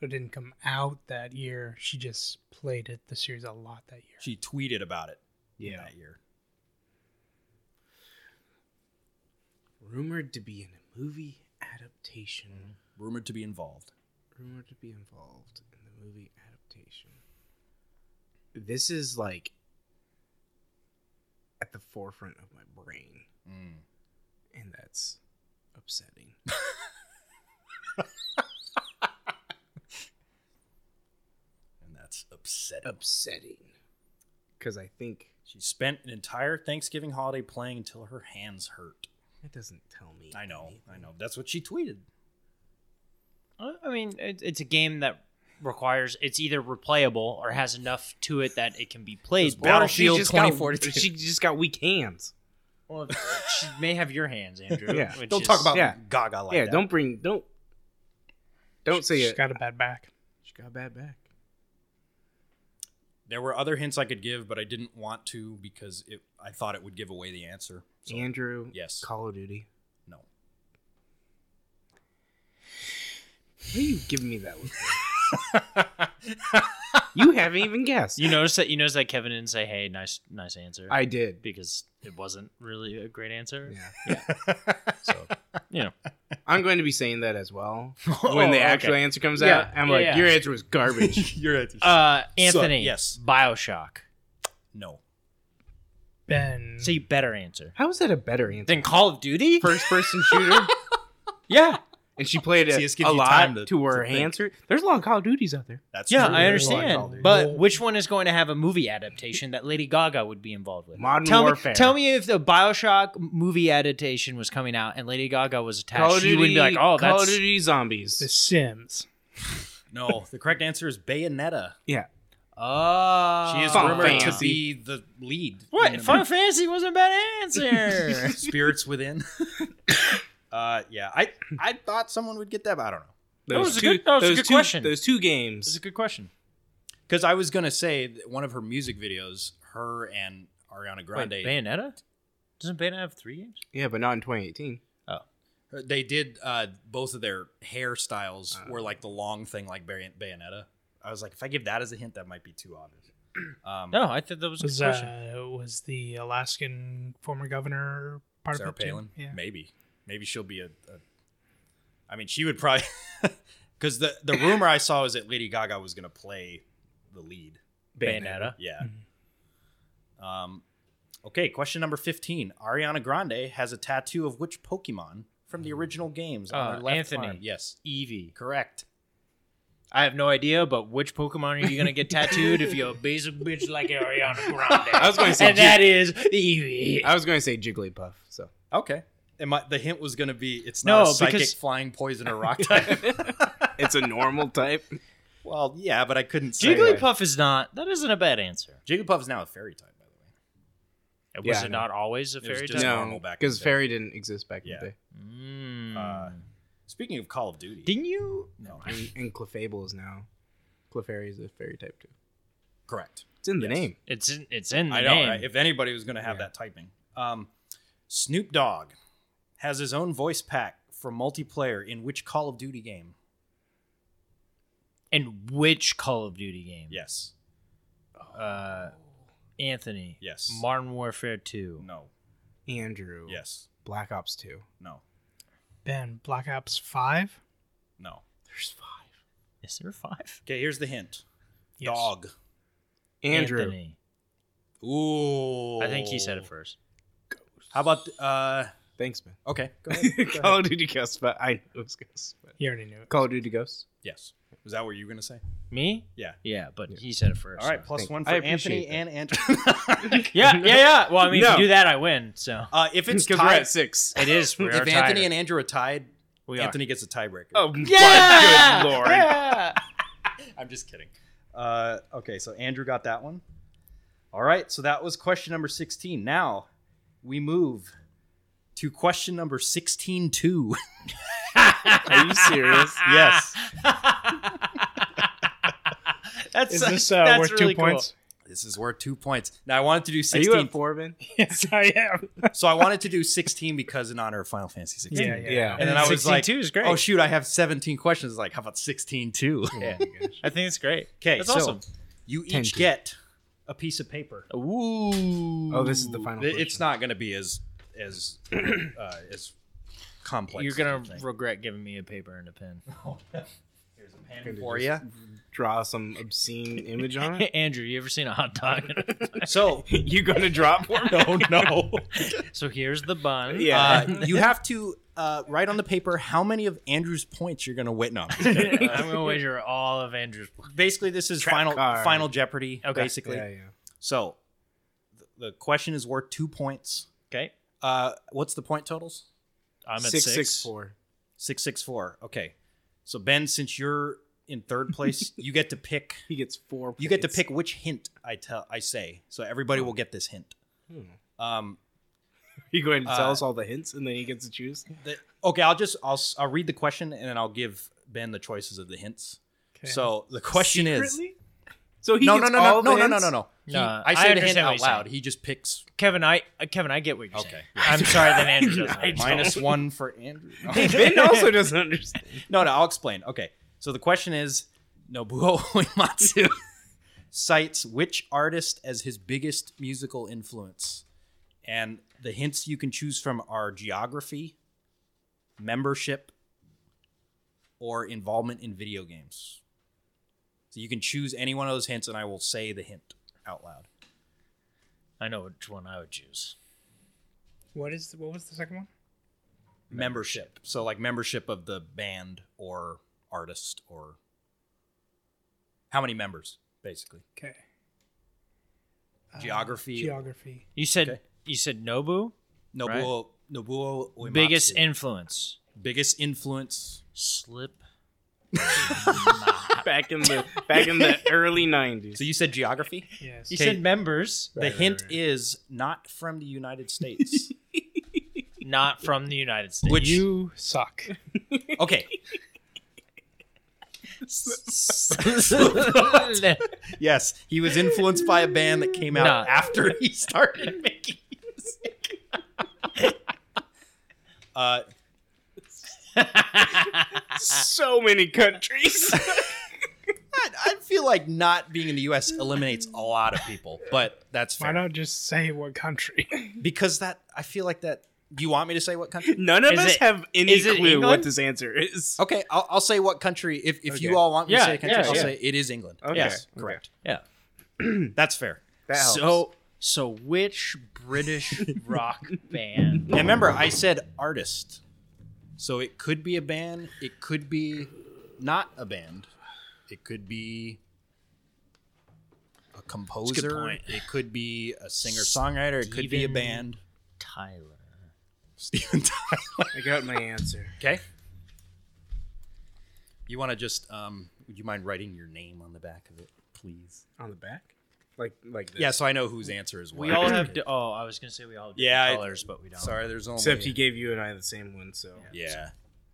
Speaker 1: So it didn't come out that year. She just played it the series a lot that year.
Speaker 2: She tweeted about it in
Speaker 4: Yeah.
Speaker 2: that year.
Speaker 4: Rumored to be in a movie adaptation.
Speaker 2: Rumored to be involved.
Speaker 4: Rumored to be involved in the movie adaptation. This is like at the forefront of my brain.
Speaker 2: Mm.
Speaker 4: And that's upsetting.
Speaker 2: And that's upsetting.
Speaker 4: upsetting. Because I think
Speaker 2: She spent an entire Thanksgiving holiday playing until her hands hurt.
Speaker 4: that doesn't tell me.
Speaker 2: I know,
Speaker 4: anything.
Speaker 2: I know. That's what she tweeted.
Speaker 3: I I mean, it, it's a game that requires it's either replayable or has enough to it that it can be played.
Speaker 4: Or
Speaker 2: Battlefield
Speaker 4: she just got-
Speaker 2: 2042.
Speaker 4: *laughs* She just got weak hands.
Speaker 3: *laughs* Well, she may have your hands, Andrew.
Speaker 4: Yeah.
Speaker 3: which
Speaker 2: Don't
Speaker 3: is-
Speaker 2: talk about
Speaker 4: yeah.
Speaker 2: Gaga like
Speaker 4: yeah,
Speaker 2: that.
Speaker 4: don't bring don't don't say
Speaker 1: She's
Speaker 4: it.
Speaker 1: got a bad back.
Speaker 4: she got a bad back.
Speaker 2: There were other hints I could give, but I didn't want to because it, I thought it would give away the answer. So,
Speaker 4: Andrew.
Speaker 2: yes.
Speaker 4: Call of Duty.
Speaker 2: no.
Speaker 4: What are you giving me that look?
Speaker 3: *laughs*
Speaker 4: for? you haven't even guessed.
Speaker 3: You notice that you notice that Kevin didn't say, "Hey, nice, nice answer,"
Speaker 4: I did.
Speaker 3: because it wasn't really a great answer.
Speaker 4: Yeah. *laughs*
Speaker 3: So, you *laughs* know,
Speaker 4: I'm going to be saying that as
Speaker 3: *laughs*
Speaker 4: well when the actual answer comes out. I'm
Speaker 3: Oh, Yeah,
Speaker 4: like,
Speaker 3: yeah.
Speaker 4: your answer was garbage.
Speaker 3: *laughs*
Speaker 2: Your answer.
Speaker 3: uh, Anthony,
Speaker 2: yes.
Speaker 3: Bioshock.
Speaker 2: no.
Speaker 1: Ben.
Speaker 3: So you better answer
Speaker 4: How is that a better
Speaker 3: *laughs*
Speaker 4: answer?
Speaker 3: than Call of Duty.
Speaker 4: First person shooter.
Speaker 3: yeah,
Speaker 4: and she played
Speaker 2: See,
Speaker 4: it
Speaker 2: this gives
Speaker 4: a
Speaker 2: you
Speaker 4: lot
Speaker 2: time
Speaker 4: to,
Speaker 2: to-
Speaker 4: her
Speaker 2: to think.
Speaker 4: answer. There's a lot of Call of Duties out there.
Speaker 2: That's
Speaker 3: yeah,
Speaker 2: true.
Speaker 3: I
Speaker 2: There's a lot of Call of
Speaker 3: understand.
Speaker 2: Duty.
Speaker 3: But which one is going to have a movie adaptation that Lady Gaga would be involved with?
Speaker 4: Modern
Speaker 3: tell
Speaker 4: Warfare.
Speaker 3: Me, tell me if the Bioshock movie adaptation was coming out and Lady Gaga was attached,
Speaker 4: Call of
Speaker 3: you
Speaker 4: Duty,
Speaker 3: wouldn't be like, "Oh,
Speaker 4: Call of
Speaker 3: that's."
Speaker 4: Duty Zombies.
Speaker 1: The Sims.
Speaker 2: no, the correct answer is Bayonetta.
Speaker 4: yeah,
Speaker 3: Oh,
Speaker 2: She is
Speaker 4: Final
Speaker 2: rumored to be
Speaker 4: Fantasy.
Speaker 2: the lead. in
Speaker 3: What?
Speaker 2: the
Speaker 3: Final Fantasy wasn't a bad
Speaker 4: *laughs*
Speaker 2: *laughs*
Speaker 3: answer.
Speaker 2: Spirits Within. uh, yeah, I I thought someone would get that, but I don't know.
Speaker 4: those
Speaker 3: was a
Speaker 4: two.
Speaker 3: good- that was a
Speaker 4: those
Speaker 3: good
Speaker 4: two-
Speaker 3: question.
Speaker 4: Those two
Speaker 3: This is
Speaker 4: games.
Speaker 3: a good question.
Speaker 2: Because I was gonna say that one of her music videos, her and Ariana Grande.
Speaker 3: Bayonetta? Doesn't Bayonetta have three games? *laughs*
Speaker 4: Yeah, but not in 2018.
Speaker 2: They did uh, both of their hairstyles were like the long thing, like Bay- Bayonetta. I was like, if I give that as a hint, that might be too obvious.
Speaker 4: Hmm.
Speaker 2: Um,
Speaker 3: No, I thought that was a
Speaker 1: Was
Speaker 3: good question.
Speaker 1: uh, was the Alaskan former governor part
Speaker 2: Sarah
Speaker 1: of it too?
Speaker 2: Palin,
Speaker 1: Yeah.
Speaker 2: maybe, maybe she'll be a. a I mean, she would probably *laughs* because the the rumor I saw was that Lady Gaga was going to play the lead.
Speaker 3: Bayonetta.
Speaker 2: Yeah.
Speaker 3: Mm-hmm.
Speaker 2: Um, okay, question number 15. Ariana Grande has a tattoo of which Pokemon from the original games? on
Speaker 3: Uh,
Speaker 2: her left
Speaker 3: Anthony.
Speaker 2: arm? Yes,
Speaker 3: Eevee.
Speaker 2: correct.
Speaker 3: I have no idea, but which Pokemon are you gonna get tattooed if you're a basic bitch like Ariana Grande?
Speaker 4: I was going to say
Speaker 3: and that
Speaker 4: Jig-
Speaker 3: is Eevee.
Speaker 4: I was going to say Jigglypuff. So
Speaker 2: Okay. And my, the hint was going to be it's not
Speaker 3: No,
Speaker 2: a psychic,
Speaker 3: because-
Speaker 2: flying,
Speaker 3: *laughs*
Speaker 2: poison, or rock type. *laughs*
Speaker 4: it's a normal type.
Speaker 2: well, yeah, but I couldn't say.
Speaker 3: Jigglypuff is not. That isn't a bad answer.
Speaker 2: Jigglypuff's now a fairy type, by the way.
Speaker 3: Was
Speaker 4: Yeah,
Speaker 3: it
Speaker 4: no.
Speaker 3: not always a
Speaker 2: It was
Speaker 3: fairy
Speaker 2: *laughs* just-
Speaker 3: type?
Speaker 2: normal
Speaker 4: No,
Speaker 2: back in
Speaker 4: because
Speaker 2: the day.
Speaker 4: fairy didn't exist back
Speaker 2: Yeah.
Speaker 4: in the day.
Speaker 3: Mm.
Speaker 2: Uh, speaking of Call of Duty.
Speaker 3: Didn't you?
Speaker 2: no,
Speaker 4: And, and Clefable is now. Clefairy is a fairy type too.
Speaker 2: correct.
Speaker 4: It's in the
Speaker 2: Yes.
Speaker 4: name.
Speaker 3: It's in. It's in the
Speaker 2: I know,
Speaker 3: name.
Speaker 2: right? If anybody was going to have that typing. Um, Snoop Dogg has his own voice pack for multiplayer in which Call of Duty game?
Speaker 3: And which Call of Duty game?
Speaker 2: Yes.
Speaker 3: Uh, Anthony.
Speaker 2: Yes.
Speaker 3: Modern Warfare Two.
Speaker 2: No.
Speaker 4: Andrew.
Speaker 2: Yes.
Speaker 4: Black Ops Two.
Speaker 2: No.
Speaker 1: Ben Black Ops Five.
Speaker 2: No.
Speaker 4: There's five.
Speaker 3: Is there five?
Speaker 2: Okay, here's the hint.
Speaker 1: Yes.
Speaker 2: Dog.
Speaker 4: Andrew.
Speaker 3: Anthony.
Speaker 2: Ooh.
Speaker 3: I think he said
Speaker 2: Oh.
Speaker 3: it first.
Speaker 2: How about uh
Speaker 4: Thanks, man.
Speaker 2: okay, go ahead.
Speaker 4: *laughs* Call of Duty Ghosts, but I know it's Ghosts. But
Speaker 1: You already knew it.
Speaker 4: Call of Duty Ghosts.
Speaker 2: yes. Was that what you were going to say?
Speaker 3: Me?
Speaker 2: Yeah.
Speaker 3: Yeah, but he said it first.
Speaker 2: All right,
Speaker 3: so- *laughs*
Speaker 2: plus
Speaker 4: Thank-
Speaker 2: one for
Speaker 4: I
Speaker 2: Anthony
Speaker 4: appreciate
Speaker 2: and Andrew.
Speaker 3: Yeah, yeah, yeah. Well, I mean,
Speaker 4: No.
Speaker 3: if you do that, I win. So
Speaker 2: uh, if
Speaker 4: *laughs*
Speaker 2: it's
Speaker 4: Because we're
Speaker 2: tied, *laughs*
Speaker 4: at six.
Speaker 3: it is. We are
Speaker 2: if
Speaker 3: tied.
Speaker 2: Anthony and Andrew are tied,
Speaker 3: we are.
Speaker 2: Anthony gets a tiebreaker.
Speaker 4: Oh,
Speaker 3: Yeah!
Speaker 2: *laughs*
Speaker 4: my good lord.
Speaker 3: Yeah!
Speaker 2: I'm just kidding. Uh, okay, so Andrew got that one. All right, so that was question number 16. Now we move to question number 16 *laughs* 2.
Speaker 4: Are
Speaker 2: *laughs*
Speaker 4: you serious?
Speaker 2: yes.
Speaker 3: *laughs* That's
Speaker 1: Is this uh,
Speaker 3: that's
Speaker 1: worth
Speaker 3: really
Speaker 1: two
Speaker 3: cool.
Speaker 1: points? *laughs*
Speaker 2: This is worth two points. Now I wanted to do
Speaker 4: Are you
Speaker 2: 16.
Speaker 4: at four, Ben?
Speaker 1: yes, I am.
Speaker 2: so I wanted to do 16 because in honor of Final Fantasy 16.
Speaker 1: Yeah, yeah.
Speaker 4: Yeah.
Speaker 2: And then I was
Speaker 3: 16
Speaker 2: like,
Speaker 3: two is great.
Speaker 2: oh, shoot, I have 17 questions. Like, how about 16 2?
Speaker 4: Oh my gosh.
Speaker 3: I think it's great.
Speaker 2: *laughs* Okay,
Speaker 3: That's
Speaker 2: so
Speaker 3: awesome.
Speaker 2: you
Speaker 4: 10
Speaker 2: each
Speaker 4: two.
Speaker 2: get a piece of paper.
Speaker 3: Ooh.
Speaker 4: Oh, this is the final.
Speaker 2: It- It's
Speaker 4: question.
Speaker 2: not going to be as as *clears throat* uh, as complex.
Speaker 3: You're gonna
Speaker 2: as you think.
Speaker 3: regret giving me a paper and a pen.
Speaker 2: Here's a pen for you.
Speaker 4: draw some obscene image
Speaker 2: *laughs*
Speaker 4: on it.
Speaker 3: *laughs* Andrew, you ever seen a hot dog? *laughs*
Speaker 2: So
Speaker 4: you gonna drop for me?
Speaker 2: Oh *laughs* no.
Speaker 3: so here's the bun.
Speaker 4: Yeah.
Speaker 2: *laughs* Uh, you have to uh, write on the paper how many of Andrew's points you're going to win on.
Speaker 3: I'm gonna wager all of Andrew's.
Speaker 2: *laughs* basically, this is
Speaker 4: Trap
Speaker 2: final
Speaker 4: card.
Speaker 2: final Jeopardy.
Speaker 3: Okay.
Speaker 2: Basically,
Speaker 4: *laughs* Yeah, yeah.
Speaker 2: so th- the question is worth two points.
Speaker 3: Okay,
Speaker 2: Uh, what's the point totals?
Speaker 3: I'm at
Speaker 4: Six,
Speaker 3: six.
Speaker 4: six, four.
Speaker 2: Six six four. Okay. So Ben, since you're in *laughs* third place, you get to pick.
Speaker 4: He gets four.
Speaker 2: You get to
Speaker 4: *laughs* points.
Speaker 2: pick which hint I tell. I say. So everybody will get this hint.
Speaker 4: Hmm.
Speaker 2: Um,
Speaker 4: You going to tell
Speaker 2: Uh,
Speaker 4: us all the hints, and then he gets to choose.
Speaker 2: The, okay, I'll just I'll s- I'll read the question and then I'll give Ben the choices of the hints. So the question is
Speaker 4: Secretly? So he
Speaker 2: no no
Speaker 4: gets
Speaker 2: no no
Speaker 4: all the
Speaker 2: no, no no
Speaker 4: hints?
Speaker 2: no
Speaker 4: *laughs*
Speaker 2: no. He-
Speaker 3: Nah,
Speaker 2: I
Speaker 3: I
Speaker 2: say the hint
Speaker 3: understand what
Speaker 2: out
Speaker 3: you're saying.
Speaker 2: loud. He just
Speaker 3: *laughs*
Speaker 2: picks.
Speaker 3: Kevin, I uh, Kevin, I get what you're saying.
Speaker 2: Okay,
Speaker 3: I'm sorry that
Speaker 4: *laughs*
Speaker 3: Andrew doesn't.
Speaker 2: minus one for
Speaker 3: *laughs*
Speaker 2: Andrew. *laughs*
Speaker 4: Hey, Ben also doesn't
Speaker 1: *laughs*
Speaker 4: understand.
Speaker 2: no no, I'll explain. Okay, so the question is Nobuo *laughs* Uematsu cites which artist as his biggest musical influence, and the hints you can choose from are geography, membership, or involvement in video games. So you can choose any one of those hints, and I will say the hint out loud.
Speaker 3: I know which one I would choose.
Speaker 1: What is what was the second one?
Speaker 2: Membership. So like membership of the band or artist or how many members basically?
Speaker 1: Okay.
Speaker 2: Geography.
Speaker 1: Geography.
Speaker 3: You said
Speaker 2: Okay.
Speaker 3: you said Nobu
Speaker 2: Nobuo Nobuo Uematsu.
Speaker 3: biggest influence.
Speaker 2: biggest influence.
Speaker 3: *laughs* Slip.
Speaker 4: Back in the back
Speaker 1: *laughs*
Speaker 4: in the early nineties.
Speaker 2: So you said geography.
Speaker 1: Yes.
Speaker 3: You
Speaker 2: Okay.
Speaker 3: said members,
Speaker 2: the hint is not from the United States.
Speaker 3: not from the United States.
Speaker 2: Which-
Speaker 3: *laughs*
Speaker 1: You suck.
Speaker 2: okay. *laughs* Yes, he was influenced by a band that came out
Speaker 3: Nah.
Speaker 2: after he *laughs* started making music. *laughs* uh,
Speaker 4: so many countries. *laughs*
Speaker 2: I, I feel like not being in the U.S. eliminates a lot of people, but that's
Speaker 1: *laughs* Why
Speaker 2: fair
Speaker 1: not just say what country?
Speaker 2: because that I feel like that. Do you want me to say what country?
Speaker 4: None of
Speaker 3: Is
Speaker 4: us
Speaker 3: it-
Speaker 4: have any
Speaker 3: is it
Speaker 4: clue
Speaker 3: England?
Speaker 4: what this answer is.
Speaker 2: Okay, I'll, I'll say what country. If, if you
Speaker 4: Okay.
Speaker 2: all want me
Speaker 3: Yeah,
Speaker 2: to say a country,
Speaker 3: yeah,
Speaker 2: I'll
Speaker 3: yeah.
Speaker 2: say it is England.
Speaker 4: Okay.
Speaker 2: Yes,
Speaker 4: Okay.
Speaker 2: correct.
Speaker 3: Yeah.
Speaker 2: *clears throat* That's fair.
Speaker 4: That helps.
Speaker 2: Oh.
Speaker 3: So so which British rock band?
Speaker 2: And remember, I said artist. So it could be a band. It could be not a band. It could be a composer.
Speaker 3: point.
Speaker 2: It could be a singer songwriter. It could be a
Speaker 3: Steven-
Speaker 2: band.
Speaker 3: Tyler.
Speaker 2: Steven Tyler.
Speaker 4: I got my answer.
Speaker 2: *laughs* Okay. You want to just, um, would you mind writing your name on the back of it, please?
Speaker 4: On the back? Like like this.
Speaker 2: Yeah, so I know whose answer is what. *laughs*
Speaker 3: We all have. Di- oh, I was gonna say we all have
Speaker 2: Yeah, I-
Speaker 3: different colors, but we don't.
Speaker 2: Sorry, there's only.
Speaker 4: Except he gave you and I the same one, so
Speaker 2: yeah.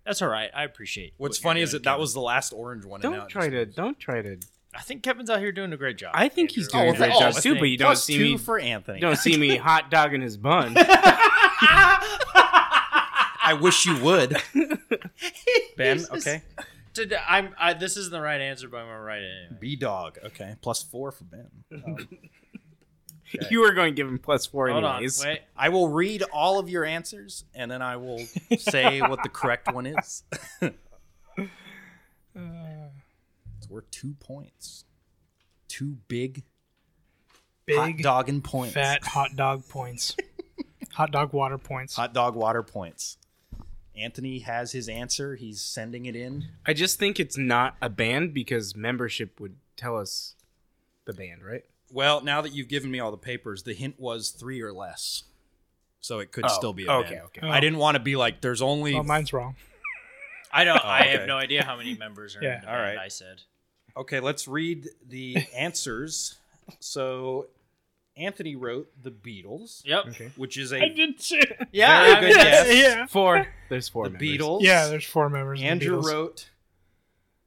Speaker 3: That's all right. I appreciate.
Speaker 2: What's
Speaker 3: what you're
Speaker 2: funny is
Speaker 3: doing,
Speaker 2: that that
Speaker 3: Kevin.
Speaker 2: was the last orange one. and now
Speaker 4: don't
Speaker 2: it
Speaker 4: try
Speaker 2: just-
Speaker 4: to don't try to
Speaker 3: I think Kevin's out here doing a great job. *laughs*
Speaker 4: I think he's
Speaker 3: Andrew.
Speaker 4: doing a great
Speaker 2: Oh,
Speaker 4: job
Speaker 3: that's
Speaker 4: too, but
Speaker 3: me.
Speaker 4: you don't see me
Speaker 2: for Anthony.
Speaker 4: you don't
Speaker 2: *laughs*
Speaker 4: see me hot dogging his bun.
Speaker 2: I wish you *laughs* would. ben, okay.
Speaker 3: Did- I'm. I, this isn't the right answer, but I'm gonna write it anyway.
Speaker 2: B dog, okay. Plus four for Ben.
Speaker 4: you were going to give him plus four
Speaker 3: Hold on.
Speaker 4: anyways.
Speaker 3: Wait.
Speaker 2: I will read all of your answers and then I will
Speaker 4: *laughs*
Speaker 2: say what the correct one is. It's worth two points. Two big, hot
Speaker 1: Big
Speaker 2: dog and points.
Speaker 1: fat hot dog
Speaker 2: *laughs*
Speaker 1: points. hot dog water points.
Speaker 2: Hot dog water points. Anthony has his answer. He's sending it in.
Speaker 4: I just think it's not a band because membership would tell us the band, right?
Speaker 2: Well, now that you've given me all the papers, the hint was three or less. So it could
Speaker 4: Oh,
Speaker 2: still be a
Speaker 4: okay,
Speaker 2: band.
Speaker 4: okay.
Speaker 1: Oh.
Speaker 2: I didn't want to be like, there's only
Speaker 1: Oh, mine's wrong.
Speaker 2: *laughs*
Speaker 3: I don't.
Speaker 2: Oh,
Speaker 3: I
Speaker 2: okay.
Speaker 3: have no idea how many members are.
Speaker 1: Yeah,
Speaker 3: in the
Speaker 2: all
Speaker 3: band,
Speaker 2: right.
Speaker 3: I said.
Speaker 2: Okay, let's read the answers. So Anthony wrote the Beatles,
Speaker 3: Yep.
Speaker 4: *laughs*
Speaker 2: which is a
Speaker 3: Yeah.
Speaker 2: Very
Speaker 3: I
Speaker 2: good
Speaker 3: mean,
Speaker 2: guess.
Speaker 1: Yeah.
Speaker 4: Four. There's four
Speaker 2: the
Speaker 4: members.
Speaker 2: Beatles.
Speaker 1: Yeah, there's four members. of the
Speaker 2: Andrew
Speaker 1: Beatles.
Speaker 2: wrote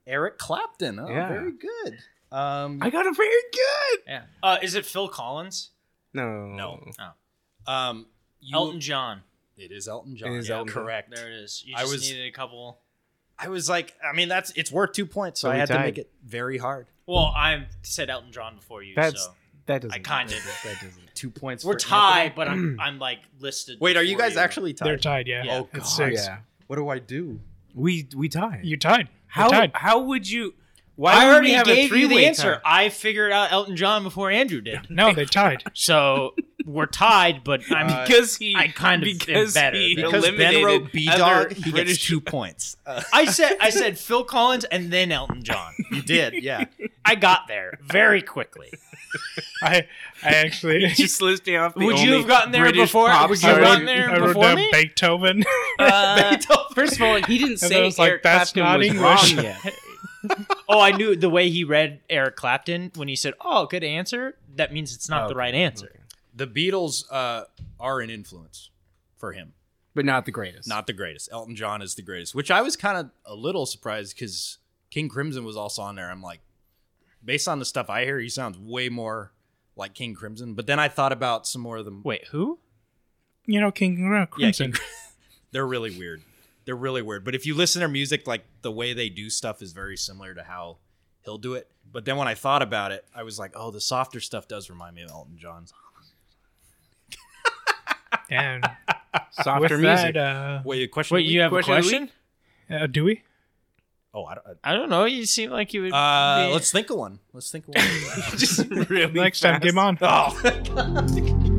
Speaker 2: Eric Clapton. Oh,
Speaker 4: Yeah.
Speaker 2: very good. Um,
Speaker 4: I got a very good.
Speaker 3: Yeah. Uh, is it Phil Collins?
Speaker 4: No.
Speaker 2: No.
Speaker 3: Oh.
Speaker 2: um, you-
Speaker 3: Elton John.
Speaker 2: It is Elton John.
Speaker 4: It is
Speaker 2: Yeah,
Speaker 4: Elton John.
Speaker 2: correct.
Speaker 3: There it is. You
Speaker 2: I
Speaker 3: just
Speaker 2: was-
Speaker 3: needed a couple.
Speaker 2: I was like, I mean, that's it's worth two points, so,
Speaker 4: So
Speaker 2: I
Speaker 4: we
Speaker 2: had to
Speaker 4: tied.
Speaker 2: make it very hard.
Speaker 3: Well, I said Elton John before you,
Speaker 4: That's
Speaker 3: so
Speaker 4: that doesn't.
Speaker 3: I kind of.
Speaker 4: That doesn't.
Speaker 2: Two points.
Speaker 3: We're
Speaker 2: for
Speaker 3: tied,
Speaker 2: Anthony.
Speaker 3: but
Speaker 2: *clears throat*
Speaker 3: I'm I'm like listed.
Speaker 2: Wait, are you
Speaker 3: before
Speaker 2: guys actually tied?
Speaker 1: They're tied, yeah.
Speaker 3: Yeah.
Speaker 2: Oh
Speaker 1: It's
Speaker 2: *laughs* God.
Speaker 1: six.
Speaker 4: Yeah.
Speaker 2: What do I do?
Speaker 4: We we tied.
Speaker 1: You tied.
Speaker 4: how
Speaker 1: How?
Speaker 2: *laughs*
Speaker 1: Tied.
Speaker 4: how would you? Why
Speaker 3: I
Speaker 4: would
Speaker 3: already
Speaker 4: we have a
Speaker 3: gave you
Speaker 4: three-way
Speaker 3: the answer.
Speaker 4: tie?
Speaker 3: I figured out Elton John before Andrew did.
Speaker 1: No, they
Speaker 2: *laughs*
Speaker 1: tied.
Speaker 3: So we're tied, but I'm uh,
Speaker 2: Uh,
Speaker 4: because he.
Speaker 3: I kind of am
Speaker 4: because
Speaker 3: better.
Speaker 4: He
Speaker 3: Because
Speaker 2: Because Ben wrote
Speaker 4: eliminated
Speaker 2: B *laughs*
Speaker 4: other
Speaker 2: dog, he gets *laughs*
Speaker 4: British
Speaker 2: two points. Uh,
Speaker 3: I said I said Phil Collins and then Elton John.
Speaker 2: *laughs* you did, yeah.
Speaker 3: I got there
Speaker 2: *laughs*
Speaker 3: very quickly.
Speaker 1: I I actually
Speaker 4: Just listing off. The
Speaker 3: Would you
Speaker 4: only
Speaker 3: have gotten there
Speaker 4: British
Speaker 3: before-
Speaker 4: pop
Speaker 3: would you have
Speaker 4: stars.
Speaker 3: gotten
Speaker 1: *laughs*
Speaker 3: there?
Speaker 1: I wrote
Speaker 3: before
Speaker 1: down
Speaker 3: me?
Speaker 1: Beethoven. *laughs*
Speaker 3: Uh,
Speaker 4: First of all, he didn't
Speaker 1: And I
Speaker 4: say
Speaker 1: was like,
Speaker 4: Eric
Speaker 1: that's
Speaker 4: Clapton
Speaker 1: not
Speaker 4: was
Speaker 1: English.
Speaker 4: wrong yet.
Speaker 3: oh, I knew the way he read Eric Clapton when he said, "Oh, good answer." That means it's not the right answer.
Speaker 2: The Beatles uh, are an influence for him.
Speaker 4: but not the greatest.
Speaker 2: Not the greatest. Elton John is the greatest, which I was kind of a little surprised because King Crimson was also on there. I'm like, based on the stuff I hear, he sounds way more like King Crimson. But then I thought about some more of them.
Speaker 3: Wait, who?
Speaker 1: you know, King Crimson.
Speaker 2: Yeah, King They're really weird. They're really weird. But if you listen to their music, like the way they do stuff is very similar to how he'll do it. But then when I thought about it, I was like, oh, the softer stuff does remind me of Elton John's. *laughs*
Speaker 1: and with
Speaker 4: Softer music.
Speaker 1: that, uh,
Speaker 2: Wait, a question.
Speaker 3: Wait,
Speaker 2: of the
Speaker 3: you
Speaker 2: week?
Speaker 3: have
Speaker 4: Question
Speaker 3: a
Speaker 4: of the
Speaker 3: question?
Speaker 1: uh, do we?
Speaker 2: Oh, I don't.
Speaker 3: I don't know. You seem like you would.
Speaker 2: Uh,
Speaker 3: be-
Speaker 2: let's think of one. Let's think of one.
Speaker 4: *laughs* Just really
Speaker 1: Next time,
Speaker 2: *laughs*
Speaker 4: fast.
Speaker 1: game on.
Speaker 2: oh.